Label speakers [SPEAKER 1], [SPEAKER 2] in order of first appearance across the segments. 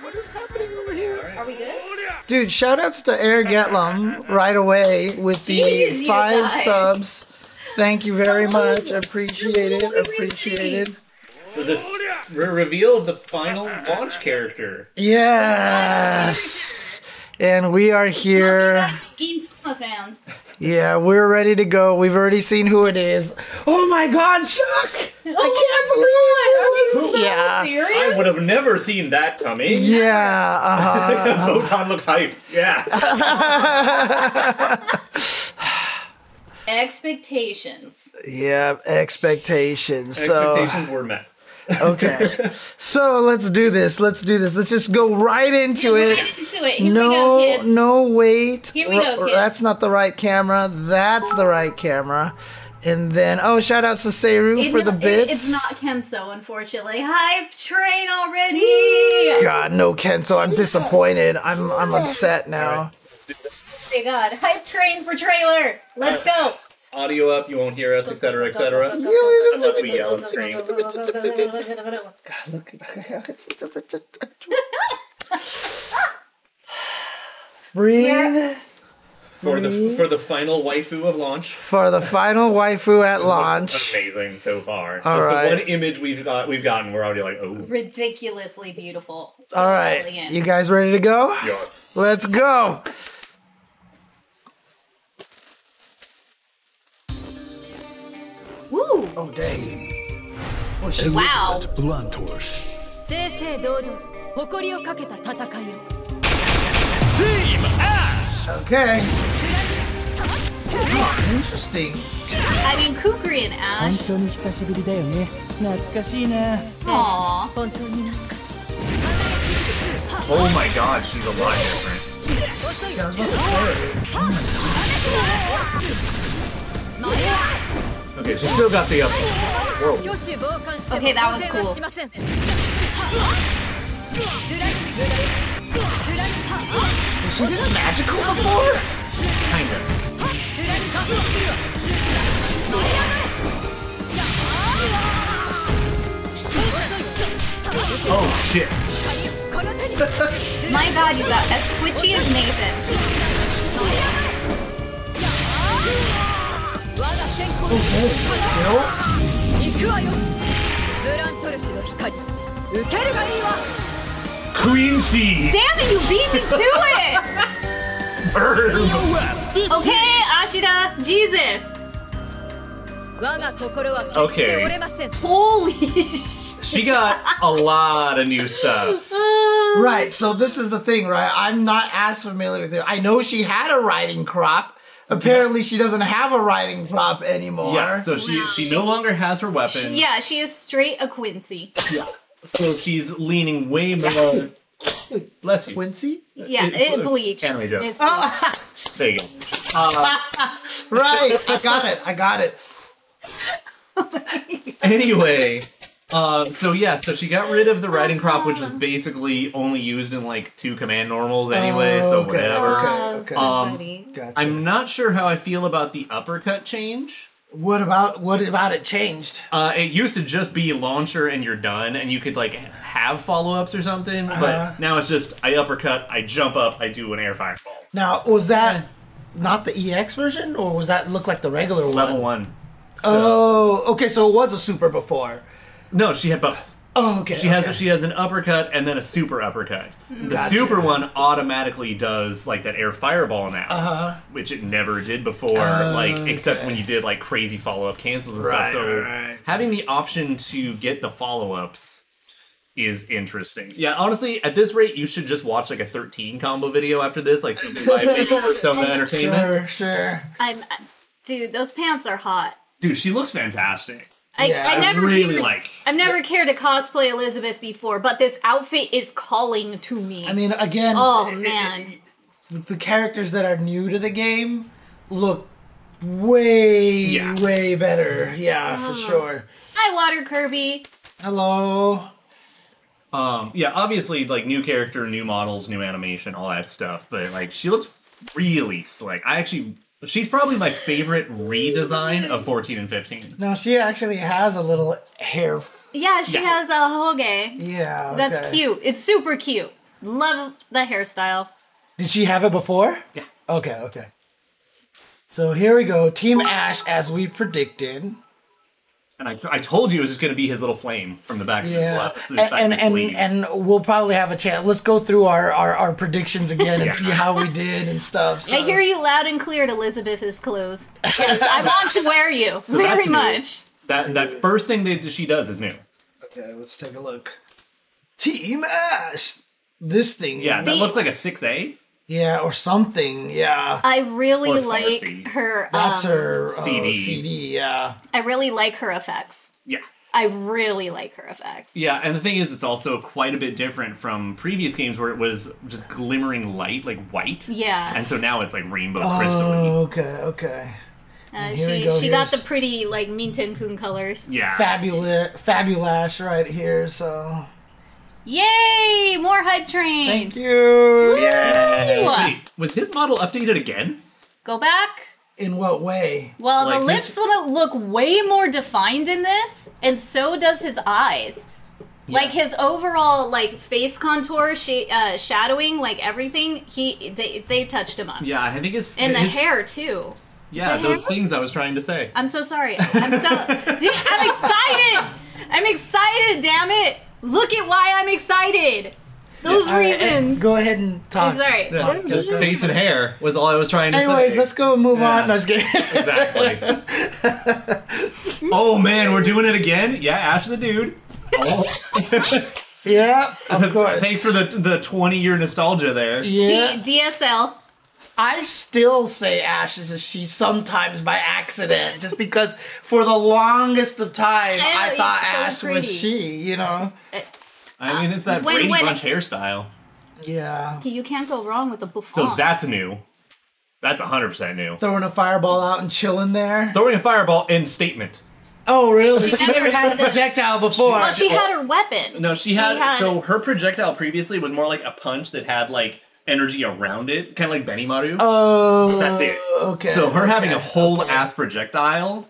[SPEAKER 1] What is happening over here?
[SPEAKER 2] Are we good?
[SPEAKER 1] Dude, shoutouts to Air Getlum right away with the
[SPEAKER 2] Jeez, you
[SPEAKER 1] five
[SPEAKER 2] guys.
[SPEAKER 1] subs. Thank you very
[SPEAKER 2] Hello.
[SPEAKER 1] much. Appreciated.
[SPEAKER 2] Hello, everybody.
[SPEAKER 1] Appreciated.
[SPEAKER 3] For the f- re- reveal of the final launch character.
[SPEAKER 1] Yes. And we are here.
[SPEAKER 2] Guys, Gintama fans.
[SPEAKER 1] Yeah, we're ready to go. We've already seen who it is. Oh my god, Chuck! I can't believe it was Oh, Yeah.
[SPEAKER 3] I would have never seen that coming.
[SPEAKER 1] Yeah, uh-huh.
[SPEAKER 3] Photon looks hype. Yeah.
[SPEAKER 2] Expectations.
[SPEAKER 1] yeah, expectations. So,
[SPEAKER 3] Expectations were met.
[SPEAKER 1] okay. So, let's do this. Let's do this. Let's just go right into it.
[SPEAKER 2] Get right into it. Here we go,
[SPEAKER 1] No,
[SPEAKER 2] kids.
[SPEAKER 1] no, wait.
[SPEAKER 2] Here we go,
[SPEAKER 1] R-
[SPEAKER 2] kids.
[SPEAKER 1] That's not the right camera. That's the right camera. And then, oh, shout out to Seru
[SPEAKER 2] It-
[SPEAKER 1] for the
[SPEAKER 2] it-
[SPEAKER 1] bits.
[SPEAKER 2] it's not Kenso, unfortunately. Hype train already. Oh
[SPEAKER 1] God, no, Ken. So I'm disappointed. I'm, I'm upset now.
[SPEAKER 2] Oh my god. Hype train for trailer. Let's go.
[SPEAKER 3] Audio up, you won't hear us, etc., etc. Unless we yell and scream.
[SPEAKER 1] Breathe.
[SPEAKER 3] For the for the final waifu of launch.
[SPEAKER 1] for the final waifu at
[SPEAKER 3] Looks
[SPEAKER 1] launch.
[SPEAKER 3] amazing so far.
[SPEAKER 1] All
[SPEAKER 3] Just
[SPEAKER 1] right.
[SPEAKER 3] the one image we've got we've gotten, we're already like, oh
[SPEAKER 2] Ridiculously beautiful. So
[SPEAKER 1] All right,
[SPEAKER 2] brilliant.
[SPEAKER 1] you guys ready to go?
[SPEAKER 3] yes.
[SPEAKER 1] Let's go.
[SPEAKER 2] Woo.
[SPEAKER 1] Oh dang!
[SPEAKER 2] Wow.
[SPEAKER 4] Lantos.
[SPEAKER 5] 正々堂々誇りをかけた戦いを
[SPEAKER 1] Okay. Oh, interesting.
[SPEAKER 2] I mean, Kukri and Ash.
[SPEAKER 6] 当に久しぶりだよね懐かしいな
[SPEAKER 2] Aww.
[SPEAKER 5] 本当に懐かしい
[SPEAKER 3] Oh my god, she's a lot different. Okay, she still got the up.
[SPEAKER 5] 挙手傍観しても
[SPEAKER 2] Okay, that was
[SPEAKER 5] 肯定
[SPEAKER 2] cool.
[SPEAKER 5] はしません
[SPEAKER 1] Was she this magical before?
[SPEAKER 3] Kinda. Oh shit.
[SPEAKER 2] My god, you got as twitchy as Nathan.
[SPEAKER 1] Still?
[SPEAKER 5] 行くわよブラントルシの光受けるがいいわ
[SPEAKER 3] Queen Steve!
[SPEAKER 2] Damn it, you beat me to it! Okay, Ashida, Jesus.
[SPEAKER 5] 我が心は決して折れません、
[SPEAKER 2] Holy shit.
[SPEAKER 3] She got a lot of new stuff.
[SPEAKER 1] Right. So this is the thing, right? I'm not as familiar with her. I know she had a riding crop. Apparently, she doesn't have a riding crop anymore.
[SPEAKER 3] Yeah, so she she no longer has her weapon.
[SPEAKER 2] Yeah, she is straight a Quincy.
[SPEAKER 3] So she's leaning way more. Bless you.
[SPEAKER 1] Quincy.
[SPEAKER 2] Yeah, it,
[SPEAKER 3] It-
[SPEAKER 2] bleach.
[SPEAKER 3] anime joke.
[SPEAKER 2] It's
[SPEAKER 3] There you go.
[SPEAKER 1] Right. I got it. I got it.
[SPEAKER 3] Anyway, uh, so yeah, so she got rid of the riding crop, which was basically only used in like two command normals anyway, so
[SPEAKER 1] Oh, okay.
[SPEAKER 3] whatever.
[SPEAKER 1] Okay. Okay.
[SPEAKER 2] somebody.
[SPEAKER 1] Gotcha.
[SPEAKER 3] I'm not sure how I feel about the uppercut change.
[SPEAKER 1] what about what about it changed?
[SPEAKER 3] Uh, it used to just be launcher and you're done, and you could like have follow ups or something,
[SPEAKER 1] Uh-huh.
[SPEAKER 3] but now it's just I uppercut, I jump up, I do an air fireball.
[SPEAKER 1] Now, was that not the EX version, or was that look like the regular one?
[SPEAKER 3] Level one. So,
[SPEAKER 1] Oh, okay. So it was a super before.
[SPEAKER 3] No, she had both.
[SPEAKER 1] Oh, okay.
[SPEAKER 3] She has
[SPEAKER 1] okay.
[SPEAKER 3] she has an uppercut and then a super uppercut. The super one automatically does like that air fireball now, which it never did before. like except when you did like crazy follow up cancels and
[SPEAKER 1] Right,
[SPEAKER 3] stuff. So
[SPEAKER 1] right.
[SPEAKER 3] having the option to get the follow ups is interesting. Yeah, honestly, at this rate, you should just watch like a 13 combo video after this, like something by Vicky for some entertainment.
[SPEAKER 1] Sure, sure.
[SPEAKER 2] I'm, uh, dude, those pants are hot.
[SPEAKER 3] Dude, she looks fantastic.
[SPEAKER 2] I,
[SPEAKER 1] Yeah,
[SPEAKER 2] I
[SPEAKER 1] I
[SPEAKER 2] never
[SPEAKER 3] really
[SPEAKER 2] cared-
[SPEAKER 3] like.
[SPEAKER 2] I've never cared to cosplay Elizabeth before, but this outfit is calling to me.
[SPEAKER 1] I mean, again,
[SPEAKER 2] oh
[SPEAKER 1] it-
[SPEAKER 2] man,
[SPEAKER 1] it- the characters that are new to the game look way,
[SPEAKER 3] Yeah.
[SPEAKER 1] way better. Yeah, for sure.
[SPEAKER 2] hi Water Kirby.
[SPEAKER 1] Hello.
[SPEAKER 3] Um, yeah, obviously, like new character, new models, new animation, all that stuff. But like, she looks really slick. I actually, she's probably my favorite redesign of 14 and 15.
[SPEAKER 1] Now she actually has a little hair. f-
[SPEAKER 2] Yeah, she
[SPEAKER 3] Yeah.
[SPEAKER 2] has a hoge.
[SPEAKER 1] Yeah,
[SPEAKER 2] That's
[SPEAKER 1] okay.
[SPEAKER 2] cute. It's super cute. Love the hairstyle.
[SPEAKER 1] Did she have it before? Yeah. Okay, okay. So here we go. Team Ash, as we predicted.
[SPEAKER 3] And I, I told you it was just going to be his little flame from the back
[SPEAKER 1] Yeah.
[SPEAKER 3] of his lap.
[SPEAKER 1] And and, and and we'll probably have a chance. Let's go through our, our, our predictions again and see how we did and stuff. So.
[SPEAKER 2] I hear you loud and clear at Elizabeth's clothes. Yes, I want to wear you very
[SPEAKER 3] that's new.
[SPEAKER 2] much.
[SPEAKER 3] that that first thing that she does is new.
[SPEAKER 1] Okay, let's take a look. Team Ash. This thing.
[SPEAKER 3] Yeah, that
[SPEAKER 2] The-
[SPEAKER 3] looks like a six A.
[SPEAKER 1] Yeah, or something. Yeah.
[SPEAKER 2] I really
[SPEAKER 3] Or
[SPEAKER 2] like
[SPEAKER 3] Farsi.
[SPEAKER 2] her.
[SPEAKER 1] That's
[SPEAKER 2] um,
[SPEAKER 1] her uh, CD.
[SPEAKER 3] CD.
[SPEAKER 1] Yeah.
[SPEAKER 2] I really like her effects.
[SPEAKER 3] Yeah.
[SPEAKER 2] I really like her effects.
[SPEAKER 3] Yeah, and the thing is, it's also quite a bit different from previous games where it was just glimmering light, like white.
[SPEAKER 2] Yeah.
[SPEAKER 3] And so now it's like rainbow crystalline.
[SPEAKER 1] Oh, Okay. Okay.
[SPEAKER 2] Uh,
[SPEAKER 1] here we
[SPEAKER 2] she
[SPEAKER 1] go,
[SPEAKER 2] she got the
[SPEAKER 1] here's-
[SPEAKER 2] pretty like Mean Tin Coon colors.
[SPEAKER 3] Ah, Yeah.
[SPEAKER 1] Fabulous. Fabulash right here. So.
[SPEAKER 2] Yay! More hype train.
[SPEAKER 1] Thank you.
[SPEAKER 2] Woo!
[SPEAKER 1] Yeah.
[SPEAKER 3] Wait, was his model updated again?
[SPEAKER 2] Go back.
[SPEAKER 1] In what way?
[SPEAKER 2] Well, the
[SPEAKER 3] Like
[SPEAKER 2] lips
[SPEAKER 3] his-
[SPEAKER 2] look- look way more defined in this, and so does his eyes. Like his overall like face contour, sh- uh, shadowing, like everything, he they they touched him up.
[SPEAKER 3] Yeah, I think his
[SPEAKER 2] And the
[SPEAKER 3] his-
[SPEAKER 2] hair too.
[SPEAKER 3] Yeah,
[SPEAKER 2] the
[SPEAKER 3] those
[SPEAKER 2] hair?
[SPEAKER 3] things I was trying to say.
[SPEAKER 2] I'm so sorry. I'm so Dude, I'm excited. I'm excited. Damn it! Look at why I'm excited. Those
[SPEAKER 1] All right, eh,
[SPEAKER 2] reasons.
[SPEAKER 1] go ahead and talk.
[SPEAKER 2] It's all right.
[SPEAKER 3] Yeah, his face and hair was all I was trying to
[SPEAKER 1] Anyways,
[SPEAKER 3] say.
[SPEAKER 1] let's go move on. No, I was kidding.
[SPEAKER 3] Exactly. oh man, we're doing it again. Yeah, Ash the dude. Oh,
[SPEAKER 1] yeah, of course.
[SPEAKER 3] thanks for the the twenty year nostalgia there.
[SPEAKER 1] Yeah.
[SPEAKER 2] D- DSL.
[SPEAKER 1] I still say Ash is a she sometimes by accident, just because for the longest of time
[SPEAKER 2] I know,
[SPEAKER 1] I,
[SPEAKER 2] it's
[SPEAKER 1] thought
[SPEAKER 2] so
[SPEAKER 1] Ash
[SPEAKER 2] pretty.
[SPEAKER 1] was she. You know.
[SPEAKER 3] I mean, it's that
[SPEAKER 2] When-
[SPEAKER 3] Brady
[SPEAKER 2] when-
[SPEAKER 3] Bunch hairstyle.
[SPEAKER 1] Yeah.
[SPEAKER 2] You can't go wrong with a
[SPEAKER 3] So
[SPEAKER 2] buffon.
[SPEAKER 3] that's new. That's hundred percent new.
[SPEAKER 1] Throwing a fireball out and chilling there.
[SPEAKER 3] Throwing a fireball in statement.
[SPEAKER 1] Oh, really?
[SPEAKER 2] She never had the-
[SPEAKER 1] projectile before.
[SPEAKER 2] well, she had her weapon.
[SPEAKER 3] No, she had, so her projectile previously was more like a punch that had like energy around it, kind of like Benny Maru.
[SPEAKER 1] oh,
[SPEAKER 3] That's it.
[SPEAKER 1] okay,
[SPEAKER 3] So her having
[SPEAKER 1] okay,
[SPEAKER 3] a whole ass projectile,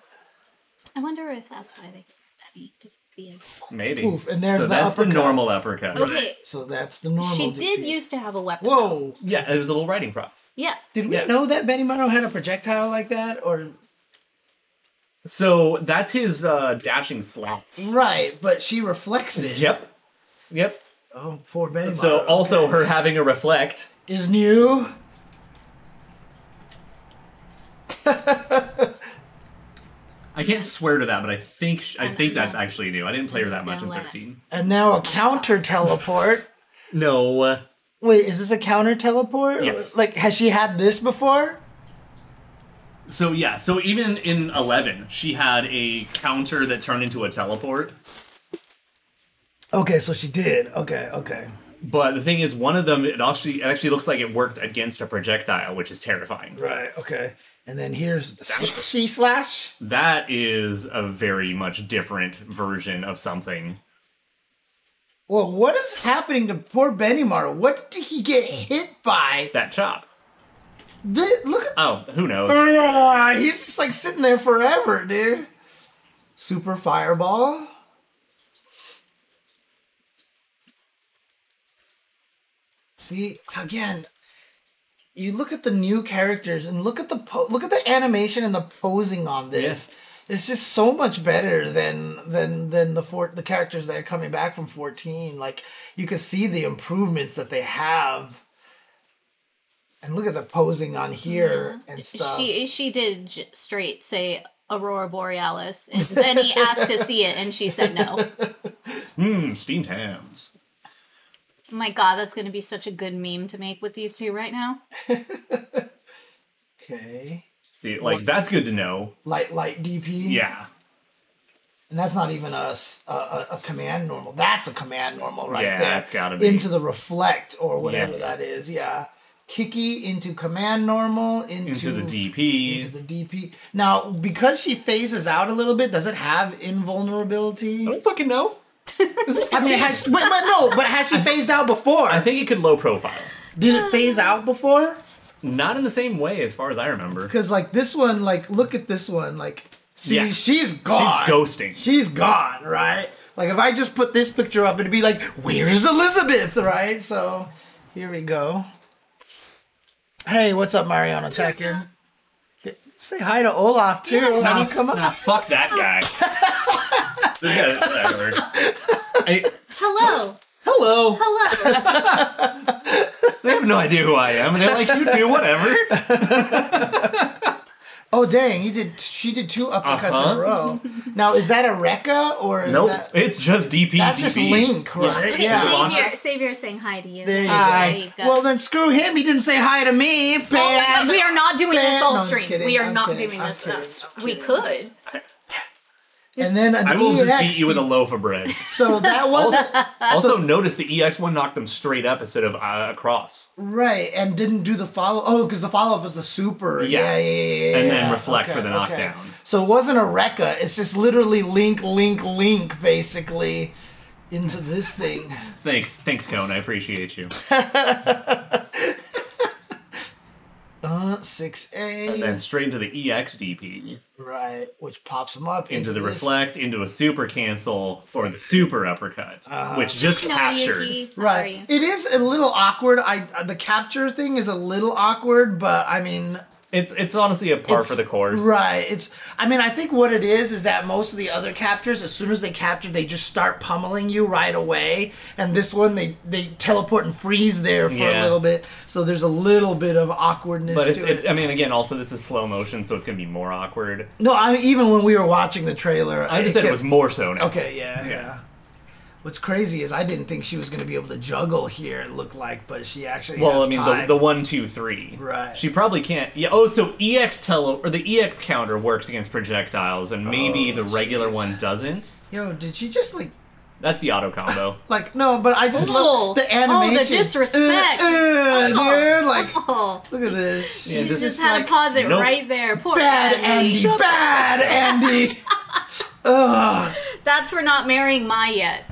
[SPEAKER 2] I wonder if that's why they Betty to be a.
[SPEAKER 3] maybe.
[SPEAKER 1] Oof, and there's
[SPEAKER 3] so
[SPEAKER 1] the
[SPEAKER 3] that's
[SPEAKER 1] uppercut.
[SPEAKER 3] the normal uppercut.
[SPEAKER 2] Okay,
[SPEAKER 1] So that's the normal.
[SPEAKER 2] she did
[SPEAKER 1] defeat.
[SPEAKER 2] used to have a weapon.
[SPEAKER 1] Whoa!
[SPEAKER 3] Yeah, it was a little writing prop.
[SPEAKER 2] Yes.
[SPEAKER 1] Did we
[SPEAKER 3] Yeah.
[SPEAKER 1] know that Benny Morrow had a projectile like that? Or
[SPEAKER 3] So that's his uh, dashing slap.
[SPEAKER 1] right, but she reflects it.
[SPEAKER 3] Yep. Yep.
[SPEAKER 1] Oh, poor Benny.
[SPEAKER 3] So
[SPEAKER 1] Morrow.
[SPEAKER 3] also her having a reflect.
[SPEAKER 1] is new.
[SPEAKER 3] I can't swear to that, but I think sh- I think that's
[SPEAKER 2] yes.
[SPEAKER 3] actually new. I didn't play her that
[SPEAKER 2] Just
[SPEAKER 3] much in
[SPEAKER 2] now let it.
[SPEAKER 3] 13.
[SPEAKER 1] And now a counter teleport.
[SPEAKER 3] No. uh,
[SPEAKER 1] Wait, is this a counter teleport?
[SPEAKER 3] Yes.
[SPEAKER 1] Like, has she had this before?
[SPEAKER 3] So yeah, so even in 11, she had a counter that turned into a teleport.
[SPEAKER 1] Okay, so she did. Okay, okay.
[SPEAKER 3] But the thing is, one of them it actually it actually looks like it worked against a projectile, which is terrifying.
[SPEAKER 1] Right, okay. And then here's she slash.
[SPEAKER 3] That is a very much different version of something.
[SPEAKER 1] Well, what is happening to poor Benny Morrow? What did he get hit by?
[SPEAKER 3] That chop.
[SPEAKER 1] Thi- look at
[SPEAKER 3] Oh, who knows?
[SPEAKER 1] Ah, He's just like sitting there forever, dude. Super fireball. See again. You look at the new characters and look at the po- look at the animation and the posing on this. It's just so much better than than than the four the characters that are coming back from fourteen. Like you can see the improvements that they have. And look at the posing on here and stuff.
[SPEAKER 2] She she did j- straight say Aurora Borealis, and then he asked to see it, and she said no.
[SPEAKER 3] Hmm, steamed hams.
[SPEAKER 2] My God, that's gonna be such a good meme to make with these two right now.
[SPEAKER 1] Okay.
[SPEAKER 3] See, like that's good to know.
[SPEAKER 1] Light, light DP.
[SPEAKER 3] Yeah.
[SPEAKER 1] And that's not even a, s- a- a- a command normal. That's a command normal right
[SPEAKER 3] Yeah,
[SPEAKER 1] there.
[SPEAKER 3] that's gotta be.
[SPEAKER 1] Into the reflect or whatever
[SPEAKER 3] Yeah.
[SPEAKER 1] that is. Yeah. Kiki into command normal, into,
[SPEAKER 3] Into the DP.
[SPEAKER 1] Into the DP. Now, because she phases out a little bit, does it have invulnerability?
[SPEAKER 3] I don't fucking know.
[SPEAKER 1] I mean, has, but, but no, but has she phased out before?
[SPEAKER 3] I think it could low profile.
[SPEAKER 1] Did it phase out before?
[SPEAKER 3] Not in the same way as far as I remember.
[SPEAKER 1] Because, like, this one, like, look at this one. Like, see,
[SPEAKER 3] Yeah.
[SPEAKER 1] she's gone.
[SPEAKER 3] ghosting.
[SPEAKER 1] She's gone, right? Like, if I just put this picture up, it'd be like, where's Elizabeth, right? So, Here we go. Hey, what's up, Mariano Checker? Say hi to Olaf too. I mean, come on.
[SPEAKER 3] Ah, fuck that guy. this guy whatever. I,
[SPEAKER 2] Hello.
[SPEAKER 3] hello.
[SPEAKER 2] Hello.
[SPEAKER 3] They have no idea who I am, and they're like, you too, whatever.
[SPEAKER 1] Oh dang, you did. She did two uppercuts in
[SPEAKER 3] Uh-huh.
[SPEAKER 1] a row. Now is that a Rekka or is
[SPEAKER 3] Nope.
[SPEAKER 1] that?
[SPEAKER 3] It's just DP.
[SPEAKER 1] That's just
[SPEAKER 3] DP.
[SPEAKER 1] Link, right?
[SPEAKER 2] Okay,
[SPEAKER 1] Yeah.
[SPEAKER 2] Savior, Savior is saying hi to Ah, you.
[SPEAKER 1] There you
[SPEAKER 2] There
[SPEAKER 1] go. Well then, screw him. He didn't say hi to me.
[SPEAKER 2] Oh my
[SPEAKER 1] Bam.
[SPEAKER 2] God, we are not doing this
[SPEAKER 1] Bam.
[SPEAKER 2] all
[SPEAKER 1] No, I'm just
[SPEAKER 2] stream.
[SPEAKER 1] kidding.
[SPEAKER 2] We are
[SPEAKER 1] I'm
[SPEAKER 2] not
[SPEAKER 1] kidding.
[SPEAKER 2] doing
[SPEAKER 1] I'm
[SPEAKER 2] this.
[SPEAKER 1] kidding.
[SPEAKER 2] uh, we could.
[SPEAKER 1] and then an
[SPEAKER 3] I will just
[SPEAKER 1] EX.
[SPEAKER 3] beat you with a loaf of bread.
[SPEAKER 1] so that was
[SPEAKER 3] Also, notice the EX one knocked them straight up instead of uh, across,
[SPEAKER 1] right, and didn't do the follow. Oh, because the follow up was the super. Yeah, yeah,
[SPEAKER 3] Yeah.
[SPEAKER 1] yeah. yeah,
[SPEAKER 3] and
[SPEAKER 1] yeah.
[SPEAKER 3] then reflect for the
[SPEAKER 1] Okay, okay.
[SPEAKER 3] knockdown.
[SPEAKER 1] So it wasn't a Rekka. It's just literally link, link, link, basically, into this thing.
[SPEAKER 3] Thanks, thanks, Cone. I appreciate you.
[SPEAKER 1] Six
[SPEAKER 3] And then
[SPEAKER 1] A.
[SPEAKER 3] straight into the E EX DP,
[SPEAKER 1] Right, which pops them up
[SPEAKER 3] into the
[SPEAKER 1] this.
[SPEAKER 3] reflect, into a super cancel for the super uppercut,
[SPEAKER 1] Uh,
[SPEAKER 3] which just
[SPEAKER 2] No,
[SPEAKER 3] captured.
[SPEAKER 2] Yuki. how are you?
[SPEAKER 1] Right. It is a little awkward. I uh, the capture thing is a little awkward, but I mean,
[SPEAKER 3] It's it's honestly a par for the course.
[SPEAKER 1] right. It's I mean, I think what it is is that most of the other captures as soon as they capture, they just start pummeling you right away, and this one they they teleport and freeze there for a
[SPEAKER 3] Yeah.
[SPEAKER 1] little bit. So there's a little bit of awkwardness
[SPEAKER 3] But
[SPEAKER 1] to
[SPEAKER 3] it's,
[SPEAKER 1] it.
[SPEAKER 3] it's I mean again also this is slow motion so it's gonna be more awkward.
[SPEAKER 1] no, I even when we were watching the trailer,
[SPEAKER 3] I just said it was more so now.
[SPEAKER 1] Okay, yeah, yeah. What's crazy is I didn't think she was going to be able to juggle here. It looked like, but she actually.
[SPEAKER 3] Well,
[SPEAKER 1] has
[SPEAKER 3] I mean
[SPEAKER 1] time.
[SPEAKER 3] the the one two three.
[SPEAKER 1] Right.
[SPEAKER 3] She probably can't. Yeah. Oh, so EX tele or the EX counter works against projectiles and
[SPEAKER 1] Oh,
[SPEAKER 3] maybe the regular one doesn't.
[SPEAKER 1] Yo, did she just like
[SPEAKER 3] That's the auto combo.
[SPEAKER 1] Like no, but I just
[SPEAKER 2] Ooh.
[SPEAKER 1] love the animation.
[SPEAKER 2] Oh, the disrespect.
[SPEAKER 1] Uh, uh,
[SPEAKER 2] Oh.
[SPEAKER 1] dude, like
[SPEAKER 2] Oh,
[SPEAKER 1] look at this.
[SPEAKER 3] Yeah,
[SPEAKER 1] She's
[SPEAKER 3] this
[SPEAKER 2] just,
[SPEAKER 3] is
[SPEAKER 1] just
[SPEAKER 2] had
[SPEAKER 1] like,
[SPEAKER 2] to pause it
[SPEAKER 3] nope.
[SPEAKER 2] right there. Poor
[SPEAKER 1] Bad Andy,
[SPEAKER 2] Shook.
[SPEAKER 1] bad Andy. Ugh,
[SPEAKER 2] That's for not marrying my yet.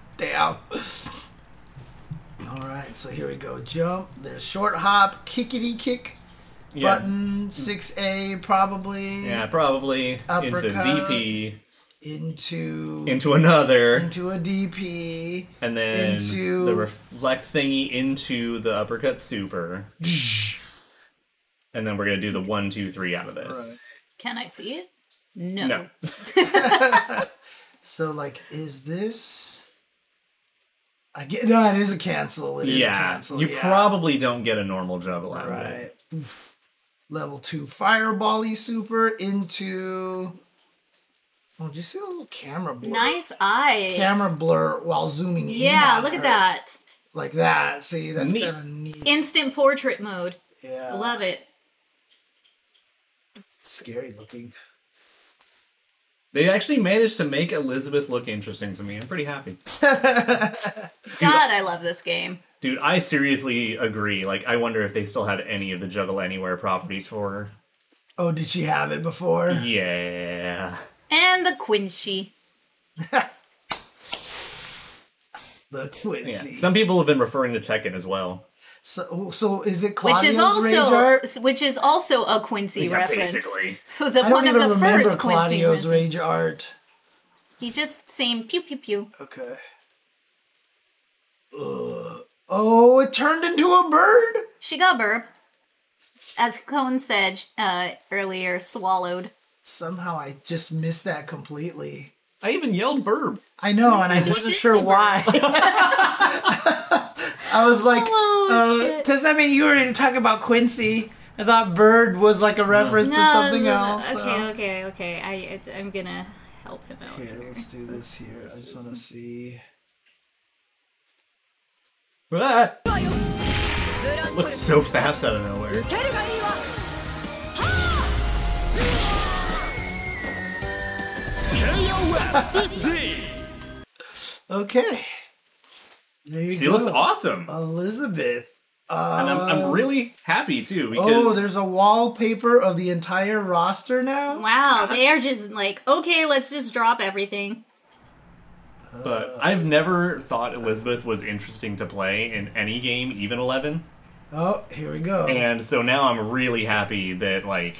[SPEAKER 1] damn. All right, so here we go. Jump. There's short hop, kickity kick,
[SPEAKER 3] Yeah.
[SPEAKER 1] button six A probably
[SPEAKER 3] Yeah, probably into
[SPEAKER 1] Uppercut.
[SPEAKER 3] DP
[SPEAKER 1] into
[SPEAKER 3] into another
[SPEAKER 1] into a DP.
[SPEAKER 3] and then
[SPEAKER 1] into-
[SPEAKER 3] the reflect thingy into the uppercut super. And then we're gonna do the one two three out of this.
[SPEAKER 2] Can I see it?
[SPEAKER 3] No.
[SPEAKER 1] So like, is this? I get no. It is a cancel. It is a
[SPEAKER 3] Yeah,
[SPEAKER 1] cancel.
[SPEAKER 3] you
[SPEAKER 1] yeah.
[SPEAKER 3] probably don't get a normal juggle out of it.
[SPEAKER 1] Right. Oof. Level two firebally super into. Oh, did you see a little camera blur?
[SPEAKER 2] Nice eyes.
[SPEAKER 1] Camera blur while zooming in.
[SPEAKER 2] Yeah,
[SPEAKER 1] on
[SPEAKER 2] look at
[SPEAKER 1] her.
[SPEAKER 2] that.
[SPEAKER 1] Like that. See, that's
[SPEAKER 3] Neat.
[SPEAKER 1] kind of neat.
[SPEAKER 2] Instant portrait mode.
[SPEAKER 1] Yeah.
[SPEAKER 2] Love it.
[SPEAKER 1] Scary looking.
[SPEAKER 3] They actually managed to make Elizabeth look interesting to me. I'm pretty happy.
[SPEAKER 2] God, I love this game.
[SPEAKER 3] Dude, I seriously agree. Like, I wonder if they still have any of the Juggle Anywhere properties for her.
[SPEAKER 1] Oh, did she have it before?
[SPEAKER 3] Yeah.
[SPEAKER 2] And the Quincy.
[SPEAKER 1] The
[SPEAKER 3] yeah.
[SPEAKER 1] Quincy.
[SPEAKER 3] Some people have been referring to Tekken as well.
[SPEAKER 1] so, oh, so is it
[SPEAKER 2] Which
[SPEAKER 1] Claudio's
[SPEAKER 2] is also
[SPEAKER 1] rage art?
[SPEAKER 2] which is also a Quincy
[SPEAKER 3] Yeah,
[SPEAKER 2] reference.
[SPEAKER 3] basically.
[SPEAKER 2] The
[SPEAKER 1] I
[SPEAKER 2] one
[SPEAKER 1] don't
[SPEAKER 2] of
[SPEAKER 1] even
[SPEAKER 2] the
[SPEAKER 1] remember
[SPEAKER 2] first Quincy
[SPEAKER 1] Claudio's
[SPEAKER 2] references.
[SPEAKER 1] rage art.
[SPEAKER 2] He just saying pew pew pew.
[SPEAKER 1] Okay. Ugh. Oh, it turned into a bird.
[SPEAKER 2] She got burp. As Cohn said uh, earlier, swallowed.
[SPEAKER 1] Somehow I just missed that completely.
[SPEAKER 3] I even yelled burb.
[SPEAKER 1] I know, and I wasn't
[SPEAKER 2] just
[SPEAKER 1] sure
[SPEAKER 2] say bird.
[SPEAKER 1] why. I was like,
[SPEAKER 2] Oh, shit.
[SPEAKER 1] because I mean, you were talking about Quincy. I thought bird was like a reference to something else. Uh, so-
[SPEAKER 2] Okay, okay, okay. I it- I'm gonna help him out.
[SPEAKER 1] Here, let's do this here. I just want to see.
[SPEAKER 3] Ah,
[SPEAKER 5] 行くわよブラントル
[SPEAKER 3] looks
[SPEAKER 5] シ
[SPEAKER 3] so fast out of nowhere.
[SPEAKER 5] 受けるがいいわは
[SPEAKER 1] Okay. There you
[SPEAKER 3] She
[SPEAKER 1] go.
[SPEAKER 3] looks awesome.
[SPEAKER 1] Elizabeth.
[SPEAKER 3] and I'm, I'm really happy, too, because...
[SPEAKER 1] Uh, Oh, there's a wallpaper of the entire roster now.
[SPEAKER 2] Wow, they are just like, okay, let's just drop everything.
[SPEAKER 3] But I've never thought Elizabeth was interesting to play in any game, even 11.
[SPEAKER 1] Oh, here we go.
[SPEAKER 3] And so now I'm really happy that like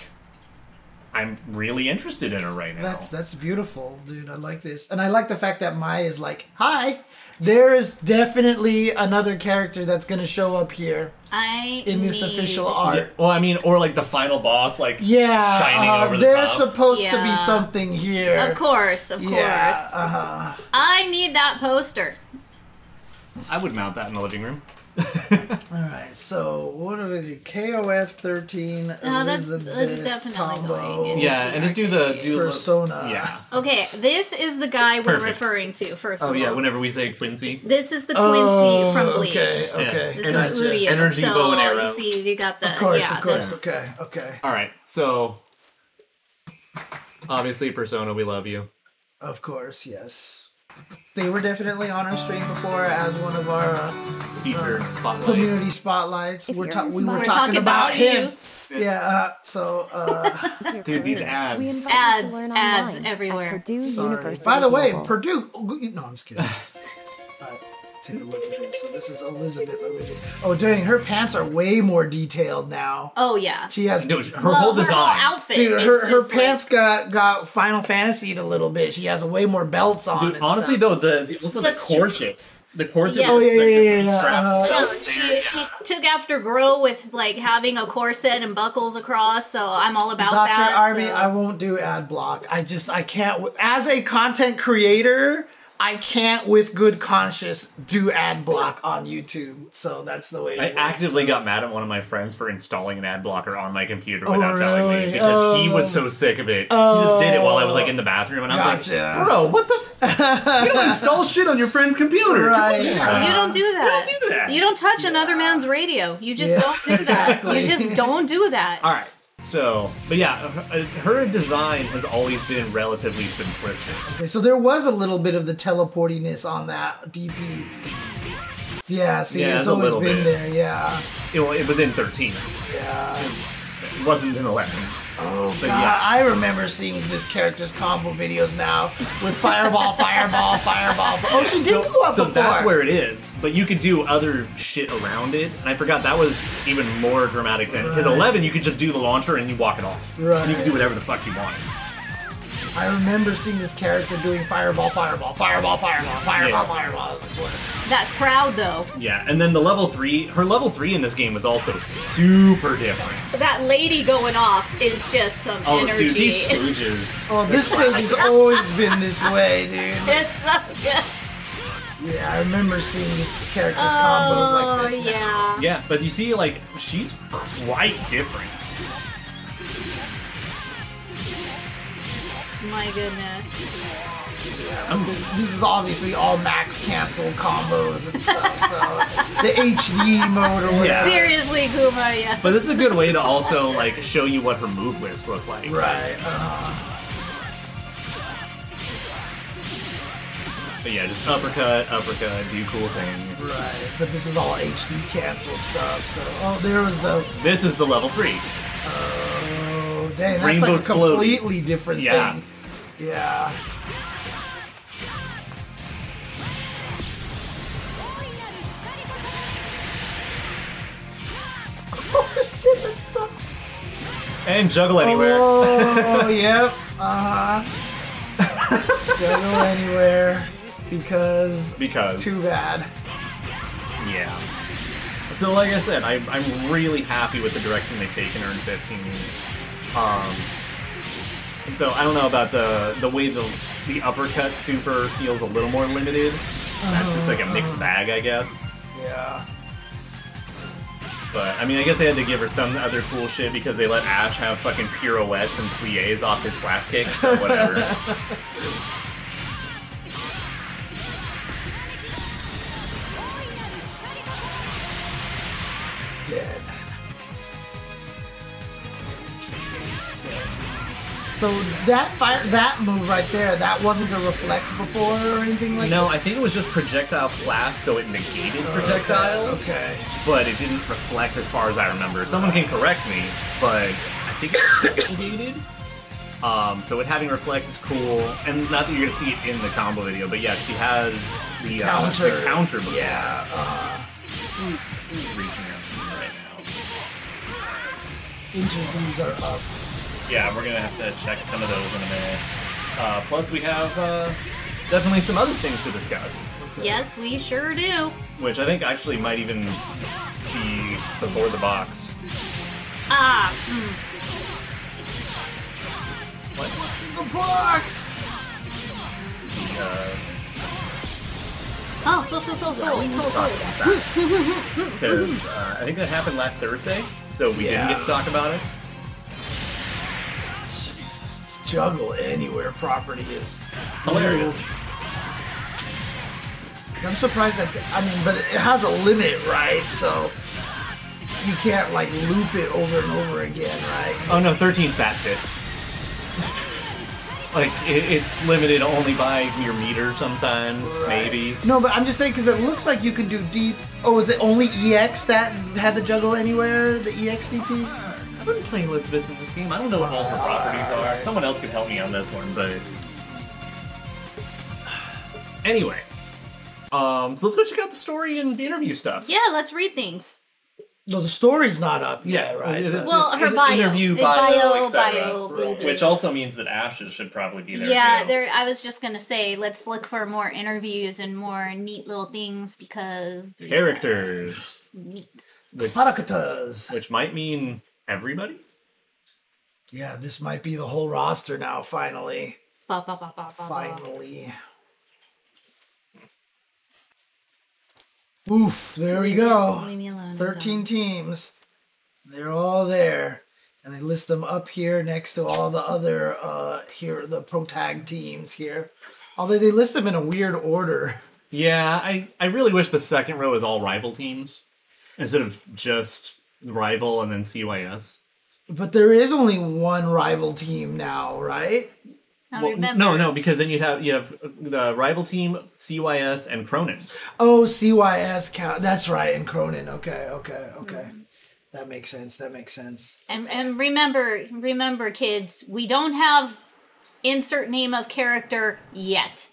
[SPEAKER 3] I'm really interested in her right now.
[SPEAKER 1] That's that's beautiful, dude. I like this, and I like the fact that Mai is like, "Hi." There is definitely another character that's going to show up here
[SPEAKER 2] I
[SPEAKER 1] in this
[SPEAKER 2] need-
[SPEAKER 1] official
[SPEAKER 3] Yeah,
[SPEAKER 1] art.
[SPEAKER 3] well, I mean, or like the final boss, like
[SPEAKER 1] Yeah,
[SPEAKER 3] shining
[SPEAKER 1] uh,
[SPEAKER 3] over the
[SPEAKER 1] there's
[SPEAKER 3] top.
[SPEAKER 1] supposed to be
[SPEAKER 2] Yeah.
[SPEAKER 1] something here.
[SPEAKER 2] Of course, of
[SPEAKER 1] Yeah,
[SPEAKER 2] course.
[SPEAKER 1] uh-huh.
[SPEAKER 2] I need that poster.
[SPEAKER 3] I would mount that in the living room.
[SPEAKER 1] All right. So what is it? KOF thirteen.
[SPEAKER 2] No, Uh, that's- that's
[SPEAKER 1] Elizabeth
[SPEAKER 2] definitely
[SPEAKER 1] combo,
[SPEAKER 2] going in.
[SPEAKER 3] Yeah, and just do the do the-
[SPEAKER 1] Persona.
[SPEAKER 3] Yeah.
[SPEAKER 2] Okay, this is the guy we're
[SPEAKER 3] Perfect.
[SPEAKER 2] referring to, first
[SPEAKER 3] Oh
[SPEAKER 2] of all.
[SPEAKER 3] yeah. Whenever we say Quincy,
[SPEAKER 2] This is the Quincy
[SPEAKER 1] Oh,
[SPEAKER 2] from Bleach.
[SPEAKER 1] Okay. Okay.
[SPEAKER 2] This
[SPEAKER 1] gotcha.
[SPEAKER 2] is Ludia.
[SPEAKER 3] Energy
[SPEAKER 2] so
[SPEAKER 3] bow and arrow.
[SPEAKER 2] you see, you got the
[SPEAKER 1] Of course.
[SPEAKER 2] yeah,
[SPEAKER 1] of course.
[SPEAKER 2] that's-
[SPEAKER 1] Okay. Okay.
[SPEAKER 3] All right, so obviously Persona, we love you.
[SPEAKER 1] Of course. Yes. They were definitely on our stream before as one of our uh,
[SPEAKER 3] Featured spotlight.
[SPEAKER 1] community spotlights.
[SPEAKER 4] If
[SPEAKER 1] We're
[SPEAKER 4] you're
[SPEAKER 1] ta- we were
[SPEAKER 4] inspired-
[SPEAKER 1] talking about him.
[SPEAKER 2] you.
[SPEAKER 1] Yeah. Uh, so. Uh,
[SPEAKER 4] your
[SPEAKER 3] Dude, these
[SPEAKER 4] career.
[SPEAKER 3] ads.
[SPEAKER 4] We invite you to
[SPEAKER 2] Ads,
[SPEAKER 4] learn
[SPEAKER 2] ads
[SPEAKER 4] online
[SPEAKER 2] everywhere.
[SPEAKER 4] At Purdue
[SPEAKER 1] Sorry.
[SPEAKER 4] University
[SPEAKER 1] By the way,
[SPEAKER 4] Global.
[SPEAKER 1] Purdue. oh, go- No, I'm just kidding. All right, Take a look at this. So this is Elizabeth. Origi- Oh, dang! Her pants are way more detailed now.
[SPEAKER 2] Oh yeah.
[SPEAKER 1] She has
[SPEAKER 3] No, her
[SPEAKER 2] Well,
[SPEAKER 3] whole
[SPEAKER 2] her
[SPEAKER 3] design.
[SPEAKER 2] whole outfit.
[SPEAKER 1] dude.
[SPEAKER 2] is
[SPEAKER 1] Her, her
[SPEAKER 2] just, like-
[SPEAKER 1] pants got got Final Fantasy a little bit. She has way more belts on.
[SPEAKER 3] Dude,
[SPEAKER 1] and
[SPEAKER 3] honestly
[SPEAKER 1] stuff.
[SPEAKER 3] though, the, the also the,
[SPEAKER 2] The
[SPEAKER 3] corset, the corset.
[SPEAKER 2] Yes.
[SPEAKER 3] with
[SPEAKER 2] Oh,
[SPEAKER 1] yeah,
[SPEAKER 3] the
[SPEAKER 1] yeah, yeah, yeah, uh,
[SPEAKER 3] strap belt
[SPEAKER 2] No,
[SPEAKER 3] there.
[SPEAKER 2] oh, she she took after Grow with like having a corset and buckles across, so I'm all about
[SPEAKER 1] Doctor
[SPEAKER 2] that.
[SPEAKER 1] Army,
[SPEAKER 2] so-
[SPEAKER 1] I won't do ad block. I just I can't. w- As a content creator, I can't with good conscience do ad block on YouTube. So that's the way. it
[SPEAKER 3] I
[SPEAKER 1] works.
[SPEAKER 3] actively got mad at one of my friends for installing an ad blocker on my computer
[SPEAKER 1] Oh,
[SPEAKER 3] without telling
[SPEAKER 1] really? Oh.
[SPEAKER 3] me because he was so sick of it. he just did it while I was like in the bathroom, and I'm
[SPEAKER 1] Gotcha.
[SPEAKER 3] like, "Bro, what the? F- you don't install shit on your friend's computer,
[SPEAKER 1] Right.
[SPEAKER 3] Come on.
[SPEAKER 1] Yeah.
[SPEAKER 2] you don't do that.
[SPEAKER 3] don't do that.
[SPEAKER 2] You don't touch another man's radio. You just
[SPEAKER 1] Yeah,
[SPEAKER 2] don't do that. You just don't do that.
[SPEAKER 3] All right. So, but yeah, uh, her, her design has always been relatively simplistic.
[SPEAKER 1] Okay, so there was a little bit of the teleportiness on that DP. Yeah, see,
[SPEAKER 3] Yeah,
[SPEAKER 1] it's
[SPEAKER 3] it's a
[SPEAKER 1] always
[SPEAKER 3] little
[SPEAKER 1] been
[SPEAKER 3] bit.
[SPEAKER 1] there. Yeah,
[SPEAKER 3] It, wa- it was in 13.
[SPEAKER 1] yeah.
[SPEAKER 3] It wasn't in 11.
[SPEAKER 1] Oh god,
[SPEAKER 3] yeah.
[SPEAKER 1] I remember seeing this character's combo videos now with fireball, fireball, fireball. Oh, she did go up
[SPEAKER 3] so
[SPEAKER 1] before.
[SPEAKER 3] that's where it is. But you could do other shit around it. And I forgot that was even more dramatic than because
[SPEAKER 1] Right.
[SPEAKER 3] 11 you could just do the launcher and you walk it off.
[SPEAKER 1] Right.
[SPEAKER 3] And you could do whatever the fuck you wanted.
[SPEAKER 1] I remember seeing this character doing fireball, fireball, fireball, fireball, fireball,
[SPEAKER 3] Yeah.
[SPEAKER 1] fireball. Like, what?
[SPEAKER 2] That crowd though.
[SPEAKER 3] Yeah. And then the level three, her level three in this game was also super different.
[SPEAKER 2] That lady going off is just some
[SPEAKER 3] Oh,
[SPEAKER 2] energy.
[SPEAKER 3] dude, these stooges.
[SPEAKER 1] Oh, this thing has always been this way, dude.
[SPEAKER 2] it's so good.
[SPEAKER 1] Yeah, I remember seeing this character's combos
[SPEAKER 2] Oh
[SPEAKER 1] like this. now.
[SPEAKER 2] yeah.
[SPEAKER 3] Yeah, but you see, like she's quite different.
[SPEAKER 2] My goodness.
[SPEAKER 3] I'm
[SPEAKER 1] This is obviously all max cancel combos and stuff. So the HD mode or whatever.
[SPEAKER 3] Yeah.
[SPEAKER 2] Seriously, Kuma. Yeah.
[SPEAKER 3] But this is a good way to also like show you what her move lists look like.
[SPEAKER 1] Right. Uh,
[SPEAKER 3] But yeah, just uppercut, uppercut, do cool thing.
[SPEAKER 1] right. But this is all HD cancel stuff. So oh, there was the
[SPEAKER 3] This is the level three.
[SPEAKER 1] oh dang, that's
[SPEAKER 3] Rainbow
[SPEAKER 1] like a
[SPEAKER 3] exploded.
[SPEAKER 1] completely different
[SPEAKER 3] Yeah.
[SPEAKER 1] thing. Yeah. Oh shit, that sucks.
[SPEAKER 3] And juggle anywhere.
[SPEAKER 1] Oh, yep. Uh huh. Don't go anywhere because
[SPEAKER 3] Because
[SPEAKER 1] too bad.
[SPEAKER 3] yeah. So like I said, I, I'm really happy with the direction they've taken her in 15. Um, though I don't know about the the way the the uppercut super feels a little more limited. That's just like a mixed bag, I guess.
[SPEAKER 1] Yeah.
[SPEAKER 3] But I mean, I guess they had to give her some other cool shit because they let Ash have fucking pirouettes and plies off his flash kicks. So whatever.
[SPEAKER 1] Dead. So that fire, that move right there, that wasn't a reflect before or anything like
[SPEAKER 3] no, I think it was just projectile blast, so it negated projectiles,
[SPEAKER 1] Okay.
[SPEAKER 3] but it didn't reflect as far as I remember. Someone can correct me, but I think it negated. Um, so it having reflect is cool, and not that you're gonna see it in the combo video, but yeah, she has the
[SPEAKER 1] Counter.
[SPEAKER 3] uh, the counter move.
[SPEAKER 1] Yeah. Uh,
[SPEAKER 3] Reaching out right now.
[SPEAKER 1] injuries are up.
[SPEAKER 3] yeah, we're gonna have to check some of those in a minute. Uh, plus, we have uh, definitely some other things to discuss,
[SPEAKER 2] Yes, we sure do.
[SPEAKER 3] which I think actually might even be before the box.
[SPEAKER 2] Ah,
[SPEAKER 3] What?
[SPEAKER 1] What's in the box?
[SPEAKER 3] Because
[SPEAKER 2] oh, so so so so so so.
[SPEAKER 3] uh, I think that happened last Thursday, so we
[SPEAKER 1] Yeah.
[SPEAKER 3] didn't get to talk about it.
[SPEAKER 1] Jesus, juggle anywhere property is
[SPEAKER 3] Hilarious.
[SPEAKER 1] I'm surprised that I mean, but it has a limit, right? So you can't like loop it over and over again, right?
[SPEAKER 3] Oh no, 13th bat fit. like it, it's limited only by your meter sometimes, maybe.
[SPEAKER 1] No, but I'm just saying because it looks like you can do deep. Oh, is it only EX that had the juggle anywhere? The E EX DP?
[SPEAKER 3] I've been playing Elizabeth in this game. I don't know what all her properties are. Someone else could help me on this one, but anyway. Um, so let's go check out the story and the interview stuff.
[SPEAKER 2] Yeah, let's read things.
[SPEAKER 1] No, the story's not up. Yeah, right.
[SPEAKER 3] Uh,
[SPEAKER 1] The-
[SPEAKER 2] Well, her
[SPEAKER 3] in-
[SPEAKER 2] bio.
[SPEAKER 3] interview
[SPEAKER 2] It's
[SPEAKER 3] bio,
[SPEAKER 2] bio,
[SPEAKER 3] etc.
[SPEAKER 2] bio, blah, blah.
[SPEAKER 3] which also means that Ashes should probably be there.
[SPEAKER 2] Yeah,
[SPEAKER 3] too.
[SPEAKER 2] there. I was just gonna say, let's look for more interviews and more neat little things because
[SPEAKER 3] characters,
[SPEAKER 2] neat.
[SPEAKER 1] Parakatas.
[SPEAKER 3] which might mean everybody.
[SPEAKER 1] Yeah, this might be the whole roster now. Finally,
[SPEAKER 2] Ba, ba, ba, ba, ba, ba.
[SPEAKER 1] finally. Oof! There we go.
[SPEAKER 2] Leave me alone. I'm
[SPEAKER 1] 13 teams. They're all there. And they list them up here next to all the other, uh, here, the pro tag teams here. Although they list them in a weird order.
[SPEAKER 3] Yeah, I, I really wish the second row is all rival teams instead of just rival and then CYS.
[SPEAKER 1] But there is only one rival team now, right?
[SPEAKER 2] done. Now
[SPEAKER 3] Well,
[SPEAKER 2] Oh, remember-
[SPEAKER 3] no, no, because then you'd have you have the rival team CYS and Cronin.
[SPEAKER 1] Oh, CYS count. That's right, and Cronin. Okay, okay, okay. That makes sense. That makes sense.
[SPEAKER 2] And, and remember, remember, kids, we don't have insert name of character yet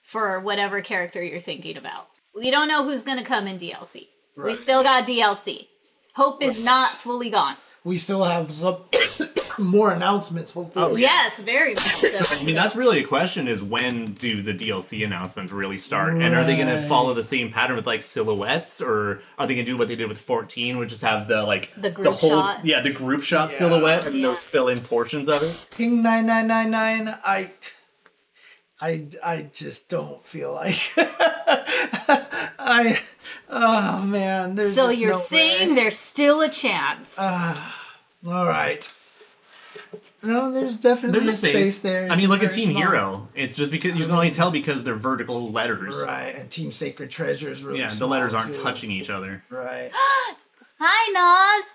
[SPEAKER 2] for whatever character you're thinking about. We don't know who's going to come in DLC. We
[SPEAKER 1] Right.
[SPEAKER 2] still got DLC. Hope is not fully gone.
[SPEAKER 1] We still have some more announcements, hopefully.
[SPEAKER 2] Oh,
[SPEAKER 3] Oh,
[SPEAKER 2] Yes, very much so.
[SPEAKER 3] I mean, that's really a question: is when do the DLC announcements really start, and are they going to follow the same pattern with like silhouettes, or are they going to do what they did with fourteen, which is have the like
[SPEAKER 2] The group
[SPEAKER 3] whole
[SPEAKER 2] shot.
[SPEAKER 3] yeah the group shot
[SPEAKER 1] Yeah.
[SPEAKER 3] silhouette and
[SPEAKER 2] Yeah.
[SPEAKER 3] those fill in portions of it?
[SPEAKER 1] King nine nine nine nine. I, I, I just don't feel like. I, oh man. There's
[SPEAKER 2] So
[SPEAKER 1] just Uh.
[SPEAKER 2] you're
[SPEAKER 1] no way.
[SPEAKER 2] saying there's still a chance.
[SPEAKER 1] All right. No, there's definitely
[SPEAKER 3] There's a
[SPEAKER 1] space. there. It's
[SPEAKER 3] I mean,
[SPEAKER 1] just
[SPEAKER 3] look at
[SPEAKER 1] very
[SPEAKER 3] Team
[SPEAKER 1] small.
[SPEAKER 3] Hero. It's just because you can only tell because they're vertical letters.
[SPEAKER 1] Right, and Team Sacred Treasure is really
[SPEAKER 3] Yeah, the
[SPEAKER 1] small,
[SPEAKER 3] letters aren't
[SPEAKER 1] too.
[SPEAKER 3] touching each other.
[SPEAKER 1] Right.
[SPEAKER 2] Hi, Nas.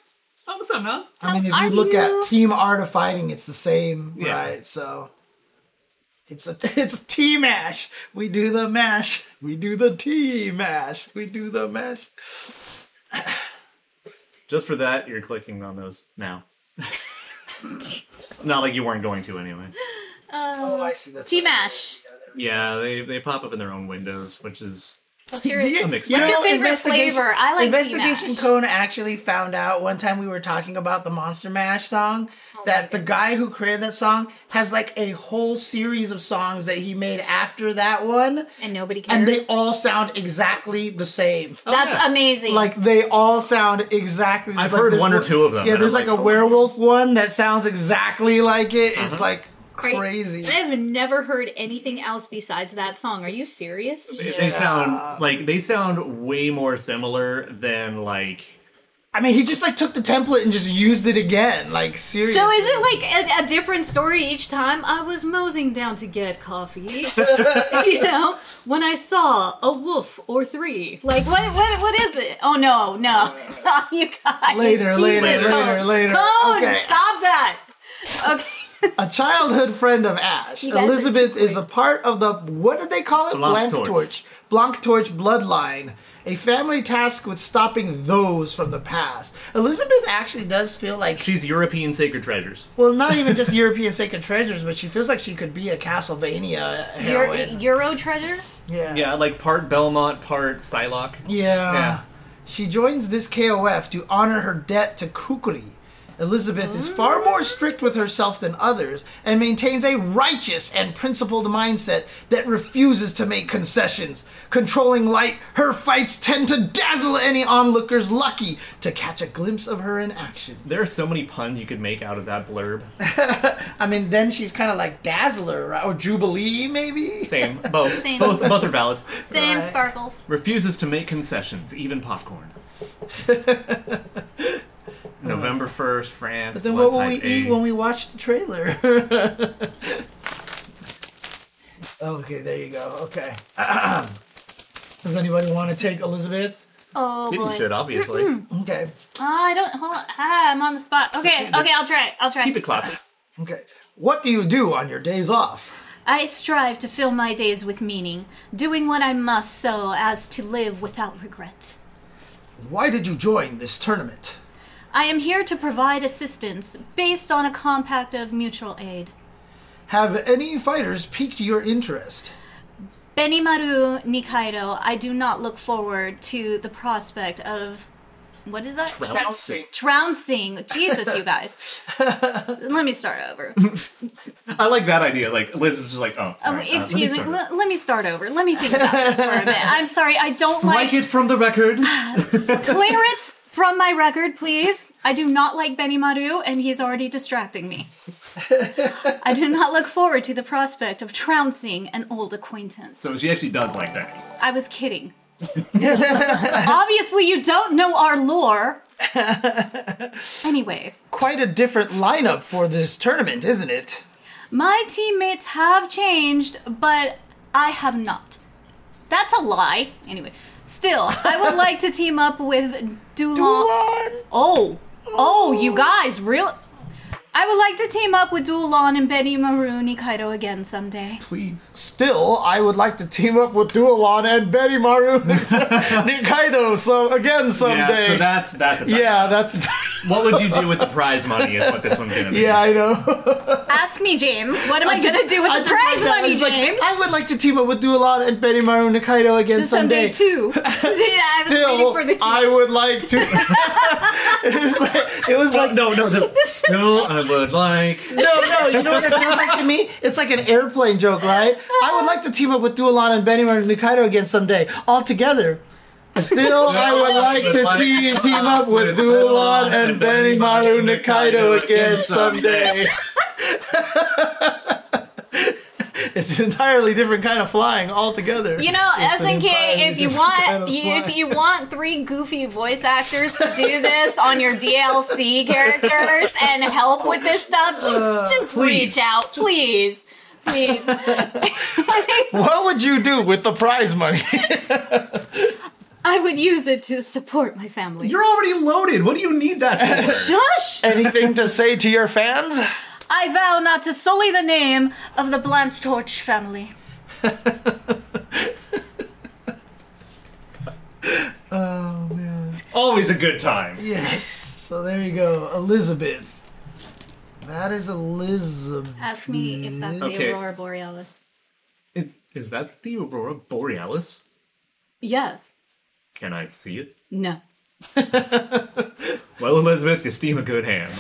[SPEAKER 3] Oh, what's up, Nas?
[SPEAKER 1] I mean, if
[SPEAKER 2] How
[SPEAKER 1] you
[SPEAKER 2] are
[SPEAKER 1] look
[SPEAKER 2] you?
[SPEAKER 1] at Team Art of Fighting, it's the same,
[SPEAKER 3] Yeah.
[SPEAKER 1] right? So it's a it's a T mash. We do the mash. We do the T mash. We do the mash.
[SPEAKER 3] Just for that, you're clicking on those now. Not like you weren't going to anyway.
[SPEAKER 1] Oh, I see. That's
[SPEAKER 2] T Mash.
[SPEAKER 3] Yeah, they, they pop up in their own windows, which is
[SPEAKER 2] What's your,
[SPEAKER 1] Do you-
[SPEAKER 3] I'm
[SPEAKER 2] what's
[SPEAKER 3] excited.
[SPEAKER 2] your favorite
[SPEAKER 1] investigation-
[SPEAKER 2] flavor? I like Tea Mash.
[SPEAKER 1] Investigation Cone actually found out one time we were talking about the Monster Mash song
[SPEAKER 2] Oh
[SPEAKER 1] that the guy who created that song has like a whole series of songs that he made after that one,
[SPEAKER 2] and nobody cares.
[SPEAKER 1] and they all sound exactly the same.
[SPEAKER 2] That's
[SPEAKER 3] yeah.
[SPEAKER 2] amazing.
[SPEAKER 1] Like they all sound exactly.
[SPEAKER 3] I've
[SPEAKER 1] like,
[SPEAKER 3] heard
[SPEAKER 1] there's
[SPEAKER 3] one or two of them,
[SPEAKER 1] Yeah,
[SPEAKER 3] and
[SPEAKER 1] there's
[SPEAKER 3] I'm
[SPEAKER 1] like,
[SPEAKER 3] like,
[SPEAKER 1] a
[SPEAKER 3] oh.
[SPEAKER 1] werewolf one that sounds exactly like it. It's
[SPEAKER 3] Uh-huh.
[SPEAKER 1] like
[SPEAKER 2] Right.
[SPEAKER 1] crazy.
[SPEAKER 2] I have never heard anything else besides that song. Are you serious?
[SPEAKER 3] they- they sound like they sound way more similar than like
[SPEAKER 1] I mean, he just like took the template and just used it again. Like seriously.
[SPEAKER 2] So is it like a, a different story each time? I was moseying down to get coffee, you know, when I saw a wolf or three. Like what? What? What is it? Oh no, no, you guys.
[SPEAKER 1] Later,
[SPEAKER 2] Jesus,
[SPEAKER 1] later, later,
[SPEAKER 2] Cone.
[SPEAKER 1] later.
[SPEAKER 2] Cone,
[SPEAKER 1] Okay.
[SPEAKER 2] stop that. Okay.
[SPEAKER 1] a childhood friend of Ash,
[SPEAKER 2] guys are
[SPEAKER 1] Elizabeth
[SPEAKER 2] too
[SPEAKER 1] is a part of the what did they call it?
[SPEAKER 3] Blanc Torch.
[SPEAKER 1] Blanc Torch bloodline. A family tasked with stopping those from the past. Elizabeth actually does feel like
[SPEAKER 3] she's European sacred treasures.
[SPEAKER 1] well, not even just European sacred treasures, but she feels like she could be a Castlevania
[SPEAKER 2] Euro, eh,
[SPEAKER 1] heroine.
[SPEAKER 2] Euro treasure.
[SPEAKER 1] yeah.
[SPEAKER 3] Yeah, like part Belmont, part Psylocke.
[SPEAKER 1] Yeah.
[SPEAKER 3] Yeah.
[SPEAKER 1] She joins this KOF to honor her debt to Kukri, Elizabeth is far more strict with herself than others and maintains a righteous and principled mindset that refuses to make concessions. Controlling light, her fights tend to dazzle any onlookers lucky to catch a glimpse of her in action.
[SPEAKER 3] There are so many puns you could make out of that blurb.
[SPEAKER 1] I mean, then she's kind of like Dazzler right? or Jubilee, maybe?
[SPEAKER 3] Same, both,
[SPEAKER 2] Same.
[SPEAKER 3] both, both are valid.
[SPEAKER 2] Same
[SPEAKER 1] Right.
[SPEAKER 2] sparkles.
[SPEAKER 3] Refuses to make concessions, even popcorn. November first, France.
[SPEAKER 1] Then what
[SPEAKER 3] blood
[SPEAKER 1] will we
[SPEAKER 3] type
[SPEAKER 1] eat
[SPEAKER 3] A.
[SPEAKER 1] when we watch the trailer? okay, there you go. Okay. Does anybody want to take Elizabeth?
[SPEAKER 2] Oh
[SPEAKER 3] Kitten
[SPEAKER 2] boy.
[SPEAKER 3] shit, obviously.
[SPEAKER 1] Okay.
[SPEAKER 2] Ah, I don't. Hold on. Ah, I'm on the spot. Okay, okay, I'll try. it. I'll try.
[SPEAKER 3] Keep it classic.
[SPEAKER 1] Okay. What do you do on your days off?
[SPEAKER 2] I strive to fill my days with meaning, doing what I must so as to live without regret.
[SPEAKER 1] Why did you join this tournament?
[SPEAKER 2] I am here to provide assistance based on a compact of mutual aid.
[SPEAKER 1] Have any fighters piqued your interest?
[SPEAKER 2] Benimaru Nikaido, I do not look forward to the prospect of. What is that?
[SPEAKER 1] Trouncing.
[SPEAKER 2] Trouncing. Jesus, you guys. Let me start over.
[SPEAKER 3] I like that idea. Like Liz is just like, oh,
[SPEAKER 2] Oh,
[SPEAKER 3] sorry, uh, let
[SPEAKER 2] excuse me.
[SPEAKER 3] start it.
[SPEAKER 2] L- let me start over. Let me think about this for a bit. I'm sorry. I don't like.
[SPEAKER 3] Strike it from the record.
[SPEAKER 2] Clear it from my record, please. I do not like Benny Maru, and he's already distracting me. I do not look forward to the prospect of trouncing an old acquaintance.
[SPEAKER 3] so she actually does like that.
[SPEAKER 2] I was kidding. Obviously, you don't know our lore. Anyways,
[SPEAKER 1] Quite a different lineup for this tournament, isn't it?
[SPEAKER 2] my teammates have changed, but I have not. That's a lie. Anyway, still, I would like to team up with Dulong. Oh, oh, you guys, real. I would like to team up with Dulon and Benny Maroon Nikaido again someday.
[SPEAKER 3] Please.
[SPEAKER 1] Still, I would like to team up with Dualon and Betty Maru Nikaido so again
[SPEAKER 3] Yeah,
[SPEAKER 1] someday.
[SPEAKER 3] so that's that's a type.
[SPEAKER 1] yeah, that's
[SPEAKER 3] What would you do with the prize money? Is what this one's gonna be.
[SPEAKER 1] yeah, I know.
[SPEAKER 2] Ask me, James. What am I, gonna do with
[SPEAKER 1] I
[SPEAKER 2] the
[SPEAKER 1] just like
[SPEAKER 2] prize
[SPEAKER 1] that.
[SPEAKER 2] money,
[SPEAKER 1] It's like,
[SPEAKER 2] James?
[SPEAKER 1] I would like to team up with Dualon and Betty Maru Nikaido again
[SPEAKER 2] someday,
[SPEAKER 1] someday.
[SPEAKER 2] too. yeah, I was waiting
[SPEAKER 1] Still,
[SPEAKER 2] for the team.
[SPEAKER 1] I would like to. it was like it was
[SPEAKER 3] Oh,
[SPEAKER 1] like
[SPEAKER 3] no, no, no. Still, I would like.
[SPEAKER 1] No, no, you know what it feels like to me? It's like an airplane joke, right? I would like to team up with Dualan and Benny and Nikaido again someday, all together. Still, I would like to te- team up with Dualan and Benny Maru Nikaido again someday. it's an entirely different kind of flying altogether.
[SPEAKER 2] You know,
[SPEAKER 1] It's an
[SPEAKER 2] SNK,
[SPEAKER 1] entirely
[SPEAKER 2] if you
[SPEAKER 1] different
[SPEAKER 2] want,
[SPEAKER 1] kind of
[SPEAKER 2] you,
[SPEAKER 1] flying.
[SPEAKER 2] if you want three goofy voice actors to do this on your DLC characters and help with this stuff, just
[SPEAKER 1] Uh,
[SPEAKER 2] just
[SPEAKER 3] please.
[SPEAKER 2] reach out, please, please.
[SPEAKER 1] What would you do with the prize money?
[SPEAKER 2] I would use it to support my family.
[SPEAKER 3] You're already loaded. What do you need that for?
[SPEAKER 2] Shush!
[SPEAKER 1] Anything to say to your fans?
[SPEAKER 2] I vow not to sully the name of the Blanchtorch family.
[SPEAKER 3] Always a good time.
[SPEAKER 1] Yes. So there you go, Elizabeth. That is Elizabeth.
[SPEAKER 2] Ask me if that's
[SPEAKER 3] Okay.
[SPEAKER 2] the Aurora Borealis.
[SPEAKER 3] Is is that the aurora borealis?
[SPEAKER 2] Yes.
[SPEAKER 3] Can I see it?
[SPEAKER 2] No.
[SPEAKER 3] Well, Elizabeth, you steam a good hand.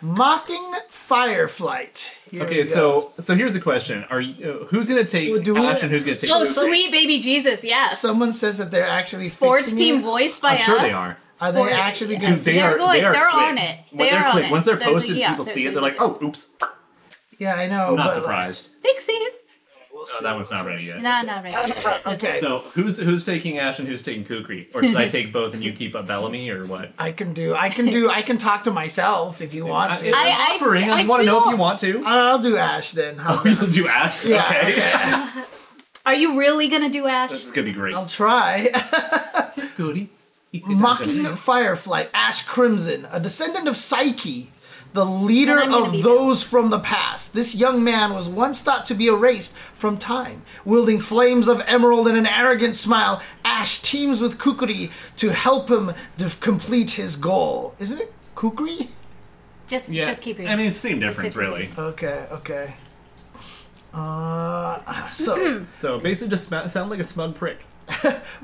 [SPEAKER 1] Mocking Fireflight. Here we
[SPEAKER 3] Okay,
[SPEAKER 1] go.
[SPEAKER 3] so so here's the question: Are you, uh, who's gonna take
[SPEAKER 1] Well, do we-
[SPEAKER 3] action? Who's gonna take?
[SPEAKER 2] Oh,
[SPEAKER 1] so-
[SPEAKER 2] sweet baby Jesus, yes.
[SPEAKER 1] someone says that they're actually
[SPEAKER 2] Sports
[SPEAKER 1] fixing
[SPEAKER 2] team
[SPEAKER 1] it.
[SPEAKER 2] voiced by
[SPEAKER 3] I'm sure
[SPEAKER 2] us.
[SPEAKER 3] they are.
[SPEAKER 1] Are they
[SPEAKER 2] Sport-
[SPEAKER 1] actually
[SPEAKER 2] yeah.
[SPEAKER 1] good?
[SPEAKER 3] They
[SPEAKER 2] They're
[SPEAKER 3] are,
[SPEAKER 2] going-
[SPEAKER 3] They are
[SPEAKER 2] they're on
[SPEAKER 3] quick.
[SPEAKER 2] it.
[SPEAKER 3] When
[SPEAKER 2] They
[SPEAKER 3] they're
[SPEAKER 2] are on
[SPEAKER 3] quick.
[SPEAKER 2] it.
[SPEAKER 3] Once they're
[SPEAKER 2] There's a-
[SPEAKER 3] posted,
[SPEAKER 2] yeah,
[SPEAKER 3] people
[SPEAKER 2] there's
[SPEAKER 3] see it.
[SPEAKER 2] a
[SPEAKER 3] They're like,
[SPEAKER 2] video.
[SPEAKER 3] oh, oops.
[SPEAKER 1] Yeah, I know.
[SPEAKER 3] Not
[SPEAKER 1] Oh, but
[SPEAKER 3] surprised.
[SPEAKER 2] Pixies.
[SPEAKER 3] Oh, that one's not ready yet.
[SPEAKER 2] No, not right.
[SPEAKER 1] Like, okay.
[SPEAKER 3] So who's who's taking Ash and who's taking Kukri? Or should I take both and you keep up Bellamy or what?
[SPEAKER 1] I can do. I can do. I can talk to myself if you want to.
[SPEAKER 3] I,
[SPEAKER 1] I,
[SPEAKER 3] am
[SPEAKER 2] I-
[SPEAKER 3] offering. I,
[SPEAKER 2] I
[SPEAKER 3] want to know if
[SPEAKER 2] feel-
[SPEAKER 3] you want to.
[SPEAKER 1] will do Ash then. How's that?
[SPEAKER 3] You'll do Ash.
[SPEAKER 1] Yeah,
[SPEAKER 3] okay.
[SPEAKER 2] Are you really gonna do Ash?
[SPEAKER 3] This is gonna be great.
[SPEAKER 1] I'll try.
[SPEAKER 3] Goody.
[SPEAKER 1] Mocking Fireflight, Ash Crimson, a descendant of Psyche, the leader
[SPEAKER 2] Then I'm gonna
[SPEAKER 1] of
[SPEAKER 2] be
[SPEAKER 1] those from the past. This young man was once thought to be erased from time. Wielding flames of emerald and an arrogant smile, Ash teams with Kukri to help him to complete his goal. Isn't it Kukri?
[SPEAKER 2] Just,
[SPEAKER 3] Yeah.
[SPEAKER 2] just keep reading.
[SPEAKER 3] I mean, it's the same difference,
[SPEAKER 2] different.
[SPEAKER 3] really.
[SPEAKER 1] Okay, okay. Uh, so,
[SPEAKER 3] So basically, just sma- sound like a smug prick.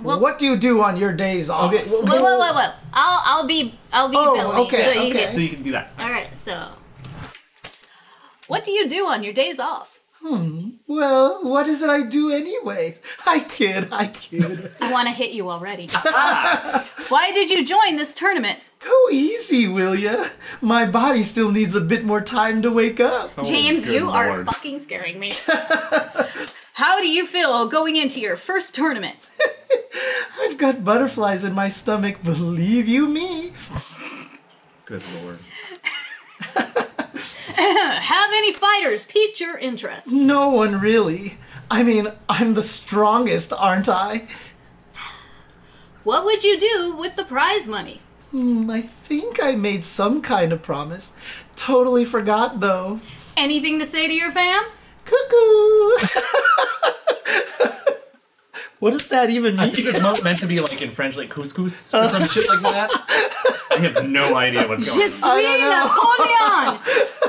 [SPEAKER 1] what do you do on your days off?
[SPEAKER 3] Okay. Well,
[SPEAKER 2] Whoa, whoa, whoa, whoa! I'll I'll be I'll be
[SPEAKER 1] Oh,
[SPEAKER 2] Bellamy.
[SPEAKER 1] okay,
[SPEAKER 2] so you
[SPEAKER 1] okay.
[SPEAKER 2] can
[SPEAKER 3] So you can do that.
[SPEAKER 2] All right, so what do you do on your days off?
[SPEAKER 1] Well, what is it I do anyway? I kid, I kid.
[SPEAKER 2] I want to hit you already. Ah. Why did you join this tournament?
[SPEAKER 1] Go easy, will ya? My body still needs a bit more time to wake up.
[SPEAKER 2] James,
[SPEAKER 3] Oh, good
[SPEAKER 2] you are
[SPEAKER 3] lord.
[SPEAKER 2] fucking scaring me. How do you feel going into your first tournament?
[SPEAKER 1] I've got butterflies in my stomach, believe you me.
[SPEAKER 3] Good lord.
[SPEAKER 2] Have any fighters piqued your interest?
[SPEAKER 1] No one really. I mean, I'm the strongest, aren't I?
[SPEAKER 2] What would you do with the prize money?
[SPEAKER 1] I think I made some kind of promise. Totally forgot though.
[SPEAKER 2] Anything to say to your fans?
[SPEAKER 1] Cuckoo! what does that even
[SPEAKER 3] I
[SPEAKER 1] mean?
[SPEAKER 3] think it's mo- meant to be like in French, like couscous or some shit like that. I have no idea what's
[SPEAKER 2] Je
[SPEAKER 3] going
[SPEAKER 2] suis
[SPEAKER 1] I don't know.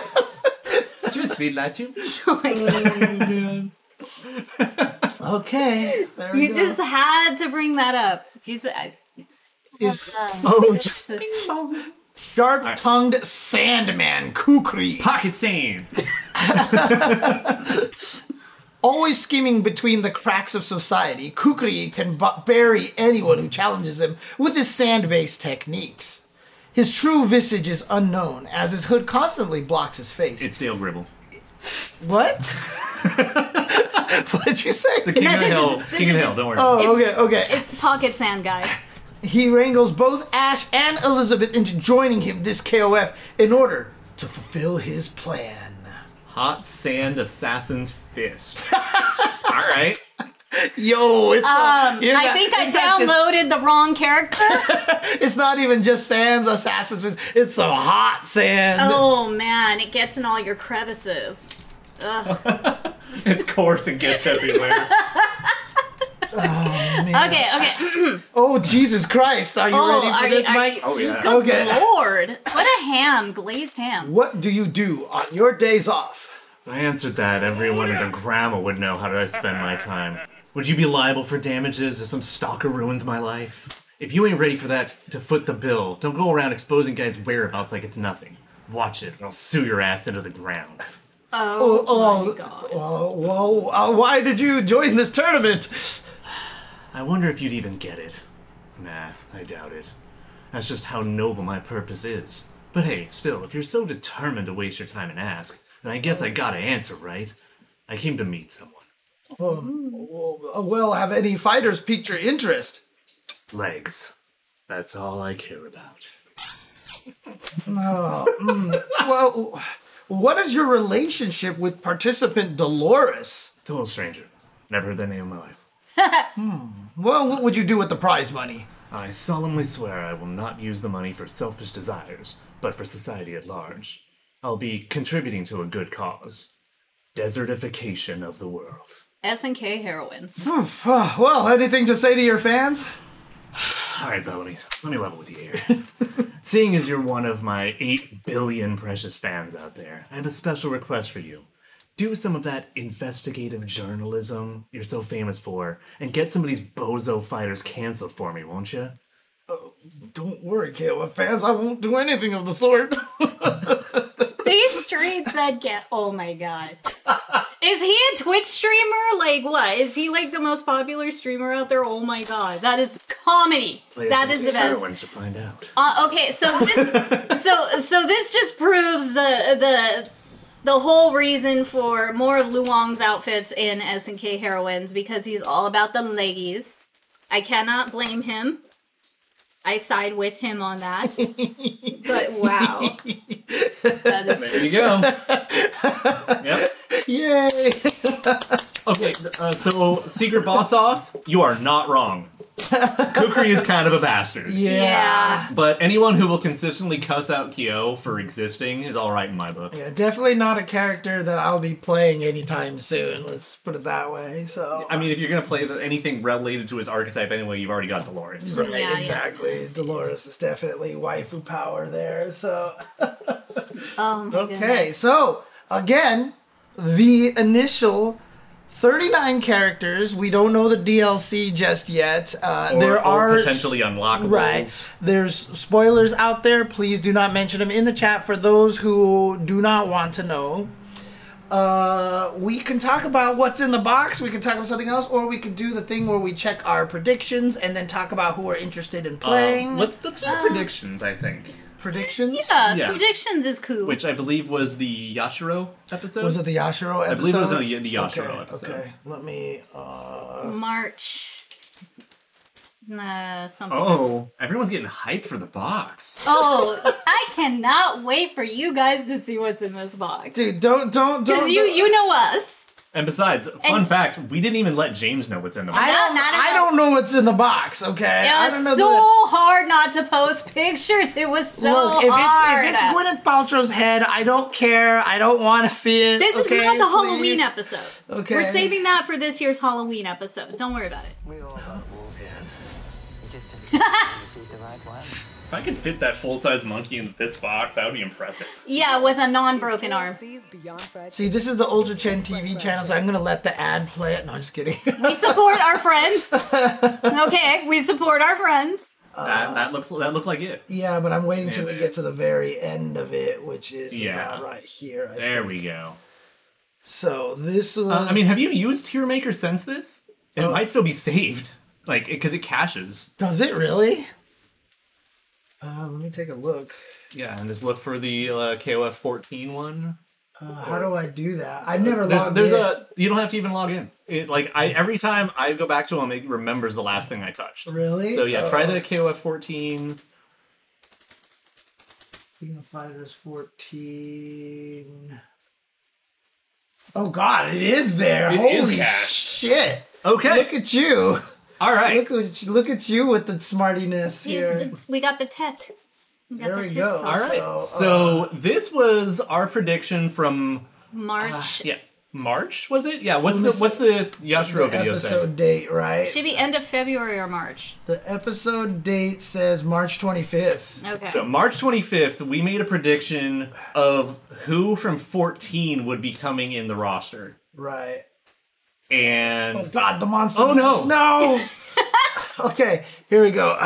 [SPEAKER 2] Napoleon!
[SPEAKER 3] on. Just feed that you.
[SPEAKER 2] Oh my God.
[SPEAKER 1] Okay, there we
[SPEAKER 2] You
[SPEAKER 1] go.
[SPEAKER 2] just had to bring that up. Jeez, I-
[SPEAKER 1] is
[SPEAKER 2] Oh,
[SPEAKER 1] sharp-tongued Sandman Kukri,
[SPEAKER 3] Pocket sand.
[SPEAKER 1] always scheming between the cracks of society. Kukri can bu- bury anyone who challenges him with his sand-based techniques. His true visage is unknown, as his hood constantly blocks his face.
[SPEAKER 3] It's Dale Gribble.
[SPEAKER 1] what? what did you say?
[SPEAKER 3] The King of the Hill.
[SPEAKER 2] did- did-
[SPEAKER 3] King of the
[SPEAKER 2] did-
[SPEAKER 3] Hill. Don't worry.
[SPEAKER 1] oh, okay, okay.
[SPEAKER 2] It's Pocket Sand Guy.
[SPEAKER 1] He wrangles both Ash and Elizabeth into joining him this KOF in order to fulfill his plan.
[SPEAKER 3] Hot sand assassin's fist. All right.
[SPEAKER 1] Yo, it's not, you're
[SPEAKER 2] Um, I
[SPEAKER 1] not-
[SPEAKER 2] think I
[SPEAKER 1] it's not just-
[SPEAKER 2] downloaded the wrong character.
[SPEAKER 1] it's not even just Sans Assassin's Fist. It's some hot sand.
[SPEAKER 2] oh man, it gets in all your crevices.
[SPEAKER 3] Of course, it gets everywhere.
[SPEAKER 2] Okay, okay.
[SPEAKER 1] Oh, Jesus Christ. Are you
[SPEAKER 2] Oh,
[SPEAKER 1] ready for
[SPEAKER 2] are you,
[SPEAKER 1] this,
[SPEAKER 2] are
[SPEAKER 1] Mike?
[SPEAKER 2] you,
[SPEAKER 3] Oh, yeah.
[SPEAKER 2] good
[SPEAKER 1] Okay.
[SPEAKER 2] lord. What a ham, glazed ham.
[SPEAKER 1] What do you do on your days off?
[SPEAKER 3] If I answered that, everyone and their grandma would know how I spend my time. Would you be liable for damages if some stalker ruins my life? If you ain't ready for that f- to foot the bill, don't go around exposing guys' whereabouts like it's nothing. Watch it, or I'll sue your ass into the ground.
[SPEAKER 2] Oh,
[SPEAKER 1] oh,
[SPEAKER 2] my god.
[SPEAKER 1] Oh, whoa, uh, why did you join this tournament?
[SPEAKER 3] I wonder if you'd even get it. Nah, I doubt it. That's just how noble my purpose is. But hey, still, if you're so determined to waste your time and ask, then I guess I gotta answer, right? I came to meet someone.
[SPEAKER 1] Uh, Well, have any fighters piqued your interest?
[SPEAKER 3] Legs. That's all I care about.
[SPEAKER 1] Well, what is your relationship with participant Dolores?
[SPEAKER 3] Total stranger. Never heard that name in my life.
[SPEAKER 1] Well, what would you do with the prize money?
[SPEAKER 3] I solemnly swear I will not use the money for selfish desires, but for society at large. I'll be contributing to a good cause. Desertification of the world.
[SPEAKER 2] S and K heroines.
[SPEAKER 1] Oh, well, anything to say to your fans?
[SPEAKER 3] Alright, Bellamy, let me level with you here. Seeing as you're one of my 8 billion precious fans out there, I have a special request for you. Do some of that investigative journalism you're so famous for, and get some of these bozo fighters canceled for me, won't you?
[SPEAKER 1] Don't worry, KOF fans, I won't do anything of the sort.
[SPEAKER 2] These streets that get oh my god. Is he a Twitch streamer? Like what? Is he like the most popular streamer out there? Oh my god. That is comedy. That is the best.
[SPEAKER 3] Everyone's to find out.
[SPEAKER 2] Uh, okay, so this so so this just proves the the the whole reason for more of Luong's outfits in S and K heroines because he's all about them leggies. I cannot blame him. I side with him on that. but wow. That is
[SPEAKER 3] There you go. yep.
[SPEAKER 1] Yay!
[SPEAKER 3] Okay, uh, so secret boss offs, you are not wrong. Kukri is kind of a bastard.
[SPEAKER 2] Yeah.
[SPEAKER 3] But anyone who will consistently cuss out Kyo for existing is alright in my book.
[SPEAKER 1] Yeah, definitely not a character that I'll be playing anytime soon, let's put it that way. So,
[SPEAKER 3] I mean, if you're going to play the- anything related to his archetype anyway, you've already got Dolores.
[SPEAKER 1] right,
[SPEAKER 2] yeah.
[SPEAKER 1] exactly. Dolores is definitely waifu power there. So,
[SPEAKER 2] Oh my
[SPEAKER 1] okay, so again, the initial 39 characters. We don't know the DLC just yet. Uh,
[SPEAKER 3] Or,
[SPEAKER 1] there are
[SPEAKER 3] or potentially unlockables.
[SPEAKER 1] Right. There's spoilers out there. Please do not mention them in the chat for those who do not want to know. Uh, we can talk about what's in the box. We can talk about something else, or we could do the thing where we check our predictions and then talk about who are interested in
[SPEAKER 3] Um,
[SPEAKER 1] playing.
[SPEAKER 3] let's let's do predictions. I think,
[SPEAKER 1] predictions?
[SPEAKER 2] Yeah,
[SPEAKER 3] Yeah.
[SPEAKER 2] predictions is cool.
[SPEAKER 3] which I believe was the Yashiro episode.
[SPEAKER 1] Was it the Yashiro episode?
[SPEAKER 3] believe it was the- the Yashiro
[SPEAKER 1] okay,
[SPEAKER 3] episode.
[SPEAKER 1] Okay, let me. Uh,
[SPEAKER 2] March. Uh, something. Oh.
[SPEAKER 3] Oh, everyone's getting hyped for the box.
[SPEAKER 2] I cannot wait for you guys to see what's in this box.
[SPEAKER 1] dude, don't don't don't.
[SPEAKER 2] Because you you know us.
[SPEAKER 3] And besides, fun
[SPEAKER 2] And-
[SPEAKER 3] fact, we didn't even let James know what's in the box.
[SPEAKER 1] I don't.
[SPEAKER 2] Not- not
[SPEAKER 1] I
[SPEAKER 2] enough.
[SPEAKER 1] don't know what's in the box. Okay, I
[SPEAKER 2] It
[SPEAKER 1] don't know.
[SPEAKER 2] was so
[SPEAKER 1] the-
[SPEAKER 2] hard not to post pictures. It was so
[SPEAKER 1] Look, if
[SPEAKER 2] hard.
[SPEAKER 1] it's if it's Gwyneth Paltrow's head, I don't care. I don't want to see it.
[SPEAKER 2] this
[SPEAKER 1] okay,
[SPEAKER 2] is not the
[SPEAKER 1] please?
[SPEAKER 2] Halloween episode.
[SPEAKER 1] Okay.
[SPEAKER 2] We're saving that for this year's Halloween episode. Don't worry about it.
[SPEAKER 4] We all hunt wolves, Leslie. You just have to feed the right one.
[SPEAKER 3] If I could fit that full size monkey in this box, that would be impressive.
[SPEAKER 2] Yeah, with a non broken arm.
[SPEAKER 1] See, this is the Ultra Chen TV channel, so I'm gonna let the ad play it. No, just kidding.
[SPEAKER 2] We support our friends. Okay, we support our friends.
[SPEAKER 3] that that looks that looked like it.
[SPEAKER 1] yeah, but I'm waiting till we
[SPEAKER 3] Yeah, dude.
[SPEAKER 1] get to the very end of it, which is
[SPEAKER 3] Yeah.
[SPEAKER 1] about right here. I
[SPEAKER 3] There
[SPEAKER 1] think.
[SPEAKER 3] we go.
[SPEAKER 1] So this was.
[SPEAKER 3] Uh, I mean, have you used Tear Maker since this? It might still be saved, like because it, caches.
[SPEAKER 1] does it really? Uh, let me take a look.
[SPEAKER 3] Yeah, and just look for the uh, KOF 14 one.
[SPEAKER 1] Uh, how do I do that? I've never
[SPEAKER 3] Uh, There's,
[SPEAKER 1] logged
[SPEAKER 3] there's
[SPEAKER 1] in.
[SPEAKER 3] a you don't have to even log in. It, like I every time I go back to them, it remembers the last thing I touched.
[SPEAKER 1] Really?
[SPEAKER 3] So yeah, try
[SPEAKER 1] Oh.
[SPEAKER 3] the KOF 14.
[SPEAKER 1] King of Fighters 14. Oh god, it is there.
[SPEAKER 3] It
[SPEAKER 1] Holy
[SPEAKER 3] is cached.
[SPEAKER 1] shit.
[SPEAKER 3] Okay.
[SPEAKER 1] Look at you.
[SPEAKER 3] All right.
[SPEAKER 1] Look at you, look at you with the smartiness here.
[SPEAKER 2] He's- We got the tech. We got
[SPEAKER 1] There
[SPEAKER 2] the
[SPEAKER 1] we
[SPEAKER 2] tech
[SPEAKER 1] go.
[SPEAKER 2] sauce.
[SPEAKER 3] All right.
[SPEAKER 1] So, uh,
[SPEAKER 3] So, this was our prediction from
[SPEAKER 2] March.
[SPEAKER 3] Ah, yeah March was it? Yeah. What's the
[SPEAKER 1] Let me
[SPEAKER 3] what's the
[SPEAKER 1] The
[SPEAKER 3] Yashiro video
[SPEAKER 1] episode
[SPEAKER 3] said?
[SPEAKER 1] date, right?
[SPEAKER 2] Should be end of February or March.
[SPEAKER 1] The episode date says March 25th.
[SPEAKER 2] Okay.
[SPEAKER 3] So March 25th, we made a prediction of who from 14 would be coming in the roster,
[SPEAKER 1] Right.
[SPEAKER 3] and
[SPEAKER 1] Oh god, the monster.
[SPEAKER 3] Oh, no.
[SPEAKER 1] No. okay, here we go.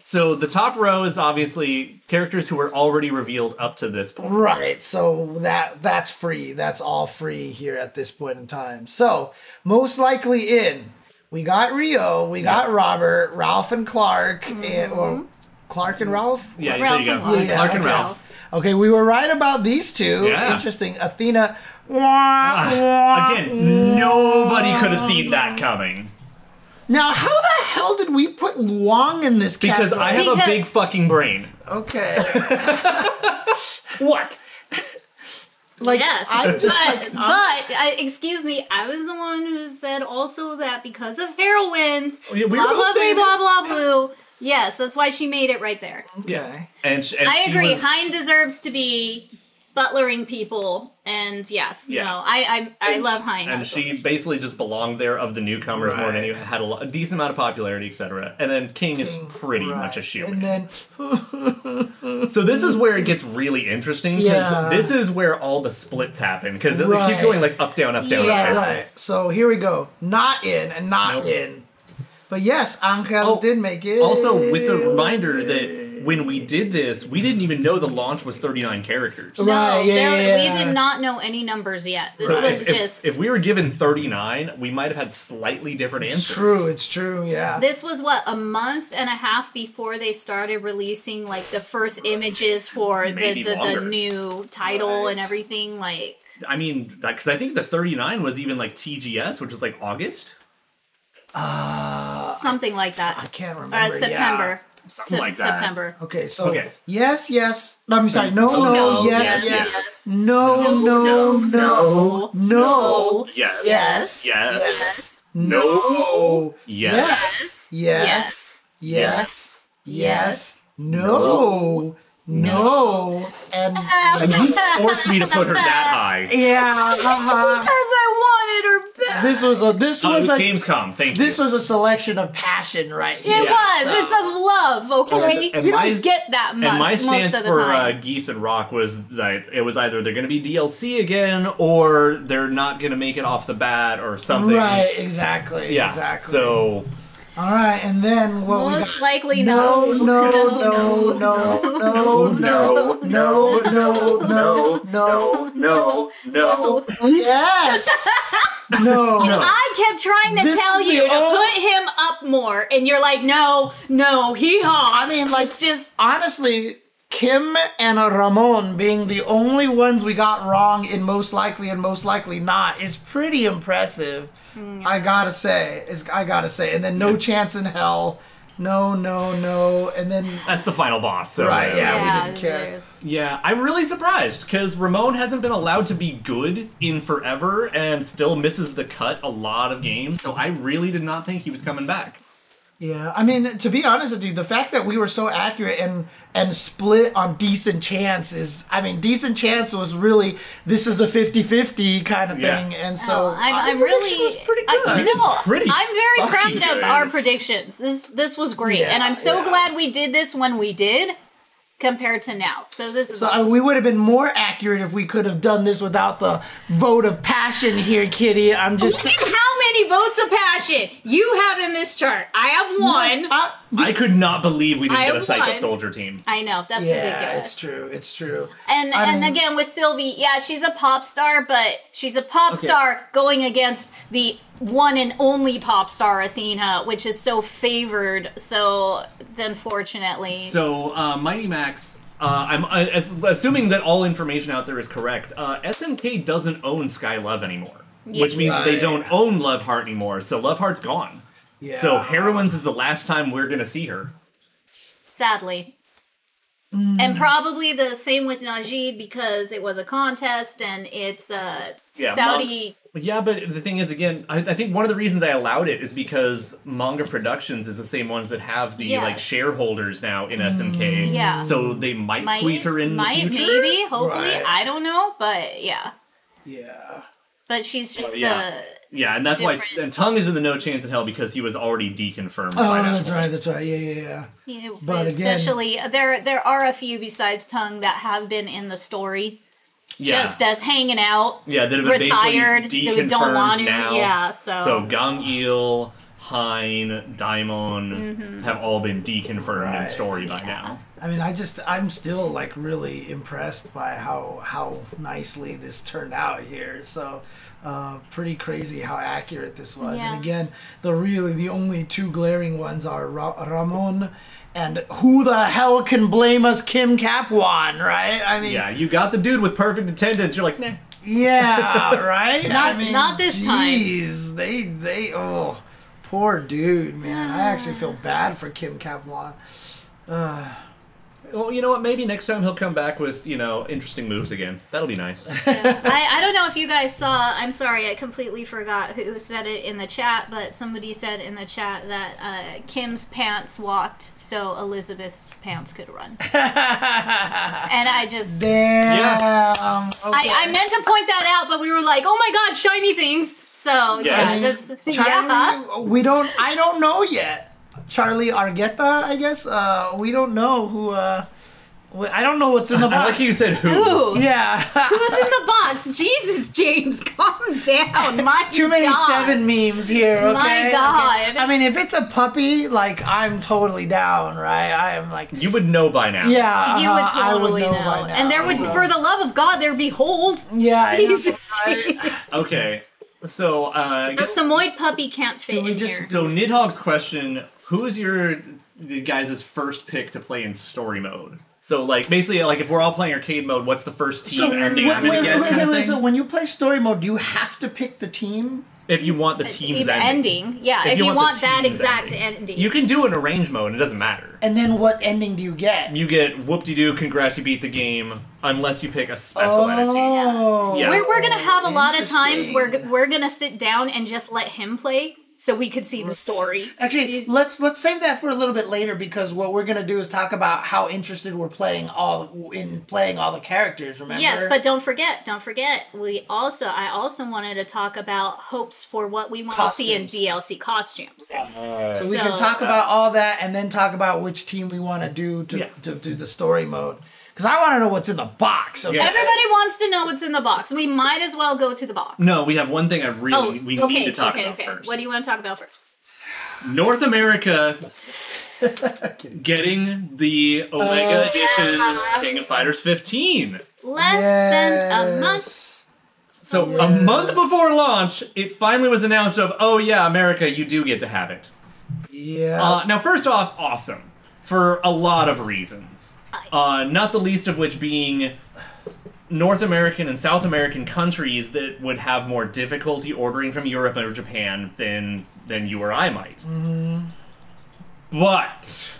[SPEAKER 3] so the top row is obviously characters who were already revealed up to this point.
[SPEAKER 1] Right. So that that's free. That's all free here at this point in time. So most likely in we got Rio, we got Robert, Ralph, and Clark, and well, Clark and Ralph.
[SPEAKER 3] Yeah,
[SPEAKER 2] Ralph
[SPEAKER 3] there you
[SPEAKER 2] and
[SPEAKER 3] go.
[SPEAKER 2] Ralph.
[SPEAKER 1] Yeah,
[SPEAKER 3] Clark and
[SPEAKER 1] okay.
[SPEAKER 3] Ralph.
[SPEAKER 1] Okay, we were right about these two.
[SPEAKER 3] Yeah.
[SPEAKER 1] Interesting. Athena. Wah, wah.
[SPEAKER 3] Ah, Again, nobody could have seen that coming
[SPEAKER 1] Now, how the hell did we put Luong in this
[SPEAKER 3] because
[SPEAKER 1] category?
[SPEAKER 3] I have a
[SPEAKER 2] Because-
[SPEAKER 3] big fucking brain.
[SPEAKER 1] okay.
[SPEAKER 3] What?
[SPEAKER 1] Like
[SPEAKER 2] yes.
[SPEAKER 1] I'm just
[SPEAKER 2] but,
[SPEAKER 1] like
[SPEAKER 2] but I, excuse me, I was the one who said also that because of heroines,
[SPEAKER 1] Oh,
[SPEAKER 3] yeah, we were
[SPEAKER 2] blah,
[SPEAKER 3] both
[SPEAKER 2] blah, blah,
[SPEAKER 3] saying
[SPEAKER 2] blah, blah, blue. Yes, that's why she made it right there.
[SPEAKER 1] okay.
[SPEAKER 3] And, sh- and
[SPEAKER 2] I
[SPEAKER 3] she
[SPEAKER 2] agree.
[SPEAKER 3] was-
[SPEAKER 2] Hein deserves to be butlering people. And yes,
[SPEAKER 3] Yeah.
[SPEAKER 2] no, I I, I love Hein.
[SPEAKER 3] and
[SPEAKER 2] as
[SPEAKER 3] she
[SPEAKER 2] well.
[SPEAKER 3] basically just belonged there of the newcomers more than you had a, lo- a decent amount of popularity, etc. And then King, is pretty much a
[SPEAKER 1] Right.
[SPEAKER 3] shoe.
[SPEAKER 1] And then
[SPEAKER 3] So this is where it gets really interesting because
[SPEAKER 1] Yeah.
[SPEAKER 3] this is where all the splits happen because it
[SPEAKER 1] Right.
[SPEAKER 3] keeps going like up down up down.
[SPEAKER 2] Yeah.
[SPEAKER 3] Up, down.
[SPEAKER 1] Right. So here we go. Not in and not
[SPEAKER 3] Nope.
[SPEAKER 1] in. But yes, Angel
[SPEAKER 3] Oh,
[SPEAKER 1] did make it.
[SPEAKER 3] Also, with the reminder that when we did this, we didn't even know the launch was 39 characters.
[SPEAKER 2] No,
[SPEAKER 1] Right, yeah,
[SPEAKER 2] there,
[SPEAKER 1] yeah, yeah.
[SPEAKER 2] we did not know any numbers yet. This
[SPEAKER 3] So
[SPEAKER 2] was
[SPEAKER 3] if, if-
[SPEAKER 2] just
[SPEAKER 3] if we were given 39, we might have had slightly different
[SPEAKER 1] It's
[SPEAKER 3] answers.
[SPEAKER 1] true. It's true. Yeah.
[SPEAKER 2] this was what a month and a half before they started releasing like the first images for the,
[SPEAKER 3] Maybe
[SPEAKER 2] the, the
[SPEAKER 3] longer.
[SPEAKER 2] new title and everything like
[SPEAKER 3] I mean, because I think the 39 was even like TGS, which was like August,
[SPEAKER 2] something like
[SPEAKER 1] I
[SPEAKER 2] that
[SPEAKER 1] can't remember.
[SPEAKER 2] uh,
[SPEAKER 1] yeah.
[SPEAKER 2] september
[SPEAKER 3] Something
[SPEAKER 2] Sep-
[SPEAKER 3] like that.
[SPEAKER 2] september
[SPEAKER 1] Okay. So
[SPEAKER 3] Okay.
[SPEAKER 1] yes, yes. No, I'm sorry. No,
[SPEAKER 3] Oh,
[SPEAKER 1] no.
[SPEAKER 2] no,
[SPEAKER 1] Yes, yes.
[SPEAKER 2] yes, yes.
[SPEAKER 1] No, no,
[SPEAKER 3] No,
[SPEAKER 1] no, no.
[SPEAKER 2] no
[SPEAKER 3] Yes.
[SPEAKER 1] Yes.
[SPEAKER 3] Yes.
[SPEAKER 1] No.
[SPEAKER 3] Yes.
[SPEAKER 1] Yes.
[SPEAKER 2] yes
[SPEAKER 1] Yes. Yes. Yes. No. No. And
[SPEAKER 3] And you forced me to put her that high. Uh,
[SPEAKER 1] yeah. uh-huh.
[SPEAKER 2] because i wanted her
[SPEAKER 1] This was a this
[SPEAKER 3] Oh, it
[SPEAKER 1] was
[SPEAKER 3] was
[SPEAKER 1] a
[SPEAKER 3] Gamescom. Thank
[SPEAKER 1] this
[SPEAKER 3] you.
[SPEAKER 1] was a selection of passion right
[SPEAKER 2] It
[SPEAKER 1] here.
[SPEAKER 3] Yeah,
[SPEAKER 2] was.
[SPEAKER 3] so-
[SPEAKER 2] It's of love, okay?
[SPEAKER 3] And- and
[SPEAKER 2] you
[SPEAKER 3] my-
[SPEAKER 2] don't get that much
[SPEAKER 3] and my
[SPEAKER 2] most
[SPEAKER 3] stance
[SPEAKER 2] of the
[SPEAKER 3] for
[SPEAKER 2] time.
[SPEAKER 3] Uh, Geese and Rock was that it was either they're going to be DLC again or they're not going to make it off the bat or something.
[SPEAKER 1] Right, exactly.
[SPEAKER 3] Yeah.
[SPEAKER 1] Exactly.
[SPEAKER 3] So
[SPEAKER 1] all right, and then what we
[SPEAKER 2] most
[SPEAKER 1] got?
[SPEAKER 2] likely
[SPEAKER 1] Oh No,
[SPEAKER 2] no.
[SPEAKER 1] no, no, no, no, no, no, no, no, no.
[SPEAKER 3] no, no.
[SPEAKER 1] Yes. No.
[SPEAKER 3] No.
[SPEAKER 2] I kept trying to
[SPEAKER 1] This
[SPEAKER 2] tell
[SPEAKER 1] is the
[SPEAKER 2] you to
[SPEAKER 1] only-
[SPEAKER 2] put him up more, and you're like, no, no, hee haw. I mean, like, it's just
[SPEAKER 1] Honestly, Kim and Ramon being the only ones we got wrong in most likely and most likely not is pretty impressive. I gotta say, is I gotta say, and then no chance in hell. No, no, no, and then
[SPEAKER 3] That's the final boss. So
[SPEAKER 1] Right, yeah. we
[SPEAKER 2] yeah.
[SPEAKER 1] didn't care.
[SPEAKER 2] there's-
[SPEAKER 3] Yeah, I'm really surprised because Ramon hasn't been allowed to be good in forever and still misses the cut a lot of games. So I really did not think he was coming back.
[SPEAKER 1] Yeah, I mean, to be honest with you, the fact that we were so accurate and and split on decent chance is, I mean, decent chance was really this is a 50-50 kind of
[SPEAKER 3] Yeah.
[SPEAKER 1] thing, and so
[SPEAKER 2] Oh, I'm,
[SPEAKER 1] our
[SPEAKER 2] I'm
[SPEAKER 1] prediction
[SPEAKER 2] really
[SPEAKER 1] was pretty
[SPEAKER 2] I-
[SPEAKER 1] good.
[SPEAKER 2] no,
[SPEAKER 3] Pretty
[SPEAKER 2] I'm very
[SPEAKER 3] fucking
[SPEAKER 2] proud
[SPEAKER 3] good.
[SPEAKER 2] of our predictions. This this was great,
[SPEAKER 1] Yeah,
[SPEAKER 2] and I'm so
[SPEAKER 1] yeah.
[SPEAKER 2] glad we did this when we did, compared to now. So this is
[SPEAKER 1] So, uh,
[SPEAKER 2] awesome.
[SPEAKER 1] we would have been more accurate if we could have done this without the vote of passion here, Kitty. I'm just.
[SPEAKER 2] Look at how many votes of passion you have in this chart. I have one.
[SPEAKER 1] Uh,
[SPEAKER 3] I could not believe we didn't
[SPEAKER 2] I
[SPEAKER 3] get a
[SPEAKER 2] am
[SPEAKER 3] Psycho
[SPEAKER 2] fine.
[SPEAKER 3] Soldier team.
[SPEAKER 2] I know that's
[SPEAKER 1] yeah,
[SPEAKER 2] ridiculous.
[SPEAKER 1] it's true. It's true.
[SPEAKER 2] And
[SPEAKER 1] I
[SPEAKER 2] and
[SPEAKER 1] mean-
[SPEAKER 2] again with Sylvie, yeah, she's a pop star, but she's a pop
[SPEAKER 3] Okay.
[SPEAKER 2] star going against the one and only pop star Athena, which is so favored. So unfortunately,
[SPEAKER 3] So uh, Mighty Max, uh, I'm uh, as, assuming that all information out there is correct. Uh, SNK doesn't own Sky Love anymore, which means they
[SPEAKER 1] Right.
[SPEAKER 3] don't own Love Heart anymore. So Love Heart's gone.
[SPEAKER 1] Yeah.
[SPEAKER 3] So Heroines is the last time we're gonna see her.
[SPEAKER 2] sadly. And probably the same with Najid because it was a contest and it's a
[SPEAKER 3] Yeah,
[SPEAKER 2] Saudi.
[SPEAKER 3] Yeah, but the thing is, again, I, I think one of the reasons I allowed it is because Manga Productions is the same ones that have the
[SPEAKER 2] Yes.
[SPEAKER 3] like shareholders now in SNK.
[SPEAKER 2] yeah.
[SPEAKER 3] So they Mm, might,
[SPEAKER 2] might,
[SPEAKER 3] squeeze her in.
[SPEAKER 2] might
[SPEAKER 3] the future.
[SPEAKER 2] maybe, hopefully,
[SPEAKER 1] Right.
[SPEAKER 2] I don't know, but yeah.
[SPEAKER 1] Yeah.
[SPEAKER 2] But she's just
[SPEAKER 3] yeah.
[SPEAKER 2] a
[SPEAKER 3] Yeah, and that's why
[SPEAKER 2] Different.
[SPEAKER 3] and Tongue is in the no chance in hell because he was already deconfirmed.
[SPEAKER 1] Oh,
[SPEAKER 3] by now.
[SPEAKER 1] that's right. That's right. Yeah, yeah, yeah.
[SPEAKER 2] Yeah,
[SPEAKER 1] But again-
[SPEAKER 2] especially uh, there there are a few besides Tongue that have been in the story
[SPEAKER 3] Yeah.
[SPEAKER 2] just as hanging out.
[SPEAKER 3] yeah, that have been
[SPEAKER 2] retired,
[SPEAKER 3] basically
[SPEAKER 2] that we don't
[SPEAKER 3] deconfirmed
[SPEAKER 2] want to-
[SPEAKER 3] now.
[SPEAKER 2] yeah, so-
[SPEAKER 3] so Gang Il, Hein, Daimon
[SPEAKER 2] Mm-hmm.
[SPEAKER 3] have all been deconfirmed in
[SPEAKER 1] Right.
[SPEAKER 3] story by now.
[SPEAKER 1] I mean, I just I'm still like really impressed by how how nicely this turned out here. So, uh, pretty crazy how accurate this was.
[SPEAKER 2] Yeah.
[SPEAKER 1] And again, the really the only two glaring ones are Ra- Ramon and who the hell can blame us, Kim Capwan, right? I mean,
[SPEAKER 3] Yeah,
[SPEAKER 1] yeah,
[SPEAKER 3] you got the dude with perfect attendance. You're like, nah.
[SPEAKER 1] right.
[SPEAKER 2] Not-
[SPEAKER 1] I mean,
[SPEAKER 2] not this time.
[SPEAKER 1] Jeez, they they oh, poor dude, man. I actually feel bad for Kim Capwan.
[SPEAKER 3] Well, you know what? Maybe next time he'll come back with you know interesting moves again. That'll be nice.
[SPEAKER 2] I, I don't know if you guys saw. I'm sorry, I completely forgot who said it in the chat, but somebody said in the chat that uh, Kim's pants walked so Elizabeth's pants could run. and I just.
[SPEAKER 1] Damn. Okay.
[SPEAKER 2] I, I meant to point that out, but we were like, "Oh my God, shiny things!" So
[SPEAKER 3] Yes.
[SPEAKER 2] yeah, that's,
[SPEAKER 1] Charlie,
[SPEAKER 2] yeah.
[SPEAKER 1] we don't. I don't know yet. Charlie Argetta, I guess. Uh, we don't know who. Uh, wh- I don't know what's in the
[SPEAKER 3] I
[SPEAKER 1] box.
[SPEAKER 3] like you said who.
[SPEAKER 2] Ooh.
[SPEAKER 1] Yeah,
[SPEAKER 2] Who's in the box? Jesus, James, calm down. My
[SPEAKER 1] too many
[SPEAKER 2] God.
[SPEAKER 1] seven memes here. Okay?
[SPEAKER 2] My
[SPEAKER 1] Okay.
[SPEAKER 2] God.
[SPEAKER 1] I mean, if it's a puppy, like I'm totally down, right? I am like,
[SPEAKER 3] You would know by now.
[SPEAKER 1] yeah,
[SPEAKER 2] You would
[SPEAKER 1] uh-huh, I would
[SPEAKER 2] totally
[SPEAKER 1] know,
[SPEAKER 2] know.
[SPEAKER 1] by now.
[SPEAKER 2] and there would,
[SPEAKER 1] so-
[SPEAKER 2] for the love of God, there'd be holes.
[SPEAKER 1] yeah, I know,
[SPEAKER 2] Jesus,
[SPEAKER 1] right?
[SPEAKER 2] James.
[SPEAKER 3] Okay. So, uh,
[SPEAKER 2] The Samoyed puppy can't fit
[SPEAKER 1] we
[SPEAKER 2] in
[SPEAKER 1] just-
[SPEAKER 2] here.
[SPEAKER 3] so Nidhogg's question: Who is your the guys' first pick to play in story mode? So, like, basically, like if we're all playing arcade mode, what's the first team
[SPEAKER 1] So, wait,
[SPEAKER 3] ending I'm
[SPEAKER 1] wait,
[SPEAKER 3] gonna
[SPEAKER 1] wait,
[SPEAKER 3] get?
[SPEAKER 1] wait,
[SPEAKER 3] kinda
[SPEAKER 1] wait,
[SPEAKER 3] thing?
[SPEAKER 1] so when you play story mode, do you have to pick the team?
[SPEAKER 3] if you want the team's
[SPEAKER 2] Team
[SPEAKER 3] ending,
[SPEAKER 2] ending. Yeah, if, you,
[SPEAKER 3] the
[SPEAKER 2] want, that
[SPEAKER 3] team's
[SPEAKER 2] exact ending.
[SPEAKER 3] you can do an arrange mode. It doesn't matter.
[SPEAKER 1] And then what ending do you get?
[SPEAKER 3] You get whoop-de-doo, congrats, you beat the game, unless you pick a special entity.
[SPEAKER 1] oh,
[SPEAKER 3] Yeah.
[SPEAKER 2] we're, we're gonna have a lot of times where
[SPEAKER 1] Interesting.
[SPEAKER 2] we're gonna sit down and just let him play. so we could see the story.
[SPEAKER 1] Actually, let's let's save that for a little bit later because what we're gonna do is talk about how interested we're playing all in playing all the characters. Remember?
[SPEAKER 2] Yes, but don't forget, don't forget. We also, I also wanted to talk about hopes for what we want to see in
[SPEAKER 1] Costumes.
[SPEAKER 2] DLC costumes.
[SPEAKER 1] so we
[SPEAKER 2] so-
[SPEAKER 1] can talk about all that and then talk about which team we want to do to,
[SPEAKER 3] Yeah.
[SPEAKER 1] to do the story mode because I want to know what's in the box. Okay?
[SPEAKER 3] Yeah.
[SPEAKER 2] Everybody wants to know what's in the box. We might as well go to the box. Oh,
[SPEAKER 3] No, we have one thing I really we need to talk about first.
[SPEAKER 2] What do you want to talk about first?
[SPEAKER 3] North America getting the
[SPEAKER 1] Uh,
[SPEAKER 3] Omega Edition King of Fighters 15.
[SPEAKER 2] Less than a month.
[SPEAKER 1] Yes.
[SPEAKER 3] So a month before launch, it finally was announced of, oh yeah, America, you do get to have it.
[SPEAKER 1] Yeah.
[SPEAKER 3] Uh, now, first off, awesome for a lot of reasons. Uh, not the least of which being North American and South American countries that would have more difficulty ordering from Europe or Japan than than you or I might. But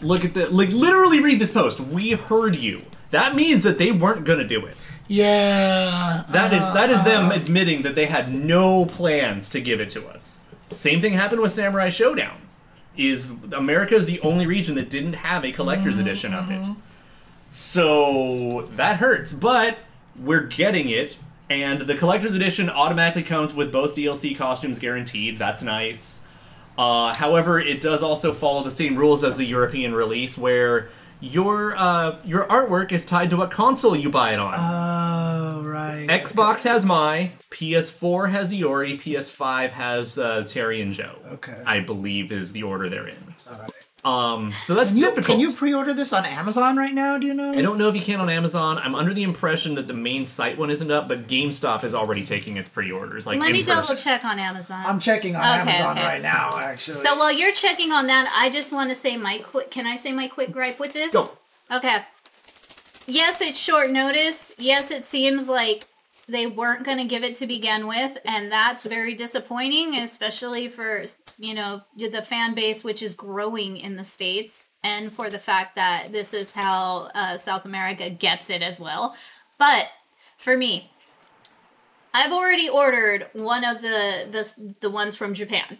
[SPEAKER 3] look at the like literally read this post. We heard you. That means that they weren't gonna do it.
[SPEAKER 1] yeah.
[SPEAKER 3] That is that is them admitting that they had no plans to give it to us. Same thing happened with Samurai Showdown. Is America is the only region that didn't have a collector's edition of it. So that hurts, but we're getting it and the collector's edition automatically comes with both DLC costumes guaranteed. That's nice. Uh, however, it does also follow the same rules as the European release where your uh, your artwork is tied to what console you buy it on.
[SPEAKER 1] Oh right.
[SPEAKER 3] Xbox has my, PS4 has Iori, PS5 has uh, Terry and Joe.
[SPEAKER 1] Okay.
[SPEAKER 3] I believe is the order they're in. Um, so that's
[SPEAKER 1] Can you,
[SPEAKER 3] difficult.
[SPEAKER 1] can you pre-order this on Amazon right now? Do you know?
[SPEAKER 3] I don't know if you can on Amazon. I'm under the impression that the main site one isn't up, but GameStop is already taking its pre-orders. Like
[SPEAKER 2] Let
[SPEAKER 3] in
[SPEAKER 2] me
[SPEAKER 3] person.
[SPEAKER 2] double check on Amazon.
[SPEAKER 1] I'm checking on
[SPEAKER 2] Okay,
[SPEAKER 1] Amazon
[SPEAKER 2] okay.
[SPEAKER 1] right now. Actually.
[SPEAKER 2] So while you're checking on that, I just want to say my quick. Can I say my quick gripe with this?
[SPEAKER 3] Go.
[SPEAKER 2] Okay. Yes, it's short notice. Yes, it seems like they weren't going to give it to begin with, and that's very disappointing, especially for you know the fan base which is growing in the states, and for the fact that this is how uh, South America gets it as well. But for me, I've already ordered one of the the the ones from Japan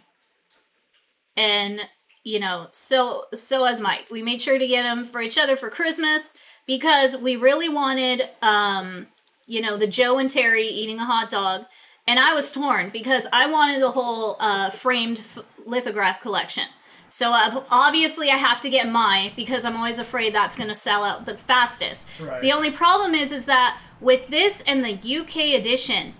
[SPEAKER 2] and you know so so as mike we made sure to get them for each other for christmas because we really wanted um you know the joe and terry eating a hot dog and i was torn because i wanted the whole uh, framed f- lithograph collection so I've, obviously i have to get my because i'm always afraid that's going to sell out the fastest
[SPEAKER 1] Right.
[SPEAKER 2] the only problem is is that with this and the uk edition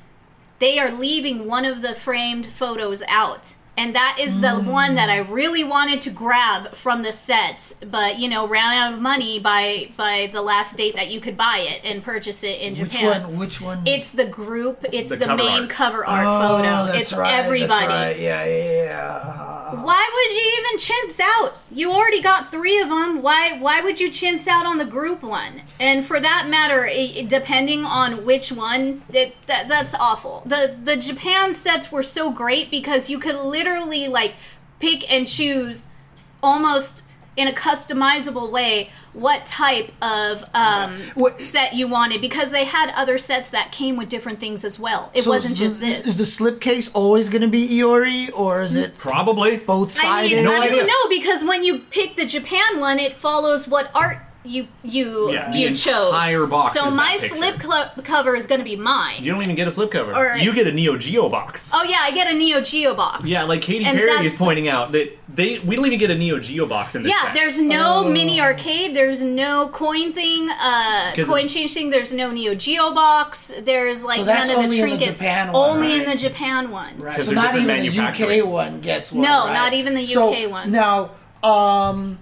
[SPEAKER 2] they are leaving one of the framed photos out. And that is
[SPEAKER 1] Mm.
[SPEAKER 2] the one that I really wanted to grab from the set, but you know, ran out of money by by the last date that you could buy it and purchase it in
[SPEAKER 1] which
[SPEAKER 2] Japan.
[SPEAKER 1] one? Which one?
[SPEAKER 2] It's the group. It's
[SPEAKER 3] The
[SPEAKER 2] the,
[SPEAKER 3] cover
[SPEAKER 2] main
[SPEAKER 3] art.
[SPEAKER 2] cover art
[SPEAKER 1] Oh,
[SPEAKER 2] photo.
[SPEAKER 1] that's
[SPEAKER 2] it's
[SPEAKER 1] right, that's
[SPEAKER 2] everybody.
[SPEAKER 1] right. Yeah, yeah, yeah. Uh,
[SPEAKER 2] Why would you even chintz out? You already got three of them. Why? Why would you chintz out on the group one? And for that matter, i i- depending on which one, it, that that's awful. the The Japan sets were so great because you could literally like pick and choose almost in a customizable way what type of um,
[SPEAKER 1] What-
[SPEAKER 2] set you wanted because they had other sets that came with different things as well. It
[SPEAKER 1] so
[SPEAKER 2] wasn't
[SPEAKER 1] is
[SPEAKER 2] just
[SPEAKER 1] the-
[SPEAKER 2] this.
[SPEAKER 1] Mm-hmm. Is the slipcase always going to be Iori, or is it
[SPEAKER 3] Probably.
[SPEAKER 1] both
[SPEAKER 2] I
[SPEAKER 1] sided?
[SPEAKER 2] mean, I
[SPEAKER 3] idea.
[SPEAKER 2] don't know because when you pick the Japan one, it follows what art you you
[SPEAKER 3] Yeah, the
[SPEAKER 2] you chose.
[SPEAKER 3] entire box
[SPEAKER 2] so
[SPEAKER 3] is that
[SPEAKER 2] my
[SPEAKER 3] picture.
[SPEAKER 2] slip clo- cover is going to be mine.
[SPEAKER 3] You don't even get a slipcover.
[SPEAKER 2] Or-
[SPEAKER 3] you get a Neo Geo box.
[SPEAKER 2] oh yeah, I get a Neo Geo box.
[SPEAKER 3] yeah, like Katy
[SPEAKER 2] And
[SPEAKER 3] Perry is
[SPEAKER 2] that's-
[SPEAKER 3] pointing out that they we don't even get a Neo Geo box in this.
[SPEAKER 2] Yeah,
[SPEAKER 3] set.
[SPEAKER 2] there's
[SPEAKER 1] Oh.
[SPEAKER 2] no mini arcade. There's no coin thing, uh,
[SPEAKER 3] 'Cause
[SPEAKER 2] coin
[SPEAKER 3] it's-
[SPEAKER 2] change thing. There's no Neo Geo box. There's like
[SPEAKER 1] that's
[SPEAKER 2] none of
[SPEAKER 1] only
[SPEAKER 2] the
[SPEAKER 1] in the
[SPEAKER 2] trinkets.
[SPEAKER 1] Japan one,
[SPEAKER 2] only in
[SPEAKER 1] right?
[SPEAKER 2] the Japan one.
[SPEAKER 1] Right,
[SPEAKER 3] 'Cause
[SPEAKER 1] so
[SPEAKER 3] they're
[SPEAKER 1] not even
[SPEAKER 3] different
[SPEAKER 1] the UK
[SPEAKER 3] manufacturing.
[SPEAKER 1] one gets one.
[SPEAKER 2] No,
[SPEAKER 1] right?
[SPEAKER 2] not even the
[SPEAKER 1] So,
[SPEAKER 2] UK one.
[SPEAKER 1] Now, um,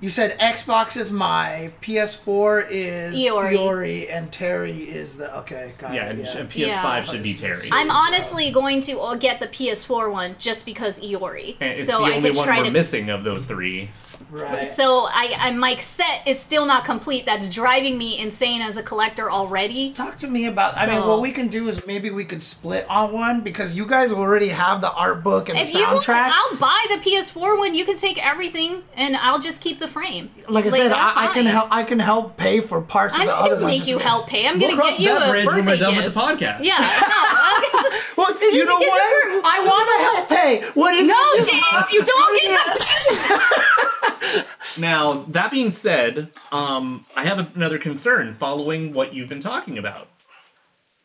[SPEAKER 1] you said Xbox is my, PS4 is
[SPEAKER 2] Iori.
[SPEAKER 1] Iori, and Terry is the okay. Got
[SPEAKER 3] yeah,
[SPEAKER 1] it,
[SPEAKER 3] and, and PS5
[SPEAKER 2] Yeah.
[SPEAKER 3] should be Terry.
[SPEAKER 2] I'm honestly going to uh, get the PS4 one just because Iori.
[SPEAKER 3] and it's
[SPEAKER 2] so
[SPEAKER 3] the
[SPEAKER 2] I
[SPEAKER 3] only
[SPEAKER 2] could
[SPEAKER 3] one
[SPEAKER 2] try
[SPEAKER 3] we're
[SPEAKER 2] to
[SPEAKER 3] missing of those three.
[SPEAKER 1] right.
[SPEAKER 2] So I, I my set is still not complete. That's driving me insane as a collector already.
[SPEAKER 1] Talk to me about. I mean,
[SPEAKER 2] So-
[SPEAKER 1] what we can do is maybe we could split on one because you guys already have the art book and
[SPEAKER 2] If
[SPEAKER 1] the
[SPEAKER 2] you,
[SPEAKER 1] soundtrack.
[SPEAKER 2] I'll buy the PS4 one. You can take everything, and I'll just keep the frame.
[SPEAKER 1] like I said,
[SPEAKER 2] that's
[SPEAKER 1] I, I can
[SPEAKER 2] fine.
[SPEAKER 1] help. I can help pay for parts
[SPEAKER 2] I'm
[SPEAKER 1] of the
[SPEAKER 2] not
[SPEAKER 1] other
[SPEAKER 2] gonna
[SPEAKER 1] ones.
[SPEAKER 2] make
[SPEAKER 1] Just
[SPEAKER 2] you
[SPEAKER 1] wait.
[SPEAKER 2] help pay. I'm
[SPEAKER 3] We'll
[SPEAKER 2] gonna
[SPEAKER 3] cross
[SPEAKER 2] give you
[SPEAKER 3] that
[SPEAKER 2] a
[SPEAKER 3] bridge
[SPEAKER 2] birthday
[SPEAKER 3] when we're done
[SPEAKER 2] gift.
[SPEAKER 3] with the podcast.
[SPEAKER 2] Yeah, no, I'll get-
[SPEAKER 1] Well, you know
[SPEAKER 2] Get your-
[SPEAKER 1] what? I want to help Why? What if
[SPEAKER 2] No, James, you don't get to.
[SPEAKER 3] Now, that being said, um, I have another concern following what you've been talking about.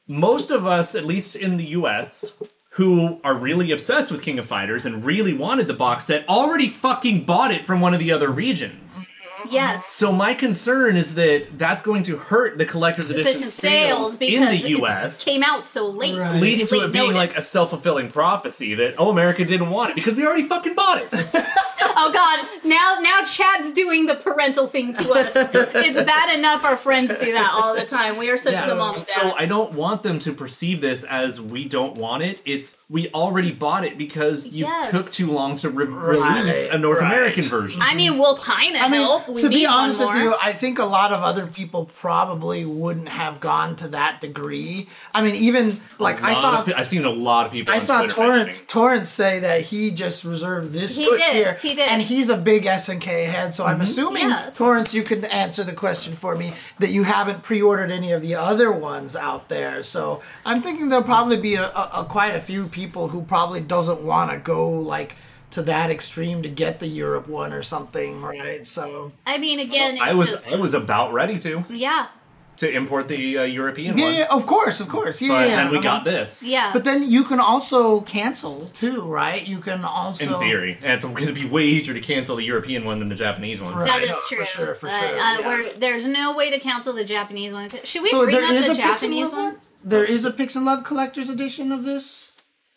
[SPEAKER 3] Most of us, at least in the US, who are really obsessed with King of Fighters and really wanted the box set, already fucking bought it from one of the other regions.
[SPEAKER 2] Yes.
[SPEAKER 3] So my concern is that that's going to hurt the collector's edition
[SPEAKER 2] Such sales
[SPEAKER 3] sales
[SPEAKER 2] because
[SPEAKER 3] in the
[SPEAKER 2] it's-
[SPEAKER 3] US.
[SPEAKER 2] came out so late,
[SPEAKER 1] Right.
[SPEAKER 3] Leading to
[SPEAKER 2] late
[SPEAKER 3] it being like a
[SPEAKER 2] notice.
[SPEAKER 3] self fulfilling prophecy that, oh, America didn't want it because we already fucking bought it.
[SPEAKER 2] oh god, now now Chad's doing the parental thing to us. it's bad enough our friends do that all the time. We are such
[SPEAKER 3] Yeah.
[SPEAKER 2] the mom and dad.
[SPEAKER 3] So I don't want them to perceive this as we don't want it. It's we already bought it because you
[SPEAKER 2] Yes.
[SPEAKER 3] took too long to re-
[SPEAKER 1] Right,
[SPEAKER 3] release a North
[SPEAKER 1] right.
[SPEAKER 3] American version.
[SPEAKER 2] I mean, we'll kind of
[SPEAKER 1] I mean,
[SPEAKER 2] help. We
[SPEAKER 1] to
[SPEAKER 2] need
[SPEAKER 1] be honest
[SPEAKER 2] one
[SPEAKER 1] with
[SPEAKER 2] more.
[SPEAKER 1] you, I think a lot of other people probably wouldn't have gone to that degree. I mean, even like I
[SPEAKER 3] A lot
[SPEAKER 1] saw
[SPEAKER 3] of pe- I've seen a lot of people.
[SPEAKER 1] I
[SPEAKER 3] on
[SPEAKER 1] saw
[SPEAKER 3] Twitter
[SPEAKER 1] Torrance
[SPEAKER 3] mentioning-
[SPEAKER 1] Torrance say that he just reserved this
[SPEAKER 2] He
[SPEAKER 1] foot
[SPEAKER 2] did,
[SPEAKER 1] here,
[SPEAKER 2] he did. Mm-hmm.
[SPEAKER 1] and he's a big SNK head. So I'm assuming
[SPEAKER 2] Yes.
[SPEAKER 1] Torrance, you can answer the question for me that you haven't pre-ordered any of the other ones out there. So I'm thinking there'll probably be a, a, a quite a few people who probably doesn't want to go like to that extreme to get the Europe one or something, right? So
[SPEAKER 2] I mean, again, it's
[SPEAKER 3] I was
[SPEAKER 2] just
[SPEAKER 3] I was about ready to
[SPEAKER 2] yeah,
[SPEAKER 3] to import the uh, European
[SPEAKER 1] yeah,
[SPEAKER 3] one,
[SPEAKER 1] yeah, of course, of course, yeah.
[SPEAKER 3] but
[SPEAKER 1] yeah,
[SPEAKER 3] then we
[SPEAKER 1] uh-huh.
[SPEAKER 3] got this.
[SPEAKER 2] yeah.
[SPEAKER 1] But then you can also cancel too, right? You can also
[SPEAKER 3] In theory, and it's going to be way easier to cancel the European one than the Japanese one.
[SPEAKER 1] Right.
[SPEAKER 2] that
[SPEAKER 1] I know,
[SPEAKER 2] is
[SPEAKER 1] for
[SPEAKER 2] true.
[SPEAKER 1] sure, for
[SPEAKER 2] But,
[SPEAKER 1] sure,
[SPEAKER 2] uh,
[SPEAKER 1] yeah.
[SPEAKER 2] we're, there's no way to cancel the Japanese one. Should we
[SPEAKER 1] so
[SPEAKER 2] bring
[SPEAKER 1] there
[SPEAKER 2] up
[SPEAKER 1] is
[SPEAKER 2] the
[SPEAKER 1] a Pix and
[SPEAKER 2] Japanese
[SPEAKER 1] Love
[SPEAKER 2] one?
[SPEAKER 1] one. There is a Pix and Love collector's edition of this.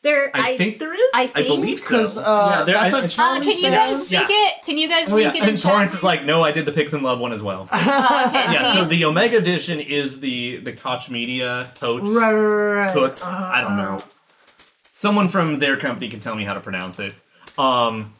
[SPEAKER 2] There,
[SPEAKER 3] I, think there is.
[SPEAKER 2] I
[SPEAKER 3] believe so.
[SPEAKER 1] Because uh,
[SPEAKER 3] Yeah, there-
[SPEAKER 1] that's
[SPEAKER 3] I-
[SPEAKER 1] what
[SPEAKER 3] I-
[SPEAKER 2] Uh,
[SPEAKER 1] Charlie
[SPEAKER 2] can you guys
[SPEAKER 1] says.
[SPEAKER 2] link
[SPEAKER 3] Yeah.
[SPEAKER 2] it? Can you guys
[SPEAKER 3] Oh, yeah.
[SPEAKER 2] link it? in
[SPEAKER 3] And Torrance
[SPEAKER 2] chat,
[SPEAKER 3] is like,
[SPEAKER 2] please?
[SPEAKER 3] no, I did the Pix and Love one as well.
[SPEAKER 2] Oh, okay,
[SPEAKER 3] yeah,
[SPEAKER 2] see?
[SPEAKER 3] so the Omega Edition is the the Koch Media coach
[SPEAKER 1] Right, right, right.
[SPEAKER 3] cook.
[SPEAKER 1] Uh,
[SPEAKER 3] I don't know. Someone from their company can tell me how to pronounce it. Um,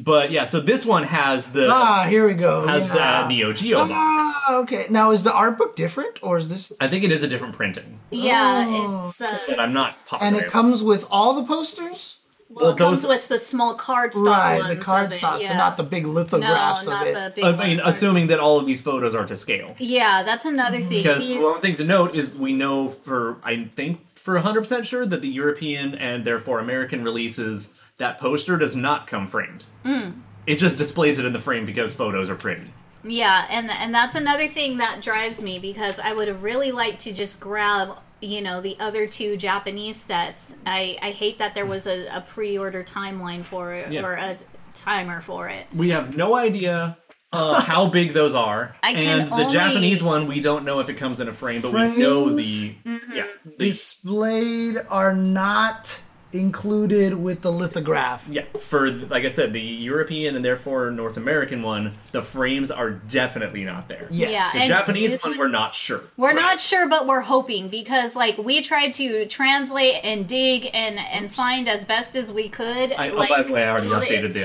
[SPEAKER 3] but yeah, so this one has the
[SPEAKER 1] ah, here we go.
[SPEAKER 3] has the
[SPEAKER 1] yeah.
[SPEAKER 3] uh, Neo Geo box.
[SPEAKER 1] Ah, okay. Now, is the art book different, or is this?
[SPEAKER 3] I think it is a different printing,
[SPEAKER 1] Oh.
[SPEAKER 2] yeah, it's uh,
[SPEAKER 3] but I'm not
[SPEAKER 1] And
[SPEAKER 3] popular.
[SPEAKER 1] it comes with all the posters,
[SPEAKER 2] well, it
[SPEAKER 3] those-
[SPEAKER 2] comes with the small card stock
[SPEAKER 1] right?
[SPEAKER 2] ones
[SPEAKER 1] The
[SPEAKER 2] of
[SPEAKER 1] card
[SPEAKER 2] it,
[SPEAKER 1] stocks,
[SPEAKER 2] yeah.
[SPEAKER 1] and not the big lithographs
[SPEAKER 2] no, not
[SPEAKER 1] of it.
[SPEAKER 2] the big.
[SPEAKER 3] I mean,
[SPEAKER 2] one.
[SPEAKER 3] assuming that all of these photos are to scale.
[SPEAKER 2] Yeah, that's another thing.
[SPEAKER 3] Because
[SPEAKER 2] He's-
[SPEAKER 3] one thing to note is we know for I think for 100% sure that the European and therefore American releases that poster does not come framed.
[SPEAKER 2] Hmm.
[SPEAKER 3] It just displays it in the frame because photos are pretty.
[SPEAKER 2] Yeah, and and that's another thing that drives me because I would have really liked to just grab you know the other two Japanese sets. I I hate that there was a, a pre order timeline for it
[SPEAKER 3] Yeah.
[SPEAKER 2] or a timer for it.
[SPEAKER 3] We have no idea uh, how big those are,
[SPEAKER 2] I can
[SPEAKER 3] and the
[SPEAKER 2] only-
[SPEAKER 3] Japanese one we don't know if it comes in a frame, but
[SPEAKER 1] Frames?
[SPEAKER 3] we know the
[SPEAKER 2] Mm-hmm.
[SPEAKER 3] yeah the,
[SPEAKER 1] Displayed are not included with the lithograph.
[SPEAKER 3] yeah for like I said the European and therefore North American one the frames are definitely not there.
[SPEAKER 1] Yes.
[SPEAKER 3] The
[SPEAKER 2] Yeah, and
[SPEAKER 3] Japanese
[SPEAKER 2] this
[SPEAKER 3] one,
[SPEAKER 2] one-
[SPEAKER 3] we're not sure.
[SPEAKER 2] We're not sure, but we're hoping because like we tried to translate and dig and and find as best as we could.
[SPEAKER 3] I,
[SPEAKER 2] like,
[SPEAKER 3] oh, by the way, I already
[SPEAKER 2] all the-
[SPEAKER 3] updated the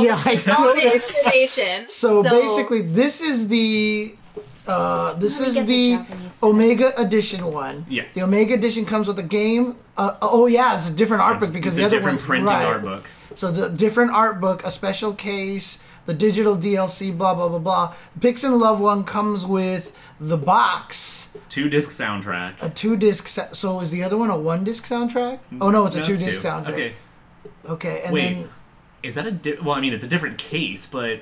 [SPEAKER 1] Yeah, I
[SPEAKER 2] all the
[SPEAKER 1] noticed.
[SPEAKER 2] information.
[SPEAKER 1] So, basically, this is the uh, this
[SPEAKER 2] Let me
[SPEAKER 1] is
[SPEAKER 2] get the
[SPEAKER 1] the,
[SPEAKER 2] Japanese set.
[SPEAKER 1] Omega Edition one.
[SPEAKER 3] Yes.
[SPEAKER 1] The Omega Edition comes with a game. Uh, oh yeah, it's a different art book because
[SPEAKER 3] It's
[SPEAKER 1] the
[SPEAKER 3] a
[SPEAKER 1] other
[SPEAKER 3] different
[SPEAKER 1] one's
[SPEAKER 3] printing
[SPEAKER 1] right.
[SPEAKER 3] art book.
[SPEAKER 1] So the different art book, a special case, the digital DLC, blah blah blah blah. Pix and Love one comes with the box,
[SPEAKER 3] Two disc soundtrack.
[SPEAKER 1] a two disc. Sa- so is the other one a one disc soundtrack? Oh no, it's a
[SPEAKER 3] Mm, No,
[SPEAKER 1] two disc soundtrack.
[SPEAKER 3] Okay,
[SPEAKER 1] Okay, and
[SPEAKER 3] wait.
[SPEAKER 1] then
[SPEAKER 3] Is that a di- well? I mean, it's a different case, but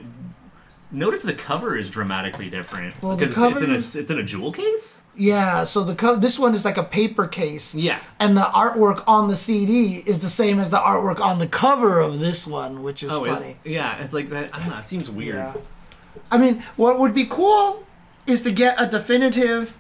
[SPEAKER 3] notice the cover is dramatically different
[SPEAKER 1] Well, the
[SPEAKER 3] because
[SPEAKER 1] cover
[SPEAKER 3] it's
[SPEAKER 1] is-
[SPEAKER 3] in a it's in a jewel case.
[SPEAKER 1] yeah, so the co- this one is like a paper case.
[SPEAKER 3] Yeah.
[SPEAKER 1] And the artwork on the CD is the same as the artwork on the cover of this one, which is
[SPEAKER 3] Oh, is-
[SPEAKER 1] funny.
[SPEAKER 3] yeah, it's like that. I don't know. It seems weird.
[SPEAKER 1] Yeah. I mean, what would be cool is to get a definitive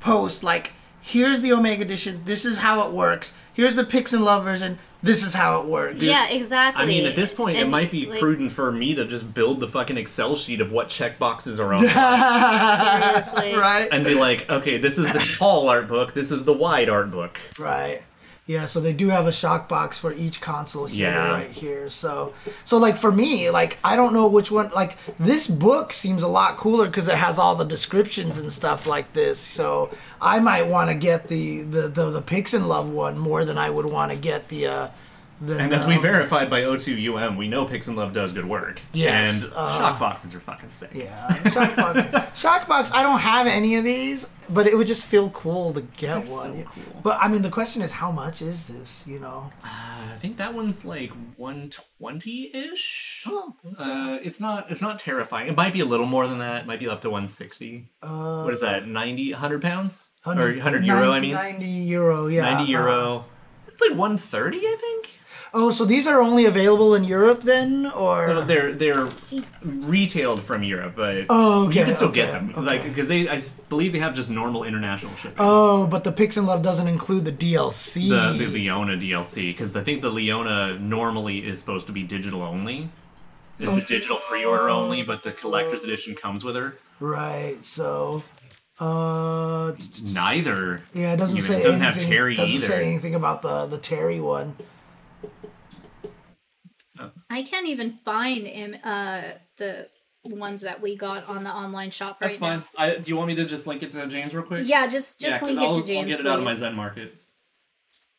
[SPEAKER 1] post like, here's the Omega Edition, this is how it works, here's the Pix and Love version, this is how it works.
[SPEAKER 2] yeah, exactly.
[SPEAKER 3] I mean, at this point, it
[SPEAKER 2] And,
[SPEAKER 3] might be
[SPEAKER 2] like,
[SPEAKER 3] prudent for me to just build the fucking Excel sheet of what checkboxes are on,
[SPEAKER 2] Seriously,
[SPEAKER 1] Right?
[SPEAKER 3] and be like, okay, this is the tall art book, this is the wide art book.
[SPEAKER 1] Right. Yeah, so they do have a shock box for each console here
[SPEAKER 3] Yeah.
[SPEAKER 1] right here. So so like for me, like I don't know which one like this book seems a lot cooler cuz it has all the descriptions and stuff like this. So I might want to get the the the, the Pix and Love one more than I would want to get the uh Then,
[SPEAKER 3] And as we
[SPEAKER 1] um,
[SPEAKER 3] verified by O2UM, we know Pix and Love does good work.
[SPEAKER 1] Yes,
[SPEAKER 3] And
[SPEAKER 1] uh,
[SPEAKER 3] shock boxes are fucking sick.
[SPEAKER 1] Yeah, Shockbox. Shockbox, I don't have any of these, but it would just feel cool to get
[SPEAKER 3] They're
[SPEAKER 1] one.
[SPEAKER 3] so cool.
[SPEAKER 1] But I mean, the question is, how much is this? You know,
[SPEAKER 3] I think that one's like 120 ish.
[SPEAKER 1] Oh, okay.
[SPEAKER 3] uh, it's not it's not terrifying. It might be a little more than that. It might be up to 160. Uh, what is that? 90, 100 pounds? or 100 euro, I mean?
[SPEAKER 1] 90 euro, yeah.
[SPEAKER 3] 90
[SPEAKER 1] uh,
[SPEAKER 3] euro. It's like 130, I think.
[SPEAKER 1] oh, so these are only available in Europe then, or
[SPEAKER 3] Well, they're they're retailed from Europe, but
[SPEAKER 1] Oh, okay,
[SPEAKER 3] you can still get
[SPEAKER 1] okay,
[SPEAKER 3] them.
[SPEAKER 1] okay.
[SPEAKER 3] Like because they, I s- believe they have just normal international shipping.
[SPEAKER 1] oh, but the Pix and Love doesn't include the DLC.
[SPEAKER 3] the, the Leona DLC because I think the Leona normally is supposed to be digital only. Is
[SPEAKER 1] Oh.
[SPEAKER 3] the digital pre-order only, but the collector's edition comes with her.
[SPEAKER 1] right, so. Uh, t- t-
[SPEAKER 3] Neither.
[SPEAKER 1] yeah, it doesn't
[SPEAKER 3] even-
[SPEAKER 1] say
[SPEAKER 3] it doesn't
[SPEAKER 1] anything.
[SPEAKER 3] have Terry
[SPEAKER 1] doesn't say
[SPEAKER 3] either.
[SPEAKER 1] anything about the the Terry one.
[SPEAKER 2] I can't even find im- uh, the ones that we got on the online shop right
[SPEAKER 3] That's fine. I, do you want me to just link it to James real quick?
[SPEAKER 2] now. Yeah, just
[SPEAKER 3] Yeah,
[SPEAKER 2] just
[SPEAKER 3] 'cause
[SPEAKER 2] link
[SPEAKER 3] I'll,
[SPEAKER 2] it to James.
[SPEAKER 3] I'll get it out of my
[SPEAKER 2] please.
[SPEAKER 3] Zen Market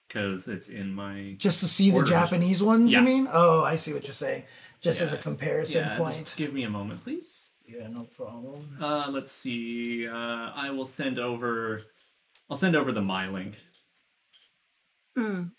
[SPEAKER 3] because it's in my.
[SPEAKER 1] Just to see the
[SPEAKER 3] Orders.
[SPEAKER 1] Japanese ones,
[SPEAKER 3] Yeah.
[SPEAKER 1] you mean? Oh, I see what you're saying. Just as a
[SPEAKER 3] Yeah.
[SPEAKER 1] comparison
[SPEAKER 3] Yeah,
[SPEAKER 1] point.
[SPEAKER 3] just give me a moment, please.
[SPEAKER 1] Yeah, no problem.
[SPEAKER 3] Uh, let's see. Uh, I will send over. I'll send over the my link.
[SPEAKER 1] Mm.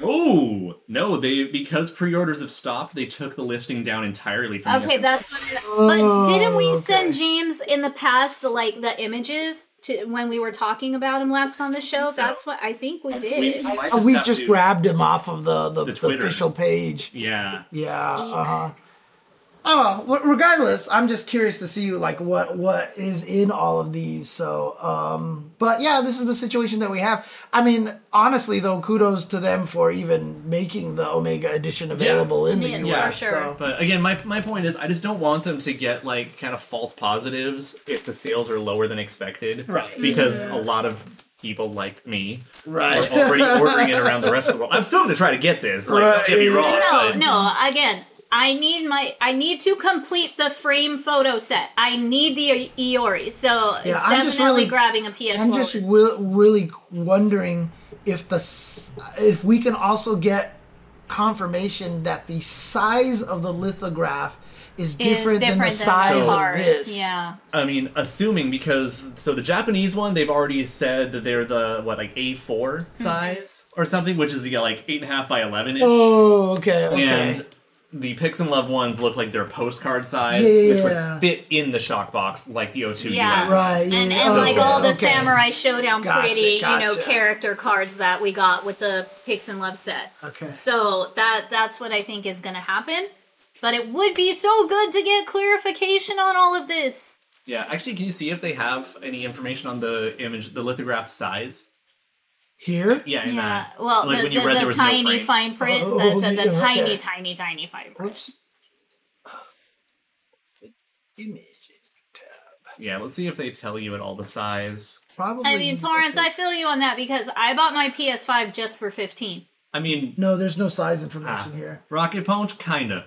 [SPEAKER 3] Oh no! They because pre-orders have stopped. They took the listing down entirely from. the-
[SPEAKER 2] Okay, that's. but didn't we send James in the past like the images to when we were talking about him last on the show? That's what I think we did.
[SPEAKER 3] We might
[SPEAKER 1] Oh, we
[SPEAKER 3] have
[SPEAKER 1] just
[SPEAKER 3] to-
[SPEAKER 1] grabbed him off of the the,
[SPEAKER 3] The
[SPEAKER 1] the
[SPEAKER 3] Twitter.
[SPEAKER 1] official page.
[SPEAKER 3] Yeah.
[SPEAKER 1] Yeah. Uh huh. Oh well. w- Regardless, I'm just curious to see like what what is in all of these. So, um, but yeah, this is the situation that we have. I mean, honestly though, kudos to them for even making the Omega edition available in the
[SPEAKER 2] Yeah,
[SPEAKER 1] U.S.
[SPEAKER 2] for sure.
[SPEAKER 1] So.
[SPEAKER 3] But again, my, my point is, I just don't want them to get like kind of false positives if the sales are lower than expected.
[SPEAKER 1] Right.
[SPEAKER 3] Because a lot of people like me
[SPEAKER 1] Right.
[SPEAKER 3] are already ordering it around the rest of the world. I'm still going to try to get this. Like,
[SPEAKER 1] Right.
[SPEAKER 3] don't get me wrong.
[SPEAKER 2] no,
[SPEAKER 3] but-
[SPEAKER 2] no. Again, I need my. I need to complete the frame photo set. I need the Iori, so it's
[SPEAKER 1] I'm
[SPEAKER 2] definitely
[SPEAKER 1] just really-
[SPEAKER 2] grabbing a PS4.
[SPEAKER 1] I'm just re- really wondering if the s- if we can also get confirmation that the size of the lithograph is
[SPEAKER 2] is
[SPEAKER 1] different, than the size of
[SPEAKER 2] ours.
[SPEAKER 1] this.
[SPEAKER 2] Yeah.
[SPEAKER 3] I mean, assuming because so the Japanese one, they've already said that they're the what like A4 size or something, which is the like eight and a half by eleven inch.
[SPEAKER 1] Oh, okay, okay.
[SPEAKER 3] and the Pix and Love ones look like they're postcard size,
[SPEAKER 1] Yeah.
[SPEAKER 3] which would fit in the shock box like the O2
[SPEAKER 2] Yeah.
[SPEAKER 3] UN.
[SPEAKER 1] right. yeah,
[SPEAKER 2] And,
[SPEAKER 1] yeah,
[SPEAKER 2] and like
[SPEAKER 1] okay,
[SPEAKER 2] all the
[SPEAKER 1] okay.
[SPEAKER 2] samurai showdown
[SPEAKER 1] Gotcha,
[SPEAKER 2] pretty, you know,
[SPEAKER 1] gotcha.
[SPEAKER 2] character cards that we got with the Pix and Love set.
[SPEAKER 1] Okay.
[SPEAKER 2] So that that's what I think is gonna happen. But it would be so good to get clarification on all of this.
[SPEAKER 3] Yeah, actually, can you see if they have any information on the image, the lithograph size?
[SPEAKER 1] Here?
[SPEAKER 3] Yeah, in
[SPEAKER 2] Yeah.
[SPEAKER 3] that.
[SPEAKER 2] Well,
[SPEAKER 3] like
[SPEAKER 2] the,
[SPEAKER 3] when you
[SPEAKER 2] the-
[SPEAKER 3] read
[SPEAKER 2] the
[SPEAKER 3] there was
[SPEAKER 2] tiny
[SPEAKER 3] no frame.
[SPEAKER 2] fine print,
[SPEAKER 1] Oh,
[SPEAKER 2] the, the, the
[SPEAKER 1] yeah,
[SPEAKER 2] tiny,
[SPEAKER 1] okay.
[SPEAKER 2] tiny, tiny fine print.
[SPEAKER 1] Oops. Image tab.
[SPEAKER 3] Yeah, let's see if they tell you at all the size.
[SPEAKER 1] Probably.
[SPEAKER 2] I mean, Torrance, I feel you on that because I bought my PS5 just for 15.
[SPEAKER 3] I mean, ah,
[SPEAKER 1] No, there's no size information here.
[SPEAKER 3] Rocket Punch, kinda,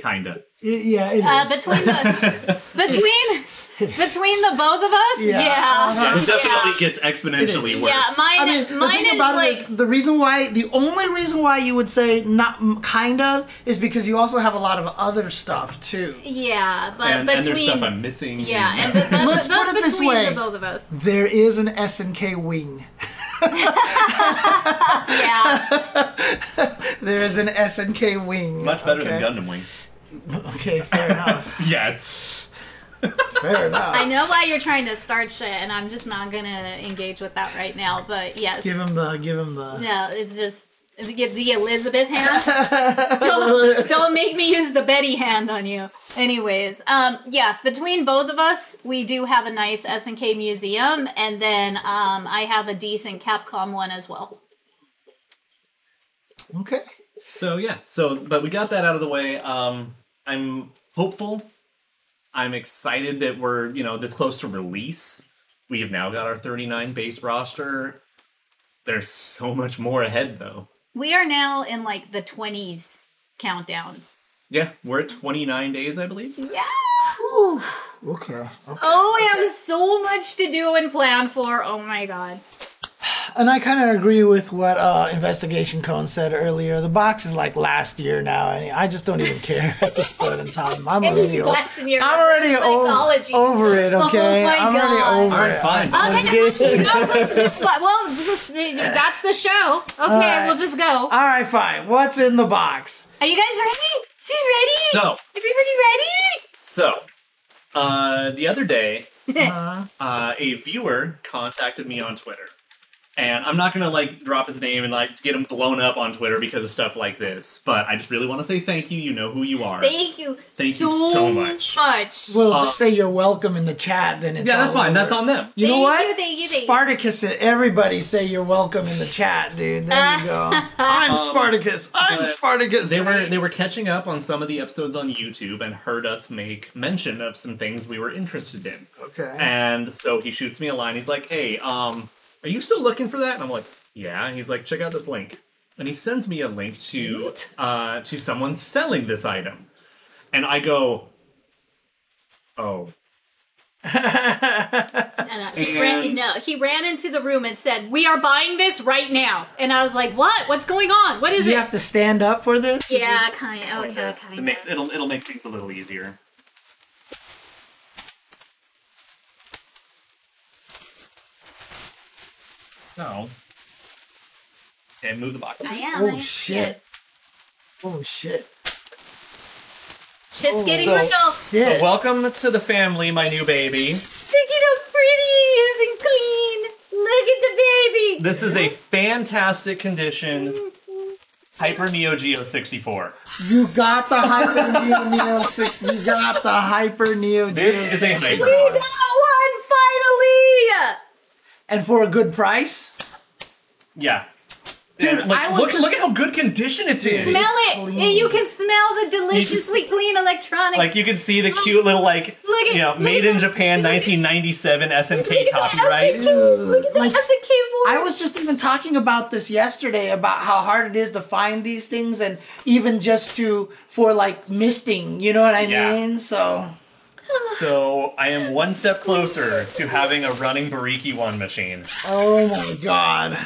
[SPEAKER 3] kinda.
[SPEAKER 1] I- yeah, it is.
[SPEAKER 2] Uh, between the between between the both of us,
[SPEAKER 1] Yeah. Uh-huh.
[SPEAKER 2] yeah.
[SPEAKER 3] Yeah, it definitely
[SPEAKER 2] Oh, Yeah.
[SPEAKER 3] gets exponentially worse.
[SPEAKER 2] Yeah, mine,
[SPEAKER 1] I mean, the
[SPEAKER 2] mine
[SPEAKER 1] thing
[SPEAKER 2] is
[SPEAKER 1] about
[SPEAKER 2] like,
[SPEAKER 1] it is the reason why the only reason why you would say not m- kind of is because you also have a lot of other stuff too.
[SPEAKER 2] yeah, but
[SPEAKER 3] and, and there's
[SPEAKER 2] between,
[SPEAKER 3] stuff I'm missing.
[SPEAKER 2] yeah, and but, but,
[SPEAKER 1] Let's
[SPEAKER 2] but
[SPEAKER 1] put it this
[SPEAKER 2] between
[SPEAKER 1] way.
[SPEAKER 2] the both of us,
[SPEAKER 1] There is an S and K wing.
[SPEAKER 2] yeah,
[SPEAKER 1] There is an S and K wing.
[SPEAKER 3] much better
[SPEAKER 1] okay?
[SPEAKER 3] than Gundam Wing.
[SPEAKER 1] Okay, fair enough.
[SPEAKER 3] Yes.
[SPEAKER 1] Fair enough.
[SPEAKER 2] I know why you're trying to start shit, and I'm just not gonna engage with that right now. But yes,
[SPEAKER 1] Give him the. Give him the.
[SPEAKER 2] no, it's just if you get the Elizabeth hand. don't don't make me use the Betty hand on you. Anyways, um, yeah, between both of us, we do have a nice S and K museum, and then um, I have a decent Capcom one as well.
[SPEAKER 1] Okay.
[SPEAKER 3] So yeah, so but we got that out of the way. Um, I'm hopeful. I'm excited that we're you know this close to release. We have now got our 39 base roster. There's so much more ahead though.
[SPEAKER 2] We are now in like the 20s countdowns.
[SPEAKER 3] Yeah, we're at 29 days, I believe.
[SPEAKER 2] Yeah.
[SPEAKER 1] Okay. okay.
[SPEAKER 2] Oh, we have so much to do and plan for. Oh my god.
[SPEAKER 1] And I kind of agree with what uh, Investigation Cone said earlier. The box is like last year now, and I just don't even care at this point in time. I'm already, o-
[SPEAKER 2] Glass in your
[SPEAKER 1] I'm already
[SPEAKER 2] psychology.
[SPEAKER 1] o- over it, okay?
[SPEAKER 2] Oh my
[SPEAKER 1] I'm
[SPEAKER 2] God.
[SPEAKER 1] already over
[SPEAKER 3] All right,
[SPEAKER 1] it.
[SPEAKER 3] fine.
[SPEAKER 2] Oh, Okay, you know, but- but- well, just- that's the show. Okay,
[SPEAKER 1] right.
[SPEAKER 2] we'll just go.
[SPEAKER 1] All right, fine. What's in the box?
[SPEAKER 2] Are you guys ready? Is he ready?
[SPEAKER 3] So,
[SPEAKER 2] Everybody ready?
[SPEAKER 3] so, uh, the other day, uh, a viewer contacted me on Twitter, and I'm not gonna like drop his name and like get him blown up on Twitter because of stuff like this. But I just really want to say thank you. You know who you are.
[SPEAKER 2] Thank you
[SPEAKER 3] Thank
[SPEAKER 2] so,
[SPEAKER 3] you so much.
[SPEAKER 2] much.
[SPEAKER 1] Well, if
[SPEAKER 3] Uh,
[SPEAKER 1] they say you're welcome in the chat, then it's
[SPEAKER 3] yeah, that's
[SPEAKER 1] all
[SPEAKER 3] fine. That's
[SPEAKER 1] over.
[SPEAKER 3] on them.
[SPEAKER 1] You know
[SPEAKER 2] Thank
[SPEAKER 1] what?
[SPEAKER 2] you, thank you, thank you.
[SPEAKER 1] Spartacus said everybody say you're welcome in the chat, dude. There you go. I'm Spartacus. I'm
[SPEAKER 3] Um, but
[SPEAKER 1] Spartacus.
[SPEAKER 3] They were they were catching up on some of the episodes on YouTube and heard us make mention of some things we were interested in.
[SPEAKER 1] okay.
[SPEAKER 3] And so he shoots me a line. He's like, "Hey, um, are you still looking for that?" And I'm like, "Yeah." And he's like, "Check out this link." And he sends me a link to uh, to someone selling this item, and I go, "Oh,
[SPEAKER 2] No, no, uh, he ran, no, he ran into the room and said, "We are buying this right now." And I was like, "What? What's going on? What is
[SPEAKER 1] you
[SPEAKER 2] it?"
[SPEAKER 1] have to stand up for this? This
[SPEAKER 2] yeah,
[SPEAKER 1] is-
[SPEAKER 2] kind of. Okay, kind
[SPEAKER 3] it
[SPEAKER 2] of.
[SPEAKER 3] makes it'll it'll make things a little easier." So, and move the box.
[SPEAKER 2] I am. eh? I
[SPEAKER 1] oh
[SPEAKER 2] am.
[SPEAKER 1] shit. Oh shit.
[SPEAKER 2] Shit's getting
[SPEAKER 3] so-
[SPEAKER 2] real.
[SPEAKER 3] Oh,
[SPEAKER 1] Yeah.
[SPEAKER 3] Welcome to the family, my new baby.
[SPEAKER 2] Look at how pretty he is and clean. Look at the baby.
[SPEAKER 3] This is a fantastic condition. Hyper Neo Geo 64.
[SPEAKER 1] you got the Hyper Neo Neo 6. You got the Hyper Neo Geo
[SPEAKER 3] This is a
[SPEAKER 1] 6.
[SPEAKER 3] hyper.
[SPEAKER 2] we got one finally.
[SPEAKER 1] And for a good price?
[SPEAKER 3] Yeah.
[SPEAKER 1] Dude,
[SPEAKER 3] And, like,
[SPEAKER 1] I was
[SPEAKER 3] look,
[SPEAKER 1] just-
[SPEAKER 3] look at how good condition it's in.
[SPEAKER 2] Smell
[SPEAKER 1] It's
[SPEAKER 2] it.
[SPEAKER 1] clean.
[SPEAKER 2] And you can smell the deliciously clean electronics.
[SPEAKER 3] Like you can see the cute little like
[SPEAKER 2] Look at-
[SPEAKER 3] you know,
[SPEAKER 2] look
[SPEAKER 3] made
[SPEAKER 2] at
[SPEAKER 3] in
[SPEAKER 2] that-
[SPEAKER 3] Japan
[SPEAKER 2] look at-
[SPEAKER 3] 1997 SNK
[SPEAKER 2] Look at the
[SPEAKER 3] copyright.
[SPEAKER 2] SNK Look at the
[SPEAKER 1] Like,
[SPEAKER 2] SNK board.
[SPEAKER 1] I was just even talking about this yesterday about how hard it is to find these things and even just to for like misting, you know what I
[SPEAKER 3] Yeah.
[SPEAKER 1] mean? So
[SPEAKER 3] So I am one step closer to having a running Bariki one machine.
[SPEAKER 1] Oh my god.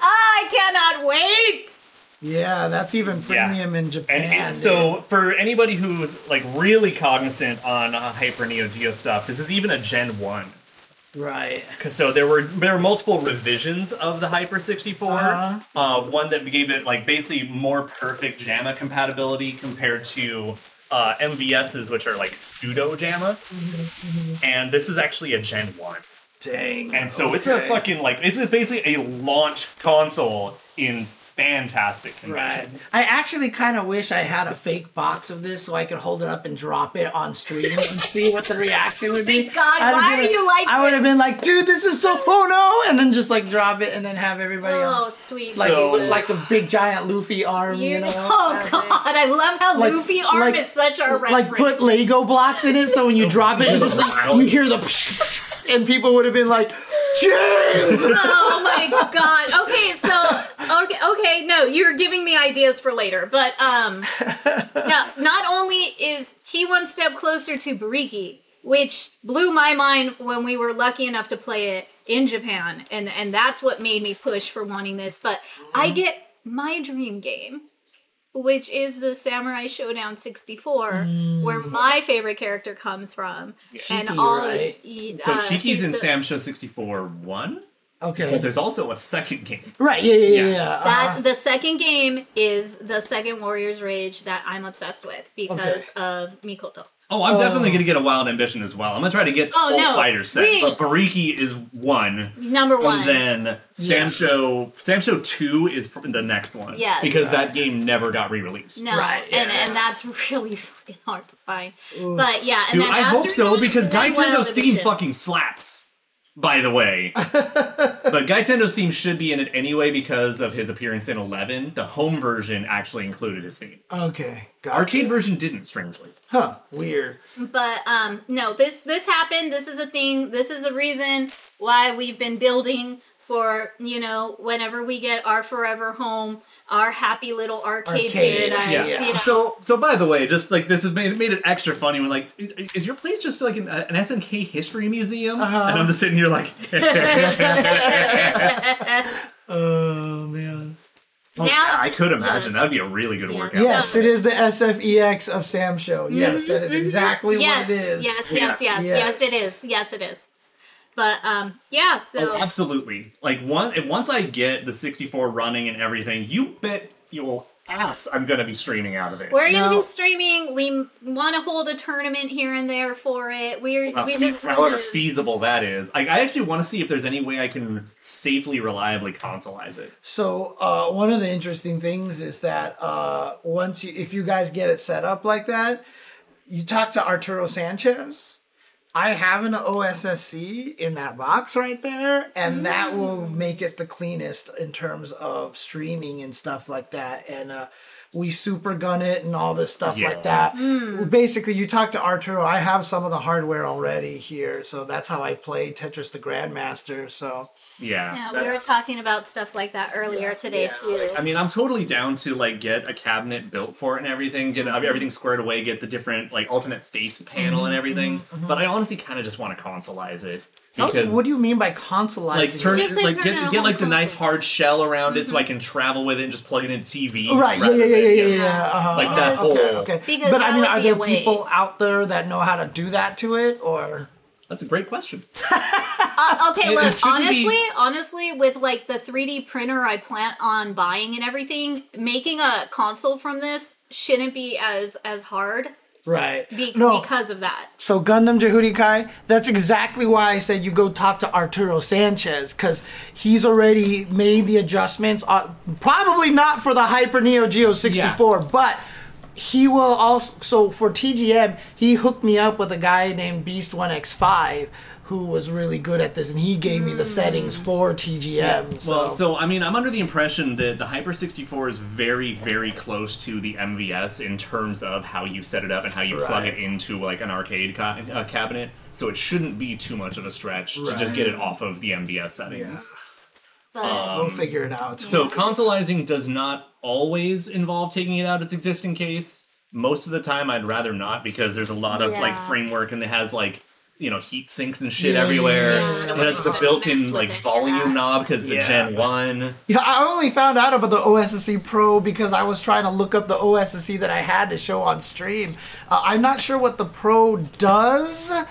[SPEAKER 2] Ah, I cannot wait.
[SPEAKER 1] Yeah, that's even
[SPEAKER 3] Yeah.
[SPEAKER 1] premium in Japan.
[SPEAKER 3] And it-
[SPEAKER 1] dude.
[SPEAKER 3] so, for anybody who's like really cognizant on uh, Hyper Neo Geo stuff, this is even a Gen One.
[SPEAKER 1] right.
[SPEAKER 3] 'Cause So there were there were multiple revisions of the Hyper 64.
[SPEAKER 1] Uh-huh.
[SPEAKER 3] uh one that gave it like basically more perfect JAMA compatibility compared to uh, MVSs, which are like pseudo JAMA.
[SPEAKER 1] Mm-hmm,
[SPEAKER 3] And this is actually a Gen One,
[SPEAKER 1] Dang.
[SPEAKER 3] and so it's a
[SPEAKER 1] okay.
[SPEAKER 3] fucking like it's basically a launch console in fantastic
[SPEAKER 1] Right.
[SPEAKER 3] condition.
[SPEAKER 1] I actually kind of wish I had a fake box of this so I could hold it up and drop it on stream and see what the reaction would be.
[SPEAKER 2] Thank God,
[SPEAKER 1] I'd
[SPEAKER 2] why
[SPEAKER 1] have been
[SPEAKER 2] are you like
[SPEAKER 1] I would have
[SPEAKER 2] this?
[SPEAKER 1] been like, dude, this is so oh no, and then just like drop it and then have everybody
[SPEAKER 2] Oh,
[SPEAKER 1] else
[SPEAKER 2] sweet.
[SPEAKER 1] like
[SPEAKER 3] So-
[SPEAKER 2] Jesus.
[SPEAKER 1] like a big giant Luffy arm, you,
[SPEAKER 2] You
[SPEAKER 1] know?
[SPEAKER 2] know- oh God! I love how
[SPEAKER 1] Like-
[SPEAKER 2] Luffy arm
[SPEAKER 1] like-
[SPEAKER 2] is such a reference.
[SPEAKER 1] Like put Lego blocks in it so when you drop it, it just like, you hear the and people would have been like, James.
[SPEAKER 2] oh my God! Okay, so okay, okay. No, you're giving me ideas for later. But um, now not only is he one step closer to Bariki, which blew my mind when we were lucky enough to play it in Japan, and and that's what made me push for wanting this. But I
[SPEAKER 3] Mm-hmm.
[SPEAKER 2] get my dream game. which is the Samurai Showdown 64, where
[SPEAKER 3] Mm.
[SPEAKER 2] my favorite character comes from. And
[SPEAKER 1] Shiki,
[SPEAKER 2] all
[SPEAKER 1] right?
[SPEAKER 2] he-
[SPEAKER 3] So
[SPEAKER 2] uh,
[SPEAKER 3] Shiki's
[SPEAKER 2] he's
[SPEAKER 3] in
[SPEAKER 2] the-
[SPEAKER 3] Sam Show 64 one,
[SPEAKER 1] Okay.
[SPEAKER 3] but there's also a second game.
[SPEAKER 1] Right, yeah, yeah, yeah.
[SPEAKER 3] Yeah.
[SPEAKER 1] yeah. Uh,
[SPEAKER 2] That the second game is the second Warriors Rage that I'm obsessed with because of Mikoto.
[SPEAKER 3] Oh, I'm definitely gonna get a wild ambition as well. I'm gonna try to get
[SPEAKER 2] Oh,
[SPEAKER 3] all
[SPEAKER 2] no.
[SPEAKER 3] fighters set,
[SPEAKER 2] We-
[SPEAKER 3] but Bariki is one,
[SPEAKER 2] Number one.
[SPEAKER 3] and then
[SPEAKER 1] Yeah.
[SPEAKER 3] Samsho Samsho two is pr- the next one.
[SPEAKER 2] Yes.
[SPEAKER 3] because that game never got re-released.
[SPEAKER 2] no,
[SPEAKER 1] Right,
[SPEAKER 2] and and that's really fucking hard to find. But yeah, and
[SPEAKER 3] Dude,
[SPEAKER 2] then
[SPEAKER 3] I
[SPEAKER 2] after
[SPEAKER 3] hope so
[SPEAKER 2] that,
[SPEAKER 3] because
[SPEAKER 2] then Wild
[SPEAKER 3] Gaitendo's theme
[SPEAKER 2] Division.
[SPEAKER 3] fucking slaps. By the way, but Gaitendo's theme should be in it anyway because of his appearance in Eleven. The home version actually included his theme.
[SPEAKER 1] okay. Gotcha.
[SPEAKER 3] Arcade version didn't, strangely.
[SPEAKER 1] Huh. Weird.
[SPEAKER 2] But um, no, this this happened. This is a thing. This is a reason why we've been building for you know whenever we get our forever home our happy little arcade,
[SPEAKER 1] Arcade,
[SPEAKER 2] paradise.
[SPEAKER 1] yeah.
[SPEAKER 2] You know?
[SPEAKER 3] So, so by the way, just like this has made, it made it extra funny when like, is, is your place just like an, uh, an SNK history museum? And I'm just sitting here like,
[SPEAKER 1] Oh man.
[SPEAKER 2] Now-
[SPEAKER 3] oh, yeah, I could imagine
[SPEAKER 2] Yes.
[SPEAKER 3] that'd be a really good
[SPEAKER 2] Yeah.
[SPEAKER 3] workout.
[SPEAKER 1] Yes, it is the SFEX of Sam Show. Yes, that is exactly
[SPEAKER 2] Mm-hmm. yes,
[SPEAKER 1] what it is.
[SPEAKER 2] yes, yes,
[SPEAKER 3] Yeah.
[SPEAKER 2] yes,
[SPEAKER 1] Yes.
[SPEAKER 2] yes, it is. Yes, it is. But um, yeah. So
[SPEAKER 3] Oh, absolutely. Like one, and once I get the 64 running and everything, you bet your ass I'm gonna be streaming out of it.
[SPEAKER 2] we're
[SPEAKER 1] Now-
[SPEAKER 2] gonna be streaming. We want to hold a tournament here and there for it. We're
[SPEAKER 3] Uh,
[SPEAKER 2] we just
[SPEAKER 3] however
[SPEAKER 2] wanna-
[SPEAKER 3] feasible that is. Like, I actually want to see if there's any way I can safely, reliably consoleize it.
[SPEAKER 1] So uh, one of the interesting things is that uh, once you, if you guys get it set up like that, you talk to Arturo Sanchez. I have an OSSC in that box right there, and that will make it the cleanest in terms of streaming and stuff like that. And uh, we super gun it and all this stuff
[SPEAKER 3] Yeah.
[SPEAKER 1] like that. Basically, you talk to Arturo. I have some of the hardware already here, so that's how I play Tetris the Grandmaster. So
[SPEAKER 3] Yeah.
[SPEAKER 2] Yeah, we were
[SPEAKER 3] that's-
[SPEAKER 2] talking about stuff like that earlier today too.
[SPEAKER 3] I mean, I'm totally down to like get a cabinet built for it and everything, get everything squared away, get the different like alternate face panel
[SPEAKER 1] Mm-hmm,
[SPEAKER 3] and everything. But I honestly kind of just want to consoleize it
[SPEAKER 1] How-
[SPEAKER 3] because
[SPEAKER 1] what do you mean by consoleizing?
[SPEAKER 3] like turn
[SPEAKER 2] Just say
[SPEAKER 3] like
[SPEAKER 2] turn it
[SPEAKER 3] get,
[SPEAKER 2] on
[SPEAKER 3] get
[SPEAKER 2] a
[SPEAKER 3] like the
[SPEAKER 2] home
[SPEAKER 3] nice
[SPEAKER 2] console.
[SPEAKER 3] hard shell around it so I can travel with it and just plug it in TV.
[SPEAKER 1] Mm-hmm. Right. Yeah.
[SPEAKER 3] rather
[SPEAKER 1] Yeah. Yeah.
[SPEAKER 3] than-
[SPEAKER 1] Yeah. Yeah. yeah. Uh-huh.
[SPEAKER 3] Like that
[SPEAKER 1] Okay.
[SPEAKER 3] whole-
[SPEAKER 1] okay.
[SPEAKER 2] Because
[SPEAKER 1] but I
[SPEAKER 2] that
[SPEAKER 1] mean,
[SPEAKER 2] would
[SPEAKER 1] are
[SPEAKER 2] be a
[SPEAKER 1] there
[SPEAKER 2] way.
[SPEAKER 1] people out there that know how to do that to it, or
[SPEAKER 3] That's a great question.
[SPEAKER 2] Uh, okay,
[SPEAKER 3] It- it
[SPEAKER 2] look,
[SPEAKER 3] shouldn't
[SPEAKER 2] honestly,
[SPEAKER 3] be-
[SPEAKER 2] honestly, with like the 3D printer I plan on buying and everything, making a console from this shouldn't be as as hard
[SPEAKER 1] right?
[SPEAKER 2] be-
[SPEAKER 1] no.
[SPEAKER 2] because of that.
[SPEAKER 1] so Gundam Jehudi Kai. That's exactly why I said you go talk to Arturo Sanchez because he's already made the adjustments. Uh, probably not for the Hyper Neo Geo sixty four, but. He will also so for TGM. He hooked me up with a guy named Beast One X Five, who was really good at this, and he gave me the
[SPEAKER 2] Mm.
[SPEAKER 1] settings for TGM. so.
[SPEAKER 3] Well, so I mean, I'm under the impression that the Hyper 64 is very, very close to the MVS in terms of how you set it up and how you plug
[SPEAKER 1] Right.
[SPEAKER 3] it into like an arcade ca- uh, cabinet. So it shouldn't be too much of a stretch to
[SPEAKER 1] Right.
[SPEAKER 3] just get it off of the MVS settings.
[SPEAKER 1] Yeah.
[SPEAKER 2] But
[SPEAKER 1] we'll figure it out.
[SPEAKER 3] So consoleizing does not always involve taking it out its existing case. Most of the time, I'd rather not because there's a lot of like
[SPEAKER 2] Yeah.
[SPEAKER 3] framework and it has like you know heat sinks and shit
[SPEAKER 1] Yeah,
[SPEAKER 3] everywhere.
[SPEAKER 1] yeah, yeah, yeah.
[SPEAKER 3] It has the
[SPEAKER 2] Yeah.
[SPEAKER 3] built-in
[SPEAKER 2] Mess with
[SPEAKER 3] like
[SPEAKER 2] it,
[SPEAKER 3] volume
[SPEAKER 2] yeah.
[SPEAKER 3] knob because it's
[SPEAKER 1] Yeah.
[SPEAKER 3] a Gen One.
[SPEAKER 1] yeah, I only found out about the OSSC Pro because I was trying to look up the OSSC that I had to show on stream. Uh, I'm not sure what the Pro does,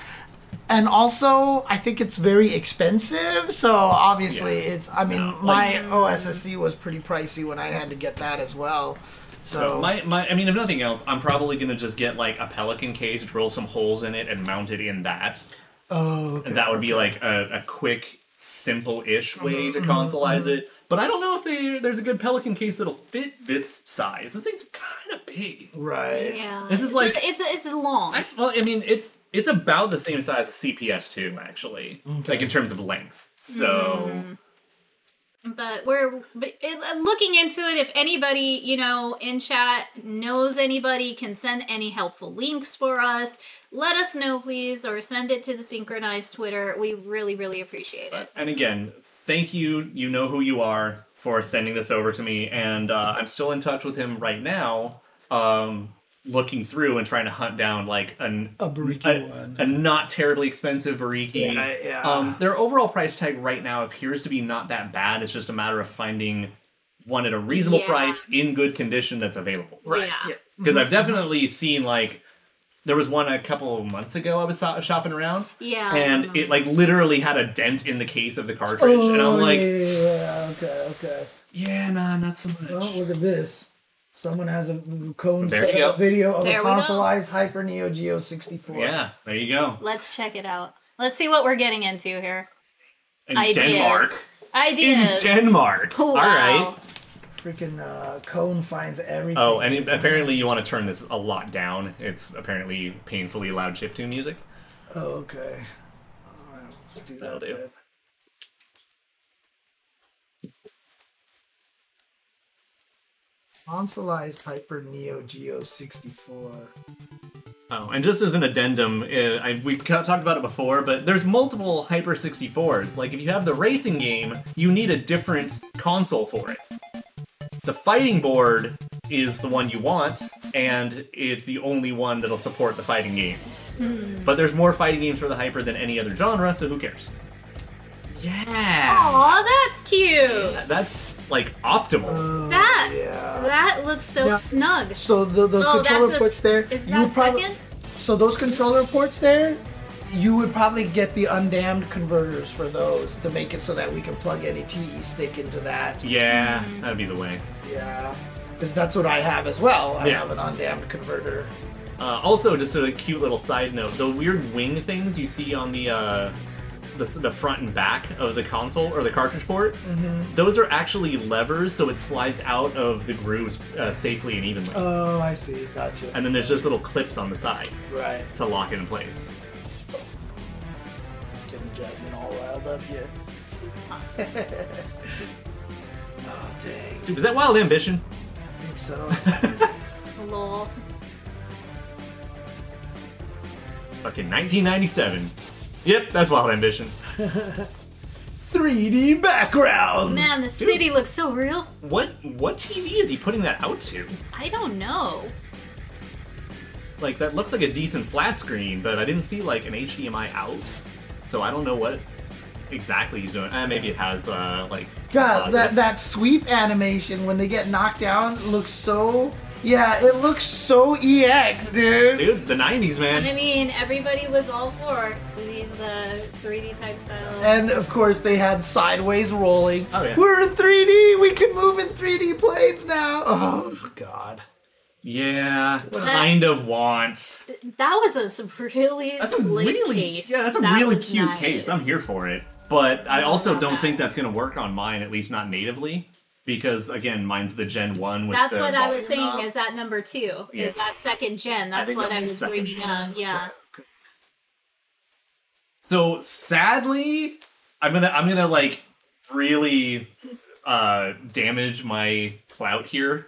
[SPEAKER 1] and also I think it's very expensive. So obviously, it's. I mean, my OSSC was pretty pricey when I had to get that as well. So,
[SPEAKER 3] So my, my, I mean, if nothing else, I'm probably gonna just get like a pelican case, drill some holes in it, and mount it in that.
[SPEAKER 1] oh, okay. Mm-hmm,
[SPEAKER 3] And that would be like a, a quick, simple-ish way to consolize it. But I don't know if they, there's a good pelican case that'll fit this size. This thing's kind of big.
[SPEAKER 1] right.
[SPEAKER 2] yeah,
[SPEAKER 3] This is
[SPEAKER 2] It's-
[SPEAKER 3] like-
[SPEAKER 2] it's it's long.
[SPEAKER 3] I, well, I mean, it's it's about the same size as CPS2, actually, like in terms of length. So
[SPEAKER 2] but we're but it- looking into it if anybody you know in chat knows anybody can send any helpful links for us let us know please or send it to the synchronized twitter we really really appreciate it
[SPEAKER 3] And again, thank you. You know who you are for sending this over to me, and uh, I'm still in touch with him right now, um, looking through and trying to hunt down like an
[SPEAKER 1] A Bariki
[SPEAKER 3] a,
[SPEAKER 1] one.
[SPEAKER 3] a not terribly expensive bariki.
[SPEAKER 1] Yeah, yeah.
[SPEAKER 3] Um, their overall price tag right now appears to be not that bad. It's just a matter of finding one at a reasonable
[SPEAKER 2] Yeah.
[SPEAKER 3] price in good condition that's available
[SPEAKER 1] Right.
[SPEAKER 2] Yeah.
[SPEAKER 1] yeah.
[SPEAKER 3] because I've definitely seen like there was one a couple of months ago I was so- shopping around.
[SPEAKER 2] Yeah.
[SPEAKER 3] And it like literally had a dent in the case of the cartridge, and I'm like,
[SPEAKER 1] yeah,
[SPEAKER 3] yeah,
[SPEAKER 2] Oh.
[SPEAKER 1] yeah, okay, okay.
[SPEAKER 3] nah, not so much.
[SPEAKER 1] Oh, look at this. Someone has a cone
[SPEAKER 3] There you
[SPEAKER 1] set up
[SPEAKER 3] go.
[SPEAKER 1] video of
[SPEAKER 2] There
[SPEAKER 1] a
[SPEAKER 2] we go.
[SPEAKER 1] consoleized Hyper Neo Geo 64.
[SPEAKER 3] yeah, there you go.
[SPEAKER 2] let's check it out let's see what we're getting into here
[SPEAKER 3] In
[SPEAKER 2] ideas
[SPEAKER 3] Denmark. In
[SPEAKER 2] ideas
[SPEAKER 3] Denmark.
[SPEAKER 2] Wow.
[SPEAKER 3] All right.
[SPEAKER 1] Freaking uh, cone finds everything.
[SPEAKER 3] Oh, and it- apparently you want to turn this a lot down. It's apparently painfully loud chiptune music.
[SPEAKER 1] Oh, okay. All right, let's do that.
[SPEAKER 3] That'll do.
[SPEAKER 1] then. Consoleized Hyper Neo Geo 64.
[SPEAKER 3] Oh, and just as an addendum, uh, I, we've ca- talked about it before, but there's multiple Hyper 64s. Like, if you have the racing game, you need a different console for it. The fighting board is the one you want, and it's the only one that'll support the fighting games. But there's more fighting games for the hyper than any other genre, so who cares? Yeah.
[SPEAKER 2] Aw, that's cute.
[SPEAKER 3] That's like optimal.
[SPEAKER 2] that
[SPEAKER 1] yeah.
[SPEAKER 2] that looks so
[SPEAKER 1] Yeah.
[SPEAKER 2] snug.
[SPEAKER 1] So the, the
[SPEAKER 2] Oh,
[SPEAKER 1] controller
[SPEAKER 2] that's a
[SPEAKER 1] ports
[SPEAKER 2] s-
[SPEAKER 1] there.
[SPEAKER 2] is that
[SPEAKER 1] probab-
[SPEAKER 2] second?
[SPEAKER 1] So those controller ports there, you would probably get the undammed converters for those to make it so that we can plug any TE stick into that.
[SPEAKER 3] Yeah, that'd be the way.
[SPEAKER 1] Yeah. Because that's what I have as well. I
[SPEAKER 3] Yeah.
[SPEAKER 1] have an undammed converter.
[SPEAKER 3] Uh, also, just a cute little side note: the weird wing things you see on the uh, the, the front and back of the console or the cartridge port, those are actually levers, so it slides out of the grooves uh, safely and evenly.
[SPEAKER 1] Oh, I see. Gotcha.
[SPEAKER 3] and then there's just little clips on the side
[SPEAKER 1] right.
[SPEAKER 3] to lock it in place.
[SPEAKER 1] Getting Jasmine all riled up here. oh, dang.
[SPEAKER 3] Dude, is that Wild Ambition?
[SPEAKER 1] I think so.
[SPEAKER 2] Lol.
[SPEAKER 3] Fucking 1997. Yep, that's Wild Ambition.
[SPEAKER 1] 3D backgrounds.
[SPEAKER 2] Man, the city looks so real.
[SPEAKER 3] What what TV is he putting that out to?
[SPEAKER 2] I don't know.
[SPEAKER 3] Like that looks like a decent flat screen, but I didn't see like an HDMI out, so I don't know what exactly he's doing. Uh, maybe it has uh, like
[SPEAKER 1] God,
[SPEAKER 3] uh,
[SPEAKER 1] that that sweep animation when they get knocked down looks so. Yeah, it looks so ex, dude.
[SPEAKER 3] dude, the 90s
[SPEAKER 2] I
[SPEAKER 3] man.
[SPEAKER 2] mean, everybody was all for these uh, 3D type style.
[SPEAKER 1] And of course, they had sideways rolling.
[SPEAKER 3] Oh, yeah.
[SPEAKER 1] We're in 3D. We can move in 3D planes now. Oh God.
[SPEAKER 3] Yeah, kind of want.
[SPEAKER 2] That was a s- really
[SPEAKER 3] That's a
[SPEAKER 2] slick
[SPEAKER 3] really
[SPEAKER 2] case.
[SPEAKER 3] yeah, that's a
[SPEAKER 2] That
[SPEAKER 3] really
[SPEAKER 2] was
[SPEAKER 3] cute
[SPEAKER 2] nice.
[SPEAKER 3] case. I'm here for it, but I also
[SPEAKER 2] not
[SPEAKER 3] don't
[SPEAKER 2] bad.
[SPEAKER 3] think that's gonna work on mine, at least not natively, because again, mine's the Gen One. With
[SPEAKER 2] That's
[SPEAKER 3] the
[SPEAKER 2] what I was
[SPEAKER 3] volume
[SPEAKER 2] saying.
[SPEAKER 3] knob.
[SPEAKER 2] Is that number two?
[SPEAKER 3] Yeah.
[SPEAKER 2] Is that second gen?
[SPEAKER 3] I
[SPEAKER 2] That's
[SPEAKER 3] think
[SPEAKER 2] what
[SPEAKER 3] that
[SPEAKER 2] I
[SPEAKER 3] means
[SPEAKER 2] was
[SPEAKER 3] second
[SPEAKER 2] bringing up. Yeah.
[SPEAKER 3] So sadly, I'm gonna I'm gonna like really uh damage my clout here.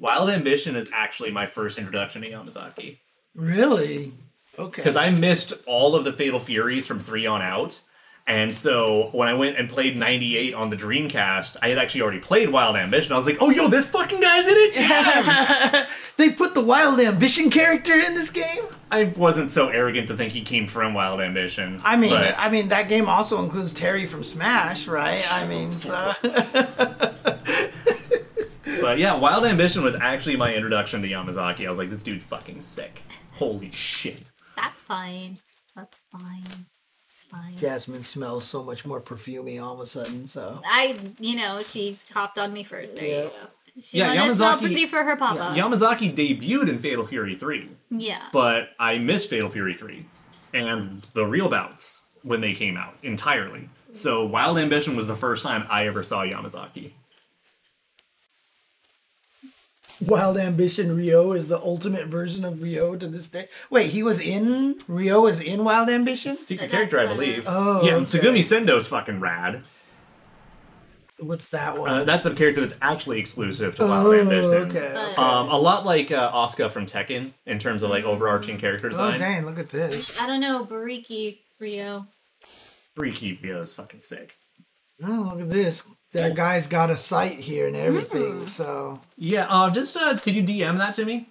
[SPEAKER 3] Wild Ambition is actually my first introduction to Yamazaki.
[SPEAKER 1] Really? Okay.
[SPEAKER 3] Because I missed all of the Fatal Furies from three on out. And so when I went and played 98 on the Dreamcast, I had actually already played Wild Ambition. I was like, oh yo, this fucking guy's in it?
[SPEAKER 1] they put the wild ambition character in this game.
[SPEAKER 3] I wasn't so arrogant to think he came from Wild Ambition.
[SPEAKER 1] I mean,
[SPEAKER 3] but-
[SPEAKER 1] I mean that game also includes Terry from Smash, right? I mean, so.
[SPEAKER 3] But yeah, Wild Ambition was actually my introduction to Yamazaki. I was like, this dude's fucking sick. Holy shit.
[SPEAKER 2] That's fine. That's fine. It's fine.
[SPEAKER 1] Jasmine smells so much more perfumey all of a sudden. So.
[SPEAKER 2] I, you know, she hopped on me first. There you go. She
[SPEAKER 3] Yeah,
[SPEAKER 2] wanted to smell
[SPEAKER 3] Yamazaki-
[SPEAKER 2] pretty for her papa. Yeah.
[SPEAKER 3] Yamazaki debuted in Fatal Fury 3, but I missed Fatal Fury 3 and the real bouts when they came out entirely. So Wild Ambition was the first time I ever saw Yamazaki.
[SPEAKER 1] Wild Ambition Rio is the ultimate version of Rio to this day. Wait, he was in Rio is in Wild Ambition?
[SPEAKER 3] Secret
[SPEAKER 2] That's,
[SPEAKER 3] character, I
[SPEAKER 2] uh,
[SPEAKER 3] believe.
[SPEAKER 1] Oh,
[SPEAKER 3] yeah, and
[SPEAKER 1] okay.
[SPEAKER 3] Sugumi Sendo's fucking rad.
[SPEAKER 1] What's that one?
[SPEAKER 3] Uh, that's a character that's actually exclusive to Wild
[SPEAKER 1] oh,
[SPEAKER 3] Ambition.
[SPEAKER 1] okay. okay.
[SPEAKER 3] Um, a lot like uh, Asuka from Tekken in terms of like overarching character
[SPEAKER 1] Oh
[SPEAKER 3] design.
[SPEAKER 1] dang, look at this.
[SPEAKER 2] I don't know, Bariki Rio.
[SPEAKER 3] Three key is fucking sick.
[SPEAKER 1] Oh, look at this. That guy's got a sight here and everything. So,
[SPEAKER 3] Yeah, uh, just uh, could you DM that to me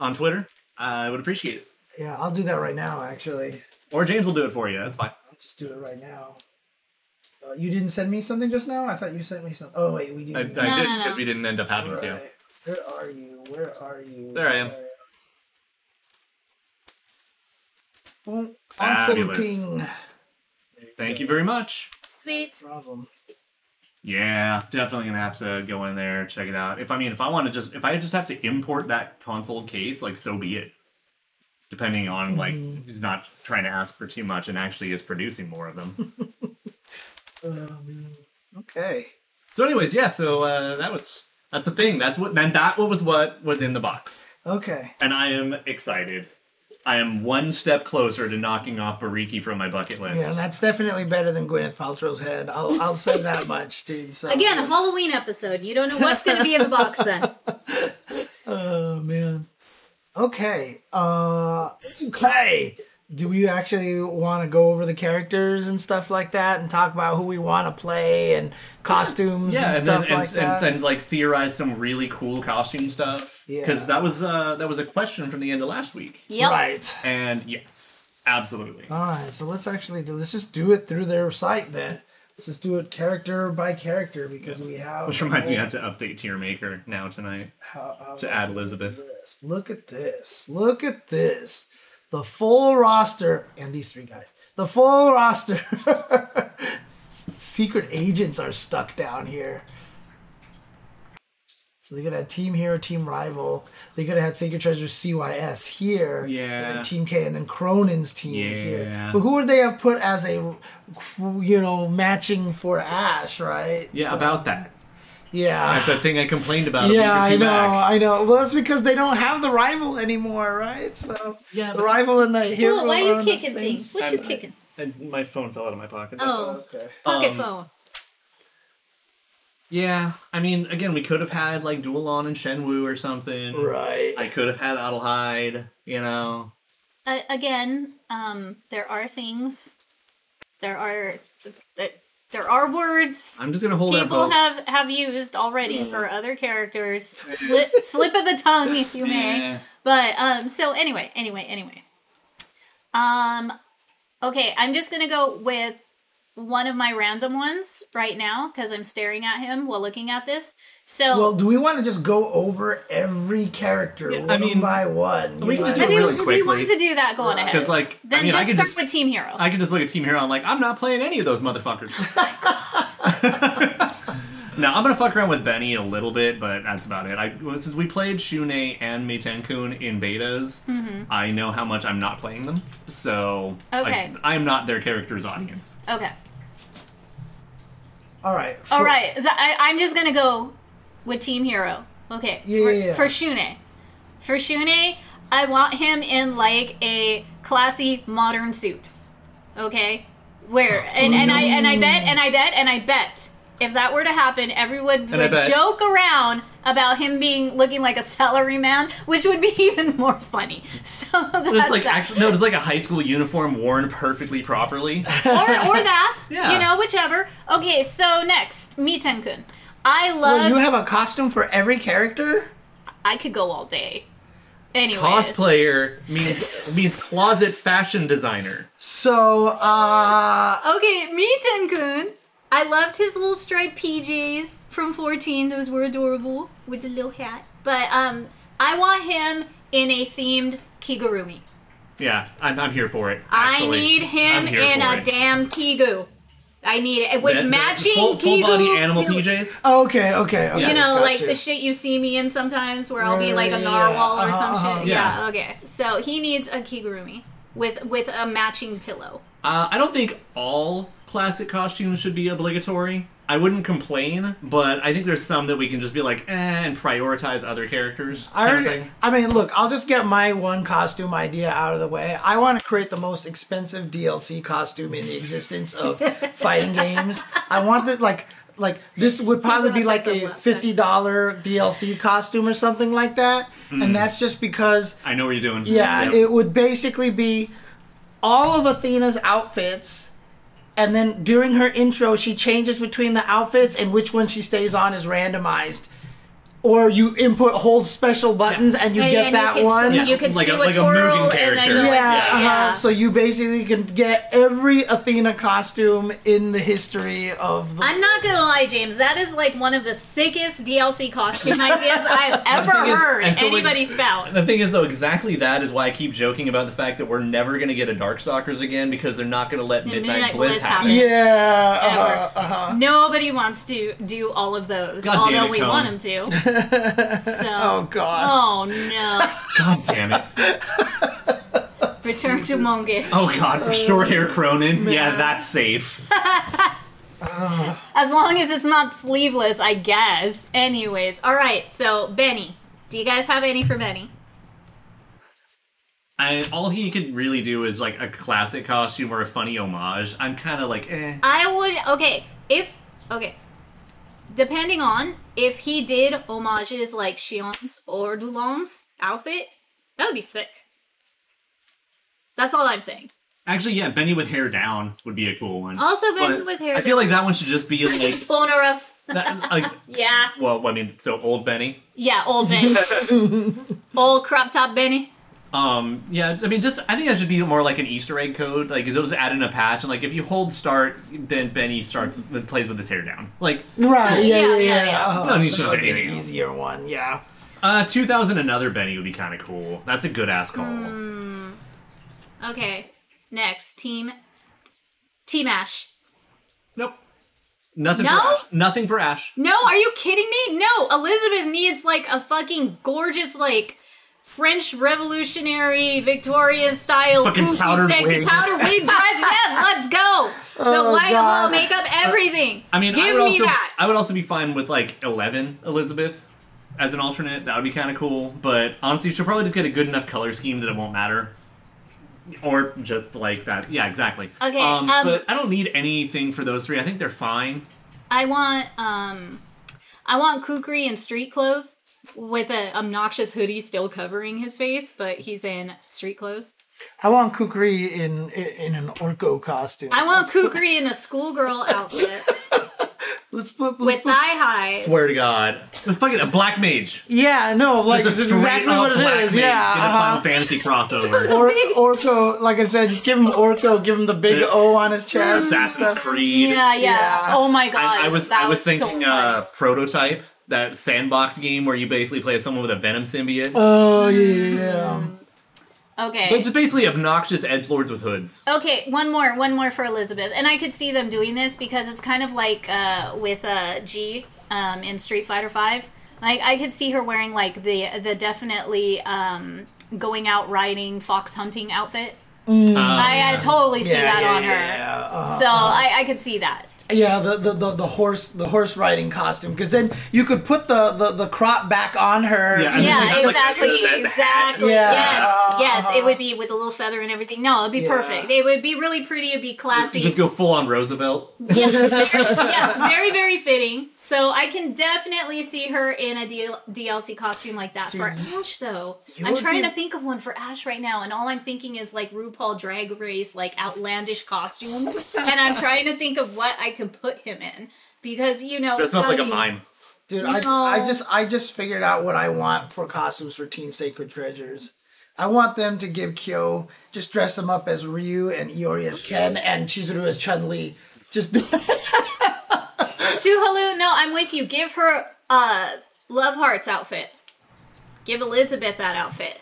[SPEAKER 3] on Twitter? I would appreciate it.
[SPEAKER 1] yeah, I'll do that right now actually.
[SPEAKER 3] Or James will do it for you. That's fine.
[SPEAKER 1] I'll just do it right now. Uh, you didn't send me something just now? I thought you sent me something. Oh, wait, we
[SPEAKER 3] I, I
[SPEAKER 1] didn't.
[SPEAKER 2] No,
[SPEAKER 3] did
[SPEAKER 2] no, no.
[SPEAKER 3] because we didn't end up having
[SPEAKER 1] All
[SPEAKER 3] to.
[SPEAKER 1] right. Where are you? Where are you?
[SPEAKER 3] There I am.
[SPEAKER 1] Well, I'm
[SPEAKER 3] Fabulous.
[SPEAKER 1] looking.
[SPEAKER 3] Thank you very much.
[SPEAKER 2] Sweet.
[SPEAKER 1] Problem.
[SPEAKER 3] Yeah, definitely gonna have to go in there check it out. If I mean, if I want to just, if I just have to import that console case, like so be it. Depending on like, he's not trying to ask for too much and actually is producing more of them.
[SPEAKER 1] Okay.
[SPEAKER 3] So, anyways, yeah. So uh, that was that's the thing. That's what and that was what was in the box.
[SPEAKER 1] Okay.
[SPEAKER 3] And I am excited. I am one step closer to knocking off Bariki from my bucket list.
[SPEAKER 1] Yeah, that's definitely better than Gwyneth Paltrow's head. I'll I'll say that much, dude. So
[SPEAKER 2] Again, a Halloween episode. You don't know what's going to be in the box then.
[SPEAKER 1] Oh man. Okay. Uh okay. do we actually want to go over the characters and stuff like that and talk about who we want to play and costumes
[SPEAKER 3] yeah,
[SPEAKER 1] and,
[SPEAKER 3] and,
[SPEAKER 1] stuff
[SPEAKER 3] then,
[SPEAKER 1] like
[SPEAKER 3] and,
[SPEAKER 1] that?
[SPEAKER 3] and, and like theorize some really cool costume stuff.
[SPEAKER 1] Yeah.
[SPEAKER 3] because that was uh, that was a question from the end of last week.
[SPEAKER 2] Yep.
[SPEAKER 1] Right.
[SPEAKER 3] And yes, absolutely.
[SPEAKER 1] All right, so let's actually do. Let's just do it through their site then. Let's just do it character by character because we have.
[SPEAKER 3] Which reminds me, I have to update Tier Maker now tonight
[SPEAKER 1] How- how-
[SPEAKER 3] to add Elizabeth.
[SPEAKER 1] this. Look at this. Look at this. The full roster and these three guys. The full roster. S- Secret agents are stuck down here. So they could have team hero, team rival. They could have had Sacred Treasure CYS here. And
[SPEAKER 3] Yeah.
[SPEAKER 1] then Team K and then Cronin's team here.
[SPEAKER 3] Yeah.
[SPEAKER 1] But who would they have put as a, you know, matching for Ash, right?
[SPEAKER 3] Yeah,
[SPEAKER 1] So-
[SPEAKER 3] about that.
[SPEAKER 1] Yeah.
[SPEAKER 3] That's a thing I complained about.
[SPEAKER 1] Yeah,
[SPEAKER 3] a
[SPEAKER 1] I
[SPEAKER 3] week or
[SPEAKER 1] know,
[SPEAKER 3] two back.
[SPEAKER 1] I know. Well, that's because they don't have the rival anymore, right? So
[SPEAKER 3] Yeah,
[SPEAKER 1] the
[SPEAKER 3] but-
[SPEAKER 1] rival and the hero.
[SPEAKER 2] Whoa, why are
[SPEAKER 1] on
[SPEAKER 2] you
[SPEAKER 1] the
[SPEAKER 2] kicking
[SPEAKER 1] same
[SPEAKER 2] things? What
[SPEAKER 1] side.
[SPEAKER 2] you kicking?
[SPEAKER 3] And my phone fell out of my pocket. That's all.
[SPEAKER 2] Oh,
[SPEAKER 1] Okay.
[SPEAKER 2] pocket
[SPEAKER 3] Um,
[SPEAKER 2] phone.
[SPEAKER 3] Yeah, I mean, again, we could have had like Dualon and Shenwu or something.
[SPEAKER 1] Right.
[SPEAKER 3] I could have had Adelheid. You know.
[SPEAKER 2] Uh, again, um, there are things. There are th- there are words
[SPEAKER 3] I'm just gonna hold that
[SPEAKER 2] people
[SPEAKER 3] hope.
[SPEAKER 2] have have used already for other characters. Slip slip of the tongue, if you may.
[SPEAKER 3] Yeah.
[SPEAKER 2] But um, so anyway, anyway, anyway. Um, okay, I'm just gonna go with one of my random ones right now because I'm staring at him while looking at this. So
[SPEAKER 1] Well, do we want to just go over every character
[SPEAKER 3] Yeah, I
[SPEAKER 1] one
[SPEAKER 3] mean,
[SPEAKER 1] by one?
[SPEAKER 3] we
[SPEAKER 1] You
[SPEAKER 3] can just
[SPEAKER 1] know?
[SPEAKER 2] I mean,
[SPEAKER 3] really
[SPEAKER 2] if
[SPEAKER 3] quickly.
[SPEAKER 2] we want to do that, go on ahead.
[SPEAKER 3] Because like,
[SPEAKER 2] then
[SPEAKER 3] I mean,
[SPEAKER 2] just
[SPEAKER 3] I could
[SPEAKER 2] start
[SPEAKER 3] just
[SPEAKER 2] with Team Hero.
[SPEAKER 3] I can just look at Team Hero. and I'm like, I'm not playing any of those motherfuckers. now I'm gonna fuck around with Benny a little bit, but that's about it. I well, since we played Shune and Meitenkun in betas,
[SPEAKER 2] Mm-hmm.
[SPEAKER 3] I know how much I'm not playing them, so
[SPEAKER 2] Okay.
[SPEAKER 3] I am not their characters' audience.
[SPEAKER 2] okay.
[SPEAKER 1] All right. for-
[SPEAKER 2] All right, so I, I'm just gonna go with Team Hero. Okay.
[SPEAKER 1] Yeah,
[SPEAKER 2] for,
[SPEAKER 1] yeah, yeah.
[SPEAKER 2] for Shune, for Shune, I want him in like a classy modern suit. Okay, where
[SPEAKER 3] Oh,
[SPEAKER 2] and, and I and I bet and I bet and I bet if that were to happen, everyone
[SPEAKER 3] I
[SPEAKER 2] would
[SPEAKER 3] bet.
[SPEAKER 2] joke around about him being looking like a salaryman, which would be even more funny. So that's
[SPEAKER 3] It's like
[SPEAKER 2] that.
[SPEAKER 3] actually no, it's like a high school uniform worn perfectly
[SPEAKER 2] or,
[SPEAKER 3] properly.
[SPEAKER 2] or that,
[SPEAKER 3] Yeah.
[SPEAKER 2] you know, whichever. Okay, so next, Miten-kun. I love.
[SPEAKER 1] Well, you have a costume for every character.
[SPEAKER 2] I could go all day. Anyways.
[SPEAKER 3] Cosplayer means means closet fashion designer.
[SPEAKER 1] So, uh,
[SPEAKER 2] Okay, me Tenkun. I loved his little striped PJs from 14. Those were adorable with the little hat. But um I want him in a themed Kigurumi.
[SPEAKER 3] Yeah, I'm, I'm here for it. actually.
[SPEAKER 2] I need him
[SPEAKER 3] I'm here
[SPEAKER 2] in
[SPEAKER 3] for
[SPEAKER 2] a
[SPEAKER 3] it.
[SPEAKER 2] damn Kigu. I need it with
[SPEAKER 3] The- the
[SPEAKER 2] matching
[SPEAKER 3] full, full
[SPEAKER 2] Kigu.
[SPEAKER 3] body animal PJs.
[SPEAKER 1] okay, okay, okay.
[SPEAKER 2] Oh. You know,
[SPEAKER 1] got
[SPEAKER 2] like
[SPEAKER 1] you.
[SPEAKER 2] the shit you see me in sometimes where I'll be
[SPEAKER 1] Right,
[SPEAKER 2] like a
[SPEAKER 1] yeah,
[SPEAKER 2] narwhal or
[SPEAKER 1] uh-huh,
[SPEAKER 2] some
[SPEAKER 1] uh-huh.
[SPEAKER 2] shit.
[SPEAKER 3] Yeah.
[SPEAKER 2] yeah, okay. So he needs a Kigurumi with with a matching pillow.
[SPEAKER 3] Uh, I don't think all classic costumes should be obligatory. I wouldn't complain, but I think there's some that we can just be like, eh, and prioritize other
[SPEAKER 1] I,
[SPEAKER 3] characters. kind of
[SPEAKER 1] already-
[SPEAKER 3] thing.
[SPEAKER 1] I mean, look, I'll just get my one costume idea out of the way. I want to create the most expensive DLC costume in the existence of fighting games. I want this like like this would probably be
[SPEAKER 2] about
[SPEAKER 1] like
[SPEAKER 2] this a
[SPEAKER 1] a
[SPEAKER 2] lot.
[SPEAKER 1] fifty dollar DLC costume or something like that. And that's just because
[SPEAKER 3] I know what you're doing.
[SPEAKER 1] yeah,
[SPEAKER 3] Yep.
[SPEAKER 1] it would basically be all of Athena's outfits, and then during her intro, she changes between the outfits, and which one she stays on is randomized. Or you input hold special buttons and you
[SPEAKER 2] Yeah,
[SPEAKER 1] get
[SPEAKER 2] yeah, and
[SPEAKER 1] that
[SPEAKER 2] you can,
[SPEAKER 1] one.
[SPEAKER 2] You
[SPEAKER 3] Yeah,
[SPEAKER 2] can
[SPEAKER 3] like
[SPEAKER 2] do
[SPEAKER 3] a-
[SPEAKER 2] a,
[SPEAKER 3] like a
[SPEAKER 2] twirl
[SPEAKER 3] moving
[SPEAKER 2] and then
[SPEAKER 3] character.
[SPEAKER 2] go
[SPEAKER 1] Yeah,
[SPEAKER 2] into, yeah.
[SPEAKER 1] uh-huh. So you basically can get every Athena costume in the history of the.
[SPEAKER 2] I'm not gonna lie, James. That is like one of the sickest DLC costume ideas I've ever
[SPEAKER 3] thing is-
[SPEAKER 2] heard
[SPEAKER 3] and so, like-
[SPEAKER 2] anybody spout.
[SPEAKER 3] The thing is, though, exactly that is why I keep joking about the fact that we're never going to get a Darkstalkers again because they're not going to let Midnight,
[SPEAKER 2] Midnight
[SPEAKER 3] Bliss,
[SPEAKER 2] Bliss
[SPEAKER 3] happen.
[SPEAKER 2] happen.
[SPEAKER 1] yeah.
[SPEAKER 2] Ever.
[SPEAKER 1] uh-huh.
[SPEAKER 2] Nobody wants to do all of those,
[SPEAKER 3] God damn
[SPEAKER 2] although
[SPEAKER 3] it,
[SPEAKER 2] we
[SPEAKER 3] Conan.
[SPEAKER 2] want them to. So,
[SPEAKER 1] Oh God.
[SPEAKER 2] oh no,
[SPEAKER 3] God damn it.
[SPEAKER 2] return to Monge.
[SPEAKER 3] Oh, God. Short hair Cronin. Yeah, that's safe.
[SPEAKER 2] As long as it's not sleeveless, I guess. Anyways, all right. So Benny, do you guys have any for Benny?
[SPEAKER 3] I, all he could really do is like a classic costume or a funny homage. I'm kind of like, eh.
[SPEAKER 2] I would okay if okay. Depending on if he did homages like Shion's or Dulong's outfit, that would be sick. That's all I'm saying.
[SPEAKER 3] Actually, yeah, Benny with hair down would be a cool one.
[SPEAKER 2] Also, Benny with hair
[SPEAKER 3] I feel like that one should just be like,
[SPEAKER 2] Polnareff.
[SPEAKER 3] that, like
[SPEAKER 2] Yeah.
[SPEAKER 3] well, I mean, so old Benny.
[SPEAKER 2] Yeah, old Benny. old crop top Benny.
[SPEAKER 3] Um, yeah, I mean, just I think that should be more like an Easter egg code. Like, it was added in a patch, and like if you hold start, then Benny starts plays with his hair down. Like,
[SPEAKER 1] Right. Yeah. Yeah.
[SPEAKER 2] Yeah,
[SPEAKER 1] Yeah.
[SPEAKER 2] yeah, yeah.
[SPEAKER 1] Oh,
[SPEAKER 3] No need to
[SPEAKER 1] that would be an
[SPEAKER 3] do anything.
[SPEAKER 1] easier one. Yeah.
[SPEAKER 3] uh, two thousand another Benny would be kind of cool. That's a good ass call.
[SPEAKER 2] Okay. Next team. Team Ash.
[SPEAKER 3] Nope. Nothing.
[SPEAKER 2] No?
[SPEAKER 3] For Ash. Nothing for Ash.
[SPEAKER 2] No, are you kidding me? No, Elizabeth needs like a fucking gorgeous like French revolutionary Victorian style
[SPEAKER 3] Fucking
[SPEAKER 2] poofy
[SPEAKER 3] powdered
[SPEAKER 2] sexy
[SPEAKER 3] wig.
[SPEAKER 2] powder wig dress. yes, let's go. The white
[SPEAKER 1] God.
[SPEAKER 2] wall makeup, everything.
[SPEAKER 3] I mean,
[SPEAKER 2] give
[SPEAKER 3] I would
[SPEAKER 2] me
[SPEAKER 3] also,
[SPEAKER 2] that.
[SPEAKER 3] I would also be fine with like eleven Elizabeth as an alternate. That would be kind of cool. But honestly, she'll probably just get a good enough color scheme that it won't matter. Or just like that. Yeah, exactly.
[SPEAKER 2] Okay,
[SPEAKER 3] Um,
[SPEAKER 2] um,
[SPEAKER 3] but I don't need anything for those three. I think they're fine.
[SPEAKER 2] I want um I want Kukri in street clothes with an obnoxious hoodie still covering his face, but he's in street clothes.
[SPEAKER 1] I want Kukri in in an Orko costume.
[SPEAKER 2] I want Kukri in a schoolgirl outfit
[SPEAKER 1] let's flip. let's
[SPEAKER 2] with
[SPEAKER 1] flip-
[SPEAKER 2] thigh highs.
[SPEAKER 3] Swear to God. Fucking a black mage.
[SPEAKER 1] Yeah. No. Like
[SPEAKER 3] Just
[SPEAKER 1] this
[SPEAKER 3] a
[SPEAKER 1] is
[SPEAKER 3] straight
[SPEAKER 1] exactly
[SPEAKER 3] up
[SPEAKER 1] what
[SPEAKER 3] black
[SPEAKER 1] it is.
[SPEAKER 3] mage
[SPEAKER 1] Yeah.
[SPEAKER 3] In a
[SPEAKER 1] uh-huh.
[SPEAKER 3] Final Fantasy crossover.
[SPEAKER 1] Or, Orko, like I said, just give him Orko, give him the big
[SPEAKER 3] Yeah.
[SPEAKER 1] O on his chest. and
[SPEAKER 3] Assassin's
[SPEAKER 1] stuff.
[SPEAKER 3] Creed.
[SPEAKER 2] Yeah, yeah,
[SPEAKER 1] Yeah.
[SPEAKER 2] Oh my god.
[SPEAKER 3] I, I was
[SPEAKER 2] that
[SPEAKER 3] I was,
[SPEAKER 2] so
[SPEAKER 3] thinking uh,
[SPEAKER 2] funny.
[SPEAKER 3] prototype that sandbox game where you basically play someone with a venom symbiote.
[SPEAKER 1] Oh yeah.
[SPEAKER 2] Okay.
[SPEAKER 3] It's just basically obnoxious edge lords with hoods.
[SPEAKER 2] Okay, one more, one more for Elizabeth. And I could see them doing this because it's kind of like uh, with uh, G um, in Street Fighter Five. Like I could see her wearing like the the definitely um, going out riding fox hunting outfit.
[SPEAKER 3] Um, Oh,
[SPEAKER 2] I, I totally see
[SPEAKER 1] Yeah,
[SPEAKER 2] that
[SPEAKER 1] yeah,
[SPEAKER 2] on her.
[SPEAKER 1] yeah, yeah, uh-huh.
[SPEAKER 2] so I, I could see that.
[SPEAKER 1] Yeah, the, the, the, the horse the horse riding costume because then you could put the, the, the crop back on her.
[SPEAKER 3] Yeah,
[SPEAKER 1] and
[SPEAKER 3] then she
[SPEAKER 2] Yeah,
[SPEAKER 3] has, like,
[SPEAKER 2] exactly,
[SPEAKER 3] that- that-
[SPEAKER 2] exactly.
[SPEAKER 1] Yeah. Uh-huh.
[SPEAKER 2] Yes, yes. It would be with a little feather and everything. No, it'd be
[SPEAKER 1] Yeah.
[SPEAKER 2] perfect. It would be really pretty. It'd be
[SPEAKER 3] Just,
[SPEAKER 2] classy.
[SPEAKER 3] just go full on Roosevelt.
[SPEAKER 2] yes, very, yes, very, very fitting. So I can definitely see her in a D- DLC costume like that for Ash, though. I'm
[SPEAKER 1] would
[SPEAKER 2] trying
[SPEAKER 1] be-
[SPEAKER 2] to think of one for Ash right now, and all I'm thinking is like RuPaul Drag Race, like outlandish costumes, and I'm trying to think of what I could put him in because you know
[SPEAKER 3] That's
[SPEAKER 2] it's
[SPEAKER 3] not like
[SPEAKER 2] gotta
[SPEAKER 3] a
[SPEAKER 2] be-
[SPEAKER 3] mime.
[SPEAKER 1] Dude, I, I just I just figured out what I want for costumes for Team Sacred Treasures. I want them to give Kyo just dress him up as Ryu and Iori as Ken and Chizuru as Chun Li. Just
[SPEAKER 2] Tuhalu, no, I'm with you. Give her uh Love Hearts outfit. Give Elizabeth that outfit.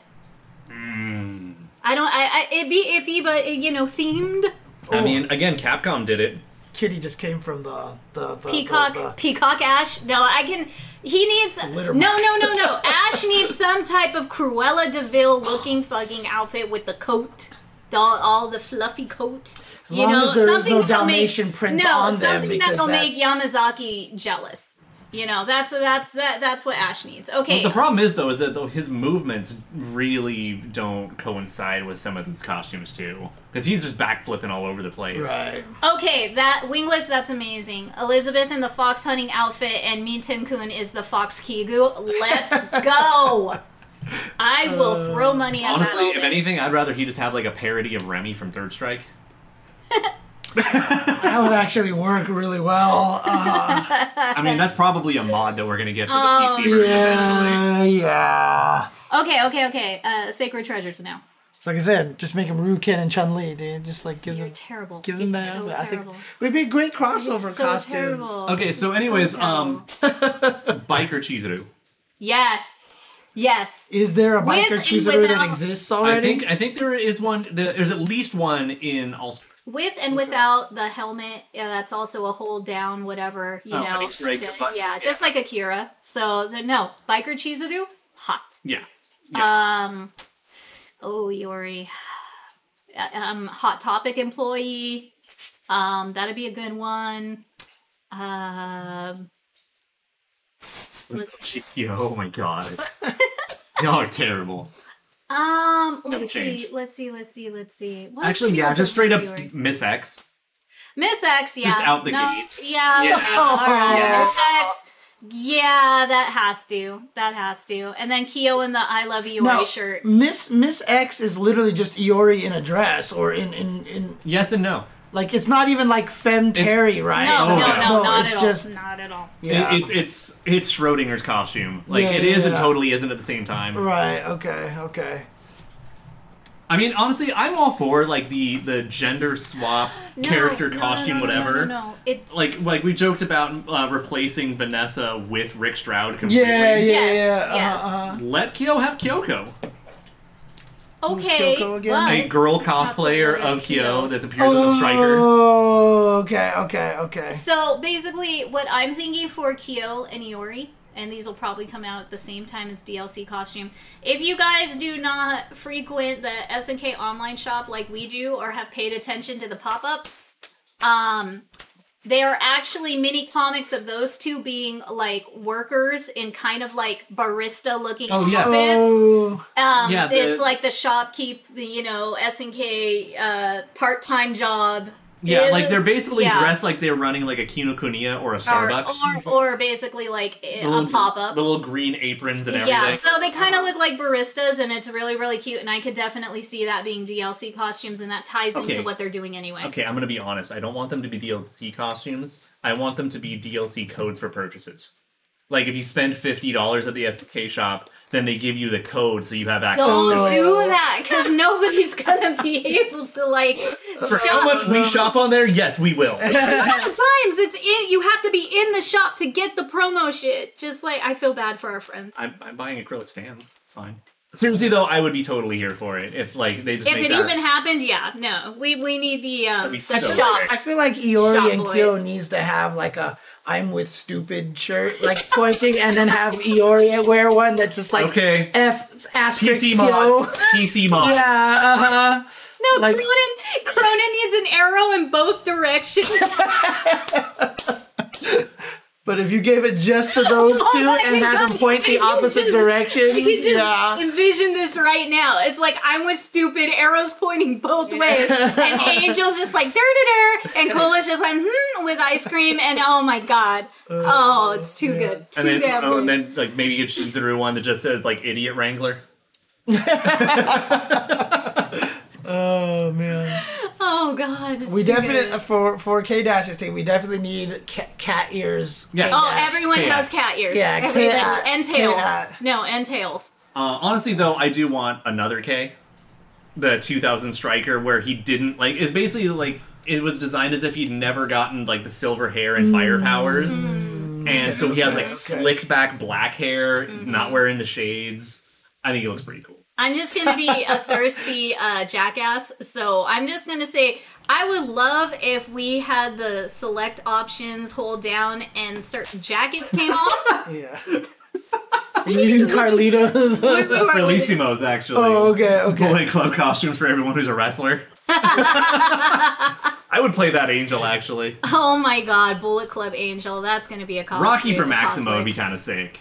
[SPEAKER 2] I don't. I, I it'd be iffy, but you know, themed
[SPEAKER 3] I mean, again, Capcom did it.
[SPEAKER 1] Kitty just came from the the, the
[SPEAKER 2] peacock,
[SPEAKER 1] the- the-
[SPEAKER 2] peacock Ash. No, I can. He needs
[SPEAKER 1] litter
[SPEAKER 2] no,
[SPEAKER 1] box.
[SPEAKER 2] no, no, no. Ash needs some type of Cruella Deville looking fucking outfit with the coat, the, all the fluffy coat.
[SPEAKER 1] As
[SPEAKER 2] you
[SPEAKER 1] long
[SPEAKER 2] know,
[SPEAKER 1] as there is
[SPEAKER 2] something
[SPEAKER 1] no
[SPEAKER 2] that'll
[SPEAKER 1] Dalmatian
[SPEAKER 2] make,
[SPEAKER 1] prints
[SPEAKER 2] no,
[SPEAKER 1] on them,
[SPEAKER 2] something
[SPEAKER 1] because
[SPEAKER 2] that'll make Yamazaki jealous. You know, that's that's that that's what Ash needs. Okay,
[SPEAKER 3] The problem is though, is that though his movements really don't coincide with some of these costumes too, because he's just backflipping all over the place.
[SPEAKER 1] right.
[SPEAKER 2] okay, that wingless, that's amazing. Elizabeth in the fox hunting outfit, and me Tim Kun is the fox kigu. Let's go. I
[SPEAKER 1] Uh,
[SPEAKER 2] will throw money at that.
[SPEAKER 3] Honestly,
[SPEAKER 2] all
[SPEAKER 3] if
[SPEAKER 2] day.
[SPEAKER 3] anything, I'd rather he just have like a parody of Remy from Third Strike.
[SPEAKER 1] That would actually work really well. Uh,
[SPEAKER 3] I mean, that's probably a mod that we're gonna get for the PC version
[SPEAKER 2] Um,
[SPEAKER 3] eventually.
[SPEAKER 1] yeah, Uh, yeah.
[SPEAKER 2] Okay, okay, okay. Uh, sacred treasures now.
[SPEAKER 1] So like I said, just make him Ryu, Ken, and Chun Li, dude. Just like give
[SPEAKER 2] You're
[SPEAKER 1] them
[SPEAKER 2] terrible.
[SPEAKER 1] give
[SPEAKER 2] You're
[SPEAKER 1] them that.
[SPEAKER 2] so
[SPEAKER 1] I think
[SPEAKER 2] terrible.
[SPEAKER 1] would be a great
[SPEAKER 2] You're
[SPEAKER 1] crossover
[SPEAKER 2] so
[SPEAKER 1] costumes.
[SPEAKER 2] terrible.
[SPEAKER 3] Okay, so
[SPEAKER 2] You're
[SPEAKER 3] anyways,
[SPEAKER 2] terrible.
[SPEAKER 3] um, biker Chizuru.
[SPEAKER 2] yes, yes.
[SPEAKER 1] Is there a
[SPEAKER 2] With
[SPEAKER 1] biker
[SPEAKER 2] and
[SPEAKER 1] cheeseburger
[SPEAKER 2] without-
[SPEAKER 1] that exists
[SPEAKER 3] I
[SPEAKER 1] already?
[SPEAKER 3] think I think there is one. there- There's at least one in All Star.
[SPEAKER 2] With and without the helmet, yeah, that's also a hold down, whatever you
[SPEAKER 3] Oh,
[SPEAKER 2] know.
[SPEAKER 3] an extra egg,
[SPEAKER 2] shit.
[SPEAKER 3] but-
[SPEAKER 2] yeah,
[SPEAKER 3] yeah.
[SPEAKER 2] just like Akira. So the, no biker Chizuru, hot.
[SPEAKER 3] Yeah.
[SPEAKER 2] Um, oh Yori, Uh, um, hot topic employee. Um, that'd be a good one. Um, let's
[SPEAKER 3] Yeah, oh my god. Y'all are terrible.
[SPEAKER 2] Um, let's
[SPEAKER 3] change.
[SPEAKER 2] see, let's see, let's see, let's see. What
[SPEAKER 3] Actually,
[SPEAKER 2] could
[SPEAKER 3] yeah,
[SPEAKER 2] be
[SPEAKER 3] just straight up
[SPEAKER 2] Yuri?
[SPEAKER 3] Miss X.
[SPEAKER 2] Miss X, yeah.
[SPEAKER 3] out the
[SPEAKER 2] no,
[SPEAKER 3] gate.
[SPEAKER 2] Yeah,
[SPEAKER 3] Yeah.
[SPEAKER 2] okay, all right. Miss X, Yeah, that has to. That has to. And then Kyo in the I love Iori
[SPEAKER 1] Now,
[SPEAKER 2] shirt.
[SPEAKER 1] Miss Miss X is literally just Iori in a dress or in in, in
[SPEAKER 3] Yes and no.
[SPEAKER 1] like it's not even like femme Terry, right?
[SPEAKER 2] No,
[SPEAKER 3] Oh,
[SPEAKER 2] no,
[SPEAKER 3] yeah.
[SPEAKER 2] no, not
[SPEAKER 1] it's
[SPEAKER 2] at
[SPEAKER 1] just
[SPEAKER 2] all. Not at all.
[SPEAKER 1] yeah.
[SPEAKER 3] It, it's it's it's Schrodinger's costume. Like
[SPEAKER 1] Yeah,
[SPEAKER 3] it
[SPEAKER 1] yeah,
[SPEAKER 3] is and
[SPEAKER 1] yeah.
[SPEAKER 3] totally isn't at the same time.
[SPEAKER 1] right. Okay. Okay.
[SPEAKER 3] I mean, honestly, I'm all for like the the gender swap
[SPEAKER 2] No,
[SPEAKER 3] character
[SPEAKER 2] no, no,
[SPEAKER 3] costume,
[SPEAKER 2] no, no,
[SPEAKER 3] whatever.
[SPEAKER 2] No, no, no. It,
[SPEAKER 3] Like like we joked about uh, replacing Vanessa with Rick Stroud completely.
[SPEAKER 1] Yeah. Yeah.
[SPEAKER 2] Yes,
[SPEAKER 1] yeah.
[SPEAKER 2] yes.
[SPEAKER 1] Uh,
[SPEAKER 3] Let Kyo have Kyoko,
[SPEAKER 2] okay.
[SPEAKER 1] Kyoko again?
[SPEAKER 2] but-
[SPEAKER 3] a girl
[SPEAKER 2] Cosplayer
[SPEAKER 3] cosplayer of
[SPEAKER 2] of
[SPEAKER 3] Kyo
[SPEAKER 2] Kyo.
[SPEAKER 3] that appears
[SPEAKER 1] uh.
[SPEAKER 3] as a striker.
[SPEAKER 1] Oh. Okay. Okay. Okay.
[SPEAKER 2] So basically, what I'm thinking for Kyo and Yori, and these will probably come out at the same time as DLC costume. If you guys do not frequent the SNK online shop like we do, or have paid attention to the pop ups, um, they are actually mini comics of those two being like workers in kind of like barista looking
[SPEAKER 3] Oh, yeah.
[SPEAKER 2] outfits.
[SPEAKER 1] Oh.
[SPEAKER 2] Um,
[SPEAKER 3] Yeah,
[SPEAKER 2] it's
[SPEAKER 3] the-
[SPEAKER 2] like the shopkeep, the, you know, SNK uh, part time job.
[SPEAKER 3] Yeah,
[SPEAKER 2] Ew.
[SPEAKER 3] like they're basically
[SPEAKER 2] Yeah.
[SPEAKER 3] dressed like they're running like a Kinokuniya or a
[SPEAKER 2] Or,
[SPEAKER 3] Starbucks.
[SPEAKER 2] or, or basically like
[SPEAKER 3] The
[SPEAKER 2] a
[SPEAKER 3] little-
[SPEAKER 2] pop up.
[SPEAKER 3] the little green aprons and everything.
[SPEAKER 2] Yeah, so they kind of look like baristas, and it's really, really cute. And I could definitely see that being DLC costumes, and that ties
[SPEAKER 3] Okay.
[SPEAKER 2] into what they're doing anyway.
[SPEAKER 3] Okay, I'm gonna be honest. I don't want them to be DLC costumes. I want them to be DLC codes for purchases. Like if you spend fifty dollars at the SK shop, then they give you the code so you have access
[SPEAKER 2] Don't
[SPEAKER 3] to it.
[SPEAKER 2] do that because nobody's gonna be able to like
[SPEAKER 3] For
[SPEAKER 2] shop.
[SPEAKER 3] how much we shop on there, yes, we will.
[SPEAKER 2] At times it's in. You have to be in the shop to get the promo shit. Just like I feel bad for our friends.
[SPEAKER 3] I'm, I'm buying acrylic stands. It's fine. Seriously though, I would be totally here for it if like they just
[SPEAKER 2] if
[SPEAKER 3] make
[SPEAKER 2] it
[SPEAKER 3] that-
[SPEAKER 2] even happened, yeah, no, we we need the um,
[SPEAKER 3] That'd be
[SPEAKER 2] the
[SPEAKER 3] so
[SPEAKER 2] shop.
[SPEAKER 3] great.
[SPEAKER 1] I feel like Iori
[SPEAKER 2] Shop
[SPEAKER 1] and Kyo
[SPEAKER 2] boys.
[SPEAKER 1] needs to have like a I'm with stupid shirt, like pointing, and then have Iori wear one that's just like
[SPEAKER 3] Okay.
[SPEAKER 1] F asterisk
[SPEAKER 3] PC
[SPEAKER 1] Kyo.
[SPEAKER 3] mods. PC mods.
[SPEAKER 1] Yeah, uh-huh.
[SPEAKER 2] No,
[SPEAKER 1] Like-
[SPEAKER 2] Cronin, Cronin needs an arrow in both directions.
[SPEAKER 1] But if you gave it just to those
[SPEAKER 2] Oh
[SPEAKER 1] two
[SPEAKER 2] my
[SPEAKER 1] and had
[SPEAKER 2] God.
[SPEAKER 1] them point
[SPEAKER 2] I
[SPEAKER 1] the
[SPEAKER 2] can
[SPEAKER 1] opposite
[SPEAKER 2] just-
[SPEAKER 1] directions,
[SPEAKER 2] I can just
[SPEAKER 1] yeah.
[SPEAKER 2] envision this right now. It's like I'm with stupid arrows pointing both ways, and Angel's just like der der der, and Cola's just like hmm with ice cream, and oh my god, oh it's too good, too
[SPEAKER 3] And then,
[SPEAKER 2] damn good.
[SPEAKER 3] oh, and then like maybe you should consider one that just says like idiot wrangler.
[SPEAKER 1] Oh man,
[SPEAKER 2] oh god, it's
[SPEAKER 1] we
[SPEAKER 2] too
[SPEAKER 1] definitely
[SPEAKER 2] good.
[SPEAKER 1] for for K Dash's thing, we definitely need ca- cat ears.
[SPEAKER 3] Yeah.
[SPEAKER 2] Oh,
[SPEAKER 1] K-Dash.
[SPEAKER 2] everyone
[SPEAKER 3] Cat.
[SPEAKER 2] has cat ears.
[SPEAKER 1] Yeah,
[SPEAKER 2] Everybody.
[SPEAKER 1] cat,
[SPEAKER 2] and tails.
[SPEAKER 1] cat.
[SPEAKER 2] No, and tails.
[SPEAKER 3] Uh, honestly, though, I do want another K, the 2000 Striker, where he didn't like. It's basically like it was designed as if he'd never gotten like the silver hair and fire powers, and so he has like
[SPEAKER 1] okay, okay.
[SPEAKER 3] slicked back black hair, not wearing the shades. I think it looks pretty cool.
[SPEAKER 2] I'm just gonna be a thirsty uh, jackass, so I'm just gonna say I would love if we had the select options hold down and certain jackets came off.
[SPEAKER 1] yeah. you and Carlitos.
[SPEAKER 2] Wait, wait, wait, wait.
[SPEAKER 3] Felissimos, actually.
[SPEAKER 1] oh, okay, okay.
[SPEAKER 3] Bullet Club costumes for everyone who's a wrestler. I would play that angel, actually.
[SPEAKER 2] Oh my god, Bullet Club Angel, that's gonna be a cosplay.
[SPEAKER 3] Rocky for Maximo would be
[SPEAKER 2] cosplay.
[SPEAKER 3] kind of sick.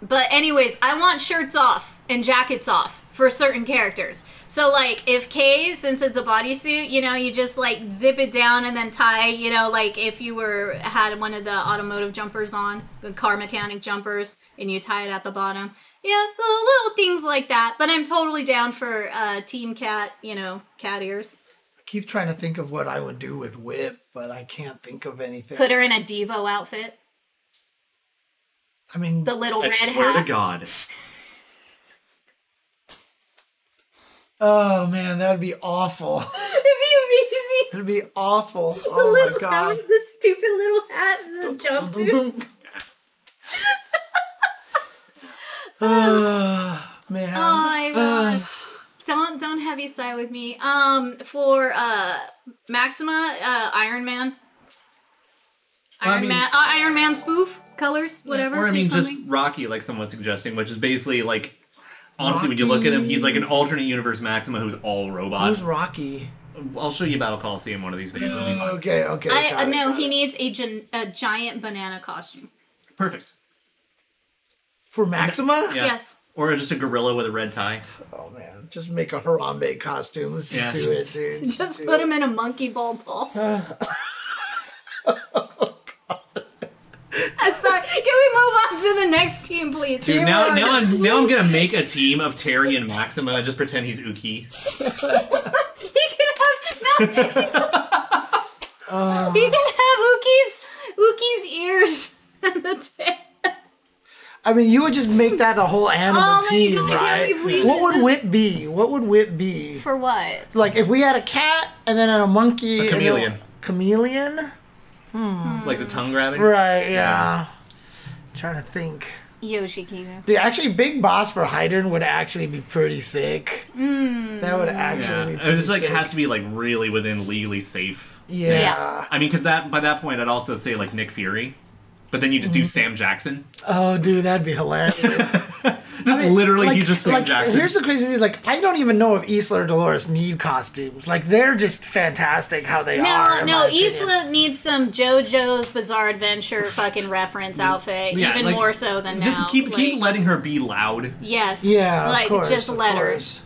[SPEAKER 2] But anyways, I want shirts off and jackets off for certain characters. So like if Kay, since it's a bodysuit, you know, you just like zip it down and then tie, you know, like if you were had one of the automotive jumpers on, the car mechanic jumpers, and you tie it at the bottom. Yeah, little, little things like that. But I'm totally down for uh, Team Cat, you know, cat ears.
[SPEAKER 1] keep trying to think of what I would do with Whip, but I can't think of anything.
[SPEAKER 2] Put her in a Devo outfit.
[SPEAKER 1] I mean,
[SPEAKER 2] The little
[SPEAKER 3] I
[SPEAKER 2] red
[SPEAKER 3] swear
[SPEAKER 2] hat.
[SPEAKER 3] to God.
[SPEAKER 1] oh man, that'd be awful.
[SPEAKER 2] It'd be amazing.
[SPEAKER 1] That'd be awful.
[SPEAKER 2] The
[SPEAKER 1] Oh my
[SPEAKER 2] little
[SPEAKER 1] god.
[SPEAKER 2] hat, the stupid little hat, and the jumpsuit.
[SPEAKER 1] Ah,
[SPEAKER 2] Oh
[SPEAKER 1] man.
[SPEAKER 2] my god. Don't don't heavy sigh with me. Um, for uh Maxima, uh, Iron Man, Iron
[SPEAKER 3] I mean-
[SPEAKER 2] Man, uh, Iron Man spoof colors, whatever.
[SPEAKER 3] Or I
[SPEAKER 2] do
[SPEAKER 3] mean, just
[SPEAKER 2] something.
[SPEAKER 3] Rocky, like someone's suggesting, which is basically like, honestly, when you look at him, he's like an alternate universe Maxima who's all robot.
[SPEAKER 1] Who's Rocky?
[SPEAKER 3] I'll show you Battle Coliseum one of these days. It'll be fun.
[SPEAKER 1] Okay, okay.
[SPEAKER 2] I,
[SPEAKER 1] got
[SPEAKER 2] uh,
[SPEAKER 1] it,
[SPEAKER 2] no,
[SPEAKER 1] got
[SPEAKER 2] he
[SPEAKER 1] it.
[SPEAKER 2] needs a, gen- a giant banana costume.
[SPEAKER 3] Perfect.
[SPEAKER 1] For Maxima?
[SPEAKER 3] Yeah.
[SPEAKER 2] Yes.
[SPEAKER 3] Or just a gorilla with a red tie.
[SPEAKER 1] Oh man, just make a Harambe costume. Let's just
[SPEAKER 3] Yeah.
[SPEAKER 1] do it, dude. Just
[SPEAKER 2] Just
[SPEAKER 1] do
[SPEAKER 2] put
[SPEAKER 1] it.
[SPEAKER 2] him in a monkey ball ball.
[SPEAKER 3] Oh,
[SPEAKER 2] I'm sorry. Can we move to the next team, please.
[SPEAKER 3] Dude, now,
[SPEAKER 1] Teamwork.
[SPEAKER 3] now I'm now I'm gonna make a team of Terry and Maxima and just pretend he's Uki.
[SPEAKER 2] He can have no. he can have Uki's Uki's ears and the tail.
[SPEAKER 1] I mean, you would just make that a whole animal
[SPEAKER 2] Oh my
[SPEAKER 1] team,
[SPEAKER 2] God, can't
[SPEAKER 1] right?
[SPEAKER 2] we please
[SPEAKER 1] what would
[SPEAKER 2] just-
[SPEAKER 1] Whip be? What would Whip be?
[SPEAKER 2] For what?
[SPEAKER 1] Like if we had a cat and then a monkey, and then-
[SPEAKER 3] chameleon.
[SPEAKER 1] chameleon,
[SPEAKER 3] Like the tongue grabbing.
[SPEAKER 1] right? Yeah. Trying to think.
[SPEAKER 2] Yoshi Kiga.
[SPEAKER 1] Dude, actually, Big Boss for Hydern would actually be pretty sick.
[SPEAKER 2] Hmm.
[SPEAKER 1] Mm. That would actually be
[SPEAKER 3] Yeah.
[SPEAKER 1] pretty
[SPEAKER 3] It's just like
[SPEAKER 1] sick.
[SPEAKER 3] it has to be like really within legally safe.
[SPEAKER 1] yeah.
[SPEAKER 2] Yeah.
[SPEAKER 3] I mean, because that by that point I'd also say like Nick Fury, but then you
[SPEAKER 1] Mm-hmm.
[SPEAKER 3] just do Sam Jackson.
[SPEAKER 1] Oh, dude, that'd be hilarious.
[SPEAKER 3] Literally,
[SPEAKER 1] Like-
[SPEAKER 3] he's just Sam
[SPEAKER 1] like,
[SPEAKER 3] Jackson.
[SPEAKER 1] Here's the crazy thing: like, I don't even know if Isla or Dolores need costumes. Like, they're just fantastic how they are.
[SPEAKER 2] No,
[SPEAKER 1] in
[SPEAKER 2] no,
[SPEAKER 1] my opinion.
[SPEAKER 2] Isla needs some JoJo's Bizarre Adventure fucking reference outfit,
[SPEAKER 3] Yeah,
[SPEAKER 2] even
[SPEAKER 3] like,
[SPEAKER 2] more so than
[SPEAKER 3] just
[SPEAKER 2] now.
[SPEAKER 3] keep
[SPEAKER 2] like,
[SPEAKER 3] keep letting her be loud.
[SPEAKER 2] yes,
[SPEAKER 1] Yeah, of
[SPEAKER 2] like
[SPEAKER 1] course,
[SPEAKER 2] just
[SPEAKER 1] of
[SPEAKER 2] let her.
[SPEAKER 1] course.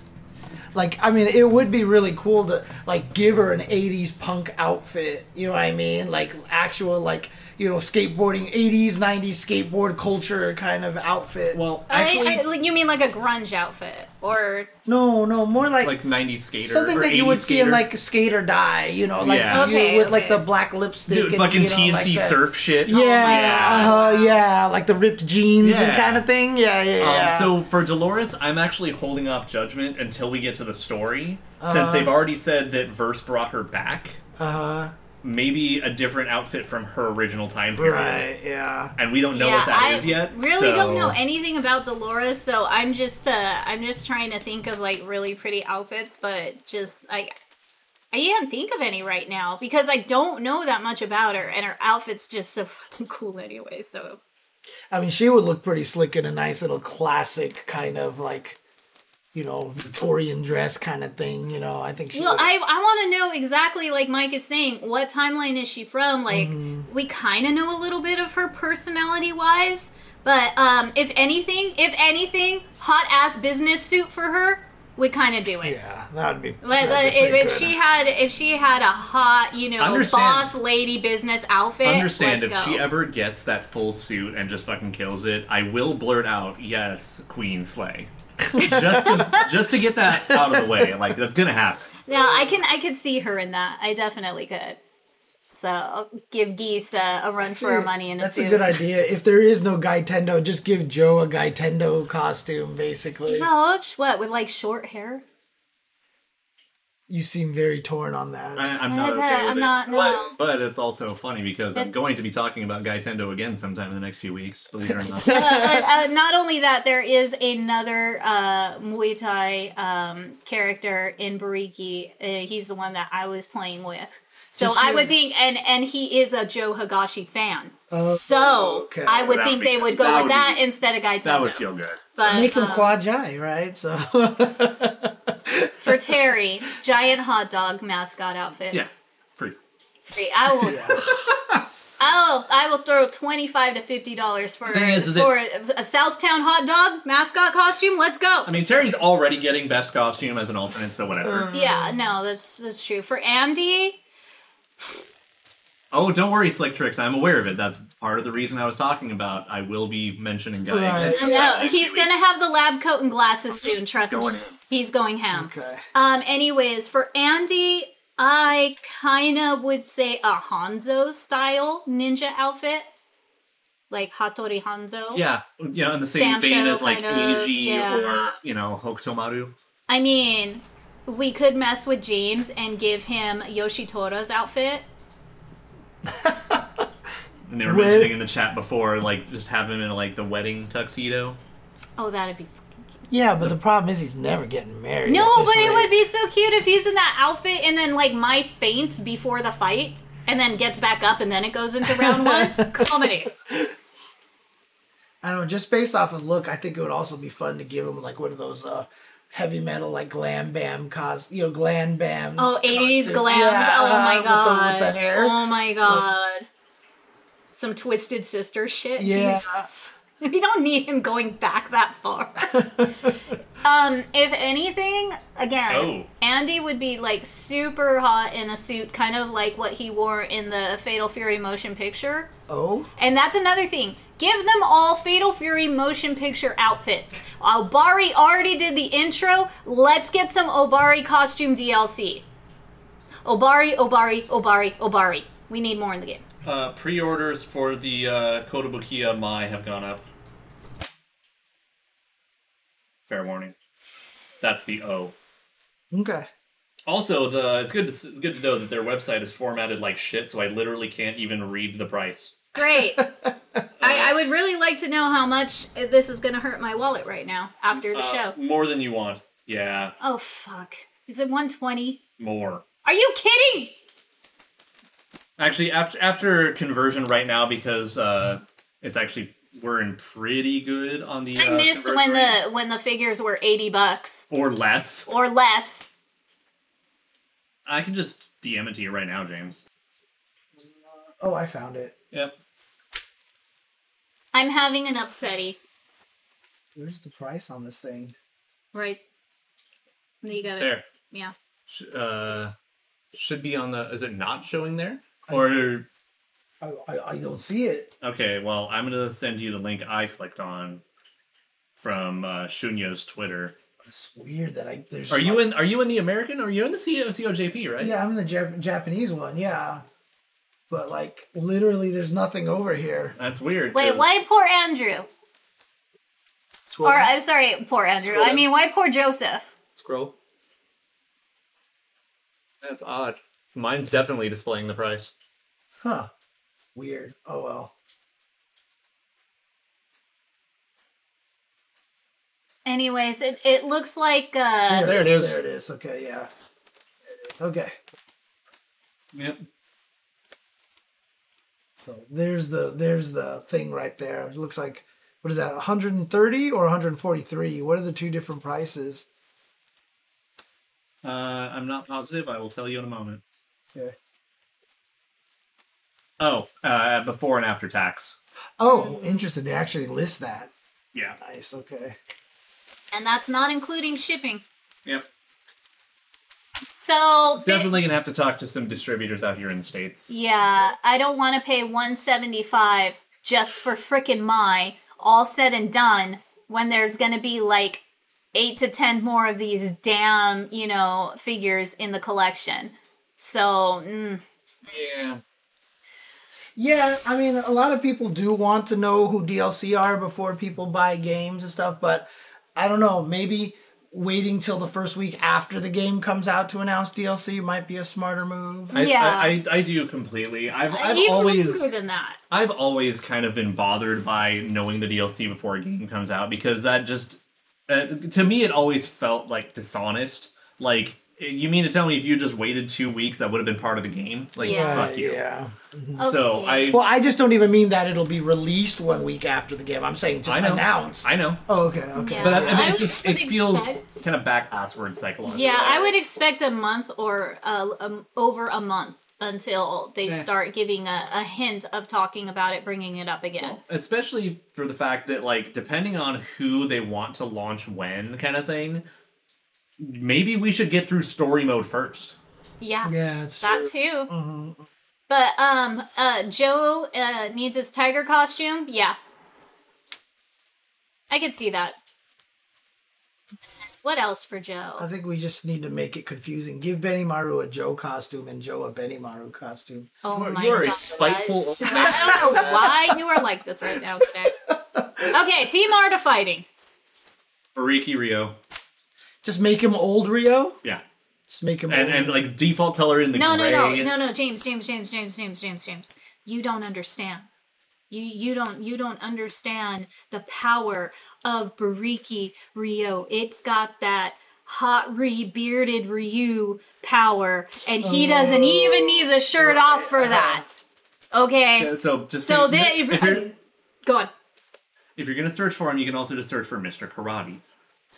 [SPEAKER 1] Like, I mean, it would be really cool to like give her an '80s punk outfit. You know what I mean? Like actual like you know skateboarding '80s '90s skateboard culture kind of outfit.
[SPEAKER 3] Well,
[SPEAKER 2] I-
[SPEAKER 3] actually,
[SPEAKER 2] I- like, you mean like a grunge outfit or
[SPEAKER 1] no, no, more like.
[SPEAKER 3] like '90s skater,
[SPEAKER 1] Something
[SPEAKER 3] or
[SPEAKER 1] that you would
[SPEAKER 3] 80s
[SPEAKER 1] see in
[SPEAKER 3] skater.
[SPEAKER 1] like Skater Die, you know, like
[SPEAKER 3] Yeah.
[SPEAKER 1] you,
[SPEAKER 2] Okay,
[SPEAKER 1] with like
[SPEAKER 2] okay. Oh
[SPEAKER 1] the black lipstick,
[SPEAKER 3] dude,
[SPEAKER 1] and,
[SPEAKER 3] fucking
[SPEAKER 1] you know,
[SPEAKER 3] TNC
[SPEAKER 1] like that-
[SPEAKER 3] surf shit.
[SPEAKER 1] Yeah, uh-huh, yeah, like the ripped jeans and
[SPEAKER 3] Yeah.
[SPEAKER 1] kind of thing. Yeah, yeah, yeah.
[SPEAKER 3] Um, so for Dolores, I'm actually holding off judgment until we get to the story,
[SPEAKER 1] Uh-huh.
[SPEAKER 3] since they've already said that Verse brought her back. Uh huh. Maybe a different outfit from her original time period,
[SPEAKER 1] right, yeah.
[SPEAKER 3] and we don't know
[SPEAKER 2] yeah,
[SPEAKER 3] what that
[SPEAKER 2] I
[SPEAKER 3] is yet.
[SPEAKER 2] really
[SPEAKER 3] so-
[SPEAKER 2] don't know anything about Dolores, so I'm just uh I'm just trying to think of like really pretty outfits, but just I I can't think of any right now because I don't know that much about her, and her outfit's just so fucking cool anyway. So
[SPEAKER 1] I mean, she would look pretty slick in a nice little classic kind of like, you know, Victorian dress kind of thing. You know, I think she.
[SPEAKER 2] Well,
[SPEAKER 1] would-
[SPEAKER 2] I, I want to know exactly, like Mike is saying, what timeline is she from? Like,
[SPEAKER 3] Mm-hmm.
[SPEAKER 2] we kind of know a little bit of her personality wise, but um, if anything, if anything, hot ass business suit for her would kind of do it.
[SPEAKER 1] yeah, that would be.
[SPEAKER 2] Like,
[SPEAKER 1] that'd
[SPEAKER 2] like,
[SPEAKER 1] be pretty
[SPEAKER 2] if,
[SPEAKER 1] good.
[SPEAKER 2] if she had, if she had a hot, you know,
[SPEAKER 3] Understand.
[SPEAKER 2] boss lady business outfit,
[SPEAKER 3] Understand
[SPEAKER 2] let's
[SPEAKER 3] if
[SPEAKER 2] go.
[SPEAKER 3] she ever gets that full suit and just fucking kills it, I will blurt out, "Yes, Queen Slay," just to, just to get that out of the way. Like that's gonna happen.
[SPEAKER 2] Yeah, I can, I could see her in that. I definitely could. So I'll give geese a, a run for her money in a
[SPEAKER 1] That's
[SPEAKER 2] suit.
[SPEAKER 1] a good idea. If there is no Guy Tendo, just give Joe a Guy Tendo costume, basically.
[SPEAKER 2] Ouch! What with like short hair?
[SPEAKER 1] You seem very torn on that.
[SPEAKER 3] I, I'm
[SPEAKER 2] I
[SPEAKER 3] not
[SPEAKER 2] had
[SPEAKER 3] okay
[SPEAKER 2] to-
[SPEAKER 3] with
[SPEAKER 2] I'm
[SPEAKER 3] it.
[SPEAKER 2] not- no.
[SPEAKER 3] But, but it's also funny because I'm
[SPEAKER 2] It-
[SPEAKER 3] going to be talking about Gaitendo again sometime in the next few weeks. Believe it or not.
[SPEAKER 2] uh, not only that, there is another uh, Muay Thai um, character in Bariki. Uh, he's the one that I was playing with. So
[SPEAKER 1] Just
[SPEAKER 2] I
[SPEAKER 1] to-
[SPEAKER 2] would think, and and he is a Joe Higashi fan. so
[SPEAKER 1] Oh, okay.
[SPEAKER 2] I would
[SPEAKER 3] That
[SPEAKER 2] think
[SPEAKER 3] would be-
[SPEAKER 2] they would go
[SPEAKER 3] that
[SPEAKER 2] with
[SPEAKER 3] would
[SPEAKER 2] that
[SPEAKER 3] be-
[SPEAKER 2] instead of Guy
[SPEAKER 3] that would feel good.
[SPEAKER 2] But
[SPEAKER 1] Make him
[SPEAKER 2] um,
[SPEAKER 1] Hua Jai, right? So
[SPEAKER 2] for Terry, giant hot dog mascot outfit.
[SPEAKER 3] Yeah, free.
[SPEAKER 2] Great. I will. I will. I will throw twenty-five to fifty dollars for
[SPEAKER 3] There's the-
[SPEAKER 2] for a Southtown hot dog mascot costume. Let's go.
[SPEAKER 3] I mean, Terry's already getting best costume as an alternate, so whatever.
[SPEAKER 2] Yeah, no, that's that's true. For Andy,
[SPEAKER 3] oh, don't worry, Slick Tricks. I'm aware of it. That's part of the reason I was talking about. I will be mentioning Guy
[SPEAKER 1] Right.
[SPEAKER 3] again.
[SPEAKER 2] no, he's gonna have the lab coat and glasses soon. Trust me, he's going ham.
[SPEAKER 1] okay.
[SPEAKER 2] Um, anyways, for Andy, I kind of would say a Hanzo style ninja outfit, like Hattori Hanzo.
[SPEAKER 3] Yeah, you know, in the
[SPEAKER 2] Sam
[SPEAKER 3] same vein
[SPEAKER 2] Show
[SPEAKER 3] as like
[SPEAKER 2] kind of,
[SPEAKER 3] Eiji
[SPEAKER 2] yeah.
[SPEAKER 3] or you know Hokutomaru.
[SPEAKER 2] I mean, we could mess with James and give him Yoshitora's outfit.
[SPEAKER 3] And they were
[SPEAKER 1] Well-
[SPEAKER 3] mentioning in the chat before, like just have him in like the wedding tuxedo.
[SPEAKER 2] Oh, that'd be. fucking cute.
[SPEAKER 1] Yeah, but the problem is he's never getting married.
[SPEAKER 2] No,
[SPEAKER 1] at this
[SPEAKER 2] but it
[SPEAKER 1] rate.
[SPEAKER 2] would be so cute if he's in that outfit and then like my faints before the fight and then gets back up and then it goes into round one. Comedy.
[SPEAKER 1] I don't know, just based off of look, I think it would also be fun to give him like one of those uh heavy metal like glam bam cos you know, glam bam.
[SPEAKER 2] Oh, 80s
[SPEAKER 1] costumes.
[SPEAKER 2] glam.
[SPEAKER 1] Yeah,
[SPEAKER 2] oh my
[SPEAKER 1] with the-
[SPEAKER 2] god.
[SPEAKER 1] With the, hair.
[SPEAKER 2] Oh my god. Some twisted sister shit.
[SPEAKER 1] Yeah.
[SPEAKER 2] Jesus. We don't need him going back that far. um, if anything, again,
[SPEAKER 3] Oh.
[SPEAKER 2] Andy would be like super hot in a suit, kind of like what he wore in the Fatal Fury motion picture.
[SPEAKER 1] oh.
[SPEAKER 2] And that's another thing. Give them all Fatal Fury motion picture outfits. Obari already did the intro. Let's get some Obari costume DLC. Obari, Obari, Obari, Obari. We need more in the game.
[SPEAKER 3] Uh, pre-orders for the uh, Kotobukiya Mai have gone up. Fair warning. That's the O.
[SPEAKER 1] Okay.
[SPEAKER 3] Also, the it's good to s- good to know that their website is formatted like shit, so I literally can't even read the price.
[SPEAKER 2] Great. I, I would really like to know how much this is going to hurt my wallet right now after the
[SPEAKER 3] Uh,
[SPEAKER 2] show.
[SPEAKER 3] More than you want. Yeah,
[SPEAKER 2] Oh fuck! Is it 120?
[SPEAKER 3] more.
[SPEAKER 2] Are you kidding?
[SPEAKER 3] Actually, after after conversion right now because uh, it's actually we're in pretty good on the.
[SPEAKER 2] I
[SPEAKER 3] uh,
[SPEAKER 2] missed when
[SPEAKER 3] conversion rate.
[SPEAKER 2] the when the figures were 80 bucks
[SPEAKER 3] or less.
[SPEAKER 2] or less.
[SPEAKER 3] I can just DM it to you right now, James.
[SPEAKER 1] Oh, I found it.
[SPEAKER 3] Yep.
[SPEAKER 2] I'm having an upsetty.
[SPEAKER 1] Where's the price on this thing?
[SPEAKER 2] Right. You got it.
[SPEAKER 3] There.
[SPEAKER 2] Yeah.
[SPEAKER 3] Sh- Uh, should be on the. Is it not showing there? Or
[SPEAKER 1] I, I, I don't see it.
[SPEAKER 3] okay, well, I'm gonna send you the link I clicked on from uh, Shunyo's Twitter.
[SPEAKER 1] It's weird that I there's.
[SPEAKER 3] Are you in? Are you in the American? Or are you in the CO, COJP? Right?
[SPEAKER 1] Yeah, I'm in the Jap- Japanese one. Yeah, but like literally, there's nothing over here.
[SPEAKER 3] That's weird.
[SPEAKER 2] Wait,
[SPEAKER 3] 'cause-
[SPEAKER 2] why poor Andrew?
[SPEAKER 3] Scroll.
[SPEAKER 2] Or I'm sorry, poor Andrew.
[SPEAKER 3] Scroll
[SPEAKER 2] I
[SPEAKER 3] down.
[SPEAKER 2] mean, why poor Joseph?
[SPEAKER 3] Scroll. That's odd. Mine's definitely displaying the price.
[SPEAKER 1] Huh? Weird. Oh well.
[SPEAKER 2] Anyways, it, it looks like uh
[SPEAKER 3] There it is.
[SPEAKER 1] There it is. Okay. Yeah. There it is. Okay.
[SPEAKER 3] Yep.
[SPEAKER 1] So there's the there's the thing right there. It looks like what is that? 130 or 143? What are the two different prices?
[SPEAKER 3] Uh, I'm not positive. I will tell you in a moment.
[SPEAKER 1] Okay.
[SPEAKER 3] Oh, uh, before and after tax.
[SPEAKER 1] Oh, interesting. They actually list that.
[SPEAKER 3] Yeah.
[SPEAKER 1] Nice. Okay.
[SPEAKER 2] and that's not including shipping.
[SPEAKER 3] Yep.
[SPEAKER 2] So ba-
[SPEAKER 3] Definitely gonna have to talk to some distributors out here in the states.
[SPEAKER 2] yeah, I don't want to pay 175 just for frickin' my all said and done when there's going to be like 8 to 10 more of these damn, you know, figures in the collection. So, mm,
[SPEAKER 3] Yeah.
[SPEAKER 1] Yeah, I mean, a lot of people do want to know who DLC are before people buy games and stuff, but I don't know. Maybe waiting till the first week after the game comes out to announce DLC might be a smarter move.
[SPEAKER 3] I,
[SPEAKER 2] Yeah.
[SPEAKER 3] I, I, I do completely. I've I've
[SPEAKER 2] even
[SPEAKER 3] always
[SPEAKER 2] more than that.
[SPEAKER 3] I've always kind of been bothered by knowing the DLC before a game comes out because that just uh, to me it always felt like dishonest. Like you mean to tell me if you just waited two weeks that would have been part of the game? Like
[SPEAKER 2] Yeah.
[SPEAKER 3] fuck you.
[SPEAKER 1] Yeah.
[SPEAKER 3] So I
[SPEAKER 2] Okay.
[SPEAKER 1] Well, I just don't even mean that it'll be released one week after the game. I'm saying just
[SPEAKER 3] I know
[SPEAKER 1] announced.
[SPEAKER 3] I know.
[SPEAKER 1] Oh, okay, okay.
[SPEAKER 2] Yeah.
[SPEAKER 3] But I, I mean,
[SPEAKER 2] I
[SPEAKER 3] it's just, it
[SPEAKER 2] would
[SPEAKER 3] feels
[SPEAKER 2] expect-
[SPEAKER 3] kind of back assward psychological.
[SPEAKER 2] Yeah, I would expect a month or uh, um, over a month until they start giving a, a hint of talking about it, bringing it up again.
[SPEAKER 3] especially for the fact that like depending on who they want to launch when kind of thing maybe we should get through story mode first
[SPEAKER 2] Yeah,
[SPEAKER 1] Yeah, it's
[SPEAKER 2] that
[SPEAKER 1] true.
[SPEAKER 2] too. But um, uh, Joe uh, needs his tiger costume. Yeah, I could see that. What else for
[SPEAKER 1] I
[SPEAKER 2] Joe?
[SPEAKER 1] think we just need to make it confusing. Give Benny Maru a Joe costume and Joe a Benny Maru costume.
[SPEAKER 2] Oh
[SPEAKER 3] You are-
[SPEAKER 2] my
[SPEAKER 3] you are a
[SPEAKER 2] God,
[SPEAKER 3] spiteful
[SPEAKER 2] guys.
[SPEAKER 3] old
[SPEAKER 2] I don't know why you are like this right now today. Okay, Team Arta fighting.
[SPEAKER 3] Bariki Rio
[SPEAKER 1] Just make him old Rio.
[SPEAKER 3] yeah
[SPEAKER 1] Just make him
[SPEAKER 3] and
[SPEAKER 1] old.
[SPEAKER 3] and like default color in the
[SPEAKER 2] No, no,
[SPEAKER 3] gray.
[SPEAKER 2] no, no, no, James, James, James, James, James, James, James. You don't understand. You you don't you don't understand the power of Bariki Ryo. It's got that hot re-bearded Ryu power, and he doesn't even need the shirt off for that. Okay,
[SPEAKER 3] so just
[SPEAKER 2] so
[SPEAKER 3] think-
[SPEAKER 2] they
[SPEAKER 3] if you're,
[SPEAKER 2] go on.
[SPEAKER 3] if you're gonna search for him you can also just search for Mr. Karate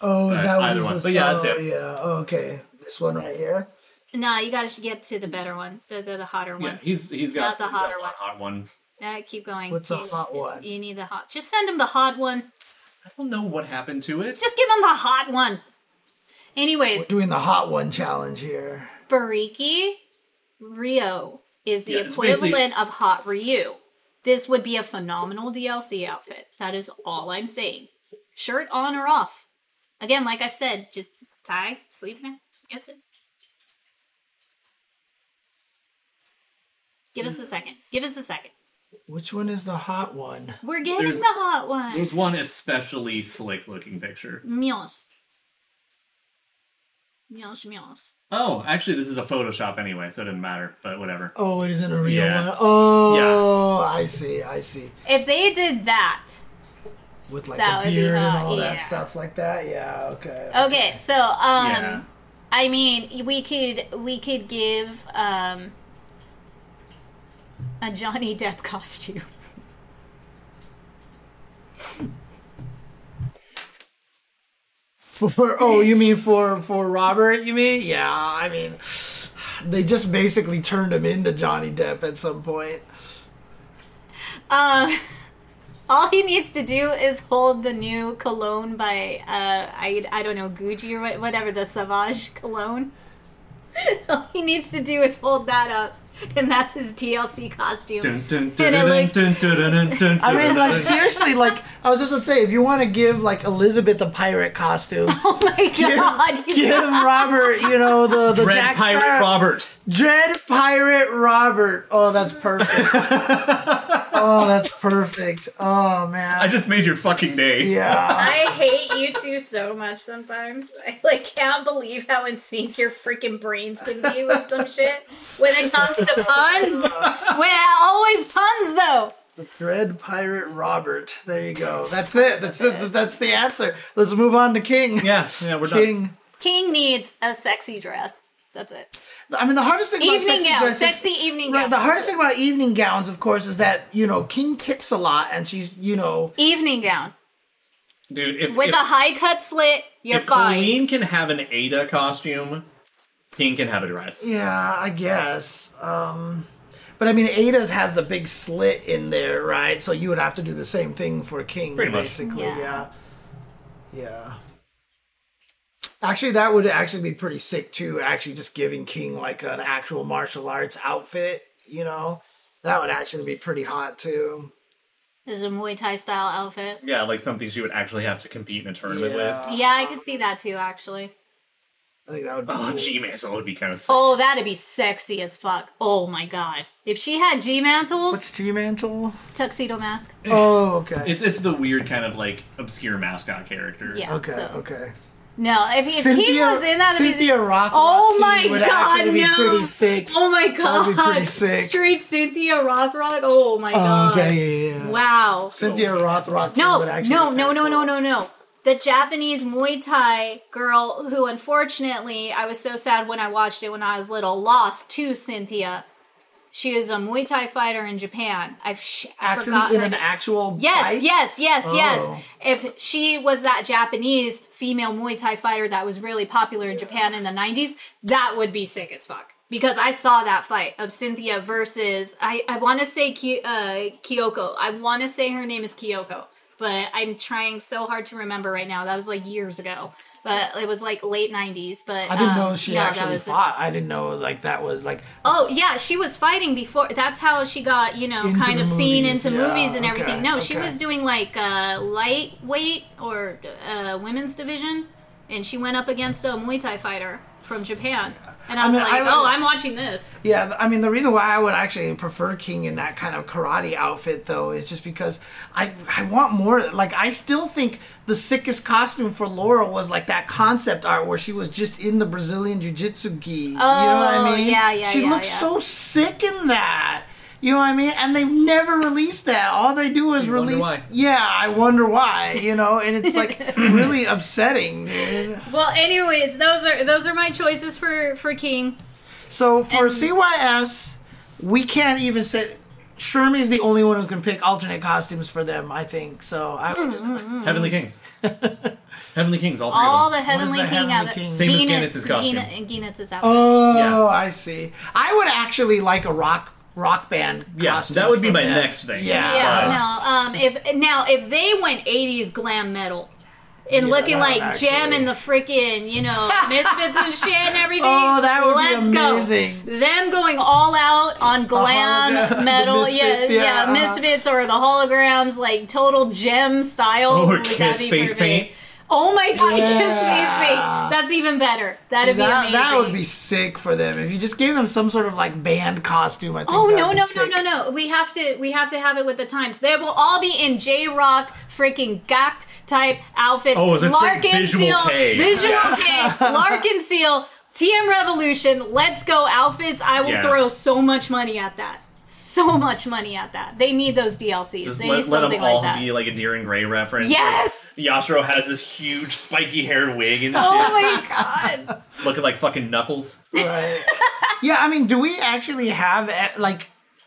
[SPEAKER 1] Oh, is that what
[SPEAKER 3] either
[SPEAKER 1] he's
[SPEAKER 3] one.
[SPEAKER 1] listed?
[SPEAKER 3] But yeah,
[SPEAKER 1] oh,
[SPEAKER 3] that's it.
[SPEAKER 1] yeah. Oh, okay. This one right here.
[SPEAKER 2] No, you got to get to the better one, the the, the hotter
[SPEAKER 3] yeah
[SPEAKER 2] one.
[SPEAKER 3] he's he's got
[SPEAKER 2] That's a
[SPEAKER 3] he's got
[SPEAKER 2] hotter
[SPEAKER 3] lot
[SPEAKER 2] one.
[SPEAKER 3] of hot ones
[SPEAKER 2] Uh, keep going.
[SPEAKER 1] What's a
[SPEAKER 2] You-
[SPEAKER 1] hot one?
[SPEAKER 2] You need the hot. Just send him the hot one.
[SPEAKER 3] I don't know what happened to it
[SPEAKER 2] Just give him the hot one.
[SPEAKER 1] We're
[SPEAKER 2] Anyways,
[SPEAKER 1] doing the hot one challenge here.
[SPEAKER 2] Bariki Rio is the
[SPEAKER 3] Yeah, it's basically-
[SPEAKER 2] equivalent of Hot Ryu. This would be a phenomenal DLC outfit. That is all I'm saying. Shirt on or off. Again, like I said, just tie, sleeves down. That's it. Give us a second. Give us a second.
[SPEAKER 1] Which one is the hot one?
[SPEAKER 2] We're getting
[SPEAKER 3] There's-
[SPEAKER 2] the hot one.
[SPEAKER 3] There's one especially slick looking picture.
[SPEAKER 2] Mm. Meows. Meows, meows.
[SPEAKER 3] Oh, actually, this is a Photoshop anyway, so it doesn't matter, but whatever.
[SPEAKER 2] Um,
[SPEAKER 1] Oh, it isn't a real
[SPEAKER 3] Yeah.
[SPEAKER 1] one. Oh, I see. I see.
[SPEAKER 2] If they did that,
[SPEAKER 1] With like
[SPEAKER 2] That
[SPEAKER 1] a
[SPEAKER 2] would be
[SPEAKER 1] beard and
[SPEAKER 2] hot,
[SPEAKER 1] all
[SPEAKER 2] yeah.
[SPEAKER 1] that stuff like that. Yeah. Okay.
[SPEAKER 2] Okay, so um
[SPEAKER 3] Yeah.
[SPEAKER 2] I mean, we could we could give um a Johnny Depp costume.
[SPEAKER 1] For oh, you mean for for Robert? You mean? Yeah. I mean, they just basically turned him into Johnny Depp at some point.
[SPEAKER 2] Um all he needs to do is hold the new cologne by uh I I don't know Gucci or what, whatever the Savage cologne. all he needs to do is hold that up and that's his DLC costume.
[SPEAKER 3] Dun, dun,
[SPEAKER 2] And it looks-
[SPEAKER 1] I mean, like
[SPEAKER 3] dun,
[SPEAKER 1] seriously, like I was just gonna say, if you want to give like Elizabeth a pirate costume,
[SPEAKER 2] Oh my god.
[SPEAKER 1] give Robert, you know, the the
[SPEAKER 3] Red
[SPEAKER 1] Jack
[SPEAKER 3] Pirate
[SPEAKER 1] Sparrow-
[SPEAKER 3] Robert.
[SPEAKER 1] Dread Pirate Robert. Oh, that's perfect. oh, that's perfect. Oh man.
[SPEAKER 3] I just made your fucking day.
[SPEAKER 1] yeah.
[SPEAKER 2] I hate you two so much sometimes. I like can't believe how in sync your freaking brains can be with some shit when it comes to puns. Well, always puns though.
[SPEAKER 1] Dread Pirate Robert. There you go. That's it. That's it. That's the answer. Let's move on to King.
[SPEAKER 3] Yeah, yeah, we're done.
[SPEAKER 1] King.
[SPEAKER 2] King needs a sexy dress. That's it.
[SPEAKER 1] I mean, the hardest thing about
[SPEAKER 2] Evening
[SPEAKER 1] sexy
[SPEAKER 2] gown,
[SPEAKER 1] dresses.
[SPEAKER 2] sexy evening
[SPEAKER 1] Right,
[SPEAKER 2] gown.
[SPEAKER 1] the hardest thing about evening gowns, of course, is that you know King kicks a lot, and she's you know
[SPEAKER 2] Evening gown
[SPEAKER 3] Dude, if,
[SPEAKER 2] with
[SPEAKER 3] if,
[SPEAKER 2] a high cut slit. You're
[SPEAKER 3] if
[SPEAKER 2] fine.
[SPEAKER 3] Colleen can have an Ada costume, King can have a dress.
[SPEAKER 1] yeah, I guess. Um, but I mean, Ada's has the big slit in there, right? So you would have to do the same thing for King,
[SPEAKER 3] Pretty much.
[SPEAKER 1] basically.
[SPEAKER 2] Yeah.
[SPEAKER 1] Yeah. yeah, Actually, that would actually be pretty sick too. Actually, just giving King like an actual martial arts outfit, you know, that would actually be pretty hot too.
[SPEAKER 2] This is a Muay Thai style outfit.
[SPEAKER 3] Yeah, like something she would actually have to compete in a tournament
[SPEAKER 1] Yeah.
[SPEAKER 3] with.
[SPEAKER 2] Yeah, I could see that too. Actually.
[SPEAKER 1] I think that would be.
[SPEAKER 3] Oh,
[SPEAKER 1] cool.
[SPEAKER 3] G Mantle would be kind of sick.
[SPEAKER 2] Oh, that'd be sexy as fuck. Oh my god. If she had G mantles,
[SPEAKER 1] What's G mantle?
[SPEAKER 2] tuxedo mask.
[SPEAKER 1] Oh, okay.
[SPEAKER 3] It's, it's the weird kind of like obscure mascot character.
[SPEAKER 2] Yeah.
[SPEAKER 1] okay,
[SPEAKER 2] so-
[SPEAKER 1] okay.
[SPEAKER 2] No, if, if King was in that, it'd be,
[SPEAKER 1] Cynthia Rothrock.
[SPEAKER 2] oh
[SPEAKER 1] King
[SPEAKER 2] my
[SPEAKER 1] would
[SPEAKER 2] god,
[SPEAKER 1] actually be
[SPEAKER 2] no!
[SPEAKER 1] pretty sick.
[SPEAKER 2] Oh my god,
[SPEAKER 1] That would be pretty sick.
[SPEAKER 2] straight Cynthia Rothrock. Oh my
[SPEAKER 1] Oh,
[SPEAKER 2] god,
[SPEAKER 1] okay, yeah, yeah, yeah.
[SPEAKER 2] wow.
[SPEAKER 1] Cynthia Rothrock. King
[SPEAKER 2] No,
[SPEAKER 1] would actually
[SPEAKER 2] no,
[SPEAKER 1] be
[SPEAKER 2] no,
[SPEAKER 1] kinda
[SPEAKER 2] no, no,
[SPEAKER 1] cool.
[SPEAKER 2] no, no. The Japanese Muay Thai girl, who unfortunately I was so sad when I watched it when I was little, lost to Cynthia. She is a Muay Thai fighter in Japan. I've sh- I forgot
[SPEAKER 1] Actually, in
[SPEAKER 2] her
[SPEAKER 1] an actual
[SPEAKER 2] Yes,
[SPEAKER 1] fight?
[SPEAKER 2] yes, yes,
[SPEAKER 1] Oh.
[SPEAKER 2] yes. If she was that Japanese female Muay Thai fighter that was really popular in Japan in the 90s, that would be sick as fuck. Because I saw that fight of Cynthia versus, I, I want to say Ki- uh, Kyoko. I want to say her name is Kyoko, but I'm trying so hard to remember right now. That was like years ago. But it was like late 90s. But
[SPEAKER 1] I didn't
[SPEAKER 2] um,
[SPEAKER 1] know she
[SPEAKER 2] yeah, that
[SPEAKER 1] actually
[SPEAKER 2] was it.
[SPEAKER 1] fought. I didn't know like that was like.
[SPEAKER 2] Oh yeah, she was fighting before. That's how she got you know
[SPEAKER 1] Into
[SPEAKER 2] kind
[SPEAKER 1] the
[SPEAKER 2] of seen
[SPEAKER 1] movies,
[SPEAKER 2] into
[SPEAKER 1] yeah,
[SPEAKER 2] movies and everything.
[SPEAKER 1] okay,
[SPEAKER 2] no, she
[SPEAKER 1] okay.
[SPEAKER 2] was doing like uh, lightweight or uh, women's division, and she went up against a Muay Thai fighter from Japan. And I was
[SPEAKER 1] mean,
[SPEAKER 2] like,
[SPEAKER 1] I-
[SPEAKER 2] oh, I'm watching this.
[SPEAKER 1] Yeah, th- I mean the reason why I would actually prefer King in that kind of karate outfit though is just because I I want more. Like I still think the sickest costume for Laura was like that concept art where she was just in the Brazilian jiu-jitsu gi. you know what I
[SPEAKER 2] Oh,
[SPEAKER 1] mean?
[SPEAKER 2] yeah, yeah,
[SPEAKER 1] She
[SPEAKER 2] yeah,
[SPEAKER 1] looks
[SPEAKER 2] yeah.
[SPEAKER 1] so sick in that. You know what I mean? And they've never released that. All they do is
[SPEAKER 3] wonder
[SPEAKER 1] release.
[SPEAKER 3] why.
[SPEAKER 1] Yeah, I wonder why. You know, and it's like really upsetting, dude.
[SPEAKER 2] Well, anyways, those are those are my choices for for King.
[SPEAKER 1] So for
[SPEAKER 2] And-
[SPEAKER 1] CYS, we can't even say. Shermie's the only one who can pick alternate costumes for them, I think. So I would just,
[SPEAKER 2] Mm-hmm.
[SPEAKER 3] Heavenly Kings. Heavenly Kings, all three
[SPEAKER 2] All
[SPEAKER 3] of them.
[SPEAKER 2] the Heavenly
[SPEAKER 1] the
[SPEAKER 2] King
[SPEAKER 1] Heavenly
[SPEAKER 2] out
[SPEAKER 1] King?
[SPEAKER 2] of
[SPEAKER 1] Same
[SPEAKER 3] as
[SPEAKER 2] Geenitz-
[SPEAKER 3] Geenetz's costume.
[SPEAKER 2] Geenet- and Geenetz's outfit.
[SPEAKER 1] Oh,
[SPEAKER 3] Yeah.
[SPEAKER 1] I see. I would actually like a rock rock band.
[SPEAKER 3] yeah,
[SPEAKER 1] costume
[SPEAKER 3] that would be
[SPEAKER 1] for
[SPEAKER 3] my
[SPEAKER 1] them.
[SPEAKER 3] next thing.
[SPEAKER 1] Yeah.
[SPEAKER 2] Yeah, no. Um, if now if they went '80s glam metal, and
[SPEAKER 1] Yeah,
[SPEAKER 2] looking
[SPEAKER 1] that
[SPEAKER 2] like
[SPEAKER 1] actually-
[SPEAKER 2] Jam and the freaking, you know, Misfits and shit and everything.
[SPEAKER 1] Oh, that would be
[SPEAKER 2] Let's
[SPEAKER 1] amazing.
[SPEAKER 2] go. Them going all out on glam
[SPEAKER 1] hologram. The
[SPEAKER 2] metal.
[SPEAKER 1] Misfits,
[SPEAKER 2] yeah,
[SPEAKER 1] yeah,
[SPEAKER 2] yeah,
[SPEAKER 1] uh-huh.
[SPEAKER 2] Misfits or the holograms, like total Gem style.
[SPEAKER 1] Oh,
[SPEAKER 3] Or
[SPEAKER 2] Would that
[SPEAKER 3] Kiss
[SPEAKER 2] be
[SPEAKER 3] face
[SPEAKER 2] perfect?
[SPEAKER 3] paint.
[SPEAKER 2] Oh my god,
[SPEAKER 1] Yeah.
[SPEAKER 2] Kiss face paint. That's even better. That'd
[SPEAKER 1] See,
[SPEAKER 2] be
[SPEAKER 1] that,
[SPEAKER 2] amazing.
[SPEAKER 1] that would be sick for them if you just gave them some sort of like band costume. I think.
[SPEAKER 2] Oh
[SPEAKER 1] that
[SPEAKER 2] no
[SPEAKER 1] would be
[SPEAKER 2] no
[SPEAKER 1] sick.
[SPEAKER 2] no no no! We have to we have to have it with the times. They will all be in J Rock freaking gacked type outfits.
[SPEAKER 3] Oh, that's like visual
[SPEAKER 2] Seal,
[SPEAKER 3] K.
[SPEAKER 2] visual K, Lark and Seal, TM Revolution, Let's Go outfits. I will
[SPEAKER 3] Yeah.
[SPEAKER 2] throw so much money at that. So much money at that. They need those DLCs.
[SPEAKER 3] Just
[SPEAKER 2] they
[SPEAKER 3] let,
[SPEAKER 2] need
[SPEAKER 3] let
[SPEAKER 2] something
[SPEAKER 3] them all
[SPEAKER 2] like that.
[SPEAKER 3] be like a Deer and Gray reference.
[SPEAKER 2] Yes!
[SPEAKER 3] Like, Yashiro has this huge spiky haired wig and shit,
[SPEAKER 2] oh my god!
[SPEAKER 3] looking like fucking Knuckles.
[SPEAKER 1] Right. yeah, I mean, do we actually have eh, like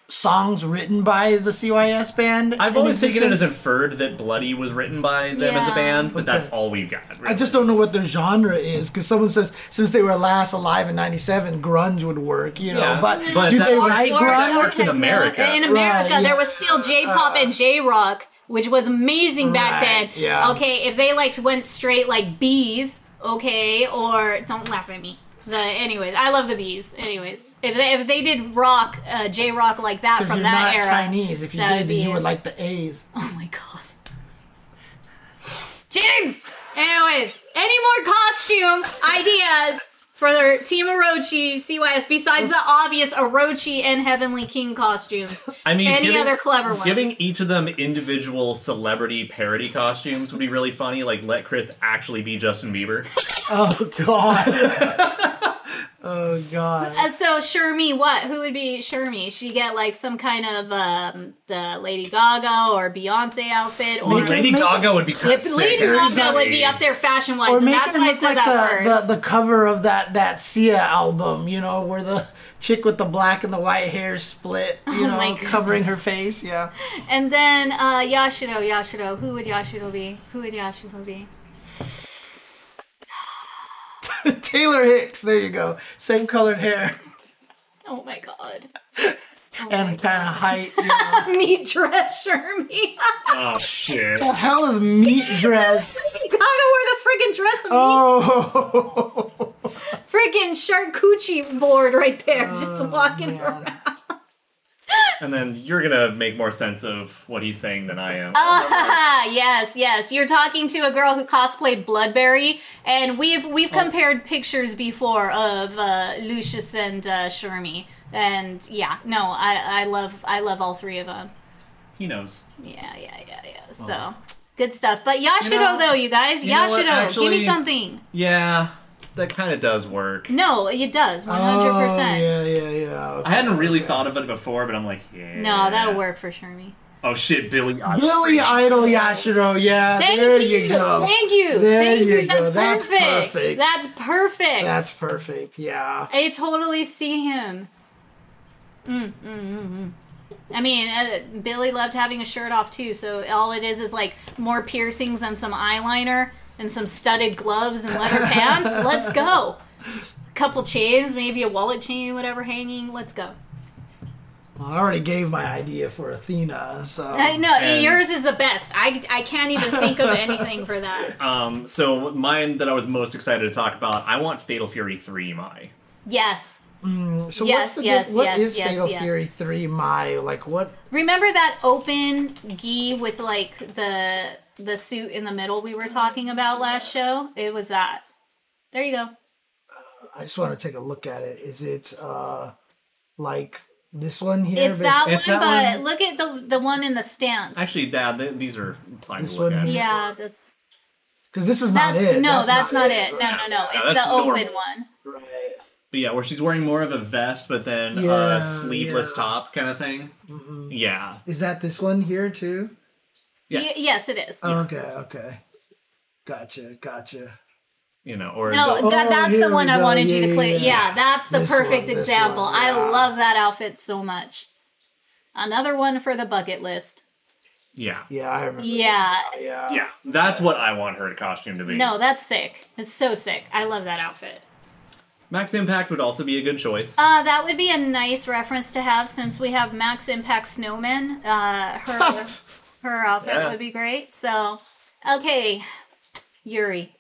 [SPEAKER 1] songs written by the CYS band?
[SPEAKER 3] I've
[SPEAKER 1] in
[SPEAKER 3] always taken it as
[SPEAKER 1] existence?
[SPEAKER 3] inferred that Bloody was written by them as a
[SPEAKER 2] Yeah.
[SPEAKER 3] band, but that's
[SPEAKER 1] Okay.
[SPEAKER 3] all we've got.
[SPEAKER 1] I
[SPEAKER 3] really.
[SPEAKER 1] just don't know what their genre is because someone says since they were last alive in '97, grunge would work, you know.
[SPEAKER 3] Yeah,
[SPEAKER 1] But,
[SPEAKER 3] but
[SPEAKER 1] did
[SPEAKER 3] that-
[SPEAKER 1] they
[SPEAKER 3] Or-
[SPEAKER 1] write
[SPEAKER 3] or-
[SPEAKER 1] grunge?
[SPEAKER 3] works in America.
[SPEAKER 2] In America,
[SPEAKER 1] Right, yeah.
[SPEAKER 2] there was still J-pop and J-rock, which was amazing back
[SPEAKER 1] Right,
[SPEAKER 2] then.
[SPEAKER 1] yeah.
[SPEAKER 2] Okay, if they like went straight like bees, okay, or don't laugh at me. The anyways, I love the bees. Anyways, if they if they did rock uh, J-rock like that
[SPEAKER 1] Because
[SPEAKER 2] from
[SPEAKER 1] you're not
[SPEAKER 2] that era,
[SPEAKER 1] Chinese. If you
[SPEAKER 2] that
[SPEAKER 1] did, then you
[SPEAKER 2] be
[SPEAKER 1] would
[SPEAKER 2] it.
[SPEAKER 1] like the A's.
[SPEAKER 2] Oh my god. James! Anyways, any more costume ideas for Team Orochi CYS besides the obvious Orochi and Heavenly King costumes?
[SPEAKER 3] I mean,
[SPEAKER 2] any
[SPEAKER 3] giving,
[SPEAKER 2] other clever ones?
[SPEAKER 3] Giving e- each of them individual celebrity parody costumes would be really funny. Like, let Chris actually be Justin Bieber.
[SPEAKER 1] Oh God. oh God.
[SPEAKER 2] Uh, so Shermie, what? Who would be Shermie? She get like some kind of um, the Lady Gaga or Beyonce outfit, or
[SPEAKER 3] Ooh, Lady
[SPEAKER 1] make-
[SPEAKER 3] Gaga would be kind
[SPEAKER 2] if Lady Gaga would be up there fashion wise,
[SPEAKER 1] Or
[SPEAKER 2] and
[SPEAKER 1] make
[SPEAKER 2] that's
[SPEAKER 1] it
[SPEAKER 2] why I
[SPEAKER 1] look
[SPEAKER 2] said
[SPEAKER 1] like
[SPEAKER 2] that
[SPEAKER 1] the,
[SPEAKER 2] first.
[SPEAKER 1] the, the cover of that that Sia album, you know, where the chick with the black and the white hair split, you know,
[SPEAKER 2] Oh my
[SPEAKER 1] covering her face. Yeah.
[SPEAKER 2] And then uh, Yashiro, Yashiro. Who would Yashiro be? Who would Yashiro be?
[SPEAKER 1] Taylor Hicks. There you go. Same colored hair
[SPEAKER 2] Oh my god. Oh
[SPEAKER 1] and kind of height. You know.
[SPEAKER 2] Meat dress, Shermie.
[SPEAKER 3] Oh shit!
[SPEAKER 1] the hell is meat dress?
[SPEAKER 2] Gotta wear the freaking dress of meat.
[SPEAKER 1] Oh.
[SPEAKER 2] Freaking charcuterie board right there,
[SPEAKER 3] Oh,
[SPEAKER 2] just walking around.
[SPEAKER 3] And then you're gonna make more sense of what he's saying than I am.
[SPEAKER 2] Ah, yes, yes. You're talking to a girl who cosplayed Bloodberry, and we've we've
[SPEAKER 3] Oh.
[SPEAKER 2] compared pictures before of uh, Lucius and uh, Shermie, and yeah, no, I I love I love all three of them.
[SPEAKER 3] He knows.
[SPEAKER 2] Yeah, yeah, yeah, yeah. So good stuff. But Yashido,
[SPEAKER 3] know-
[SPEAKER 2] though, you guys,
[SPEAKER 3] you know what,
[SPEAKER 2] Yashido, give
[SPEAKER 3] actually-
[SPEAKER 2] me something.
[SPEAKER 3] Yeah, that kind of does work.
[SPEAKER 2] No, it does one hundred
[SPEAKER 1] Oh,
[SPEAKER 2] percent.
[SPEAKER 1] yeah, yeah, yeah.
[SPEAKER 3] I hadn't really thought of it before, but I'm like, yeah.
[SPEAKER 2] No, that'll work for Shermie.
[SPEAKER 3] Oh shit, Billy. Idol.
[SPEAKER 1] Billy Idol Yashiro, yeah.
[SPEAKER 2] Thank
[SPEAKER 1] there
[SPEAKER 2] you.
[SPEAKER 1] you. go.
[SPEAKER 2] Thank you.
[SPEAKER 1] There
[SPEAKER 2] Thank you.
[SPEAKER 1] you go.
[SPEAKER 2] That's,
[SPEAKER 1] That's
[SPEAKER 2] perfect.
[SPEAKER 1] perfect.
[SPEAKER 2] That's perfect.
[SPEAKER 1] That's perfect. Yeah.
[SPEAKER 2] I totally see him. Mm, mm, mm, mm. I mean, uh, Billy loved having a shirt off too, so all it is is like more piercings and some eyeliner and some studded gloves and leather pants. Let's go. A couple chains, maybe a wallet chain, whatever hanging. Let's go.
[SPEAKER 1] Well, I already gave my idea for Athena, so
[SPEAKER 2] I know
[SPEAKER 3] And-
[SPEAKER 2] Uh, yours is the best. I, I can't even think of anything for that.
[SPEAKER 3] Um, so mine that I was most excited to talk about. I want Fatal Fury three. My
[SPEAKER 2] Yes.
[SPEAKER 1] so
[SPEAKER 2] yes,
[SPEAKER 1] what's the
[SPEAKER 2] yes,
[SPEAKER 1] diff- what
[SPEAKER 2] yes,
[SPEAKER 1] is
[SPEAKER 2] yes,
[SPEAKER 1] Fatal
[SPEAKER 2] yeah.
[SPEAKER 1] Fury three? My like what?
[SPEAKER 2] Remember that open gi with like the the suit in the middle we were talking about last show? It was that. There you go.
[SPEAKER 1] I just want to take a look at it. Is it uh like this one here?
[SPEAKER 2] It's that
[SPEAKER 3] It's
[SPEAKER 2] one,
[SPEAKER 3] that
[SPEAKER 2] but look at the the one in the stance.
[SPEAKER 3] actually, that th- these are fine
[SPEAKER 1] This
[SPEAKER 3] to look
[SPEAKER 1] one
[SPEAKER 3] at.
[SPEAKER 1] here?
[SPEAKER 2] yeah, that's
[SPEAKER 1] Because this is not
[SPEAKER 2] that's
[SPEAKER 1] it.
[SPEAKER 2] no, that's, not, it. No, no, no. It's
[SPEAKER 3] that's
[SPEAKER 2] the open
[SPEAKER 3] normal.
[SPEAKER 2] one.
[SPEAKER 1] Right.
[SPEAKER 3] But yeah, where she's wearing more of a vest, but then a
[SPEAKER 1] Yeah,
[SPEAKER 3] sleeveless
[SPEAKER 1] yeah. Mm-hmm.
[SPEAKER 3] top kind of thing. Yeah,
[SPEAKER 1] Is that this one here too? Oh,
[SPEAKER 3] yes,
[SPEAKER 2] Y- yes, it is.
[SPEAKER 1] Okay. Okay. Gotcha. Gotcha.
[SPEAKER 3] you know, or
[SPEAKER 2] No,
[SPEAKER 3] the-
[SPEAKER 1] Oh,
[SPEAKER 2] that, that's
[SPEAKER 1] here
[SPEAKER 2] the one
[SPEAKER 1] we
[SPEAKER 2] I
[SPEAKER 1] go.
[SPEAKER 2] wanted you
[SPEAKER 1] Yeah,
[SPEAKER 2] to click.
[SPEAKER 1] yeah,
[SPEAKER 2] Yeah,
[SPEAKER 1] yeah.
[SPEAKER 2] that's the
[SPEAKER 1] This
[SPEAKER 2] perfect
[SPEAKER 1] one, this
[SPEAKER 2] example.
[SPEAKER 1] one, yeah.
[SPEAKER 2] I love that outfit so much. Another one for the bucket list.
[SPEAKER 3] yeah,
[SPEAKER 1] Yeah, I remember.
[SPEAKER 2] Yeah.
[SPEAKER 1] This now. Yeah.
[SPEAKER 3] yeah. That's what I want her costume to be.
[SPEAKER 2] No, that's sick. It's so sick. I love that outfit.
[SPEAKER 3] Max Impact would also be a good choice.
[SPEAKER 2] Uh, that would be a nice reference to have since we have Max Impact Snowman. Uh, her her outfit
[SPEAKER 3] Yeah.
[SPEAKER 2] would be great. So, okay, Yuri.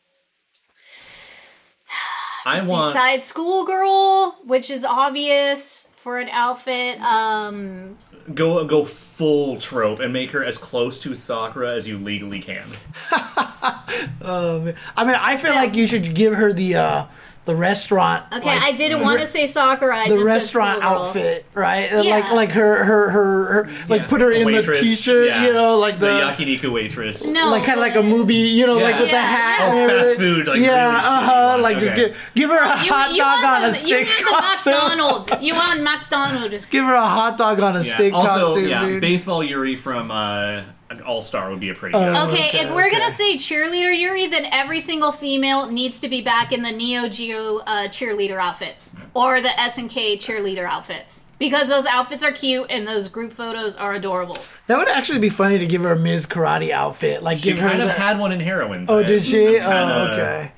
[SPEAKER 3] I
[SPEAKER 1] Uh.
[SPEAKER 3] want
[SPEAKER 2] Besides schoolgirl, which is obvious for an outfit. Um,
[SPEAKER 3] go go full trope and make her as close to Sakura as you legally can.
[SPEAKER 1] I mean, I feel like you should give her the uh, the restaurant.
[SPEAKER 2] okay,
[SPEAKER 1] like,
[SPEAKER 2] I didn't want to say Sakura. I
[SPEAKER 1] the
[SPEAKER 2] just said
[SPEAKER 1] restaurant
[SPEAKER 2] schoolgirl.
[SPEAKER 1] outfit, right? Uh,
[SPEAKER 2] Yeah.
[SPEAKER 1] Like like her her her, her like
[SPEAKER 3] Yeah.
[SPEAKER 1] put her
[SPEAKER 3] A
[SPEAKER 1] in
[SPEAKER 3] waitress,
[SPEAKER 1] the t-shirt,
[SPEAKER 3] yeah.
[SPEAKER 1] you know, like the,
[SPEAKER 3] yakiniku waitress.
[SPEAKER 6] uh,
[SPEAKER 2] No,
[SPEAKER 1] like kind of like a
[SPEAKER 2] but-
[SPEAKER 1] movie, you know, like
[SPEAKER 3] Yeah.
[SPEAKER 1] with the
[SPEAKER 2] Yeah.
[SPEAKER 1] hat.
[SPEAKER 2] Oh,
[SPEAKER 1] and
[SPEAKER 3] fast
[SPEAKER 1] everything.
[SPEAKER 3] food, like,
[SPEAKER 1] yeah,
[SPEAKER 3] really shitty
[SPEAKER 1] uh huh.
[SPEAKER 3] one.
[SPEAKER 1] Like just
[SPEAKER 3] Okay.
[SPEAKER 1] give give her a
[SPEAKER 2] You,
[SPEAKER 1] hot
[SPEAKER 2] you
[SPEAKER 1] dog
[SPEAKER 2] want
[SPEAKER 1] on a
[SPEAKER 2] the-
[SPEAKER 1] steak
[SPEAKER 2] You want the
[SPEAKER 1] costume.
[SPEAKER 2] McDonald's. You want McDonald's.
[SPEAKER 1] Give her a hot dog on a
[SPEAKER 3] Yeah.
[SPEAKER 1] steak
[SPEAKER 3] also,
[SPEAKER 1] costume,
[SPEAKER 3] yeah,
[SPEAKER 1] dude. Uh,
[SPEAKER 3] baseball Yuri from uh, All Star would be a pretty good.
[SPEAKER 2] Okay,
[SPEAKER 1] Okay,
[SPEAKER 2] if we're
[SPEAKER 1] okay.
[SPEAKER 2] gonna say cheerleader Yuri, then every single female needs to be back in the Neo Geo uh, cheerleader outfits or the SNK cheerleader outfits because those outfits are cute and those group photos are adorable.
[SPEAKER 1] that would actually be funny to give her a Ms. Karate outfit. Like
[SPEAKER 3] she
[SPEAKER 1] give her
[SPEAKER 3] kind of
[SPEAKER 1] the.
[SPEAKER 3] had one in heroines.
[SPEAKER 1] oh,
[SPEAKER 3] right?
[SPEAKER 1] did she? Oh,
[SPEAKER 3] kinda-
[SPEAKER 1] okay.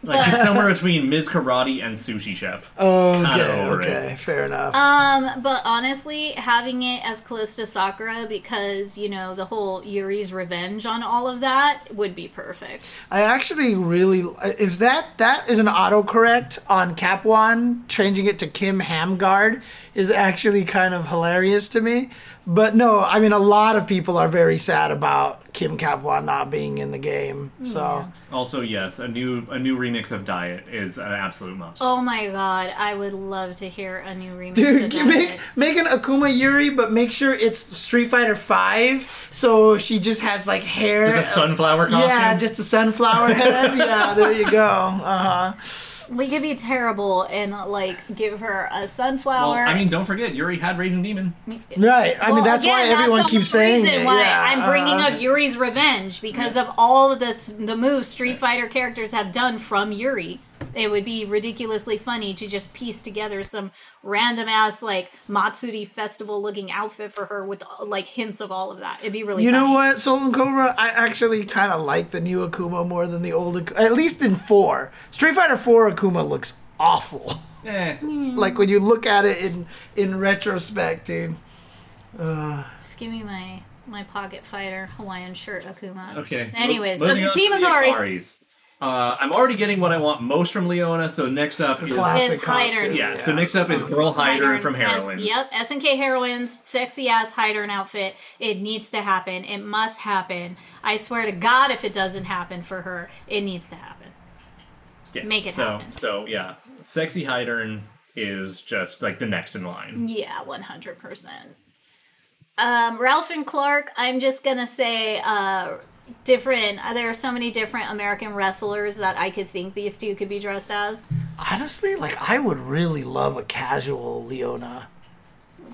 [SPEAKER 3] Like she's somewhere between Ms. Karate and Sushi Chef.
[SPEAKER 1] Oh,
[SPEAKER 3] kinda
[SPEAKER 1] okay.
[SPEAKER 3] over it.
[SPEAKER 1] Okay. Fair enough.
[SPEAKER 2] Um, but honestly, having it as close to Sakura because you know the whole Yuri's revenge on all of that would be perfect.
[SPEAKER 1] I actually really if that that is an autocorrect on Capwan, changing it to Kim Hamgard is actually kind of hilarious to me. But no, I mean a lot of people are very sad about Kim Capwan not being in the game.
[SPEAKER 2] Mm,
[SPEAKER 1] So
[SPEAKER 3] Also, yes, a new a new remix of Diet is an absolute must.
[SPEAKER 2] Oh my god, I would love to hear a new remix.
[SPEAKER 1] Dude,
[SPEAKER 2] of
[SPEAKER 1] make
[SPEAKER 2] that.
[SPEAKER 1] make an Akuma Yuri, but make sure it's Street Fighter Five, so she just has like hair.
[SPEAKER 3] It's a sunflower costume.
[SPEAKER 1] uh, Yeah, just a sunflower head. yeah, there you go. Uh huh.
[SPEAKER 2] We could be terrible and like give her a sunflower.
[SPEAKER 3] Well, I mean, don't forget Yuri had Raging Demon.
[SPEAKER 1] Right. I mean,
[SPEAKER 2] Well,
[SPEAKER 1] that's why
[SPEAKER 2] again,
[SPEAKER 1] everyone
[SPEAKER 2] the
[SPEAKER 1] keeps saying
[SPEAKER 2] reason
[SPEAKER 1] it.
[SPEAKER 2] why
[SPEAKER 1] yeah,
[SPEAKER 2] I'm bringing
[SPEAKER 1] uh-huh.
[SPEAKER 2] up Yuri's Revenge because of all of this, the moves Street Fighter characters have done from Yuri. It would be ridiculously funny to just piece together some random ass like Matsuri festival looking outfit for her with like hints of all of that. It'd be really.
[SPEAKER 1] You know
[SPEAKER 2] funny.
[SPEAKER 1] what, Soul and Cobra? I actually kind of like the new Akuma more than the old, Ak- at least in four. Street Fighter Four Akuma looks awful.
[SPEAKER 3] Eh,
[SPEAKER 1] like when you look at it in in retrospect, dude.
[SPEAKER 2] Just give me my my pocket fighter Hawaiian shirt Akuma.
[SPEAKER 3] Okay.
[SPEAKER 2] Anyways,
[SPEAKER 3] Mo-
[SPEAKER 2] okay,
[SPEAKER 3] moving on
[SPEAKER 2] Team
[SPEAKER 3] to the
[SPEAKER 2] Akari
[SPEAKER 3] Akaris. Uh, I'm already getting what I want most from Leona. So next up is
[SPEAKER 1] Classic
[SPEAKER 2] Is
[SPEAKER 1] costume.
[SPEAKER 2] Hydern.
[SPEAKER 3] yeah, So next up is Girl Hyder from
[SPEAKER 2] Hydern has-
[SPEAKER 3] Heroines.
[SPEAKER 2] Yep, SNK Heroines, sexy ass Hydern outfit. It needs to happen. It must happen. I swear to God, if it doesn't happen for her, it needs to happen.
[SPEAKER 3] Yeah,
[SPEAKER 2] Make it
[SPEAKER 3] so,
[SPEAKER 2] happen.
[SPEAKER 3] So yeah, sexy Hydern is just like the next in line.
[SPEAKER 2] Yeah, one hundred percent. Um, Ralph and Clark. I'm just gonna say uh, different. uh, There are so many different American wrestlers that I could think these two could be dressed as.
[SPEAKER 1] Honestly, like I would really love a casual Leona,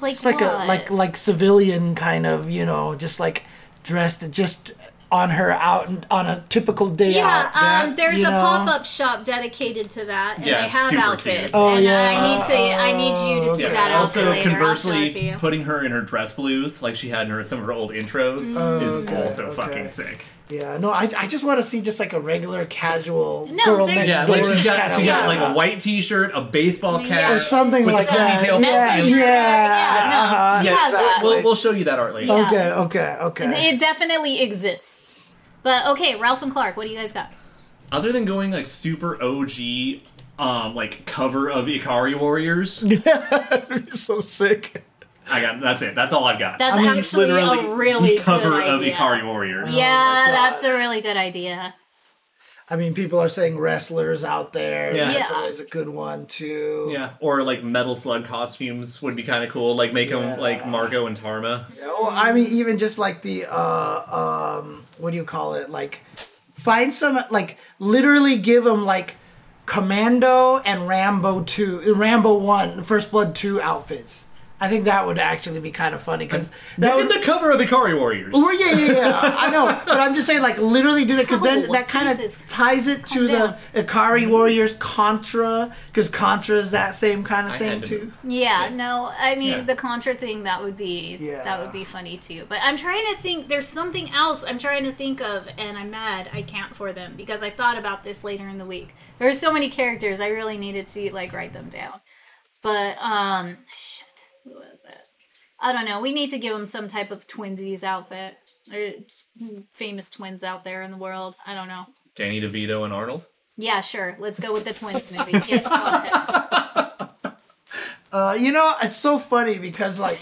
[SPEAKER 2] Like
[SPEAKER 1] just like a
[SPEAKER 2] what?
[SPEAKER 1] like like civilian kind of, you know, just like dressed just on her out on a typical day
[SPEAKER 2] Yeah,
[SPEAKER 1] out.
[SPEAKER 2] um,
[SPEAKER 3] that,
[SPEAKER 2] there's
[SPEAKER 1] you
[SPEAKER 2] a
[SPEAKER 1] know?
[SPEAKER 2] pop up shop dedicated to that, and
[SPEAKER 3] Yeah,
[SPEAKER 2] they
[SPEAKER 3] it's
[SPEAKER 2] have
[SPEAKER 3] super
[SPEAKER 2] outfits.
[SPEAKER 3] cute.
[SPEAKER 1] Oh,
[SPEAKER 2] and
[SPEAKER 1] yeah.
[SPEAKER 2] I need to, I need you to see
[SPEAKER 3] Yeah.
[SPEAKER 2] that
[SPEAKER 3] also,
[SPEAKER 2] outfit later. I'll show
[SPEAKER 3] conversely,
[SPEAKER 2] it to you.
[SPEAKER 3] putting her in her dress blues, like she had in her some of her old intros, is also
[SPEAKER 1] Mm. Oh, okay.
[SPEAKER 3] fucking sick.
[SPEAKER 1] Yeah, no, I, I just want to see just like a regular casual
[SPEAKER 2] No,
[SPEAKER 1] girl
[SPEAKER 2] they're-
[SPEAKER 1] next
[SPEAKER 3] Yeah,
[SPEAKER 1] door
[SPEAKER 3] like she
[SPEAKER 1] kind
[SPEAKER 3] got,
[SPEAKER 1] of
[SPEAKER 3] she got
[SPEAKER 1] look.
[SPEAKER 3] like a white T-shirt, a baseball
[SPEAKER 2] Yeah.
[SPEAKER 3] cap,
[SPEAKER 2] Or
[SPEAKER 1] or something
[SPEAKER 3] with
[SPEAKER 1] like
[SPEAKER 3] the
[SPEAKER 1] that.
[SPEAKER 3] ponytail
[SPEAKER 1] Yeah,
[SPEAKER 3] pin.
[SPEAKER 2] Messenger, yeah, no,
[SPEAKER 1] yeah,
[SPEAKER 2] she
[SPEAKER 1] uh-huh,
[SPEAKER 2] has that.
[SPEAKER 1] exactly.
[SPEAKER 3] We'll, we'll show you that art later.
[SPEAKER 2] Yeah.
[SPEAKER 1] Okay, okay, okay.
[SPEAKER 2] It definitely exists. But okay, Ralph and Clark, what do you guys got?
[SPEAKER 1] Oh,
[SPEAKER 3] Other than going like super OG, um, like cover of Ikari Warriors,
[SPEAKER 1] It's so sick.
[SPEAKER 3] I got that's it. That's all I've got.
[SPEAKER 2] That's
[SPEAKER 1] I mean,
[SPEAKER 2] actually a
[SPEAKER 3] literally
[SPEAKER 2] really
[SPEAKER 3] the cover
[SPEAKER 2] good
[SPEAKER 3] of
[SPEAKER 2] idea.
[SPEAKER 3] Ikari Warriors.
[SPEAKER 2] yeah,
[SPEAKER 1] God.
[SPEAKER 2] that's a really good idea.
[SPEAKER 1] I mean, people are saying wrestlers out there.
[SPEAKER 3] Yeah.
[SPEAKER 1] That's
[SPEAKER 2] Yeah.
[SPEAKER 1] always a good one too.
[SPEAKER 3] Yeah, or like Metal Slug costumes would be kind of cool. Like make them like Margo and Tarma.
[SPEAKER 1] Or, Oh, I mean, even just like the uh, um, what do you call it? Like, find some like literally give them like Commando and Rambo two, Rambo one, First Blood two outfits. I think that would actually be kind of funny because that
[SPEAKER 3] In
[SPEAKER 1] would
[SPEAKER 3] the cover of Ikari Warriors.
[SPEAKER 1] Well, yeah, yeah, yeah. I know, but I'm just saying, like, literally do that because then
[SPEAKER 2] Oh,
[SPEAKER 1] that kind
[SPEAKER 2] Jesus.
[SPEAKER 1] of ties it to
[SPEAKER 2] down.
[SPEAKER 1] the Ikari Warriors Contra because Contra is that same kind of
[SPEAKER 3] I
[SPEAKER 1] thing
[SPEAKER 3] had to
[SPEAKER 1] too.
[SPEAKER 3] move.
[SPEAKER 2] Yeah, no, I mean
[SPEAKER 3] Yeah.
[SPEAKER 2] the Contra thing that would be
[SPEAKER 1] Yeah.
[SPEAKER 2] that would be funny too. But I'm trying to think. There's something else I'm trying to think of, and I'm mad I can't for them because I thought about this later in the week. There were so many characters I really needed to like write them down. But um, shit, who was it? I don't know. We need to give them some Uh, type of twinsies outfit. There's famous twins out there in the world. I don't know.
[SPEAKER 3] Danny DeVito and Arnold.
[SPEAKER 2] Yeah, sure. Let's go with the twins movie. Yeah, go ahead.
[SPEAKER 1] Uh, you know, it's so funny because like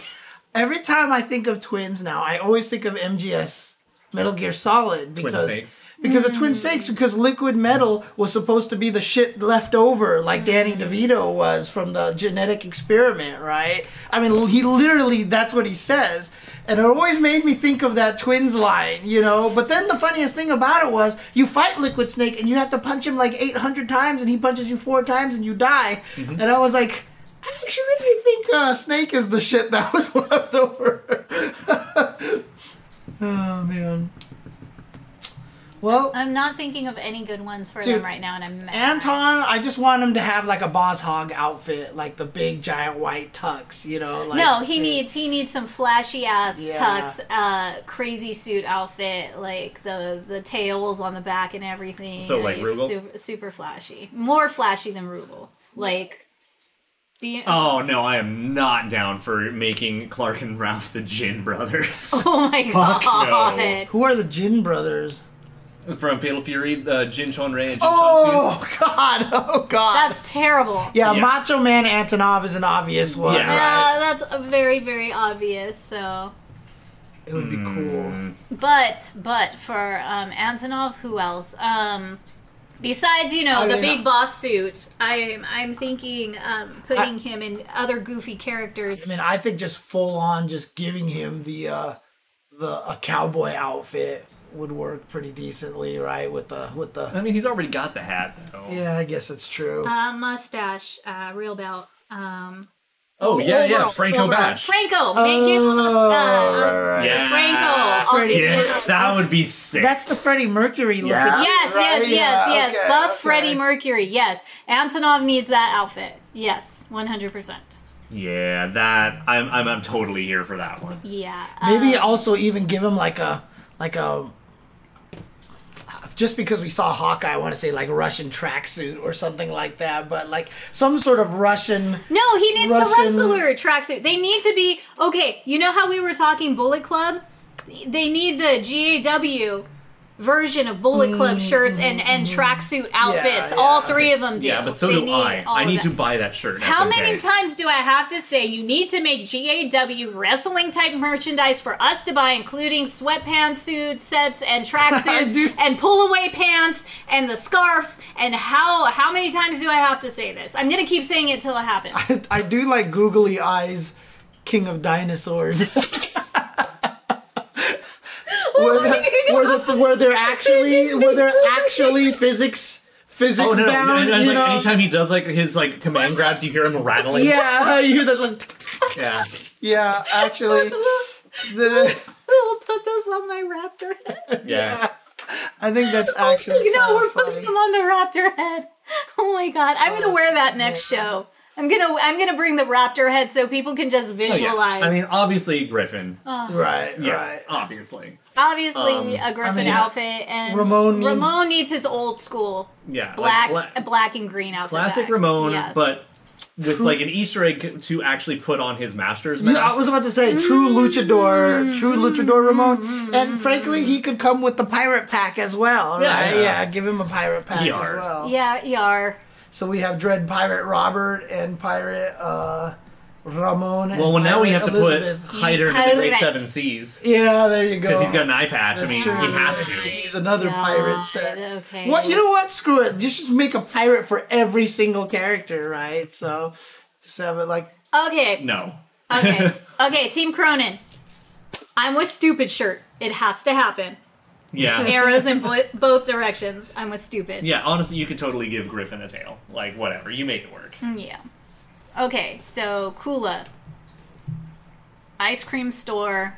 [SPEAKER 1] every time I think of twins now, I always think of MGS Metal Gear Solid because
[SPEAKER 3] Snakes.
[SPEAKER 1] because of Twin Snakes because Liquid Metal was supposed to be the shit left over like Danny DeVito was from the genetic experiment, right? I mean, he literally that's what he says. And it always made me think of that twins line, you know. But then the funniest thing about it was you fight Liquid Snake and you have to punch him like 800 times and he punches you four times and you die. And I was like, I actually think uh, Snake is the shit that was left over. oh man. Well,
[SPEAKER 2] I'm not thinking of any good ones for
[SPEAKER 1] Dude,
[SPEAKER 2] them right now, and I'm mad.
[SPEAKER 1] Anton, I just want him to have like a boss hog outfit, like the big giant white tux, you know. Like,
[SPEAKER 2] no, he
[SPEAKER 1] say-
[SPEAKER 2] needs he needs some flashy ass
[SPEAKER 1] Yeah.
[SPEAKER 2] tux, uh, crazy suit outfit, like the the tails on the back and everything.
[SPEAKER 3] So, like, Rugal?
[SPEAKER 2] super, super flashy, more flashy than Rugal. Like, do you? Oh,
[SPEAKER 3] Oh no, I am not down for making Clark and Ralph the Gin Brothers
[SPEAKER 2] oh my
[SPEAKER 3] fuck
[SPEAKER 2] god!
[SPEAKER 3] no.
[SPEAKER 1] Who are the Jin brothers?
[SPEAKER 3] from Fatal Fury. Uh, Jin Chon Rei and Jin Chon
[SPEAKER 1] Oh God! Oh God!
[SPEAKER 2] That's terrible.
[SPEAKER 1] yeah,
[SPEAKER 3] Yeah.
[SPEAKER 1] Macho Man Antonov is an obvious one.
[SPEAKER 3] Yeah.
[SPEAKER 1] right?
[SPEAKER 2] Yeah, that's uh, very very obvious. So,
[SPEAKER 1] It would be cool.
[SPEAKER 2] but but for um, Antonov, who else? Um, besides you know
[SPEAKER 1] I
[SPEAKER 2] the
[SPEAKER 1] mean,
[SPEAKER 2] big
[SPEAKER 1] I-
[SPEAKER 2] boss suit, I'm I'm thinking um, putting him in other goofy characters.
[SPEAKER 1] I mean, I think just full on, just giving him the uh, the a cowboy outfit would work pretty decently, right? With the with the
[SPEAKER 3] I mean, he's already got the hat. Though.
[SPEAKER 1] yeah, I guess it's true.
[SPEAKER 2] uh, mustache, uh, real belt. Um,
[SPEAKER 3] Oh yeah, yeah,
[SPEAKER 2] overalls,
[SPEAKER 3] Franco
[SPEAKER 2] overalls.
[SPEAKER 3] Batch.
[SPEAKER 2] Franco, make him. Uh, uh,
[SPEAKER 1] Oh, right.
[SPEAKER 3] yeah, Ah,
[SPEAKER 2] Franco, I'll give
[SPEAKER 3] Yeah,
[SPEAKER 2] you this.
[SPEAKER 3] that would be sick.
[SPEAKER 1] That's the Freddie Mercury look.
[SPEAKER 3] Yeah.
[SPEAKER 2] Yes,
[SPEAKER 1] Right,
[SPEAKER 2] yes, yes,
[SPEAKER 1] yeah,
[SPEAKER 2] yes.
[SPEAKER 1] okay,
[SPEAKER 2] Buff
[SPEAKER 1] okay.
[SPEAKER 2] Freddie Mercury. Yes, Antonov needs that outfit. Yes, one hundred percent.
[SPEAKER 3] yeah, that I'm, I'm I'm totally here for that one.
[SPEAKER 2] Yeah. Uh,
[SPEAKER 1] Maybe also even give him like a like a just because we saw Hawkeye, I want to say like Russian tracksuit or something like that, but like some sort of Russian.
[SPEAKER 2] No, he needs
[SPEAKER 1] Russian-
[SPEAKER 2] the wrestler tracksuit. They need to be okay. You know how we were talking Bullet Club? They need the GAW version of Bullet Club shirts and and tracksuit outfits.
[SPEAKER 1] Mm-hmm. yeah,
[SPEAKER 2] all three of them do.
[SPEAKER 3] Yeah, but so
[SPEAKER 2] They
[SPEAKER 3] do
[SPEAKER 2] need
[SPEAKER 3] I.
[SPEAKER 2] all
[SPEAKER 3] I
[SPEAKER 2] of
[SPEAKER 3] need to
[SPEAKER 2] them.
[SPEAKER 3] buy that shirt.
[SPEAKER 2] How
[SPEAKER 3] That's
[SPEAKER 2] many
[SPEAKER 3] okay.
[SPEAKER 2] times do I have to say you need to make GAW wrestling type merchandise for us to buy, including sweatpants suits, sets, and
[SPEAKER 1] do.
[SPEAKER 2] tracksuits, and pull away pants, and the scarves? And how how many times do I have to say this? I'm gonna keep saying it till it happens.
[SPEAKER 1] I do like googly eyes, King of Dinosaurs.
[SPEAKER 2] Oh
[SPEAKER 1] where, the, where, the, where they're actually
[SPEAKER 2] just
[SPEAKER 1] where they're
[SPEAKER 2] made-
[SPEAKER 1] actually physics physics
[SPEAKER 3] Oh no! no.
[SPEAKER 1] bound.
[SPEAKER 3] And, and,
[SPEAKER 1] you
[SPEAKER 3] like,
[SPEAKER 1] know. Uh,
[SPEAKER 3] anytime he does like his like command grabs, you hear him rattling.
[SPEAKER 1] yeah, you hear that? Like,
[SPEAKER 3] yeah.
[SPEAKER 1] yeah, actually. the-
[SPEAKER 2] I'll put those on my raptor head.
[SPEAKER 3] yeah.
[SPEAKER 1] I think that's actually.
[SPEAKER 2] no,
[SPEAKER 1] kinda
[SPEAKER 2] Oh, we're
[SPEAKER 1] funny.
[SPEAKER 2] putting them on the raptor head. Oh my god, I'm gonna wear that next show. I'm gonna I'm gonna bring the raptor head so people can just
[SPEAKER 3] Oh, yeah.
[SPEAKER 2] visualize. Uh-huh.
[SPEAKER 3] I mean, obviously Griffin.
[SPEAKER 1] Right,
[SPEAKER 3] yeah,
[SPEAKER 1] right.
[SPEAKER 3] obviously. Um,
[SPEAKER 2] Obviously, a Griffin
[SPEAKER 1] mean,
[SPEAKER 2] outfit and
[SPEAKER 1] Ramon needs-
[SPEAKER 2] Ramon needs his old school
[SPEAKER 3] Yeah,
[SPEAKER 2] black
[SPEAKER 3] like, cla-
[SPEAKER 2] black and green outfit.
[SPEAKER 3] classic
[SPEAKER 2] back.
[SPEAKER 3] Ramon,
[SPEAKER 2] Yes.
[SPEAKER 3] but with like an Easter egg to actually put on his master's
[SPEAKER 1] You
[SPEAKER 3] mask.
[SPEAKER 1] know, I was about to say true luchador, true luchador Ramon, and frankly, he could come with the pirate pack as well. Right?
[SPEAKER 3] Yeah,
[SPEAKER 1] Yeah,
[SPEAKER 3] yeah.
[SPEAKER 1] give him a pirate pack as
[SPEAKER 3] Yar.
[SPEAKER 1] well.
[SPEAKER 2] yeah, E yar.
[SPEAKER 1] So we have Dread Pirate Robert and Pirate uh, Ramon. And
[SPEAKER 3] well, well, now we have
[SPEAKER 1] Pirate
[SPEAKER 3] to
[SPEAKER 1] Elizabeth.
[SPEAKER 3] put Hyder in the Great
[SPEAKER 2] Pirate.
[SPEAKER 3] Seven Seas
[SPEAKER 1] Yeah, there you go.
[SPEAKER 3] because he's got an eye patch. I
[SPEAKER 1] That's
[SPEAKER 3] mean,
[SPEAKER 1] true.
[SPEAKER 3] he has to.
[SPEAKER 1] Ah, He's another pirate
[SPEAKER 2] God,
[SPEAKER 1] set.
[SPEAKER 2] okay.
[SPEAKER 1] What you know? What? Screw it. You should just make a pirate for every single character, right? So just have it like
[SPEAKER 2] Okay,
[SPEAKER 3] No.
[SPEAKER 2] okay, okay. Team Cronin, I'm with stupid shirt. It has to happen.
[SPEAKER 3] Yeah.
[SPEAKER 2] arrows in bo- both directions. I'm a stupid.
[SPEAKER 3] Yeah, honestly, you could totally give Griffin a tail. Like, whatever. You make it work.
[SPEAKER 2] Yeah. Okay, so Kula, ice cream store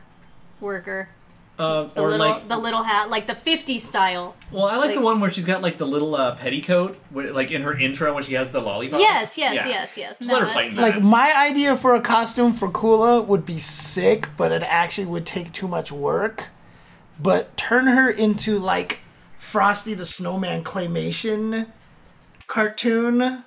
[SPEAKER 2] worker,
[SPEAKER 3] Um,
[SPEAKER 2] the
[SPEAKER 3] or,
[SPEAKER 2] little
[SPEAKER 3] like,
[SPEAKER 2] the little hat, like the 50 style.
[SPEAKER 3] well, I like, the
[SPEAKER 2] like-
[SPEAKER 3] one where she's got, like, the little uh, petticoat, where, like, in her intro when she has the lollipop.
[SPEAKER 2] Yes, yes,
[SPEAKER 3] Yeah.
[SPEAKER 2] yes, yes.
[SPEAKER 3] Just let her
[SPEAKER 2] that's
[SPEAKER 3] fight
[SPEAKER 2] cute.
[SPEAKER 3] that.
[SPEAKER 1] Like my idea for a costume for Kula would be sick, but it actually would take too much work. But turn her into like Frosty the Snowman claymation cartoon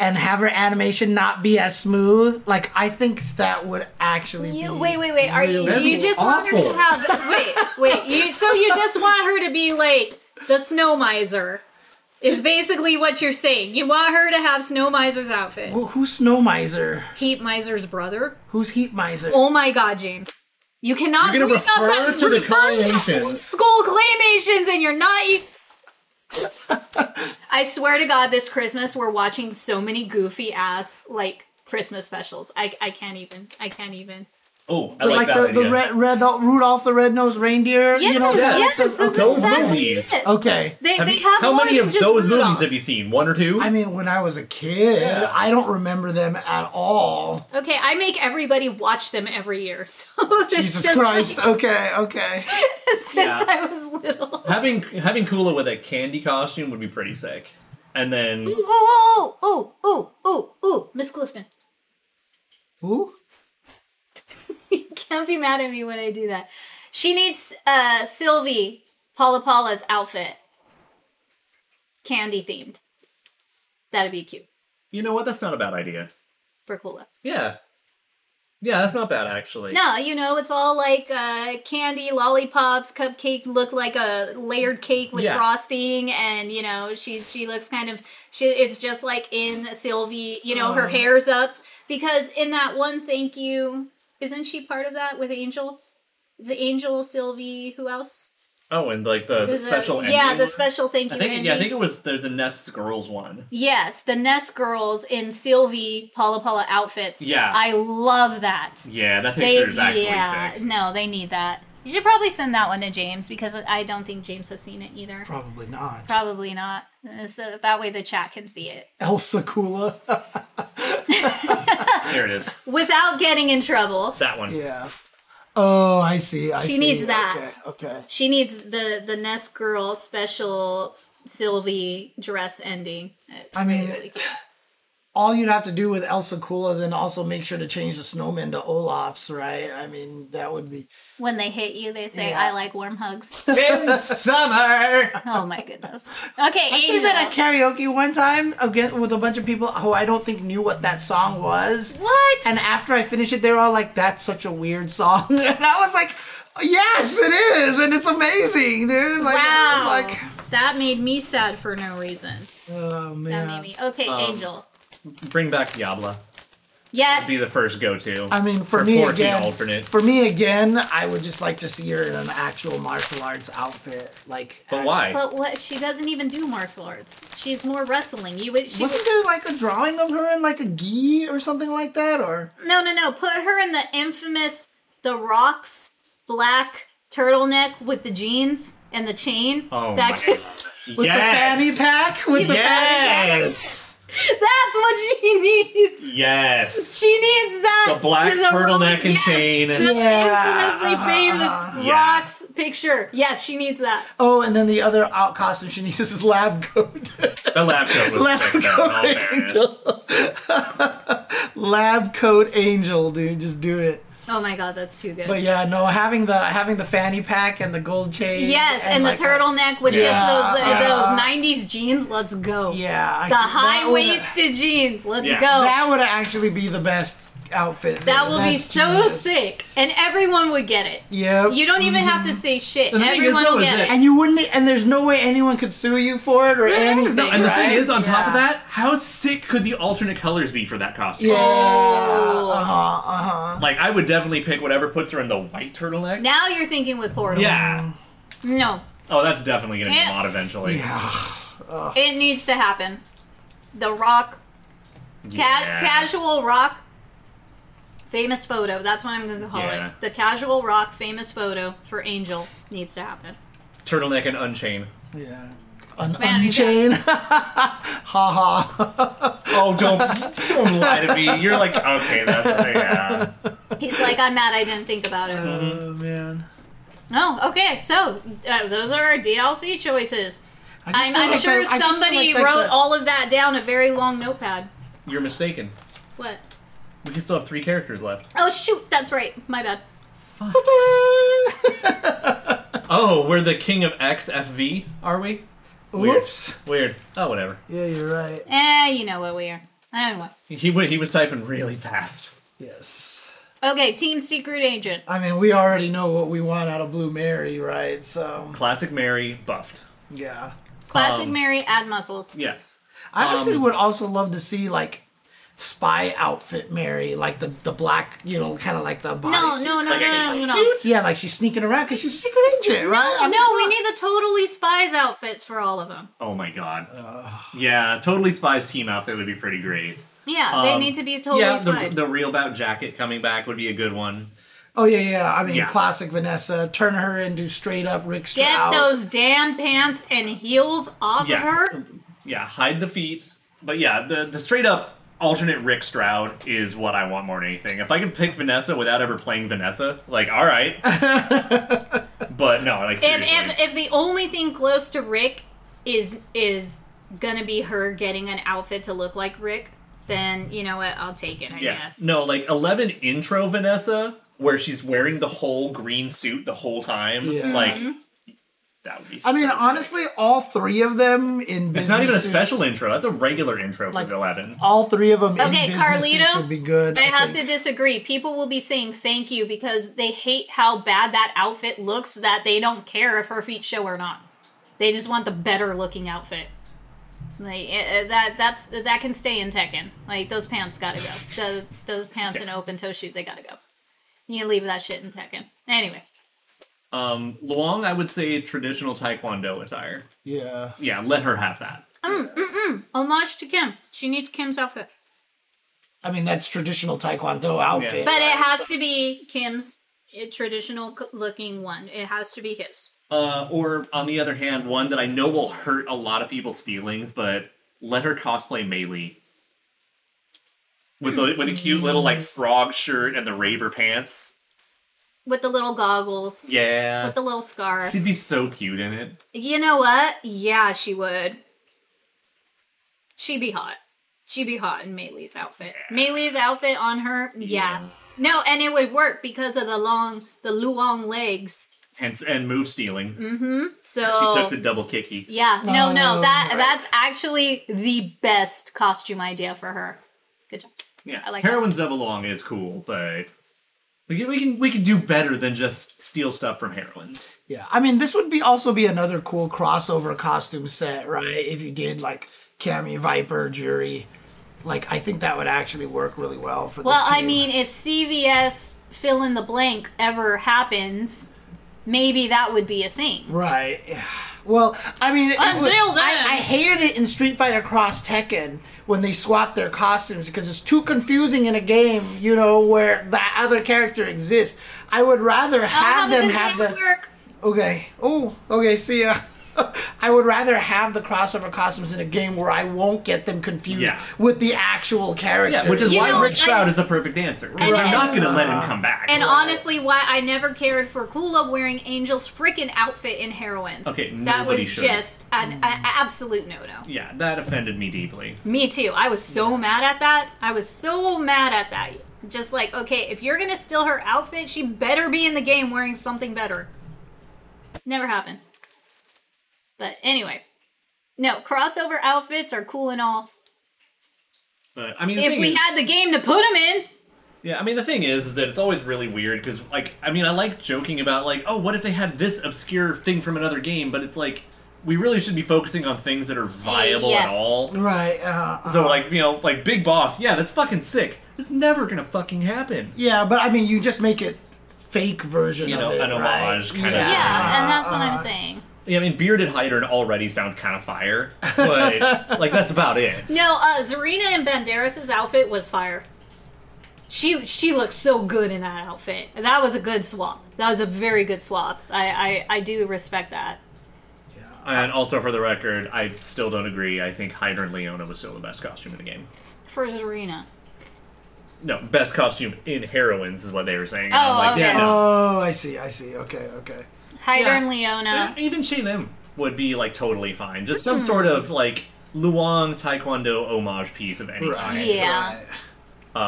[SPEAKER 1] and have her animation not be as smooth. Like I think that would actually
[SPEAKER 2] You-
[SPEAKER 1] be
[SPEAKER 2] wait, wait, wait. Are you?
[SPEAKER 1] really
[SPEAKER 2] Do you just want her to
[SPEAKER 3] awful.
[SPEAKER 2] have? Wait, wait. You so you just want her to be like the snow miser is basically what you're saying. You want her to have snow miser's outfit.
[SPEAKER 7] Who, who's Snow Miser?
[SPEAKER 2] Heat miser's brother.
[SPEAKER 7] Who's Heat Miser?
[SPEAKER 2] Oh my god, James. You cannot
[SPEAKER 1] You're gonna
[SPEAKER 2] bring up
[SPEAKER 1] refer
[SPEAKER 2] that
[SPEAKER 1] to the
[SPEAKER 2] refund-
[SPEAKER 1] claymations.
[SPEAKER 2] School claymations and you're not e- I swear to god this Christmas we're watching so many goofy ass like Christmas specials. I I can't even. I can't even.
[SPEAKER 1] Oh, I
[SPEAKER 7] Like,
[SPEAKER 1] like, that
[SPEAKER 7] the, the
[SPEAKER 1] idea.
[SPEAKER 7] red, red Rudolph the Red-Nosed Reindeer?
[SPEAKER 2] Yes,
[SPEAKER 7] you know,
[SPEAKER 2] yes,
[SPEAKER 7] that-
[SPEAKER 2] this is
[SPEAKER 1] those
[SPEAKER 2] exactly
[SPEAKER 1] movies.
[SPEAKER 2] it.
[SPEAKER 7] Okay.
[SPEAKER 2] They,
[SPEAKER 1] Have
[SPEAKER 2] they
[SPEAKER 1] you-
[SPEAKER 2] have
[SPEAKER 1] how
[SPEAKER 2] more
[SPEAKER 1] many
[SPEAKER 2] than
[SPEAKER 1] of
[SPEAKER 2] just
[SPEAKER 1] those
[SPEAKER 2] Rudolph.
[SPEAKER 1] movies have you seen? One or two?
[SPEAKER 7] I mean, when I was a kid,
[SPEAKER 1] Yeah.
[SPEAKER 7] I don't remember them at all.
[SPEAKER 2] Okay, I make everybody watch them every year. So it's
[SPEAKER 7] Jesus
[SPEAKER 2] just
[SPEAKER 7] Christ.
[SPEAKER 2] like
[SPEAKER 7] okay, okay.
[SPEAKER 2] since I was little.
[SPEAKER 1] having having Kula with a candy costume would be pretty sick.
[SPEAKER 3] And then
[SPEAKER 2] Oh, oh, oh, oh, oh, oh, Miss Clifton.
[SPEAKER 7] Who?
[SPEAKER 2] You can't be mad at me when I do that. She needs uh Sylvie Paula Paula's outfit. Candy themed. That'd be cute
[SPEAKER 3] you know what? That's not a bad idea.
[SPEAKER 2] for Kula.
[SPEAKER 1] Yeah. Yeah, that's not bad actually.
[SPEAKER 2] No, you know, it's all like uh, candy, lollipops, cupcake look like a layered cake with
[SPEAKER 1] Yeah.
[SPEAKER 2] frosting, and you know, she's she looks kind of she. It's just like in Sylvie, you know,
[SPEAKER 3] Oh.
[SPEAKER 2] her hair's up because in that one thank you, isn't she part of that with Angel? Is it Angel, Sylvie, who else?
[SPEAKER 3] Oh, and like the, the
[SPEAKER 2] There's a-
[SPEAKER 3] special ending.
[SPEAKER 2] yeah, the
[SPEAKER 3] one?
[SPEAKER 2] special thank you
[SPEAKER 3] I think,
[SPEAKER 2] ending.
[SPEAKER 3] yeah, I think it was there's a Nest Girls one.
[SPEAKER 2] yes, the Nest girls in Sylvie Paula Paula outfits.
[SPEAKER 3] Yeah.
[SPEAKER 2] I love that.
[SPEAKER 3] Yeah, that
[SPEAKER 2] They,
[SPEAKER 3] picture is actually
[SPEAKER 2] yeah,
[SPEAKER 3] sick.
[SPEAKER 2] no, they need that. You should probably send that one to James because I don't think James has seen it either.
[SPEAKER 7] Probably not.
[SPEAKER 2] Probably not. Uh, So that way the chat can see it
[SPEAKER 7] Elsa Kula.
[SPEAKER 3] There it is.
[SPEAKER 2] without getting in trouble.
[SPEAKER 3] That one.
[SPEAKER 7] yeah. Oh, I see. I
[SPEAKER 2] She
[SPEAKER 7] see.
[SPEAKER 2] needs that.
[SPEAKER 7] Okay. okay.
[SPEAKER 2] She needs the the Nest Girl special Sylvie dress ending. It's
[SPEAKER 7] I mean,
[SPEAKER 2] really cute.
[SPEAKER 7] all you'd have to do with Elsa Kula, then also make sure to change the snowman to Olaf's, right? I mean, that would be.
[SPEAKER 2] when they hit you, they say,
[SPEAKER 7] Yeah.
[SPEAKER 2] "I like warm hugs."
[SPEAKER 1] In summer.
[SPEAKER 2] oh my goodness. Okay,
[SPEAKER 7] I did that at
[SPEAKER 2] Angel.
[SPEAKER 7] karaoke one time again with a bunch of people who I don't think knew what that song was.
[SPEAKER 2] What?
[SPEAKER 7] And after I finished it, they were all like, "That's such a weird song," and I was like, "Yes, it is, and it's amazing, dude!" Like,
[SPEAKER 2] wow.
[SPEAKER 7] I was like,
[SPEAKER 2] that made me sad for no reason.
[SPEAKER 7] "Oh
[SPEAKER 2] That
[SPEAKER 7] man."
[SPEAKER 2] made me. Okay,
[SPEAKER 3] Um,
[SPEAKER 2] Angel.
[SPEAKER 3] Bring back Diabla.
[SPEAKER 2] Yes.
[SPEAKER 3] Be the first go to.
[SPEAKER 7] I mean, for
[SPEAKER 3] Or
[SPEAKER 7] me
[SPEAKER 3] 14
[SPEAKER 7] again,
[SPEAKER 3] alternate.
[SPEAKER 7] for me again, I would just like to see her in an actual martial arts outfit, like.
[SPEAKER 3] But
[SPEAKER 7] act-
[SPEAKER 3] why?
[SPEAKER 2] But what she doesn't even do martial arts. She's more wrestling. You would she
[SPEAKER 7] Wasn't there like a drawing of her in like a gi or something like that, or?
[SPEAKER 2] No, no, no. Put her in the infamous The Rock's black turtleneck with the jeans and the chain.
[SPEAKER 3] Oh
[SPEAKER 2] that
[SPEAKER 3] my
[SPEAKER 2] could-
[SPEAKER 7] With
[SPEAKER 3] yes.
[SPEAKER 7] the fanny pack, with the fanny pack.
[SPEAKER 3] Yes.
[SPEAKER 2] That's what she needs.
[SPEAKER 3] Yes.
[SPEAKER 2] She needs that.
[SPEAKER 3] The black
[SPEAKER 2] The Rock-
[SPEAKER 3] turtleneck and
[SPEAKER 2] yes,
[SPEAKER 3] chain.
[SPEAKER 2] The
[SPEAKER 7] Yeah.
[SPEAKER 2] infamously famous
[SPEAKER 3] Yeah.
[SPEAKER 2] Rock's picture. Yes, she needs that.
[SPEAKER 7] Oh, and then the other out costume she needs is lab coat.
[SPEAKER 3] The laptop was
[SPEAKER 7] Lab
[SPEAKER 3] sick though, in all
[SPEAKER 7] coat
[SPEAKER 3] fairness.
[SPEAKER 7] lab coat angel, dude. Just do it.
[SPEAKER 2] Oh my god, that's too good.
[SPEAKER 7] But yeah, no, having the having the fanny pack and the gold chain.
[SPEAKER 2] yes, and, the
[SPEAKER 7] like,
[SPEAKER 2] turtleneck with just
[SPEAKER 7] Yeah.
[SPEAKER 2] those uh,
[SPEAKER 7] Yeah.
[SPEAKER 2] those '90s jeans. Let's go.
[SPEAKER 7] Yeah, I-
[SPEAKER 2] The
[SPEAKER 7] that
[SPEAKER 2] high
[SPEAKER 7] would-
[SPEAKER 2] waisted jeans. Let's
[SPEAKER 3] Yeah.
[SPEAKER 2] go.
[SPEAKER 7] That would actually be the best outfit.
[SPEAKER 2] That
[SPEAKER 7] man.
[SPEAKER 2] will be
[SPEAKER 7] That's
[SPEAKER 2] so
[SPEAKER 7] cute.
[SPEAKER 2] sick, and everyone would get it.
[SPEAKER 7] Yep.
[SPEAKER 2] You don't even have to say shit.
[SPEAKER 3] The thing is,
[SPEAKER 2] everyone
[SPEAKER 3] though,
[SPEAKER 2] will
[SPEAKER 3] is
[SPEAKER 2] get
[SPEAKER 3] that-
[SPEAKER 2] it.
[SPEAKER 7] and you
[SPEAKER 1] e,
[SPEAKER 7] wouldn't, and there's no way anyone could sue you for it or anything.
[SPEAKER 3] No, and the
[SPEAKER 7] right?
[SPEAKER 3] thing is, on top of
[SPEAKER 7] Yeah.
[SPEAKER 3] that, how sick could the alternate colors be for that costume?
[SPEAKER 7] Yeah.
[SPEAKER 2] Oh.
[SPEAKER 7] Uh
[SPEAKER 3] Uh-huh.
[SPEAKER 7] huh. Uh huh.
[SPEAKER 3] Like, I would definitely pick whatever puts her in the white turtleneck.
[SPEAKER 2] Now you're thinking with portals.
[SPEAKER 3] Yeah.
[SPEAKER 2] No,
[SPEAKER 3] Oh, that's definitely gonna be
[SPEAKER 2] Yeah.
[SPEAKER 3] mod eventually.
[SPEAKER 7] Yeah.
[SPEAKER 2] it needs to happen. The rock, ca-
[SPEAKER 3] Yeah.
[SPEAKER 2] casual rock, famous photo. That's what I'm going to call
[SPEAKER 3] Yeah.
[SPEAKER 2] it. The casual rock, famous photo for Angel needs to happen.
[SPEAKER 3] Turtleneck and unchain.
[SPEAKER 7] Yeah. Un-
[SPEAKER 2] Vanity
[SPEAKER 7] unchain. ha ha.
[SPEAKER 3] Oh, don't don't lie to me. You're like, okay, that's yeah.
[SPEAKER 2] He's like, I'm mad I didn't think about it.
[SPEAKER 7] Oh man.
[SPEAKER 2] oh, okay. So uh, those are our DLC choices.
[SPEAKER 7] I just
[SPEAKER 2] I'm,
[SPEAKER 7] feel
[SPEAKER 2] I'm
[SPEAKER 7] like
[SPEAKER 2] sure
[SPEAKER 7] that- I just feel
[SPEAKER 2] somebody
[SPEAKER 7] like that-
[SPEAKER 2] wrote
[SPEAKER 7] that-
[SPEAKER 2] all of that down a very long notepad.
[SPEAKER 3] You're mistaken.
[SPEAKER 2] What?
[SPEAKER 3] We can still have three characters left.
[SPEAKER 2] Oh shoot, that's right. My bad.
[SPEAKER 3] Oh, we're the king of XFV, are we? Weird.
[SPEAKER 7] Whoops.
[SPEAKER 3] Weird. Oh, whatever.
[SPEAKER 7] Yeah, you're right.
[SPEAKER 2] Eh, you know what we are. I don't know.
[SPEAKER 3] He wa- he was typing really fast.
[SPEAKER 7] Yes.
[SPEAKER 2] Okay, Team Secret Agent.
[SPEAKER 7] Um, I mean, we already know what we want out of Blue Mary, right? So
[SPEAKER 3] Classic Mary buffed.
[SPEAKER 1] Yeah.
[SPEAKER 2] Classic Mary, add muscles.
[SPEAKER 3] Yes.
[SPEAKER 1] I
[SPEAKER 2] Um,
[SPEAKER 1] actually would also love to see like spy outfit Mary, like the the black, you know, kind of like the body
[SPEAKER 2] No,
[SPEAKER 1] suit.
[SPEAKER 2] no, no,
[SPEAKER 1] like a-
[SPEAKER 2] no, no,
[SPEAKER 1] like
[SPEAKER 2] no.
[SPEAKER 1] suit. Yeah, like she's sneaking around because she's a secret agent, right? I mean,
[SPEAKER 2] No, we need the totally spies outfits for all of them.
[SPEAKER 3] Oh my god. yeah, totally spies team outfit would be pretty great.
[SPEAKER 2] Yeah, they
[SPEAKER 3] Um,
[SPEAKER 2] need to be totally
[SPEAKER 3] yeah, the,
[SPEAKER 2] spied.
[SPEAKER 3] the real bout jacket coming back would be a good one.
[SPEAKER 1] Oh yeah, yeah. I mean,
[SPEAKER 3] Yeah.
[SPEAKER 1] classic Vanessa. Turn her into straight up Rick
[SPEAKER 2] Get
[SPEAKER 1] Stroud.
[SPEAKER 2] those damn pants and heels off
[SPEAKER 3] Yeah.
[SPEAKER 2] of her.
[SPEAKER 3] Yeah, hide the feet. But yeah, the the straight up alternate Rick Stroud is what I want more than anything. If I could pick Vanessa without ever playing Vanessa, like all right. but no, like
[SPEAKER 2] If,
[SPEAKER 3] seriously.
[SPEAKER 2] if if the only thing close to Rick is is gonna be her getting an outfit to look like Rick, then you know what? I'll take it. I
[SPEAKER 3] yeah.
[SPEAKER 2] guess.
[SPEAKER 3] No, like 11 intro Vanessa where she's wearing the whole green suit the whole time.
[SPEAKER 1] Yeah.
[SPEAKER 3] Like
[SPEAKER 2] Mm-hmm.
[SPEAKER 3] that would be
[SPEAKER 1] I mean,
[SPEAKER 3] so sick.
[SPEAKER 1] honestly, all three of them in business.
[SPEAKER 3] It's not even a
[SPEAKER 1] suits-
[SPEAKER 3] special intro. That's a regular intro
[SPEAKER 1] Like-
[SPEAKER 3] for the 11.
[SPEAKER 1] All three of them
[SPEAKER 2] Okay,
[SPEAKER 1] in business suits
[SPEAKER 2] Carlito,
[SPEAKER 1] would be good.
[SPEAKER 2] I have to disagree. People will be saying thank you because they hate how bad that outfit looks that they don't care if her feet show or not. They just want the better looking outfit. Like eh, eh, that that's that can stay in Tekken. Like those pants got to go. those, those pants and open toe shoes they got to go. You can leave that shit in Tekken. Anyway,
[SPEAKER 3] Um Luong, I would say traditional taekwondo attire.
[SPEAKER 1] Yeah.
[SPEAKER 3] Yeah, let her have that.
[SPEAKER 2] homage to Kim. She needs Kim's outfit.
[SPEAKER 1] I mean, that's traditional Taekwondo outfit.
[SPEAKER 2] But it has to be Kim's eh, traditional c- looking one. It has to be his.
[SPEAKER 3] Uh, or on the other hand, one that I know will hurt a lot of people's feelings, but let her cosplay Melee with the with a cute little like frog shirt and the raver pants.
[SPEAKER 2] With the little goggles.
[SPEAKER 3] Yeah,
[SPEAKER 2] with the little scarf.
[SPEAKER 3] she'd be so cute in it.
[SPEAKER 2] You know what? Yeah, she would. She'd be hot. She'd be hot in Melee's outfit. Melee's outfit on her, yeah. No, and it would work because of the long, the long legs.
[SPEAKER 3] Hence, and move stealing.
[SPEAKER 2] So
[SPEAKER 3] She took the double kicky.
[SPEAKER 2] yeah, no, no,
[SPEAKER 1] Oh,
[SPEAKER 2] that that's actually the best costume idea for her. Good job.
[SPEAKER 3] Yeah,
[SPEAKER 2] I like that.
[SPEAKER 3] heroin's double long is cool, but we can, we can we can do better than just steal stuff from heroines.
[SPEAKER 1] Yeah, I mean, this would be also be another cool crossover costume set, right? If you did like Cammy Viper Jury, like I think that would actually work really well for.
[SPEAKER 2] Well,
[SPEAKER 1] this
[SPEAKER 2] I
[SPEAKER 1] team.
[SPEAKER 2] mean, if CVS fill in the blank ever happens, maybe that would be a thing.
[SPEAKER 1] right? Yeah. Well, I mean, it
[SPEAKER 2] Until
[SPEAKER 1] would-
[SPEAKER 2] then.
[SPEAKER 1] I, I hated it in Street Fighter Cross Tekken when they swapped their costumes because it's too confusing in a game, you know, where the other character exists. I would rather
[SPEAKER 2] I'll
[SPEAKER 1] have,
[SPEAKER 2] a
[SPEAKER 1] them
[SPEAKER 2] good
[SPEAKER 1] have
[SPEAKER 2] day
[SPEAKER 1] the
[SPEAKER 2] at work.
[SPEAKER 1] Okay. Oh, okay. See ya. I would rather have the crossover costumes in a game where I won't get them confused
[SPEAKER 3] Yeah.
[SPEAKER 1] with the actual character.
[SPEAKER 3] Yeah, which is
[SPEAKER 2] You
[SPEAKER 3] why
[SPEAKER 2] know,
[SPEAKER 3] Rick Stroud
[SPEAKER 2] I-
[SPEAKER 3] is the perfect answer. We're not going to let him come back.
[SPEAKER 2] And honestly, why I never cared for Kula wearing Angel's freaking outfit in Heroines.
[SPEAKER 3] Okay,
[SPEAKER 2] that
[SPEAKER 3] nobody
[SPEAKER 2] was
[SPEAKER 3] should.
[SPEAKER 2] just an, a, a absolute no no.
[SPEAKER 3] yeah, that offended me deeply.
[SPEAKER 2] Me too. I was so mad at that. I was so mad at that. Just like, okay, if you're gonna steal her outfit, she better be in the game wearing something better. Never happened. But anyway, no crossover outfits are cool and all.
[SPEAKER 3] But I mean, the
[SPEAKER 2] If
[SPEAKER 3] thing
[SPEAKER 2] we
[SPEAKER 3] is-
[SPEAKER 2] had the game to put them in,
[SPEAKER 3] Yeah, I mean the thing is, is that it's always really weird because, like, I mean, I like joking about like, oh, what if they had this obscure thing from another game? But it's like we really should be focusing on things that are viable
[SPEAKER 2] Yes.
[SPEAKER 3] at all.
[SPEAKER 1] Right. Uh,
[SPEAKER 3] So like, you know, like Big Boss, yeah, that's fucking sick. It's never gonna fucking happen.
[SPEAKER 1] yeah, but I mean, you just make it fake version
[SPEAKER 3] You
[SPEAKER 1] of
[SPEAKER 3] know,
[SPEAKER 1] it,
[SPEAKER 3] an homage
[SPEAKER 1] right?
[SPEAKER 3] kind of
[SPEAKER 2] yeah,
[SPEAKER 3] Yeah.
[SPEAKER 2] and that's what I'm saying.
[SPEAKER 3] Yeah, I mean, bearded Hydern already sounds kind of fire, but like that's about it.
[SPEAKER 2] No, uh, Zarina and Banderas' outfit was fire. She she looked so good in that outfit. That was a good swap. That was a very good swap. I I, I do respect that.
[SPEAKER 3] And also for the record, I still don't agree. I think Hydern Leona was still the best costume in the game.
[SPEAKER 2] For Zarina.
[SPEAKER 3] No, best costume in Heroines is what they were saying. and
[SPEAKER 2] Oh,
[SPEAKER 3] I'm like,
[SPEAKER 2] okay.
[SPEAKER 3] yeah, no.
[SPEAKER 1] Oh, I see. I see. Okay. Okay.
[SPEAKER 2] Hyder
[SPEAKER 3] Yeah.
[SPEAKER 2] and Leona.
[SPEAKER 3] Yeah, even Shay Lim would be like totally fine. Just
[SPEAKER 2] Hmm.
[SPEAKER 3] some sort of like Luang Taekwondo homage piece of any
[SPEAKER 1] Right.
[SPEAKER 3] kind.
[SPEAKER 2] Yeah.
[SPEAKER 1] right.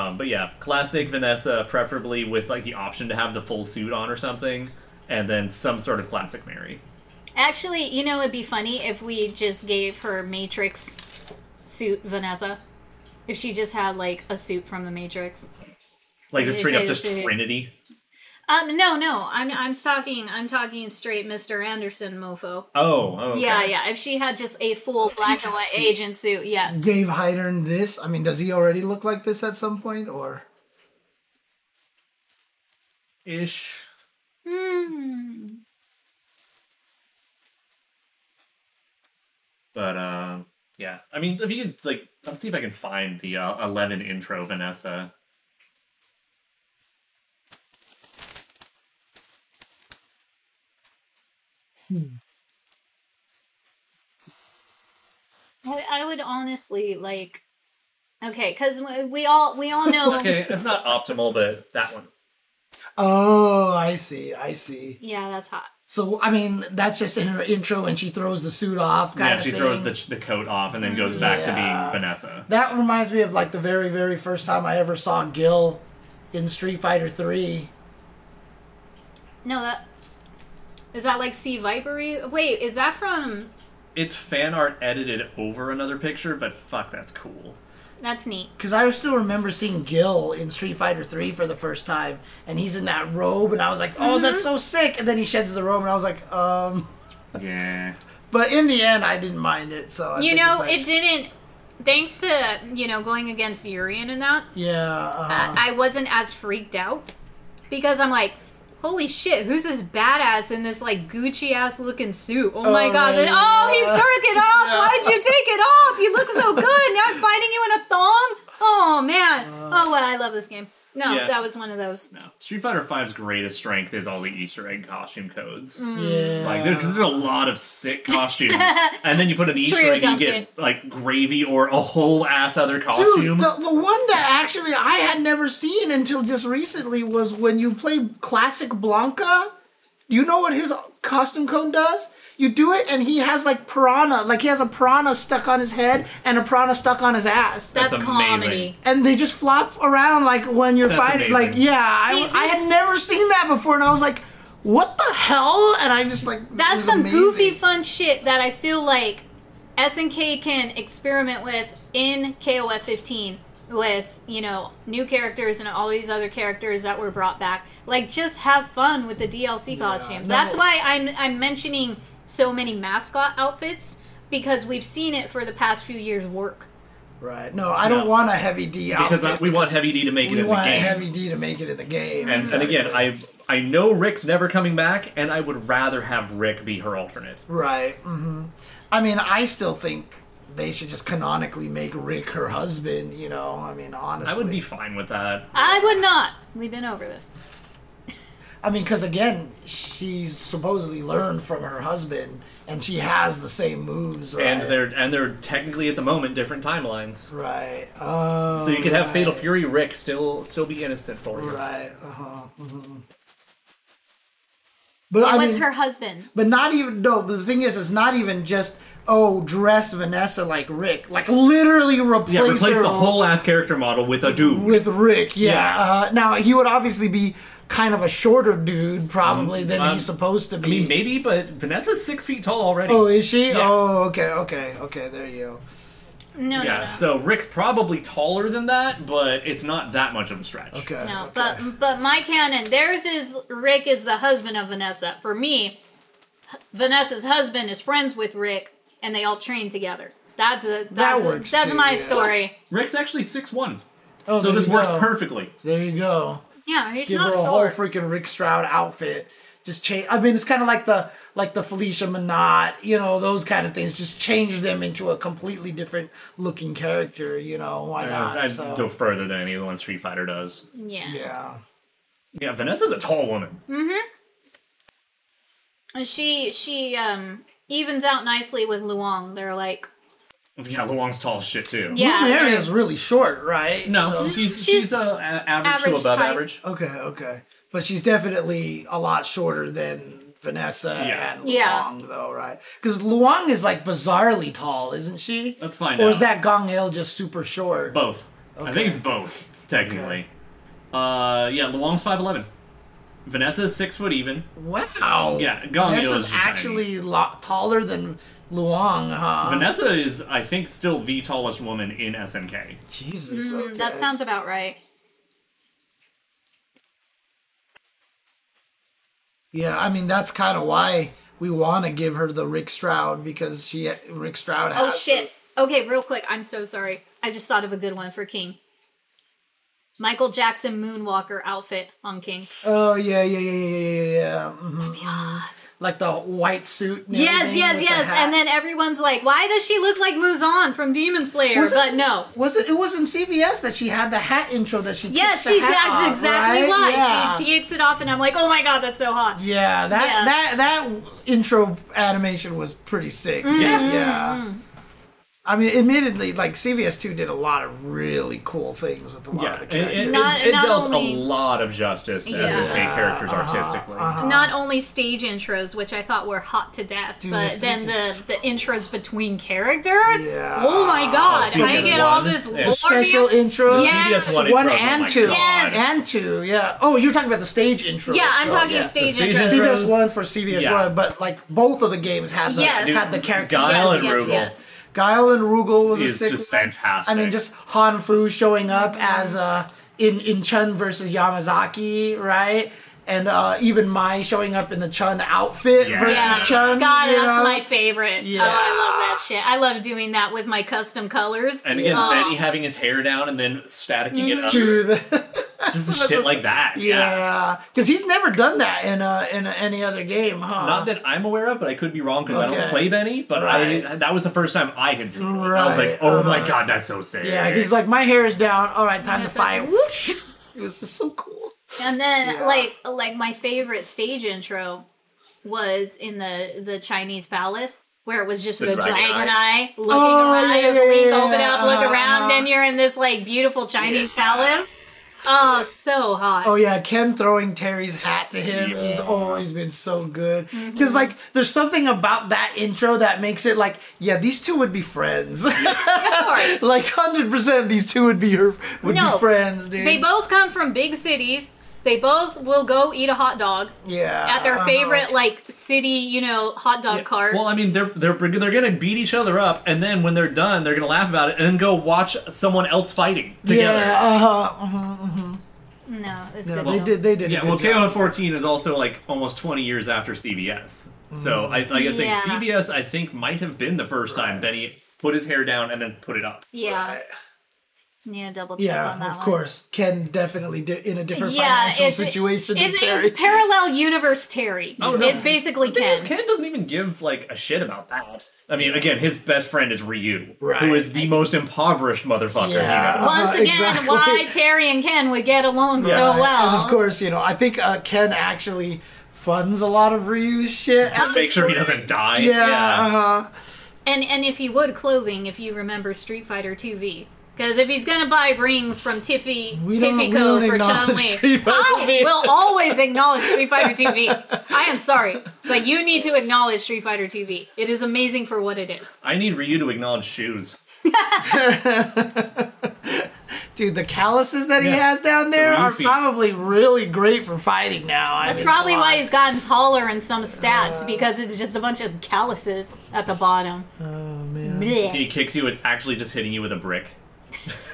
[SPEAKER 3] Um, but yeah, classic Vanessa, preferably with like the option to have the full suit on or something, and then some sort of classic Mary.
[SPEAKER 2] Actually, you know, it'd be funny if we just gave her Matrix suit Vanessa. If she just had like a suit from the Matrix. Yeah,
[SPEAKER 3] Like just straight up
[SPEAKER 2] yeah,
[SPEAKER 3] just
[SPEAKER 2] yeah.
[SPEAKER 3] Trinity.
[SPEAKER 2] Um, no, no, I'm I'm talking I'm talking straight, Mster Anderson, mofo.
[SPEAKER 3] Oh, okay.
[SPEAKER 2] Yeah, yeah. If she had just a full black and white agent suit, yes.
[SPEAKER 7] Dave Hyder in this. I mean, does he already look like this at some point, or
[SPEAKER 3] Ish.
[SPEAKER 2] Hmm.
[SPEAKER 3] But um, yeah. I mean, if you could like, I'll see if I can find the uh, eleven intro Vanessa.
[SPEAKER 2] I, I would honestly like. Okay, because we all we all know.
[SPEAKER 3] Okay, it's not optimal, but that one.
[SPEAKER 7] Oh, I see. I see.
[SPEAKER 2] Yeah, that's hot.
[SPEAKER 7] So I mean, that's just in her intro, and she throws the suit off. Kind
[SPEAKER 3] Yeah,
[SPEAKER 7] of
[SPEAKER 3] she
[SPEAKER 7] thing.
[SPEAKER 3] throws the, the coat off and then goes back to
[SPEAKER 7] Yeah.
[SPEAKER 3] being Vanessa.
[SPEAKER 7] That reminds me of like the very very first time I ever saw Gil in Street Fighter Three.
[SPEAKER 2] No, that is that like Sea Vipery. Wait, is that from?
[SPEAKER 3] It's fan art edited over another picture, but fuck, that's cool.
[SPEAKER 2] That's neat.
[SPEAKER 7] Because I still remember seeing Gil in Street Fighter 3 for the first time, and he's in that robe, and I was like, oh, that's
[SPEAKER 2] Mm-hmm.
[SPEAKER 7] so sick. And then he sheds the robe, and I was like, um.
[SPEAKER 3] Yeah.
[SPEAKER 7] But in the end, I didn't mind it, so. I
[SPEAKER 2] you
[SPEAKER 7] think
[SPEAKER 2] know,
[SPEAKER 7] it's
[SPEAKER 2] it
[SPEAKER 7] actually-
[SPEAKER 2] didn't. Thanks to you know going against Urian and that,
[SPEAKER 7] Yeah. Uh,
[SPEAKER 2] I wasn't as freaked out because I'm like, holy shit, who's this badass in this like Gucci ass looking suit? Oh my
[SPEAKER 7] Oh,
[SPEAKER 2] god!
[SPEAKER 7] yeah.
[SPEAKER 2] Then, oh, he took it off.
[SPEAKER 7] Yeah.
[SPEAKER 2] Why'd you take it off? You look so good. now I'm finding you in a thong. Oh man. oh well, I love this game. No,
[SPEAKER 3] Yeah.
[SPEAKER 2] that was one of those.
[SPEAKER 3] No. Street Fighter V's greatest strength is all the Easter egg costume codes.
[SPEAKER 7] yeah.
[SPEAKER 3] Like, because there's a lot of sick costumes, and then you put an Easter
[SPEAKER 2] True,
[SPEAKER 3] egg, and you get like gravy or a whole ass other costume.
[SPEAKER 7] Dude, the, the one that actually I had never seen until just recently was when you play classic Blanca. Do you know what his costume code does? You do it, and he has like piranha, like he has a piranha stuck on his head and a piranha stuck on his ass.
[SPEAKER 2] That's,
[SPEAKER 3] That's amazing.
[SPEAKER 2] comedy.
[SPEAKER 7] and they just flop around like when you're
[SPEAKER 3] That's
[SPEAKER 7] fighting. Like,
[SPEAKER 3] amazing.
[SPEAKER 7] yeah,
[SPEAKER 2] See,
[SPEAKER 7] I, I had never seen that before, and I was like, "What the hell?" And I just like it
[SPEAKER 2] That's
[SPEAKER 7] was
[SPEAKER 2] some
[SPEAKER 7] amazing.
[SPEAKER 2] goofy fun shit that I feel like SNK can experiment with in KOF 15 with, you know, new characters and all these other characters that were brought back. Like just have fun with the DLC costumes.
[SPEAKER 7] no.
[SPEAKER 2] That's why I'm I'm mentioning so many mascot outfits because we've seen it for the past few years work.
[SPEAKER 7] Right? No, I don't
[SPEAKER 3] No.
[SPEAKER 7] want a heavy D outfit
[SPEAKER 3] because I, we want Heavy D to make it
[SPEAKER 7] we
[SPEAKER 3] in the
[SPEAKER 7] want
[SPEAKER 3] game.
[SPEAKER 7] heavy D to make it in the game.
[SPEAKER 3] and, and again, I I know Rick's never coming back, and I would rather have Rick be her alternate.
[SPEAKER 7] right. hmm I mean, I still think they should just canonically make Rick her husband. You know, I mean, honestly,
[SPEAKER 3] I would be fine with that.
[SPEAKER 2] I would not. We've been over this.
[SPEAKER 7] I mean, because again, she supposedly learned from her husband, and she has the same moves. Right?
[SPEAKER 3] And they're and they're technically at the moment different timelines,
[SPEAKER 7] right. Oh,
[SPEAKER 3] so you could have
[SPEAKER 7] right.
[SPEAKER 3] Fatal Fury Rick still still be innocent for you.
[SPEAKER 7] Right. Uh-huh. mhm. But
[SPEAKER 2] It
[SPEAKER 7] I
[SPEAKER 2] was
[SPEAKER 7] mean,
[SPEAKER 2] her husband.
[SPEAKER 7] but not even no. But the thing is, it's not even just oh, dress Vanessa like Rick. Like literally replace,
[SPEAKER 3] Yeah, replace
[SPEAKER 7] her
[SPEAKER 3] the whole ass character model with a dude.
[SPEAKER 7] with Rick. Yeah.
[SPEAKER 3] Yeah.
[SPEAKER 7] Uh, now he would obviously be kind of a shorter dude probably than
[SPEAKER 3] um,
[SPEAKER 7] he's supposed to be.
[SPEAKER 3] I mean, maybe, but Vanessa's six feet tall already.
[SPEAKER 7] Oh, is she?
[SPEAKER 3] Yeah.
[SPEAKER 7] Oh, okay, okay, okay. There you go.
[SPEAKER 2] No, no,
[SPEAKER 3] yeah.
[SPEAKER 2] no.
[SPEAKER 3] So Rick's probably taller than that, but it's not that much of a stretch.
[SPEAKER 7] Okay.
[SPEAKER 2] No,
[SPEAKER 7] okay.
[SPEAKER 2] but but my canon, theirs is Rick is the husband of Vanessa. For me, h- Vanessa's husband is friends with Rick, and they all train together. That's a that's a-
[SPEAKER 7] works
[SPEAKER 2] that's
[SPEAKER 7] too,
[SPEAKER 2] my
[SPEAKER 7] yeah.
[SPEAKER 2] story.
[SPEAKER 3] Rick's actually six one,
[SPEAKER 7] Oh,
[SPEAKER 3] so
[SPEAKER 7] there
[SPEAKER 3] this
[SPEAKER 7] you
[SPEAKER 3] works
[SPEAKER 7] go.
[SPEAKER 3] perfectly.
[SPEAKER 7] There you go.
[SPEAKER 2] Yeah, he's
[SPEAKER 7] give her
[SPEAKER 2] not
[SPEAKER 7] a whole
[SPEAKER 2] short.
[SPEAKER 7] freaking Rick Stroud outfit. Just change. I mean, it's kind of like the like the Felicia Manat, you know, those kind of things. Just change them into a completely different looking character. You know, why not?
[SPEAKER 3] Uh, I'd
[SPEAKER 7] So,
[SPEAKER 3] go further than any one Street Fighter does.
[SPEAKER 2] yeah.
[SPEAKER 7] yeah,
[SPEAKER 3] Yeah, Vanessa's a tall woman.
[SPEAKER 2] and she she um evens out nicely with Luong. They're like
[SPEAKER 3] Yeah, Luong's tall as shit too.
[SPEAKER 2] yeah,
[SPEAKER 7] Blue Mary
[SPEAKER 2] they're-
[SPEAKER 7] is really short, right?
[SPEAKER 3] No,
[SPEAKER 7] So-
[SPEAKER 3] she's she's,
[SPEAKER 2] She's
[SPEAKER 3] uh, a- average,
[SPEAKER 2] average
[SPEAKER 3] to above
[SPEAKER 2] height.
[SPEAKER 3] average.
[SPEAKER 7] okay, okay, but she's definitely a lot shorter than Vanessa
[SPEAKER 3] Yeah.
[SPEAKER 7] and Luong,
[SPEAKER 2] Yeah.
[SPEAKER 7] though, right? Because Luong is like bizarrely tall, isn't she?
[SPEAKER 3] Let's find
[SPEAKER 7] Or
[SPEAKER 3] out.
[SPEAKER 7] is that Gong Il just super short?
[SPEAKER 3] both? I think it's both technically. Uh, yeah, Luong's five eleven. Vanessa's six foot even.
[SPEAKER 7] Wow.
[SPEAKER 3] Yeah, Gong Il
[SPEAKER 7] Vanessa's
[SPEAKER 3] is tiny.
[SPEAKER 7] actually lo- taller than Luong, huh?
[SPEAKER 3] Vanessa is, I think, still the tallest woman in SNK.
[SPEAKER 7] Jesus. okay.
[SPEAKER 2] that sounds about right.
[SPEAKER 7] Yeah, I mean that's kind of why we want to give her the Rick Stroud because she Rick Stroud.
[SPEAKER 2] Oh
[SPEAKER 7] Has
[SPEAKER 2] shit. Okay, real quick. I'm so sorry. I just thought of a good one for King. Michael Jackson moonwalker outfit on King.
[SPEAKER 7] Oh yeah, yeah, yeah, yeah, yeah, yeah, yeah. Mhm.
[SPEAKER 2] Yes,
[SPEAKER 7] Like the white suit. And
[SPEAKER 2] yes,
[SPEAKER 7] everything
[SPEAKER 2] yes,
[SPEAKER 7] with the
[SPEAKER 2] yes.
[SPEAKER 7] hat.
[SPEAKER 2] And then everyone's like, "Why does she look like Muzan from Demon Slayer?"
[SPEAKER 7] Was it-
[SPEAKER 2] but no.
[SPEAKER 7] was it? It was in CVS that she had the hat intro that she.
[SPEAKER 2] Yes,
[SPEAKER 7] takes
[SPEAKER 2] she.
[SPEAKER 7] the hat
[SPEAKER 2] That's
[SPEAKER 7] off,
[SPEAKER 2] exactly
[SPEAKER 7] right?
[SPEAKER 2] why
[SPEAKER 7] Yeah.
[SPEAKER 2] she takes it off, and I'm like, "Oh my god, that's so hot."
[SPEAKER 7] Yeah, that
[SPEAKER 2] Yeah.
[SPEAKER 7] that that intro animation was pretty sick.
[SPEAKER 2] Mm-hmm.
[SPEAKER 7] Yeah, yeah. I mean, admittedly, like CVS two did a lot of really cool things with a lot of
[SPEAKER 3] Yeah,
[SPEAKER 7] the
[SPEAKER 3] it, it,
[SPEAKER 7] characters.
[SPEAKER 2] Not-
[SPEAKER 3] it, it
[SPEAKER 2] not
[SPEAKER 3] dealt
[SPEAKER 2] only-
[SPEAKER 3] a lot of justice to as
[SPEAKER 2] Yeah.
[SPEAKER 3] it made characters
[SPEAKER 7] Uh-huh.
[SPEAKER 3] artistically.
[SPEAKER 2] Not only stage intros, which I thought were hot to death, but
[SPEAKER 7] this
[SPEAKER 2] then
[SPEAKER 7] thing is-
[SPEAKER 2] the the intros between characters.
[SPEAKER 7] Yeah.
[SPEAKER 2] Oh my god!
[SPEAKER 3] CBS
[SPEAKER 2] I get all
[SPEAKER 3] one.
[SPEAKER 2] this
[SPEAKER 3] Yeah.
[SPEAKER 2] lore.
[SPEAKER 7] special
[SPEAKER 2] behind-
[SPEAKER 7] intro.
[SPEAKER 2] Yes.
[SPEAKER 3] CBS one,
[SPEAKER 7] One
[SPEAKER 3] intros, oh
[SPEAKER 7] and
[SPEAKER 3] my
[SPEAKER 7] two,
[SPEAKER 3] God.
[SPEAKER 2] Yes.
[SPEAKER 7] and two, yeah. Oh, you're talking about the stage intro.
[SPEAKER 2] Yeah, I'm
[SPEAKER 7] Oh,
[SPEAKER 2] talking
[SPEAKER 7] yeah.
[SPEAKER 2] stage
[SPEAKER 3] The stage
[SPEAKER 2] intros.
[SPEAKER 3] intro-
[SPEAKER 7] CVS one for CVS
[SPEAKER 3] Yeah.
[SPEAKER 7] one, but like both of the games had the
[SPEAKER 2] Yes.
[SPEAKER 7] had the characters.
[SPEAKER 3] Guile
[SPEAKER 2] Yes,
[SPEAKER 3] and
[SPEAKER 2] yes,
[SPEAKER 3] Rugal.
[SPEAKER 2] yes.
[SPEAKER 7] Guile and Rugal was a
[SPEAKER 3] Is
[SPEAKER 7] sick
[SPEAKER 3] just
[SPEAKER 7] one.
[SPEAKER 3] fantastic.
[SPEAKER 7] I mean, just Han Fu showing up as uh, in in Chun versus Yamazaki, right? And uh, even Mai showing up in the Chun outfit
[SPEAKER 3] Yeah.
[SPEAKER 7] versus
[SPEAKER 2] Yeah.
[SPEAKER 7] Chun.
[SPEAKER 2] God,
[SPEAKER 7] you
[SPEAKER 2] that's
[SPEAKER 7] know?
[SPEAKER 2] my favorite.
[SPEAKER 7] Yeah.
[SPEAKER 2] Oh, I love that shit. I love doing that with my custom colors.
[SPEAKER 3] and again,
[SPEAKER 2] Oh.
[SPEAKER 3] Betty having his hair down and then staticking
[SPEAKER 2] Mm-hmm.
[SPEAKER 3] it up,
[SPEAKER 7] to the
[SPEAKER 3] just shit like that. yeah.
[SPEAKER 7] yeah, because he's never done that in uh, in any other game, huh?
[SPEAKER 3] Not that I'm aware of, but I could be wrong because I
[SPEAKER 7] Okay.
[SPEAKER 3] don't play Benny. But I,
[SPEAKER 7] Right.
[SPEAKER 3] that was the first time I had seen it. I was
[SPEAKER 7] Right,
[SPEAKER 3] like, oh my
[SPEAKER 7] uh-huh.
[SPEAKER 3] god, that's so sick.
[SPEAKER 7] Yeah, he's like my hair is down. All right, time
[SPEAKER 2] That's
[SPEAKER 7] to fight.
[SPEAKER 2] okay.
[SPEAKER 7] Whoosh! It was just so cool.
[SPEAKER 2] And then
[SPEAKER 7] Yeah.
[SPEAKER 2] like like my favorite stage intro was in the the Chinese palace where it was just the,
[SPEAKER 3] The
[SPEAKER 2] dragon,
[SPEAKER 3] dragon
[SPEAKER 2] eye, looking
[SPEAKER 7] Oh,
[SPEAKER 2] around,
[SPEAKER 7] yeah,
[SPEAKER 2] you
[SPEAKER 7] yeah,
[SPEAKER 2] blink,
[SPEAKER 7] yeah,
[SPEAKER 2] open
[SPEAKER 7] yeah,
[SPEAKER 2] up, look
[SPEAKER 7] uh-huh,
[SPEAKER 2] around,
[SPEAKER 7] uh-huh.
[SPEAKER 2] then you're in this like beautiful Chinese palace. Oh, so hot.
[SPEAKER 7] Oh yeah, Ken throwing Terry's hat to him has always been so good.
[SPEAKER 2] Mm-hmm.
[SPEAKER 7] Because like, there's something about that intro that makes it like, yeah, these two would be friends.
[SPEAKER 2] Of course.
[SPEAKER 7] like hundred percent, these two would be her would
[SPEAKER 2] No,
[SPEAKER 7] be friends, dude.
[SPEAKER 2] They both come from big cities. They both will go eat a hot dog
[SPEAKER 7] yeah
[SPEAKER 2] at their
[SPEAKER 7] uh-huh.
[SPEAKER 2] favorite like city, you know, hot dog cart.
[SPEAKER 3] Well, I mean, they're they're they're gonna beat each other up, and then when they're done, they're gonna laugh about it, and then go watch someone else fighting together.
[SPEAKER 7] Yeah, uh
[SPEAKER 2] Uh-huh.
[SPEAKER 7] huh.
[SPEAKER 2] no, it's
[SPEAKER 7] Yeah,
[SPEAKER 2] good.
[SPEAKER 7] they
[SPEAKER 2] though.
[SPEAKER 7] did. They did.
[SPEAKER 3] Yeah,
[SPEAKER 7] a
[SPEAKER 3] well,
[SPEAKER 7] good job.
[SPEAKER 3] KOF 14 is also like almost 20 years after CBS. So, I, like I say,
[SPEAKER 2] Yeah.
[SPEAKER 3] CBS, I think, might have been the first time Benny put his hair down and then put it up.
[SPEAKER 2] Yeah. Yeah, double check on that
[SPEAKER 7] Yeah, of
[SPEAKER 2] one.
[SPEAKER 7] course, Ken definitely di- in a different financial situation than
[SPEAKER 2] It's,
[SPEAKER 7] Terry. Oh,
[SPEAKER 2] it's parallel universe Terry.
[SPEAKER 3] no.
[SPEAKER 2] It's basically
[SPEAKER 3] Thing is,
[SPEAKER 2] Ken.
[SPEAKER 3] Ken doesn't even give like a shit about that. I mean, again, his best friend is Ryu,
[SPEAKER 7] Right.
[SPEAKER 3] who is the most impoverished motherfucker
[SPEAKER 7] Yeah.
[SPEAKER 3] he knows.
[SPEAKER 2] Once
[SPEAKER 7] Uh,
[SPEAKER 2] again,
[SPEAKER 7] exactly.
[SPEAKER 2] why Terry and Ken would get along so
[SPEAKER 7] Right,
[SPEAKER 2] well.
[SPEAKER 7] And of course, you know, I think uh, Ken actually funds a lot of Ryu's shit. Yeah,
[SPEAKER 3] Make sure he doesn't die.
[SPEAKER 7] uh-huh.
[SPEAKER 2] And and if he would clothing, if you remember Street Fighter 2V. Because if he's gonna buy rings from Tiffy
[SPEAKER 7] We don't- we
[SPEAKER 2] Tiffyco
[SPEAKER 7] don't
[SPEAKER 2] for
[SPEAKER 7] acknowledge
[SPEAKER 2] Chun Li,
[SPEAKER 7] Street Fighter
[SPEAKER 2] I
[SPEAKER 7] V.
[SPEAKER 2] will always acknowledge Street Fighter 2V. I am sorry, but you need to acknowledge Street Fighter 2V. It is amazing for what it is.
[SPEAKER 3] I need Ryu to acknowledge shoes.
[SPEAKER 7] dude, the calluses that he has down there
[SPEAKER 3] The
[SPEAKER 7] are
[SPEAKER 3] Ryu feet.
[SPEAKER 7] probably really great for fighting now.
[SPEAKER 2] That's probably why he's gotten taller in some stats because it's just a bunch of calluses at the bottom. Oh man.
[SPEAKER 3] He kicks you, it's actually just hitting you with a brick.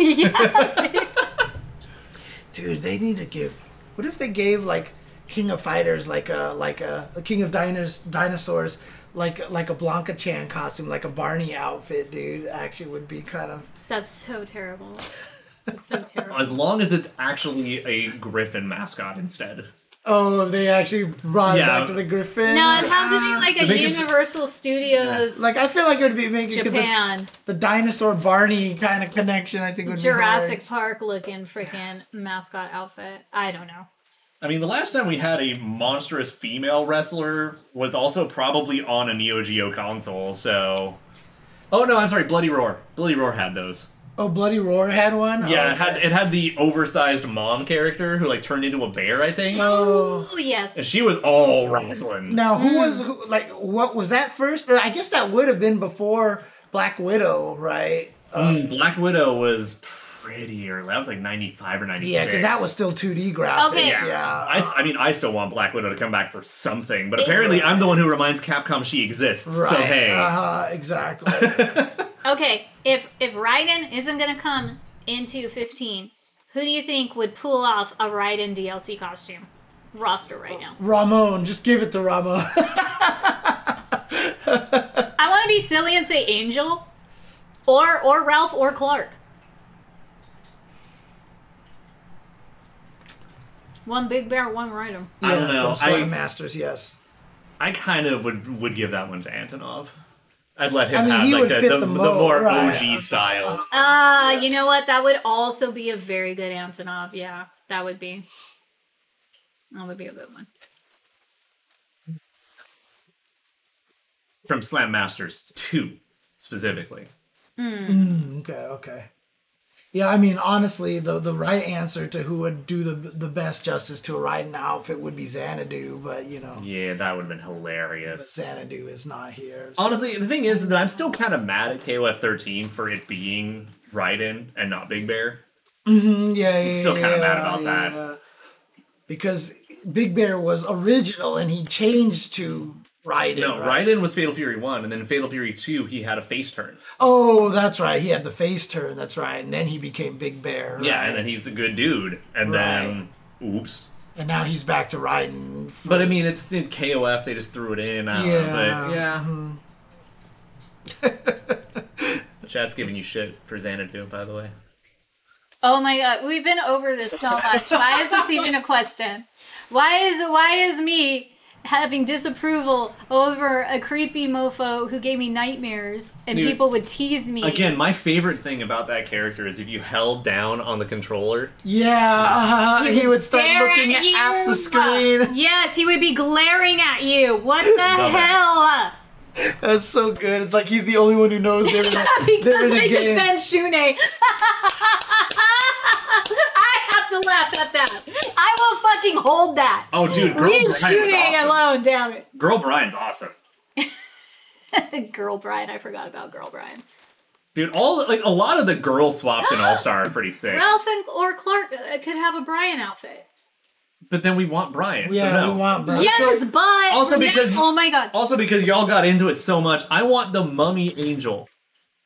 [SPEAKER 7] dude, they need to give. What if they gave like King of Fighters, like a like a, a King of Dinos, Dinosaurs, like like a Blanca Chan costume, like a Barney outfit, dude? Actually, would be kind of.
[SPEAKER 2] That's so terrible. That's so terrible.
[SPEAKER 3] As long as it's actually a griffin mascot instead.
[SPEAKER 7] Oh, if they actually brought it
[SPEAKER 3] Yeah.
[SPEAKER 7] back to the Griffin.
[SPEAKER 2] No, it'd have to be like a
[SPEAKER 3] They could-
[SPEAKER 2] Universal Studios
[SPEAKER 7] Like I feel like it would be making 'cause the-
[SPEAKER 2] Japan
[SPEAKER 7] the dinosaur Barney kind of connection. I think would
[SPEAKER 2] Jurassic
[SPEAKER 7] be
[SPEAKER 2] Park looking freaking mascot outfit. I don't know.
[SPEAKER 3] I mean, the last time we had a monstrous female wrestler was also probably on a Neo Geo console, so. Oh no, I'm sorry, Bloody Roar. Bloody Roar had those.
[SPEAKER 7] hard. Oh, Bloody Roar had one.
[SPEAKER 3] Yeah,
[SPEAKER 7] oh,
[SPEAKER 3] it had
[SPEAKER 7] okay.
[SPEAKER 3] it had the oversized mom character who like turned into a bear, I think.
[SPEAKER 7] Oh.
[SPEAKER 2] Oh yes.
[SPEAKER 3] And she was all
[SPEAKER 1] Oh,
[SPEAKER 3] wrestling.
[SPEAKER 7] Now who was who, like what was that first? Or I guess that would have been before Black Widow, right?
[SPEAKER 3] Mm, Black Widow was pretty early. That was like 95 or 96.
[SPEAKER 7] Yeah, because that was still 2D graphics.
[SPEAKER 2] Okay.
[SPEAKER 7] Yeah.
[SPEAKER 3] I, s- I mean, I still want Black Widow to come back for something, but
[SPEAKER 2] It's-
[SPEAKER 3] apparently I'm the one who reminds Capcom she exists. So hey,
[SPEAKER 7] Uh-huh, exactly.
[SPEAKER 2] Okay, if if Raiden isn't gonna come into 15, who do you think would pull off a Raiden DLC costume? roster right now.
[SPEAKER 1] Ramon, just give it to Ramon.
[SPEAKER 2] I want to be silly and say Angel, or or Ralph or Clark. One big bear, one rider.
[SPEAKER 3] I don't
[SPEAKER 1] Yeah,
[SPEAKER 3] know.
[SPEAKER 1] From Slave
[SPEAKER 3] I,
[SPEAKER 1] Masters, yes.
[SPEAKER 3] I kind of would would give that one to Antonov. I'd let him
[SPEAKER 1] I mean,
[SPEAKER 3] have
[SPEAKER 1] he
[SPEAKER 3] like
[SPEAKER 1] would
[SPEAKER 3] the,
[SPEAKER 1] fit
[SPEAKER 3] the,
[SPEAKER 1] the
[SPEAKER 3] the
[SPEAKER 1] mold,
[SPEAKER 3] more
[SPEAKER 1] right.
[SPEAKER 3] OG style.
[SPEAKER 2] Uh, you know what? That would also be a very good Antonov. Yeah, that would be. That would be a good one.
[SPEAKER 3] from Slam Masters 2 specifically.
[SPEAKER 1] Okay, okay. Yeah, I mean, honestly, the the right answer to who would do the the best justice to a riding outfit would be Xanadu, but you know,
[SPEAKER 3] Yeah, that would have been hilarious.
[SPEAKER 1] Xanadu is not here. so-
[SPEAKER 3] Honestly, the thing is that I'm still kind of mad at KOF 13 for it being Raiden and not Big Bear.
[SPEAKER 1] Mm-hmm, yeah, yeah,
[SPEAKER 3] still kinda
[SPEAKER 1] yeah,
[SPEAKER 3] mad about that.
[SPEAKER 1] yeah. Because Big Bear was original and he changed to Raiden.
[SPEAKER 3] No,
[SPEAKER 1] right?
[SPEAKER 3] Raiden was Fatal Fury 1, and then in Fatal Fury 2, he had a face turn.
[SPEAKER 1] Oh, that's right. He had the face turn. That's right. And then he became Big Bear.
[SPEAKER 3] Yeah,
[SPEAKER 1] right.
[SPEAKER 3] and then he's a good dude. And then, oops.
[SPEAKER 1] And now he's back to Raiden. f-
[SPEAKER 3] But I mean, it's in KOF, they just threw it in. I don't know,
[SPEAKER 1] Yeah. mm-hmm.
[SPEAKER 3] but yeah. Chat's giving you shit for Xanadu, by the way.
[SPEAKER 2] Oh my god, we've been over this so much. Why is this even a question? Why is why is me having disapproval over a creepy mofo who gave me nightmares and
[SPEAKER 3] Dude.
[SPEAKER 2] people would tease me?
[SPEAKER 3] Again, my favorite thing about that character is if you held down on the controller,
[SPEAKER 1] Yeah, uh, he, would start
[SPEAKER 2] stare
[SPEAKER 1] looking at,
[SPEAKER 2] you.
[SPEAKER 1] the screen.
[SPEAKER 2] Yes, he would be glaring at you. What the
[SPEAKER 3] Love it.
[SPEAKER 2] hell?
[SPEAKER 1] That's so good. It's like he's the only one who knows there is a, there
[SPEAKER 2] Because
[SPEAKER 1] is a
[SPEAKER 2] I
[SPEAKER 1] game.
[SPEAKER 2] defend Shune. I have to laugh at that. I will fucking hold that.
[SPEAKER 3] Oh, dude, Girl
[SPEAKER 2] Leave
[SPEAKER 3] Brian's
[SPEAKER 2] Shune
[SPEAKER 3] awesome.
[SPEAKER 2] alone, damn it.
[SPEAKER 3] Girl Brian's awesome.
[SPEAKER 2] Girl Brian. I forgot about Girl Brian.
[SPEAKER 3] Dude, all like a lot of the girl swaps in All Star are pretty sick.
[SPEAKER 2] Ralph and or Clark uh, could have a Brian outfit.
[SPEAKER 3] But then we want Brian.
[SPEAKER 1] yeah,
[SPEAKER 3] so no.
[SPEAKER 1] we want Brian.
[SPEAKER 2] Yes, but
[SPEAKER 3] also
[SPEAKER 2] now-
[SPEAKER 3] because-
[SPEAKER 2] oh my god,
[SPEAKER 3] also because y'all got into it so much, I want the mummy angel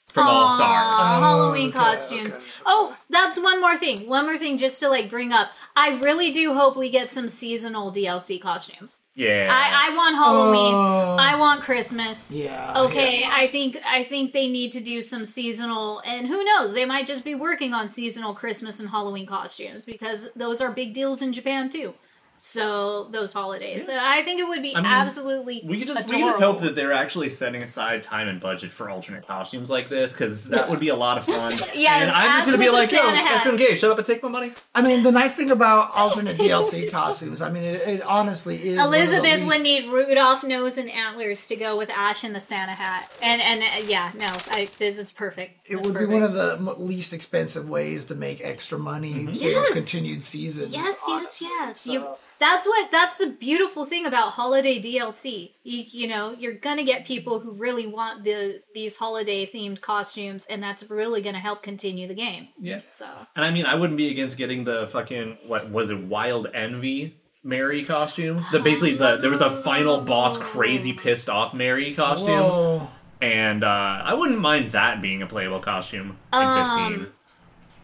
[SPEAKER 3] from All Star.
[SPEAKER 2] Aw, Halloween
[SPEAKER 1] okay,
[SPEAKER 2] costumes.
[SPEAKER 1] okay.
[SPEAKER 2] Oh, that's one more thing. One more thing, just to like bring up. I really do hope we get some seasonal DLC costumes.
[SPEAKER 3] Yeah.
[SPEAKER 2] I, I want Halloween.
[SPEAKER 1] Oh.
[SPEAKER 2] I want Christmas.
[SPEAKER 1] Yeah.
[SPEAKER 2] Okay, I think I think they need to do some seasonal, and who knows, they might just be working on seasonal Christmas and Halloween costumes because those are big deals in Japan too. So those holidays, So I think it would be
[SPEAKER 3] mean,
[SPEAKER 2] absolutely.
[SPEAKER 3] we could just
[SPEAKER 2] adorable.
[SPEAKER 3] we could just hope that they're actually setting aside time and budget for alternate costumes like this because that would be a lot of fun.
[SPEAKER 2] Yes,
[SPEAKER 3] and I'm
[SPEAKER 2] Ash
[SPEAKER 3] just gonna be
[SPEAKER 2] with the
[SPEAKER 3] like, yo,
[SPEAKER 2] Santa hat.
[SPEAKER 3] SMK, shut up and take my money.
[SPEAKER 1] I mean, the nice thing about alternate DLC costumes, I mean, it, it honestly is. one of the
[SPEAKER 2] Elizabeth
[SPEAKER 1] least-
[SPEAKER 2] would need Rudolph nose and antlers to go with Ash in the Santa hat, and and uh, yeah, no, I, this is perfect.
[SPEAKER 1] It would be one of the m- least expensive ways to make extra money for
[SPEAKER 2] Mm-hmm. Yes.
[SPEAKER 1] continued seasons.
[SPEAKER 2] Yes, yes,
[SPEAKER 1] honestly.
[SPEAKER 2] yes.
[SPEAKER 1] So-
[SPEAKER 2] You that's what that's the beautiful thing about holiday DLC. You, you know, you're gonna get people who really want the these holiday themed costumes, and that's really gonna help continue the game.
[SPEAKER 3] Yeah.
[SPEAKER 2] So
[SPEAKER 3] And I mean, I wouldn't be against getting the fucking what was it, Wild Envy Mary costume. The basically the there was a final boss, crazy pissed off Mary costume,
[SPEAKER 1] Whoa.
[SPEAKER 3] and uh, I wouldn't mind that being a playable costume in
[SPEAKER 2] Um,
[SPEAKER 3] fifteen.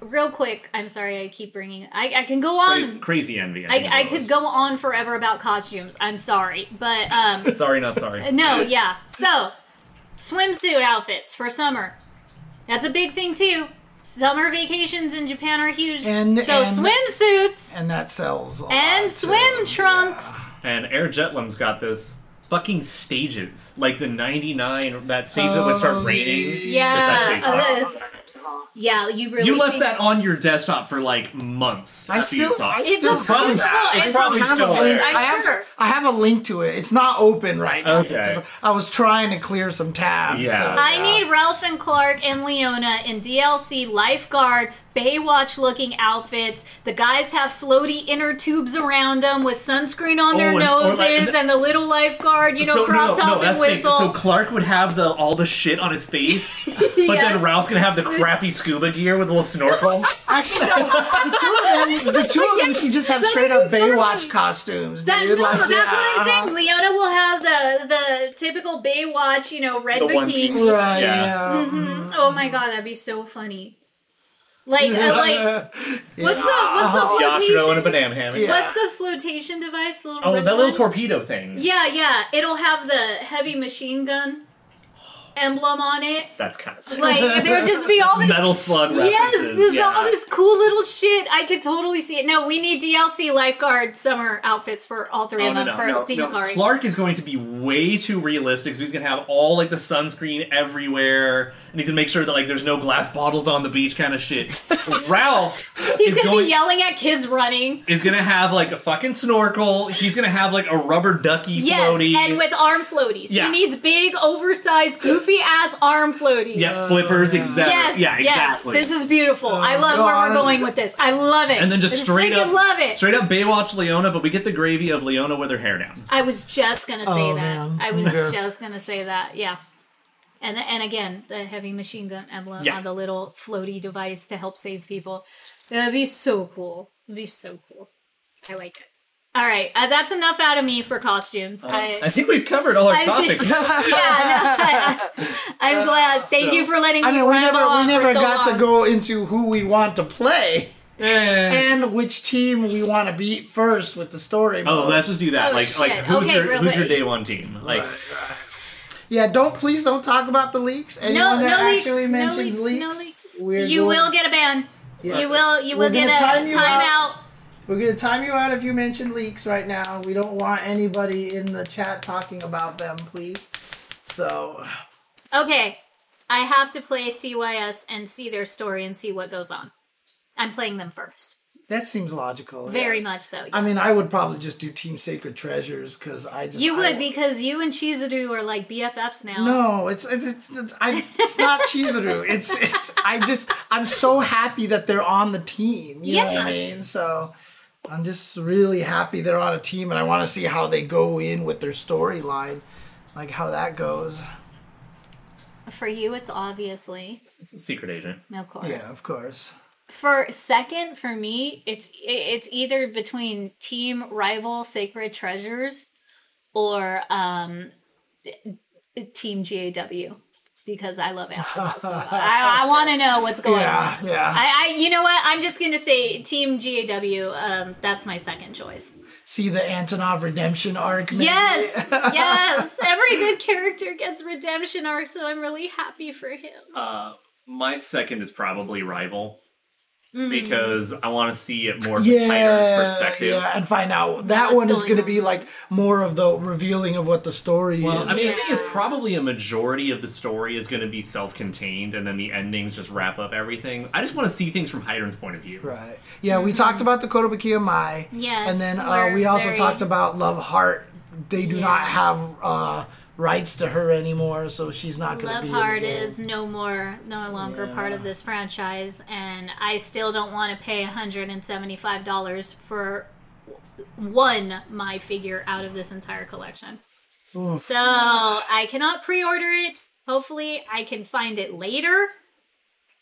[SPEAKER 2] real quick, I'm sorry I keep bringing. I I can go on.
[SPEAKER 3] Crazy, crazy envy. think
[SPEAKER 2] um, I, I
[SPEAKER 3] it
[SPEAKER 2] could
[SPEAKER 3] was.
[SPEAKER 2] go on forever about costumes. I'm sorry, but um,
[SPEAKER 3] Sorry, not sorry.
[SPEAKER 2] No, yeah. So, swimsuit outfits for summer. That's a big thing too. Summer vacations in Japan are huge.
[SPEAKER 1] And-
[SPEAKER 2] so
[SPEAKER 1] and-
[SPEAKER 2] swimsuits
[SPEAKER 1] And that sells. a
[SPEAKER 2] and
[SPEAKER 1] lot,
[SPEAKER 2] swim
[SPEAKER 1] too.
[SPEAKER 2] trunks.
[SPEAKER 3] And Air Jetlum's got this fucking stages, like the ninety nine that stage that would
[SPEAKER 1] Oh,
[SPEAKER 3] start raining.
[SPEAKER 2] Yeah.
[SPEAKER 3] That's
[SPEAKER 2] Oh,
[SPEAKER 3] actually
[SPEAKER 2] that is- yeah, you really
[SPEAKER 3] You left
[SPEAKER 2] think-
[SPEAKER 3] that on your desktop for like months.
[SPEAKER 1] I
[SPEAKER 3] after
[SPEAKER 1] still-
[SPEAKER 3] you saw it.
[SPEAKER 1] I
[SPEAKER 2] It's,
[SPEAKER 1] still
[SPEAKER 2] a
[SPEAKER 1] It's probably-
[SPEAKER 2] useful-
[SPEAKER 3] it's
[SPEAKER 2] it's a
[SPEAKER 3] probably
[SPEAKER 2] useful-
[SPEAKER 3] still there.
[SPEAKER 1] I
[SPEAKER 2] I'm
[SPEAKER 1] have,
[SPEAKER 2] sure.
[SPEAKER 1] I have a link to it. It's not open right now
[SPEAKER 3] Okay.
[SPEAKER 1] because I was trying to clear some tabs.
[SPEAKER 3] Yeah.
[SPEAKER 1] so-
[SPEAKER 2] I need Ralph and Clark and Leona in DLC lifeguard Baywatch looking outfits. The guys have floaty inner tubes around them with sunscreen on their
[SPEAKER 3] Oh, and- or
[SPEAKER 2] noses
[SPEAKER 3] like-
[SPEAKER 2] and, the little lifeguard, you know, crop top and
[SPEAKER 3] that's the thing.
[SPEAKER 2] whistle.
[SPEAKER 3] So Clark would have the all the shit on his face, but
[SPEAKER 2] Yes.
[SPEAKER 3] then Ralph's gonna have the crappy scuba gear with a little snorkel.
[SPEAKER 1] Actually, no. The two of them, the two of them should just have straight up Baywatch costumes.
[SPEAKER 2] That,
[SPEAKER 1] dude.
[SPEAKER 2] no,
[SPEAKER 1] Like,
[SPEAKER 2] that's what I'm
[SPEAKER 1] yeah,
[SPEAKER 2] saying.
[SPEAKER 3] uh-huh.
[SPEAKER 2] Leona will have the the typical Baywatch, you know, red
[SPEAKER 3] The one
[SPEAKER 2] bikini.
[SPEAKER 3] piece.
[SPEAKER 1] Right.
[SPEAKER 3] Yeah.
[SPEAKER 1] Yeah.
[SPEAKER 2] Oh my god, that'd be so funny. Like, uh, like what's the what's the
[SPEAKER 3] Yashiro in a
[SPEAKER 2] flotation?
[SPEAKER 3] banana hammock.
[SPEAKER 7] Yeah.
[SPEAKER 2] What's the flotation device? The little
[SPEAKER 3] Oh,
[SPEAKER 2] red
[SPEAKER 3] that little
[SPEAKER 2] one?
[SPEAKER 3] torpedo thing.
[SPEAKER 2] Yeah, yeah. It'll have the heavy machine gun emblem on it.
[SPEAKER 3] That's kind of sick.
[SPEAKER 2] Like there would just be all this.
[SPEAKER 3] Metal slug references.
[SPEAKER 2] Yes, this
[SPEAKER 3] yeah.
[SPEAKER 2] all this cool little shit. I could totally see it. No, we need DLC lifeguard summer outfits for all three
[SPEAKER 3] Oh,
[SPEAKER 2] of
[SPEAKER 3] no,
[SPEAKER 2] them
[SPEAKER 3] no,
[SPEAKER 2] for
[SPEAKER 3] no,
[SPEAKER 2] Dean
[SPEAKER 3] no.
[SPEAKER 2] Macari.
[SPEAKER 3] Clark is going to be way too realistic. So he's gonna have all like the sunscreen everywhere, and he's gonna make sure that like there's no glass bottles on the beach, kind of shit. Ralph
[SPEAKER 2] He's
[SPEAKER 3] is
[SPEAKER 2] gonna
[SPEAKER 3] going
[SPEAKER 2] be yelling at kids running.
[SPEAKER 3] is gonna have like a fucking snorkel. He's gonna have like a rubber ducky
[SPEAKER 2] Yes,
[SPEAKER 3] floaty.
[SPEAKER 2] and with arm floaties.
[SPEAKER 3] Yeah.
[SPEAKER 2] He needs big, oversized, goofy ass arm floaties.
[SPEAKER 3] yeah, flippers, exactly.
[SPEAKER 2] Yes,
[SPEAKER 3] yeah, exactly.
[SPEAKER 2] This is beautiful. I love where
[SPEAKER 7] Oh, God.
[SPEAKER 2] we're going with this. I love it.
[SPEAKER 3] and then just
[SPEAKER 2] I
[SPEAKER 3] straight
[SPEAKER 2] freaking
[SPEAKER 3] up,
[SPEAKER 2] love it.
[SPEAKER 3] straight up Baywatch Leona, but we get the gravy of Leona with her hair down.
[SPEAKER 2] I was just gonna say
[SPEAKER 7] Oh,
[SPEAKER 2] that.
[SPEAKER 7] man.
[SPEAKER 2] I was
[SPEAKER 7] Okay.
[SPEAKER 2] just gonna say that. Yeah. And and again, the heavy machine gun emblem
[SPEAKER 3] Yeah.
[SPEAKER 2] on the little floaty device to help save people. That'd be so cool. It'd be so cool. I like it. All right, uh, that's enough out of me for
[SPEAKER 3] Um,
[SPEAKER 2] costumes. I,
[SPEAKER 3] I think we've covered all our
[SPEAKER 2] I see.
[SPEAKER 3] topics.
[SPEAKER 2] yeah, no, I, am glad. Thank you for letting me
[SPEAKER 7] I mean, we
[SPEAKER 2] ramble
[SPEAKER 7] never we
[SPEAKER 2] on for
[SPEAKER 7] never
[SPEAKER 2] so
[SPEAKER 7] got to
[SPEAKER 2] long.
[SPEAKER 7] go into who we want to play
[SPEAKER 3] Yeah.
[SPEAKER 7] and which team we want to beat first with the story.
[SPEAKER 3] Oh,
[SPEAKER 7] mode.
[SPEAKER 3] let's just do that.
[SPEAKER 2] Oh,
[SPEAKER 3] like,
[SPEAKER 2] shit.
[SPEAKER 3] like who's
[SPEAKER 2] Okay,
[SPEAKER 3] your
[SPEAKER 2] real
[SPEAKER 3] who's your
[SPEAKER 2] quick.
[SPEAKER 3] day one team? Like,
[SPEAKER 7] yeah. Don't please don't talk about the leaks. Anyone
[SPEAKER 2] No,
[SPEAKER 7] that
[SPEAKER 2] no leaks,
[SPEAKER 7] actually
[SPEAKER 2] no
[SPEAKER 7] mentions
[SPEAKER 2] leaks,
[SPEAKER 7] leaks,
[SPEAKER 2] no leaks.
[SPEAKER 7] we're
[SPEAKER 2] You
[SPEAKER 7] going-
[SPEAKER 2] will get a ban. You
[SPEAKER 7] Yes.
[SPEAKER 2] will. You
[SPEAKER 7] We're
[SPEAKER 2] will get
[SPEAKER 7] gonna
[SPEAKER 2] a
[SPEAKER 7] time
[SPEAKER 2] timeout.
[SPEAKER 7] you out. We're gonna time you out if you mention leaks right now. We don't want anybody in the chat talking about them, please. So
[SPEAKER 2] Okay, I have to play CYS and see their story and see what goes on. I'm playing them first.
[SPEAKER 7] that seems logical.
[SPEAKER 2] Very
[SPEAKER 7] yeah.
[SPEAKER 2] much so. Yes.
[SPEAKER 7] I mean, I would probably just do Team Sacred Treasures because I just
[SPEAKER 2] you
[SPEAKER 7] I-
[SPEAKER 2] would because you and Chizuru are like BFFs now.
[SPEAKER 7] No, it's it's, it's, it's, I, it's not Chizuru. It's it's I just I'm so happy that they're on the team. You know what I
[SPEAKER 2] Yes.
[SPEAKER 7] mean? So I'm just really happy they're on a team, and I want to see how they go in with their storyline, like how that goes.
[SPEAKER 2] For you, it's obviously
[SPEAKER 3] secret agent.
[SPEAKER 2] of course.
[SPEAKER 7] Yeah, of course.
[SPEAKER 2] For second, for me, it's it's either between team rival Sacred Treasures or um team GAW because I love Afterball so much. I, I want to know what's going on.
[SPEAKER 7] Ah, Yeah, yeah.
[SPEAKER 2] I, I, you know what? I'm just gonna say Team GAW. Um, that's my second choice.
[SPEAKER 7] see the Antonov redemption arc. maybe?
[SPEAKER 2] Yes, yes. Every good character gets redemption arc, so I'm really happy for him.
[SPEAKER 7] Uh,
[SPEAKER 3] My second is probably rival
[SPEAKER 2] Mm.
[SPEAKER 3] because I want to see it more from
[SPEAKER 7] Yeah,
[SPEAKER 3] Tiger's perspective.
[SPEAKER 7] yeah, and find out that
[SPEAKER 2] What's
[SPEAKER 7] one is
[SPEAKER 2] going
[SPEAKER 7] going to
[SPEAKER 2] on?
[SPEAKER 7] be like more of the revealing of what the story
[SPEAKER 3] Well,
[SPEAKER 7] is.
[SPEAKER 3] I mean, I think it's probably a majority of the story is going to be self-contained, and then the endings just wrap up everything. I just want to see things from Hydron's point of view.
[SPEAKER 7] Right. Yeah, we talked about the Kotobukiya Mai.
[SPEAKER 2] Yes,
[SPEAKER 7] And then uh,
[SPEAKER 2] we're
[SPEAKER 7] we also
[SPEAKER 2] very-
[SPEAKER 7] talked about Love Heart. They do not have uh, rights to her anymore, so she's not going to
[SPEAKER 2] Love
[SPEAKER 7] be.
[SPEAKER 2] Hard
[SPEAKER 7] in the game.
[SPEAKER 2] is no more, no longer part of this franchise, and I still don't want to pay 175 dollars for one my figure out of this entire collection. So I cannot pre-order it. Hopefully, I can find it later.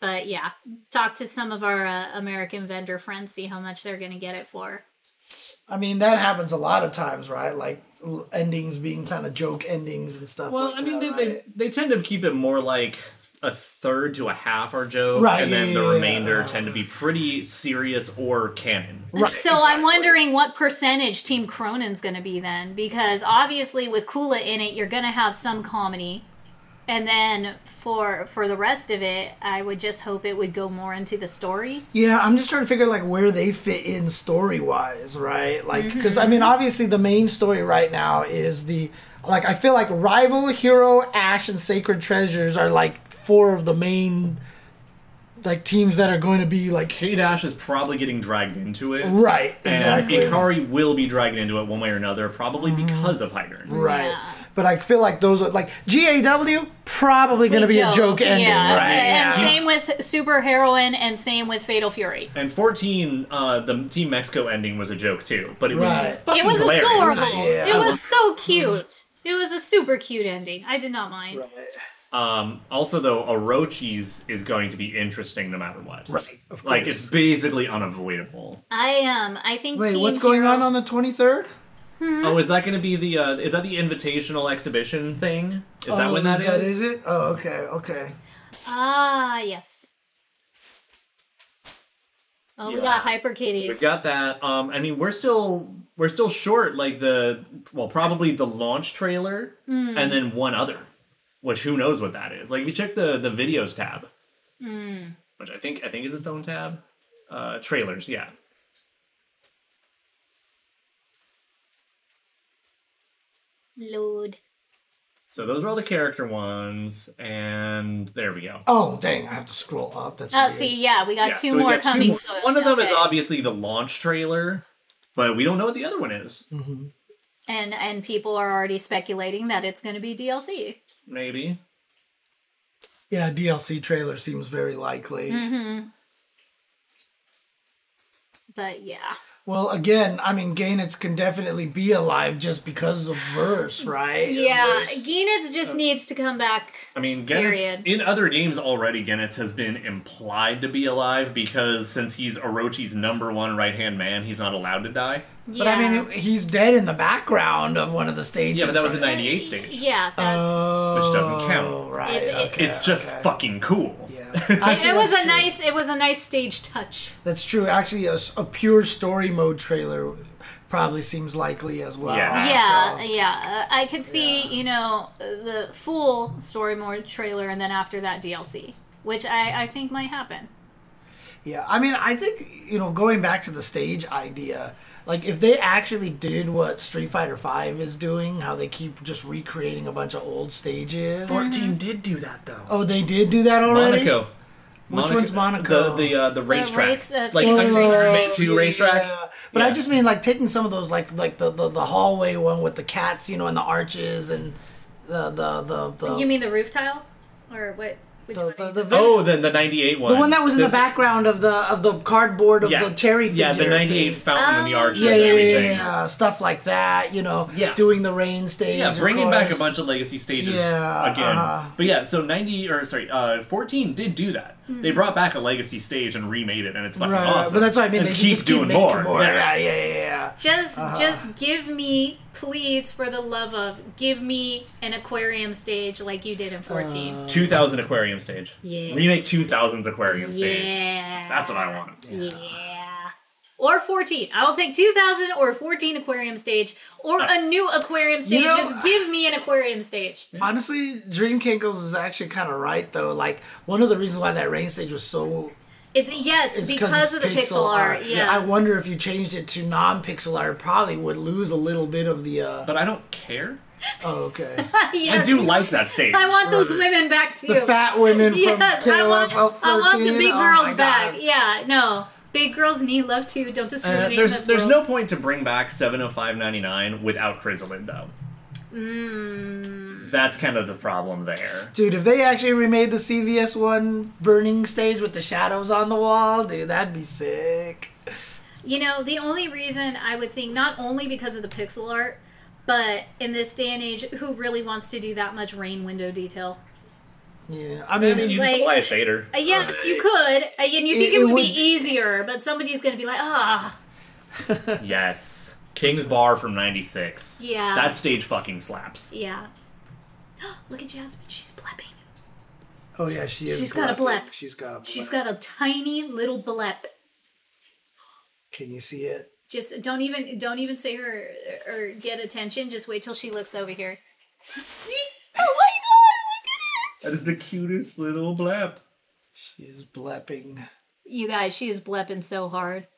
[SPEAKER 2] But yeah, talk to some of our uh, American vendor friends, see how much they're going to get it for.
[SPEAKER 7] I mean, that happens a lot of times, right? Like l- endings being kind of joke endings and stuff.
[SPEAKER 3] Well,
[SPEAKER 7] like
[SPEAKER 3] I mean,
[SPEAKER 7] that,
[SPEAKER 3] they,
[SPEAKER 7] right?
[SPEAKER 3] they they tend to keep it more like a third to a half are joke,
[SPEAKER 7] Right,
[SPEAKER 3] and then the
[SPEAKER 7] yeah.
[SPEAKER 3] remainder tend to be pretty serious or canon.
[SPEAKER 7] Right,
[SPEAKER 2] so I'm wondering what percentage Team Cronin's going to be then, because obviously with Kula in it, you're going to have some comedy, and then for for the rest of it, I would just hope it would go more into the story.
[SPEAKER 7] Yeah, I'm just trying to figure like where they fit in story wise, right? Like, because I
[SPEAKER 2] Mm-hmm.
[SPEAKER 7] mean, obviously the main story right now is the like I feel like rival hero Ash and Sacred Treasures are like four of the main like teams that are going to be like
[SPEAKER 3] Kate Ash is probably getting dragged into it.
[SPEAKER 7] right
[SPEAKER 3] And
[SPEAKER 7] exactly Mm-hmm.
[SPEAKER 3] Ikari will be dragged into it one way or another, probably because of Hydern.
[SPEAKER 7] right.
[SPEAKER 2] Yeah.
[SPEAKER 7] But I feel like those are like GAW probably going to be a joke ending, right?
[SPEAKER 2] And
[SPEAKER 7] Yeah.
[SPEAKER 2] same with Super Heroine, and same with Fatal Fury.
[SPEAKER 3] And 14, uh, the Team Mexico ending was a joke too, but it was
[SPEAKER 7] Right.
[SPEAKER 3] fucking
[SPEAKER 2] It was
[SPEAKER 3] hilarious.
[SPEAKER 2] adorable.
[SPEAKER 7] Yeah.
[SPEAKER 2] It was so cute. It was a super cute ending. I did not mind.
[SPEAKER 3] Um, also, though, Orochi's is going to be interesting no matter what.
[SPEAKER 7] Right, of
[SPEAKER 3] Like,
[SPEAKER 7] course.
[SPEAKER 3] it's basically unavoidable.
[SPEAKER 2] I am. Um, I think.
[SPEAKER 7] Wait,
[SPEAKER 2] Team
[SPEAKER 7] what's going
[SPEAKER 2] Hero-
[SPEAKER 7] on on the 23rd?
[SPEAKER 3] Oh, is that going to be the, uh, is that the invitational exhibition thing? Is that
[SPEAKER 7] Oh,
[SPEAKER 3] when that is?
[SPEAKER 7] That is it? Oh, okay, okay.
[SPEAKER 2] Ah, yes. Oh, we got hyper
[SPEAKER 3] We
[SPEAKER 2] kitties.
[SPEAKER 3] got that. Um, I mean, we're still we're still short. Like the well, probably the launch trailer, and then one other, which who knows what that is. Like we check the the videos tab, which I think I think is its own tab. Uh, trailers, yeah.
[SPEAKER 2] Load.
[SPEAKER 3] So those are all the character ones, and there we go.
[SPEAKER 7] Oh dang! I have to scroll up. That's
[SPEAKER 2] Oh,
[SPEAKER 7] weird.
[SPEAKER 2] see, yeah, we got
[SPEAKER 3] Yeah,
[SPEAKER 2] two
[SPEAKER 3] so we
[SPEAKER 2] more
[SPEAKER 3] got two
[SPEAKER 2] coming.
[SPEAKER 3] more.
[SPEAKER 2] so
[SPEAKER 3] one of them is
[SPEAKER 2] okay.
[SPEAKER 3] obviously the launch trailer, but we don't know what the other one is.
[SPEAKER 7] Hmm.
[SPEAKER 2] and and people are already speculating that it's going to be DLC.
[SPEAKER 3] Maybe.
[SPEAKER 7] Yeah, DLC trailer seems very likely.
[SPEAKER 2] Mm-hmm. But yeah,
[SPEAKER 7] Well, again, I mean, Gainitz can definitely be alive just because of verse, right?
[SPEAKER 2] yeah,
[SPEAKER 7] Verse.
[SPEAKER 2] Geenitz just needs to come back.
[SPEAKER 3] I mean,
[SPEAKER 2] Period.
[SPEAKER 3] Genetz, in other games already, Genetz has been implied to be alive because since he's Orochi's number one right hand man, he's not allowed to die.
[SPEAKER 7] But I mean, he's dead in the background of one of the stages.
[SPEAKER 3] Yeah, but that was a
[SPEAKER 7] right?
[SPEAKER 3] 98 stage.
[SPEAKER 2] yeah, that's.
[SPEAKER 7] Oh,
[SPEAKER 3] Which doesn't count.
[SPEAKER 7] Right.
[SPEAKER 2] It's- it-
[SPEAKER 7] okay,
[SPEAKER 3] It's just
[SPEAKER 7] okay.
[SPEAKER 3] fucking cool.
[SPEAKER 7] Yeah.
[SPEAKER 2] it,
[SPEAKER 7] Actually,
[SPEAKER 2] it was
[SPEAKER 7] that's
[SPEAKER 2] a
[SPEAKER 7] true.
[SPEAKER 2] nice. It was a nice stage touch.
[SPEAKER 7] That's true. Actually, a, s- a pure story mode trailer probably seems likely as well.
[SPEAKER 3] Yeah.
[SPEAKER 2] Yeah,
[SPEAKER 7] Ah, so-
[SPEAKER 2] yeah. Uh, I could see, you know, the full story mode trailer, and then after that DLC, which I I think might happen.
[SPEAKER 7] Yeah, I mean, I think you know, going back to the stage idea, like if they actually did what Street Fighter Five is doing, how they keep just recreating a bunch of old stages.
[SPEAKER 8] 14 did do that though.
[SPEAKER 7] Oh, they did do that already.
[SPEAKER 3] Monaco.
[SPEAKER 7] Which one's
[SPEAKER 3] The
[SPEAKER 7] Monaco?
[SPEAKER 3] the uh, the racetrack.
[SPEAKER 2] race, uh,
[SPEAKER 3] like
[SPEAKER 2] Oh,
[SPEAKER 3] I
[SPEAKER 2] race-
[SPEAKER 3] Made two racetrack.
[SPEAKER 7] Yeah. But I
[SPEAKER 3] Yeah.
[SPEAKER 7] just mean like taking some of those, like like the, the the hallway one with the cats, you know, and the arches and the the the the.
[SPEAKER 2] You mean the roof tile, or what? Which
[SPEAKER 7] Oh. the,
[SPEAKER 2] one?
[SPEAKER 7] the, the,
[SPEAKER 3] Oh, then the 98 one.
[SPEAKER 7] the one that was in the, background of the of the cardboard of
[SPEAKER 3] yeah.
[SPEAKER 7] the cherry figure.
[SPEAKER 3] Yeah, the 98
[SPEAKER 7] thing.
[SPEAKER 3] fountain in the
[SPEAKER 2] Oh,
[SPEAKER 3] arches.
[SPEAKER 7] yeah,
[SPEAKER 3] and
[SPEAKER 7] yeah, yeah,
[SPEAKER 3] everything.
[SPEAKER 7] yeah, stuff like that. You know,
[SPEAKER 3] Yeah.
[SPEAKER 7] doing the rain stage.
[SPEAKER 3] Yeah,
[SPEAKER 7] of
[SPEAKER 3] bringing back a
[SPEAKER 7] course.
[SPEAKER 3] bunch of legacy stages
[SPEAKER 7] Yeah,
[SPEAKER 3] again.
[SPEAKER 7] uh-huh.
[SPEAKER 3] But yeah, so 90 or sorry, uh 14 did do that. They brought back a legacy stage and remade it and it's fucking
[SPEAKER 7] Right, right,
[SPEAKER 3] awesome.
[SPEAKER 7] but that's what I mean.
[SPEAKER 3] And
[SPEAKER 7] they should
[SPEAKER 3] keep
[SPEAKER 7] just
[SPEAKER 3] doing
[SPEAKER 7] making
[SPEAKER 3] more.
[SPEAKER 7] Yeah, yeah, yeah, yeah.
[SPEAKER 2] Just, just give me, please, for the love of, give me an aquarium stage like you did in fourteen.
[SPEAKER 3] 2000 aquarium stage.
[SPEAKER 2] Yeah.
[SPEAKER 3] Remake 2000's aquarium stage.
[SPEAKER 2] yeah,
[SPEAKER 3] That's what I want.
[SPEAKER 2] Yeah. Or 14. I will take 2000 or 14 aquarium stage or a new aquarium stage.
[SPEAKER 7] know-
[SPEAKER 2] Just give me an aquarium stage.
[SPEAKER 7] Honestly, Dream Kinkles is actually kind of right though. Like one of the reasons why that rain stage was so
[SPEAKER 2] It's yes,
[SPEAKER 7] is
[SPEAKER 2] because of the pixel art. yes.
[SPEAKER 7] I wonder if you changed it to non-pixel art, probably would lose a little bit of the. uh
[SPEAKER 3] But I don't care.
[SPEAKER 7] Oh, okay.
[SPEAKER 2] Yes.
[SPEAKER 3] I do like that stage.
[SPEAKER 2] I want those women back too.
[SPEAKER 7] the fat women from
[SPEAKER 2] yes, I want,
[SPEAKER 7] KOF
[SPEAKER 2] I want the
[SPEAKER 7] 13,
[SPEAKER 2] big
[SPEAKER 7] oh
[SPEAKER 2] girls
[SPEAKER 7] my
[SPEAKER 2] back.
[SPEAKER 7] God.
[SPEAKER 2] Yeah, no. Big girls need love too. Don't
[SPEAKER 3] Uh,
[SPEAKER 2] discriminate in
[SPEAKER 3] there's
[SPEAKER 2] this
[SPEAKER 3] there's no
[SPEAKER 2] world.
[SPEAKER 3] point to bring back 705.99 without Chrysalid though.
[SPEAKER 2] Hmm.
[SPEAKER 3] Mm. That's kind of the problem there.
[SPEAKER 7] Dude, if they actually remade the CVS one burning stage with the shadows on the wall, dude, that'd be sick.
[SPEAKER 2] You know, the only reason I would think, not only because of the pixel art, but in this day and age, who really wants to do that much rain window detail?
[SPEAKER 7] Yeah, I
[SPEAKER 3] I
[SPEAKER 7] mean,
[SPEAKER 3] mean, you
[SPEAKER 2] Like-
[SPEAKER 3] just apply a shader.
[SPEAKER 2] Uh, yes, you could, uh, and you think it,
[SPEAKER 7] It- it
[SPEAKER 2] would, be
[SPEAKER 7] would-
[SPEAKER 2] easier, but somebody's going to be like, ah,
[SPEAKER 3] Yes. King's Bar from 96.
[SPEAKER 2] Yeah.
[SPEAKER 3] That stage fucking slaps.
[SPEAKER 2] yeah. Look at Jasmine; she's blepping.
[SPEAKER 7] oh yeah, she is.
[SPEAKER 2] She's got a
[SPEAKER 7] black.
[SPEAKER 2] blep.
[SPEAKER 7] She's got a. Blep.
[SPEAKER 2] She's got a tiny little blep.
[SPEAKER 7] Can you see it?
[SPEAKER 2] Just don't even don't even say her or get attention. Just wait till she looks over here. oh my god! Look at her!
[SPEAKER 3] That is the cutest little blep.
[SPEAKER 7] She is blepping.
[SPEAKER 2] You guys, she is blepping so hard.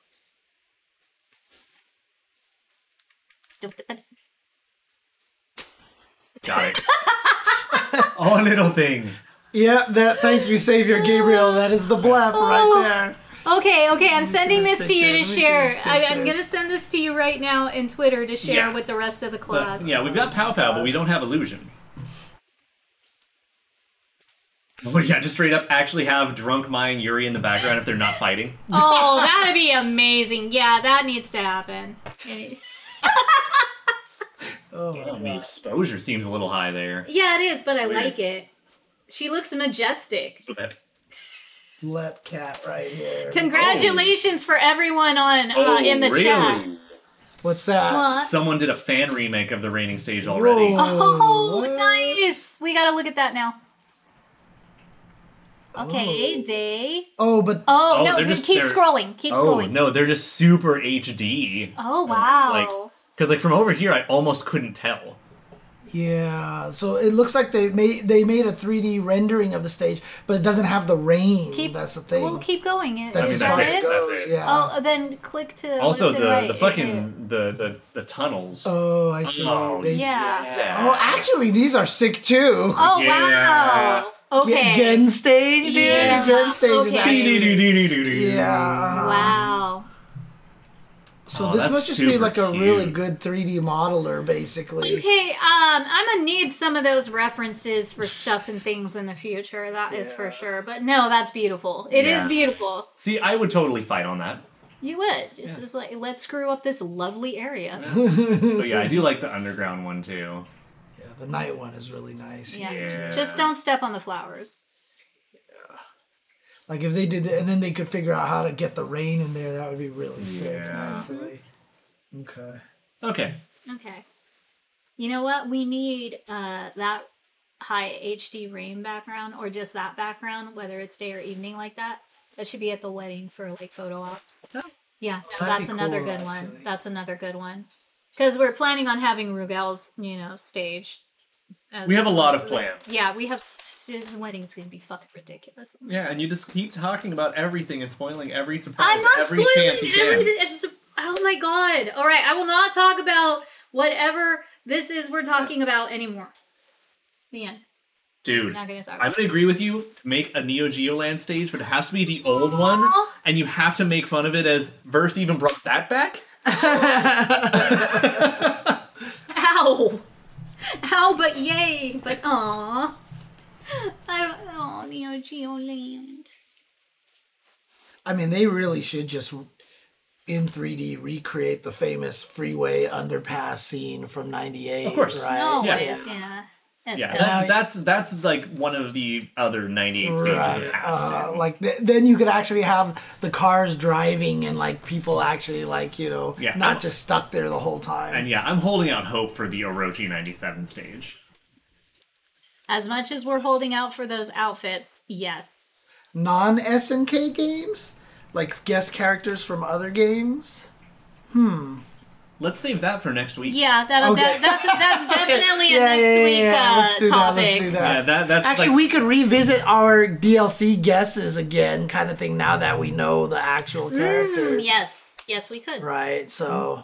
[SPEAKER 3] Got it. oh, little thing.
[SPEAKER 7] Yeah, that. Thank you, Savior Gabriel. That is the blep
[SPEAKER 2] Oh.
[SPEAKER 7] right there.
[SPEAKER 2] Okay, okay, I'm sending
[SPEAKER 7] this
[SPEAKER 2] this, to you
[SPEAKER 7] picture.
[SPEAKER 2] to
[SPEAKER 7] Let me see
[SPEAKER 2] share.
[SPEAKER 7] this
[SPEAKER 2] I, I'm
[SPEAKER 7] picture.
[SPEAKER 2] gonna send this to you right now in Twitter to share
[SPEAKER 3] Yeah.
[SPEAKER 2] with the rest of the
[SPEAKER 3] But,
[SPEAKER 2] class.
[SPEAKER 3] yeah, we've got Pow Pow, but we don't have Illusion. Oh, yeah, just straight up actually have Drunk Mai and Yuri in the background if they're not fighting.
[SPEAKER 2] Oh, that'd be amazing. Yeah, that needs to happen.
[SPEAKER 3] Oh, the exposure seems a little high there.
[SPEAKER 2] Yeah, it is, but I like it. She looks majestic.
[SPEAKER 3] Blep.
[SPEAKER 7] Blep cat right here.
[SPEAKER 2] Congratulations for everyone on
[SPEAKER 9] Oh,
[SPEAKER 2] uh, in the
[SPEAKER 3] really?
[SPEAKER 2] chat.
[SPEAKER 7] What's that?
[SPEAKER 2] What?
[SPEAKER 3] Someone did a fan remake of the reigning stage already.
[SPEAKER 7] Whoa.
[SPEAKER 2] Oh, nice. We gotta look at that now. Okay, day.
[SPEAKER 7] Oh, but
[SPEAKER 2] Oh,
[SPEAKER 9] Oh,
[SPEAKER 2] no,
[SPEAKER 9] they're
[SPEAKER 2] you
[SPEAKER 9] just-
[SPEAKER 2] keep
[SPEAKER 9] they're-
[SPEAKER 2] scrolling. Keep
[SPEAKER 9] Oh
[SPEAKER 2] scrolling.
[SPEAKER 9] no, they're just super HD.
[SPEAKER 2] Oh wow.
[SPEAKER 9] Like, because like from over here, I almost couldn't tell.
[SPEAKER 7] yeah. So it looks like they made they made a 3D rendering of the stage, but it doesn't have the rain.
[SPEAKER 2] keep
[SPEAKER 7] that's the thing.
[SPEAKER 2] We'll keep going. It-
[SPEAKER 7] that's
[SPEAKER 9] I mean,
[SPEAKER 2] is
[SPEAKER 9] that's
[SPEAKER 2] that
[SPEAKER 7] how
[SPEAKER 9] it.
[SPEAKER 2] it?
[SPEAKER 7] goes.
[SPEAKER 9] That's it.
[SPEAKER 7] Yeah.
[SPEAKER 2] Oh, then click to
[SPEAKER 9] Also,
[SPEAKER 2] left
[SPEAKER 9] the
[SPEAKER 2] and right.
[SPEAKER 9] the
[SPEAKER 2] Is it-
[SPEAKER 9] fucking the, the the tunnels.
[SPEAKER 7] Oh, I see.
[SPEAKER 9] Oh,
[SPEAKER 7] They-
[SPEAKER 2] Yeah.
[SPEAKER 7] Oh, actually, these are sick too.
[SPEAKER 2] Oh
[SPEAKER 9] Yeah.
[SPEAKER 2] wow. Okay.
[SPEAKER 7] Gen stage, dude.
[SPEAKER 2] Yeah.
[SPEAKER 7] Gen stage is
[SPEAKER 2] Okay.
[SPEAKER 7] actually. Yeah.
[SPEAKER 2] Wow.
[SPEAKER 7] So
[SPEAKER 9] Oh,
[SPEAKER 7] this
[SPEAKER 9] that's
[SPEAKER 7] must just be
[SPEAKER 9] super
[SPEAKER 7] like a really
[SPEAKER 9] cute.
[SPEAKER 7] good 3D modeler, basically.
[SPEAKER 2] Okay, um, I'm gonna need some of those references for stuff and things in the future. That is for sure. But no, that's beautiful. It is
[SPEAKER 9] Yeah.
[SPEAKER 2] beautiful.
[SPEAKER 9] See, I would totally fight on that.
[SPEAKER 2] You would. Just as like let's screw up this lovely area.
[SPEAKER 9] But yeah, I do like the underground one too.
[SPEAKER 7] Yeah, the night one is really nice.
[SPEAKER 2] Yeah.
[SPEAKER 9] Yeah.
[SPEAKER 2] Just don't step on the flowers.
[SPEAKER 7] Like if they did, it, and then they could figure out how to get the rain in there. That would be really sick.
[SPEAKER 9] Yeah.
[SPEAKER 7] Actually. Okay.
[SPEAKER 9] Okay.
[SPEAKER 2] Okay. You know what? We need uh that high HD rain background or just that background, whether it's day or evening like that. That should be at the wedding for like photo ops. Yeah, no,
[SPEAKER 7] Oh, That'd
[SPEAKER 2] that's
[SPEAKER 7] be
[SPEAKER 2] another
[SPEAKER 7] cool,
[SPEAKER 2] good
[SPEAKER 7] actually.
[SPEAKER 2] one. That's another good one. Because we're planning on having Rugel's, you know, stage. as-
[SPEAKER 3] We have a lot of plans.
[SPEAKER 2] Yeah, we have. s- His wedding's gonna be fucking ridiculous.
[SPEAKER 3] Yeah, and you just keep talking about everything and spoiling every surprise.
[SPEAKER 2] I'm not
[SPEAKER 3] every
[SPEAKER 2] spoiling
[SPEAKER 3] chance you can.
[SPEAKER 2] everything. It's just- oh my god! All right, I will not talk about whatever this is we're talking about anymore. The end.
[SPEAKER 9] Dude,
[SPEAKER 2] Not gonna talk.
[SPEAKER 3] I'm gonna agree with you. Make a Neo Geo Land stage, but it has to be the old one,
[SPEAKER 2] Aw.
[SPEAKER 3] and you have to make fun of it as Verse even brought that back.
[SPEAKER 2] Ow! Ow! But yay! But aw. I, aw, Neo Geo Land.
[SPEAKER 7] I mean, they really should just in 3D recreate the famous freeway underpass scene from '98. Of
[SPEAKER 3] course.
[SPEAKER 7] Right.
[SPEAKER 2] No
[SPEAKER 3] Yeah.
[SPEAKER 2] ways. Yeah. That's
[SPEAKER 3] Yeah,
[SPEAKER 2] good.
[SPEAKER 3] that's, that's that's like one of the other 98 stages.
[SPEAKER 7] Right.
[SPEAKER 3] that has to.
[SPEAKER 7] Uh, like th- then you could actually have the cars driving and like people actually like you know
[SPEAKER 9] Yeah.
[SPEAKER 7] not just stuck there the whole time.
[SPEAKER 9] and yeah, I'm holding out hope for the Orochi 97 stage.
[SPEAKER 2] As much as we're holding out for those outfits, yes.
[SPEAKER 7] non SNK games, like guest characters from other games.
[SPEAKER 3] Let's save that for next week.
[SPEAKER 2] Yeah, that'll
[SPEAKER 7] Okay.
[SPEAKER 2] de- that's that's definitely a next week uh,
[SPEAKER 7] Let's do
[SPEAKER 2] topic.
[SPEAKER 7] that. Let's do that.
[SPEAKER 3] Yeah, that that's
[SPEAKER 7] Actually,
[SPEAKER 3] like,
[SPEAKER 7] we could revisit our DLC guesses again, kind of thing. Now that we know the actual
[SPEAKER 2] Mm,
[SPEAKER 7] characters,
[SPEAKER 2] Yes, yes, we could.
[SPEAKER 7] right? So,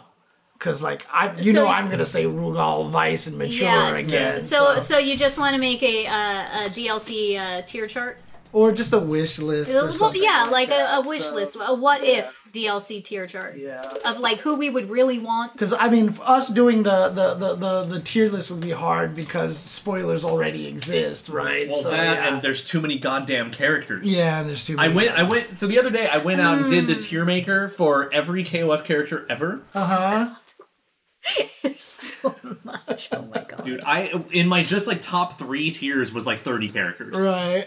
[SPEAKER 7] because like I, you
[SPEAKER 2] Mm. So-
[SPEAKER 7] know, I'm gonna say Rugal, Vice, and Mature
[SPEAKER 2] Yeah.
[SPEAKER 7] again.
[SPEAKER 2] So, so you just want to make a, uh, a DLC uh, tier chart?
[SPEAKER 7] or just a wish list. Or
[SPEAKER 2] Well,
[SPEAKER 7] something
[SPEAKER 2] yeah,
[SPEAKER 7] like,
[SPEAKER 2] like a,
[SPEAKER 7] that,
[SPEAKER 2] a wish
[SPEAKER 7] so-
[SPEAKER 2] list, a what if DLC tier chart
[SPEAKER 7] Yeah.
[SPEAKER 2] of like who we would really want.
[SPEAKER 7] Because Uh, I mean, for us doing the the, the the the tier list would be hard because spoilers already exist, right?
[SPEAKER 3] well
[SPEAKER 7] so
[SPEAKER 3] that
[SPEAKER 7] yeah.
[SPEAKER 3] and there's too many goddamn characters.
[SPEAKER 7] yeah, and there's too.
[SPEAKER 3] I
[SPEAKER 7] many
[SPEAKER 3] went. I went. So the other day, I went out and did the
[SPEAKER 2] Mm.
[SPEAKER 3] tier maker for every KOF character ever.
[SPEAKER 7] Uh-huh.
[SPEAKER 2] so much. Oh my god.
[SPEAKER 3] Dude, I in my just like top three tiers was like 30 characters.
[SPEAKER 7] Right.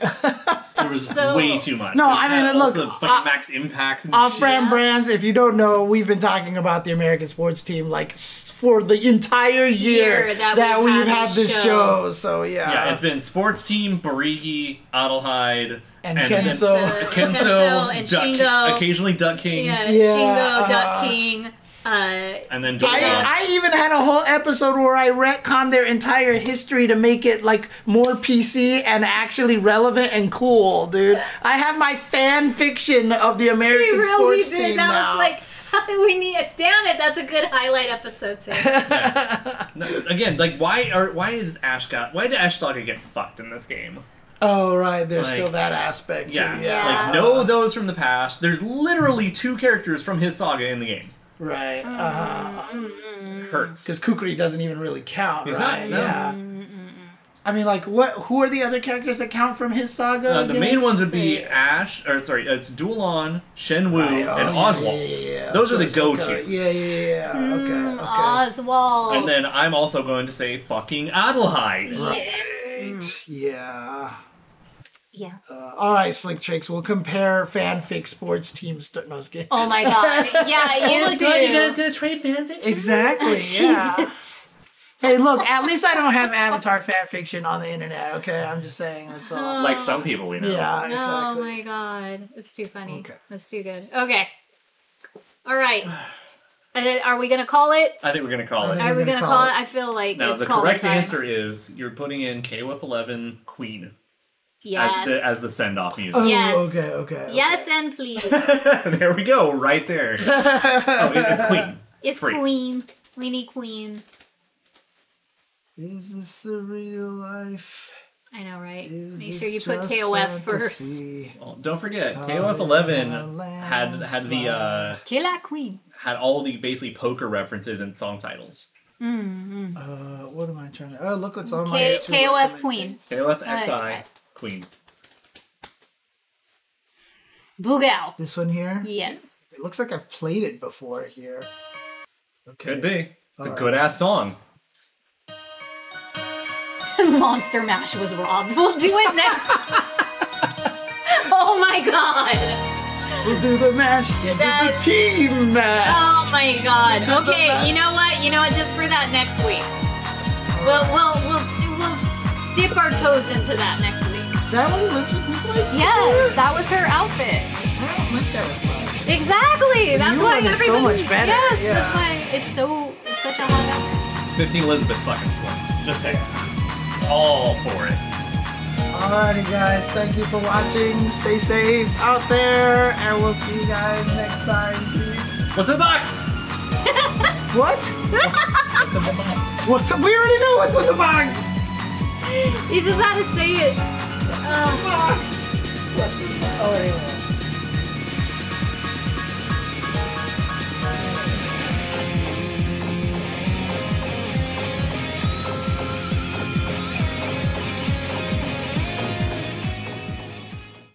[SPEAKER 3] There was
[SPEAKER 2] So-
[SPEAKER 3] way too much.
[SPEAKER 7] No,
[SPEAKER 3] There's
[SPEAKER 7] I mean,
[SPEAKER 3] that-
[SPEAKER 7] look,
[SPEAKER 3] also fucking
[SPEAKER 7] uh,
[SPEAKER 3] max impact. And
[SPEAKER 7] Off
[SPEAKER 3] shit.
[SPEAKER 7] brand brands, if you don't know, we've been talking about the American sports team like s- for the entire year,
[SPEAKER 2] Year
[SPEAKER 7] that,
[SPEAKER 2] that
[SPEAKER 7] we've,
[SPEAKER 2] we've
[SPEAKER 7] had,
[SPEAKER 2] had
[SPEAKER 7] this
[SPEAKER 2] this
[SPEAKER 7] show. So, yeah.
[SPEAKER 3] Yeah, it's been sports team, Barigi, Adelheid,
[SPEAKER 7] And Kenzo.
[SPEAKER 3] and
[SPEAKER 2] Kenzo,
[SPEAKER 3] Kenzo,
[SPEAKER 2] and
[SPEAKER 3] Duck-
[SPEAKER 2] Shingo.
[SPEAKER 3] occasionally Duck King,
[SPEAKER 2] Yeah,
[SPEAKER 7] Yeah,
[SPEAKER 2] Shingo,
[SPEAKER 7] uh,
[SPEAKER 2] Duck King. Uh,
[SPEAKER 3] and then
[SPEAKER 7] I,
[SPEAKER 3] Dora.
[SPEAKER 7] I even had a whole episode where I retconned their entire history to make it like more PC and actually relevant and cool, dude. I have my fan fiction of the
[SPEAKER 2] we
[SPEAKER 7] American
[SPEAKER 2] really
[SPEAKER 7] sports
[SPEAKER 2] did.
[SPEAKER 7] team
[SPEAKER 2] That
[SPEAKER 7] now.
[SPEAKER 2] was like. We need. Damn it! That's a good highlight episode. Sam.
[SPEAKER 3] No, again, like why are why is Ash got why did Ash Saga get fucked in this game?
[SPEAKER 7] oh right, there's
[SPEAKER 3] Like-
[SPEAKER 7] still that aspect. too,
[SPEAKER 3] Yeah,
[SPEAKER 7] yeah.
[SPEAKER 2] Yeah.
[SPEAKER 3] like know those from the past. There's literally two characters from his saga in the game.
[SPEAKER 7] right.
[SPEAKER 2] Mm.
[SPEAKER 7] Uh,
[SPEAKER 3] Hurts.
[SPEAKER 7] Because Kukri doesn't even really count,
[SPEAKER 3] He's
[SPEAKER 7] right?
[SPEAKER 3] not, no.
[SPEAKER 2] Mm,
[SPEAKER 7] Yeah. I mean, like, what? Who are the other characters that count from his saga?
[SPEAKER 3] Uh, the
[SPEAKER 7] again?
[SPEAKER 3] main ones would be
[SPEAKER 2] see.
[SPEAKER 3] Ash, or sorry, it's Dualon, Shenwu,
[SPEAKER 7] Right, oh,
[SPEAKER 3] and
[SPEAKER 7] yeah,
[SPEAKER 3] Oswald.
[SPEAKER 7] yeah, yeah, yeah,
[SPEAKER 3] Those
[SPEAKER 7] of
[SPEAKER 3] are the
[SPEAKER 7] course,
[SPEAKER 3] go
[SPEAKER 7] okay.
[SPEAKER 3] tos.
[SPEAKER 7] Yeah, yeah, yeah, yeah.
[SPEAKER 2] Mm.
[SPEAKER 7] okay, okay.
[SPEAKER 2] Oswald.
[SPEAKER 3] And then I'm also going to say fucking Adelheid.
[SPEAKER 2] Mm.
[SPEAKER 7] Yeah.
[SPEAKER 2] yeah.
[SPEAKER 7] Uh, all right, Slick Tricks. We'll compare fanfic sports teams. To, no, I was kidding.
[SPEAKER 2] Oh my
[SPEAKER 7] Oh
[SPEAKER 2] god. Yeah, you too.
[SPEAKER 3] gonna trade fanfic?
[SPEAKER 7] Exactly. yeah.
[SPEAKER 2] Jesus.
[SPEAKER 7] Hey, look, at least I don't have Avatar fan fiction on the internet, okay? I'm just saying, that's all.
[SPEAKER 3] like some people we know.
[SPEAKER 7] Yeah,
[SPEAKER 2] Oh
[SPEAKER 7] exactly.
[SPEAKER 2] my god, it's too funny.
[SPEAKER 7] Okay.
[SPEAKER 2] That's too good. Okay. All right. And then are we gonna call it?
[SPEAKER 3] I think we're gonna call it.
[SPEAKER 7] I-
[SPEAKER 2] Are we
[SPEAKER 7] we're
[SPEAKER 2] gonna,
[SPEAKER 7] gonna
[SPEAKER 2] call
[SPEAKER 7] call
[SPEAKER 2] it?
[SPEAKER 7] it.
[SPEAKER 2] I feel like
[SPEAKER 3] Now
[SPEAKER 2] it's
[SPEAKER 3] the
[SPEAKER 2] called
[SPEAKER 3] correct
[SPEAKER 2] time.
[SPEAKER 3] answer is you're putting in KOF 11 Queen
[SPEAKER 2] Yes.
[SPEAKER 3] as the as the send off music.
[SPEAKER 7] Oh,
[SPEAKER 2] Yes.
[SPEAKER 7] Okay, okay.
[SPEAKER 2] yes, and please.
[SPEAKER 3] there we go, right there. oh, it- it's Queen.
[SPEAKER 2] It's
[SPEAKER 3] Free.
[SPEAKER 2] Queen. We need Queen.
[SPEAKER 7] Is this the real life?
[SPEAKER 2] I know, right?
[SPEAKER 7] Is
[SPEAKER 2] Make
[SPEAKER 7] this
[SPEAKER 2] sure you put
[SPEAKER 7] just
[SPEAKER 2] KOF first.
[SPEAKER 7] fantasy?
[SPEAKER 3] Well, don't forget, KOF 11 had had the uh,
[SPEAKER 2] Kill that Queen.
[SPEAKER 3] had all the basically poker references and song titles.
[SPEAKER 7] Uh, what am I trying to? Oh, look what's on my
[SPEAKER 2] K-
[SPEAKER 7] YouTube
[SPEAKER 2] KOF
[SPEAKER 7] recommend-
[SPEAKER 2] Queen.
[SPEAKER 3] KOF
[SPEAKER 2] Alright,
[SPEAKER 3] XI
[SPEAKER 2] alright.
[SPEAKER 3] Queen.
[SPEAKER 2] Boogow.
[SPEAKER 7] This one here.
[SPEAKER 2] Yes.
[SPEAKER 7] It looks like I've played it before here. Okay.
[SPEAKER 3] Could be. It's a
[SPEAKER 7] Alright.
[SPEAKER 3] good ass song.
[SPEAKER 2] Monster Mash was robbed. We'll do it next. oh my god.
[SPEAKER 7] We'll do the mash. Yeah,
[SPEAKER 2] That's-
[SPEAKER 7] do the team mash.
[SPEAKER 2] Oh my god. Okay, you know what? You know what? Just for that next week. We'll we'll we'll we'll dip our toes into that next week.
[SPEAKER 7] Is that what Elizabeth looked like?
[SPEAKER 2] Yes, that was her outfit.
[SPEAKER 7] I don't like that one. much.
[SPEAKER 2] Exactly. That's
[SPEAKER 7] new
[SPEAKER 2] why
[SPEAKER 7] one is so
[SPEAKER 2] everybody.
[SPEAKER 7] much better.
[SPEAKER 2] Yes,
[SPEAKER 7] Yeah.
[SPEAKER 2] that's why it's so it's such a hot outfit.
[SPEAKER 3] 15 Elizabeth fucking slim. Just saying. All for it.
[SPEAKER 7] Alrighty, guys. Thank you for watching. Stay safe out there, and we'll see you guys next time. Peace.
[SPEAKER 3] What's in the box?
[SPEAKER 7] What? what's in the box? What's we already know what's in the box.
[SPEAKER 2] You just had to say it.
[SPEAKER 7] Box. What's in the- Uh, oh, anyway.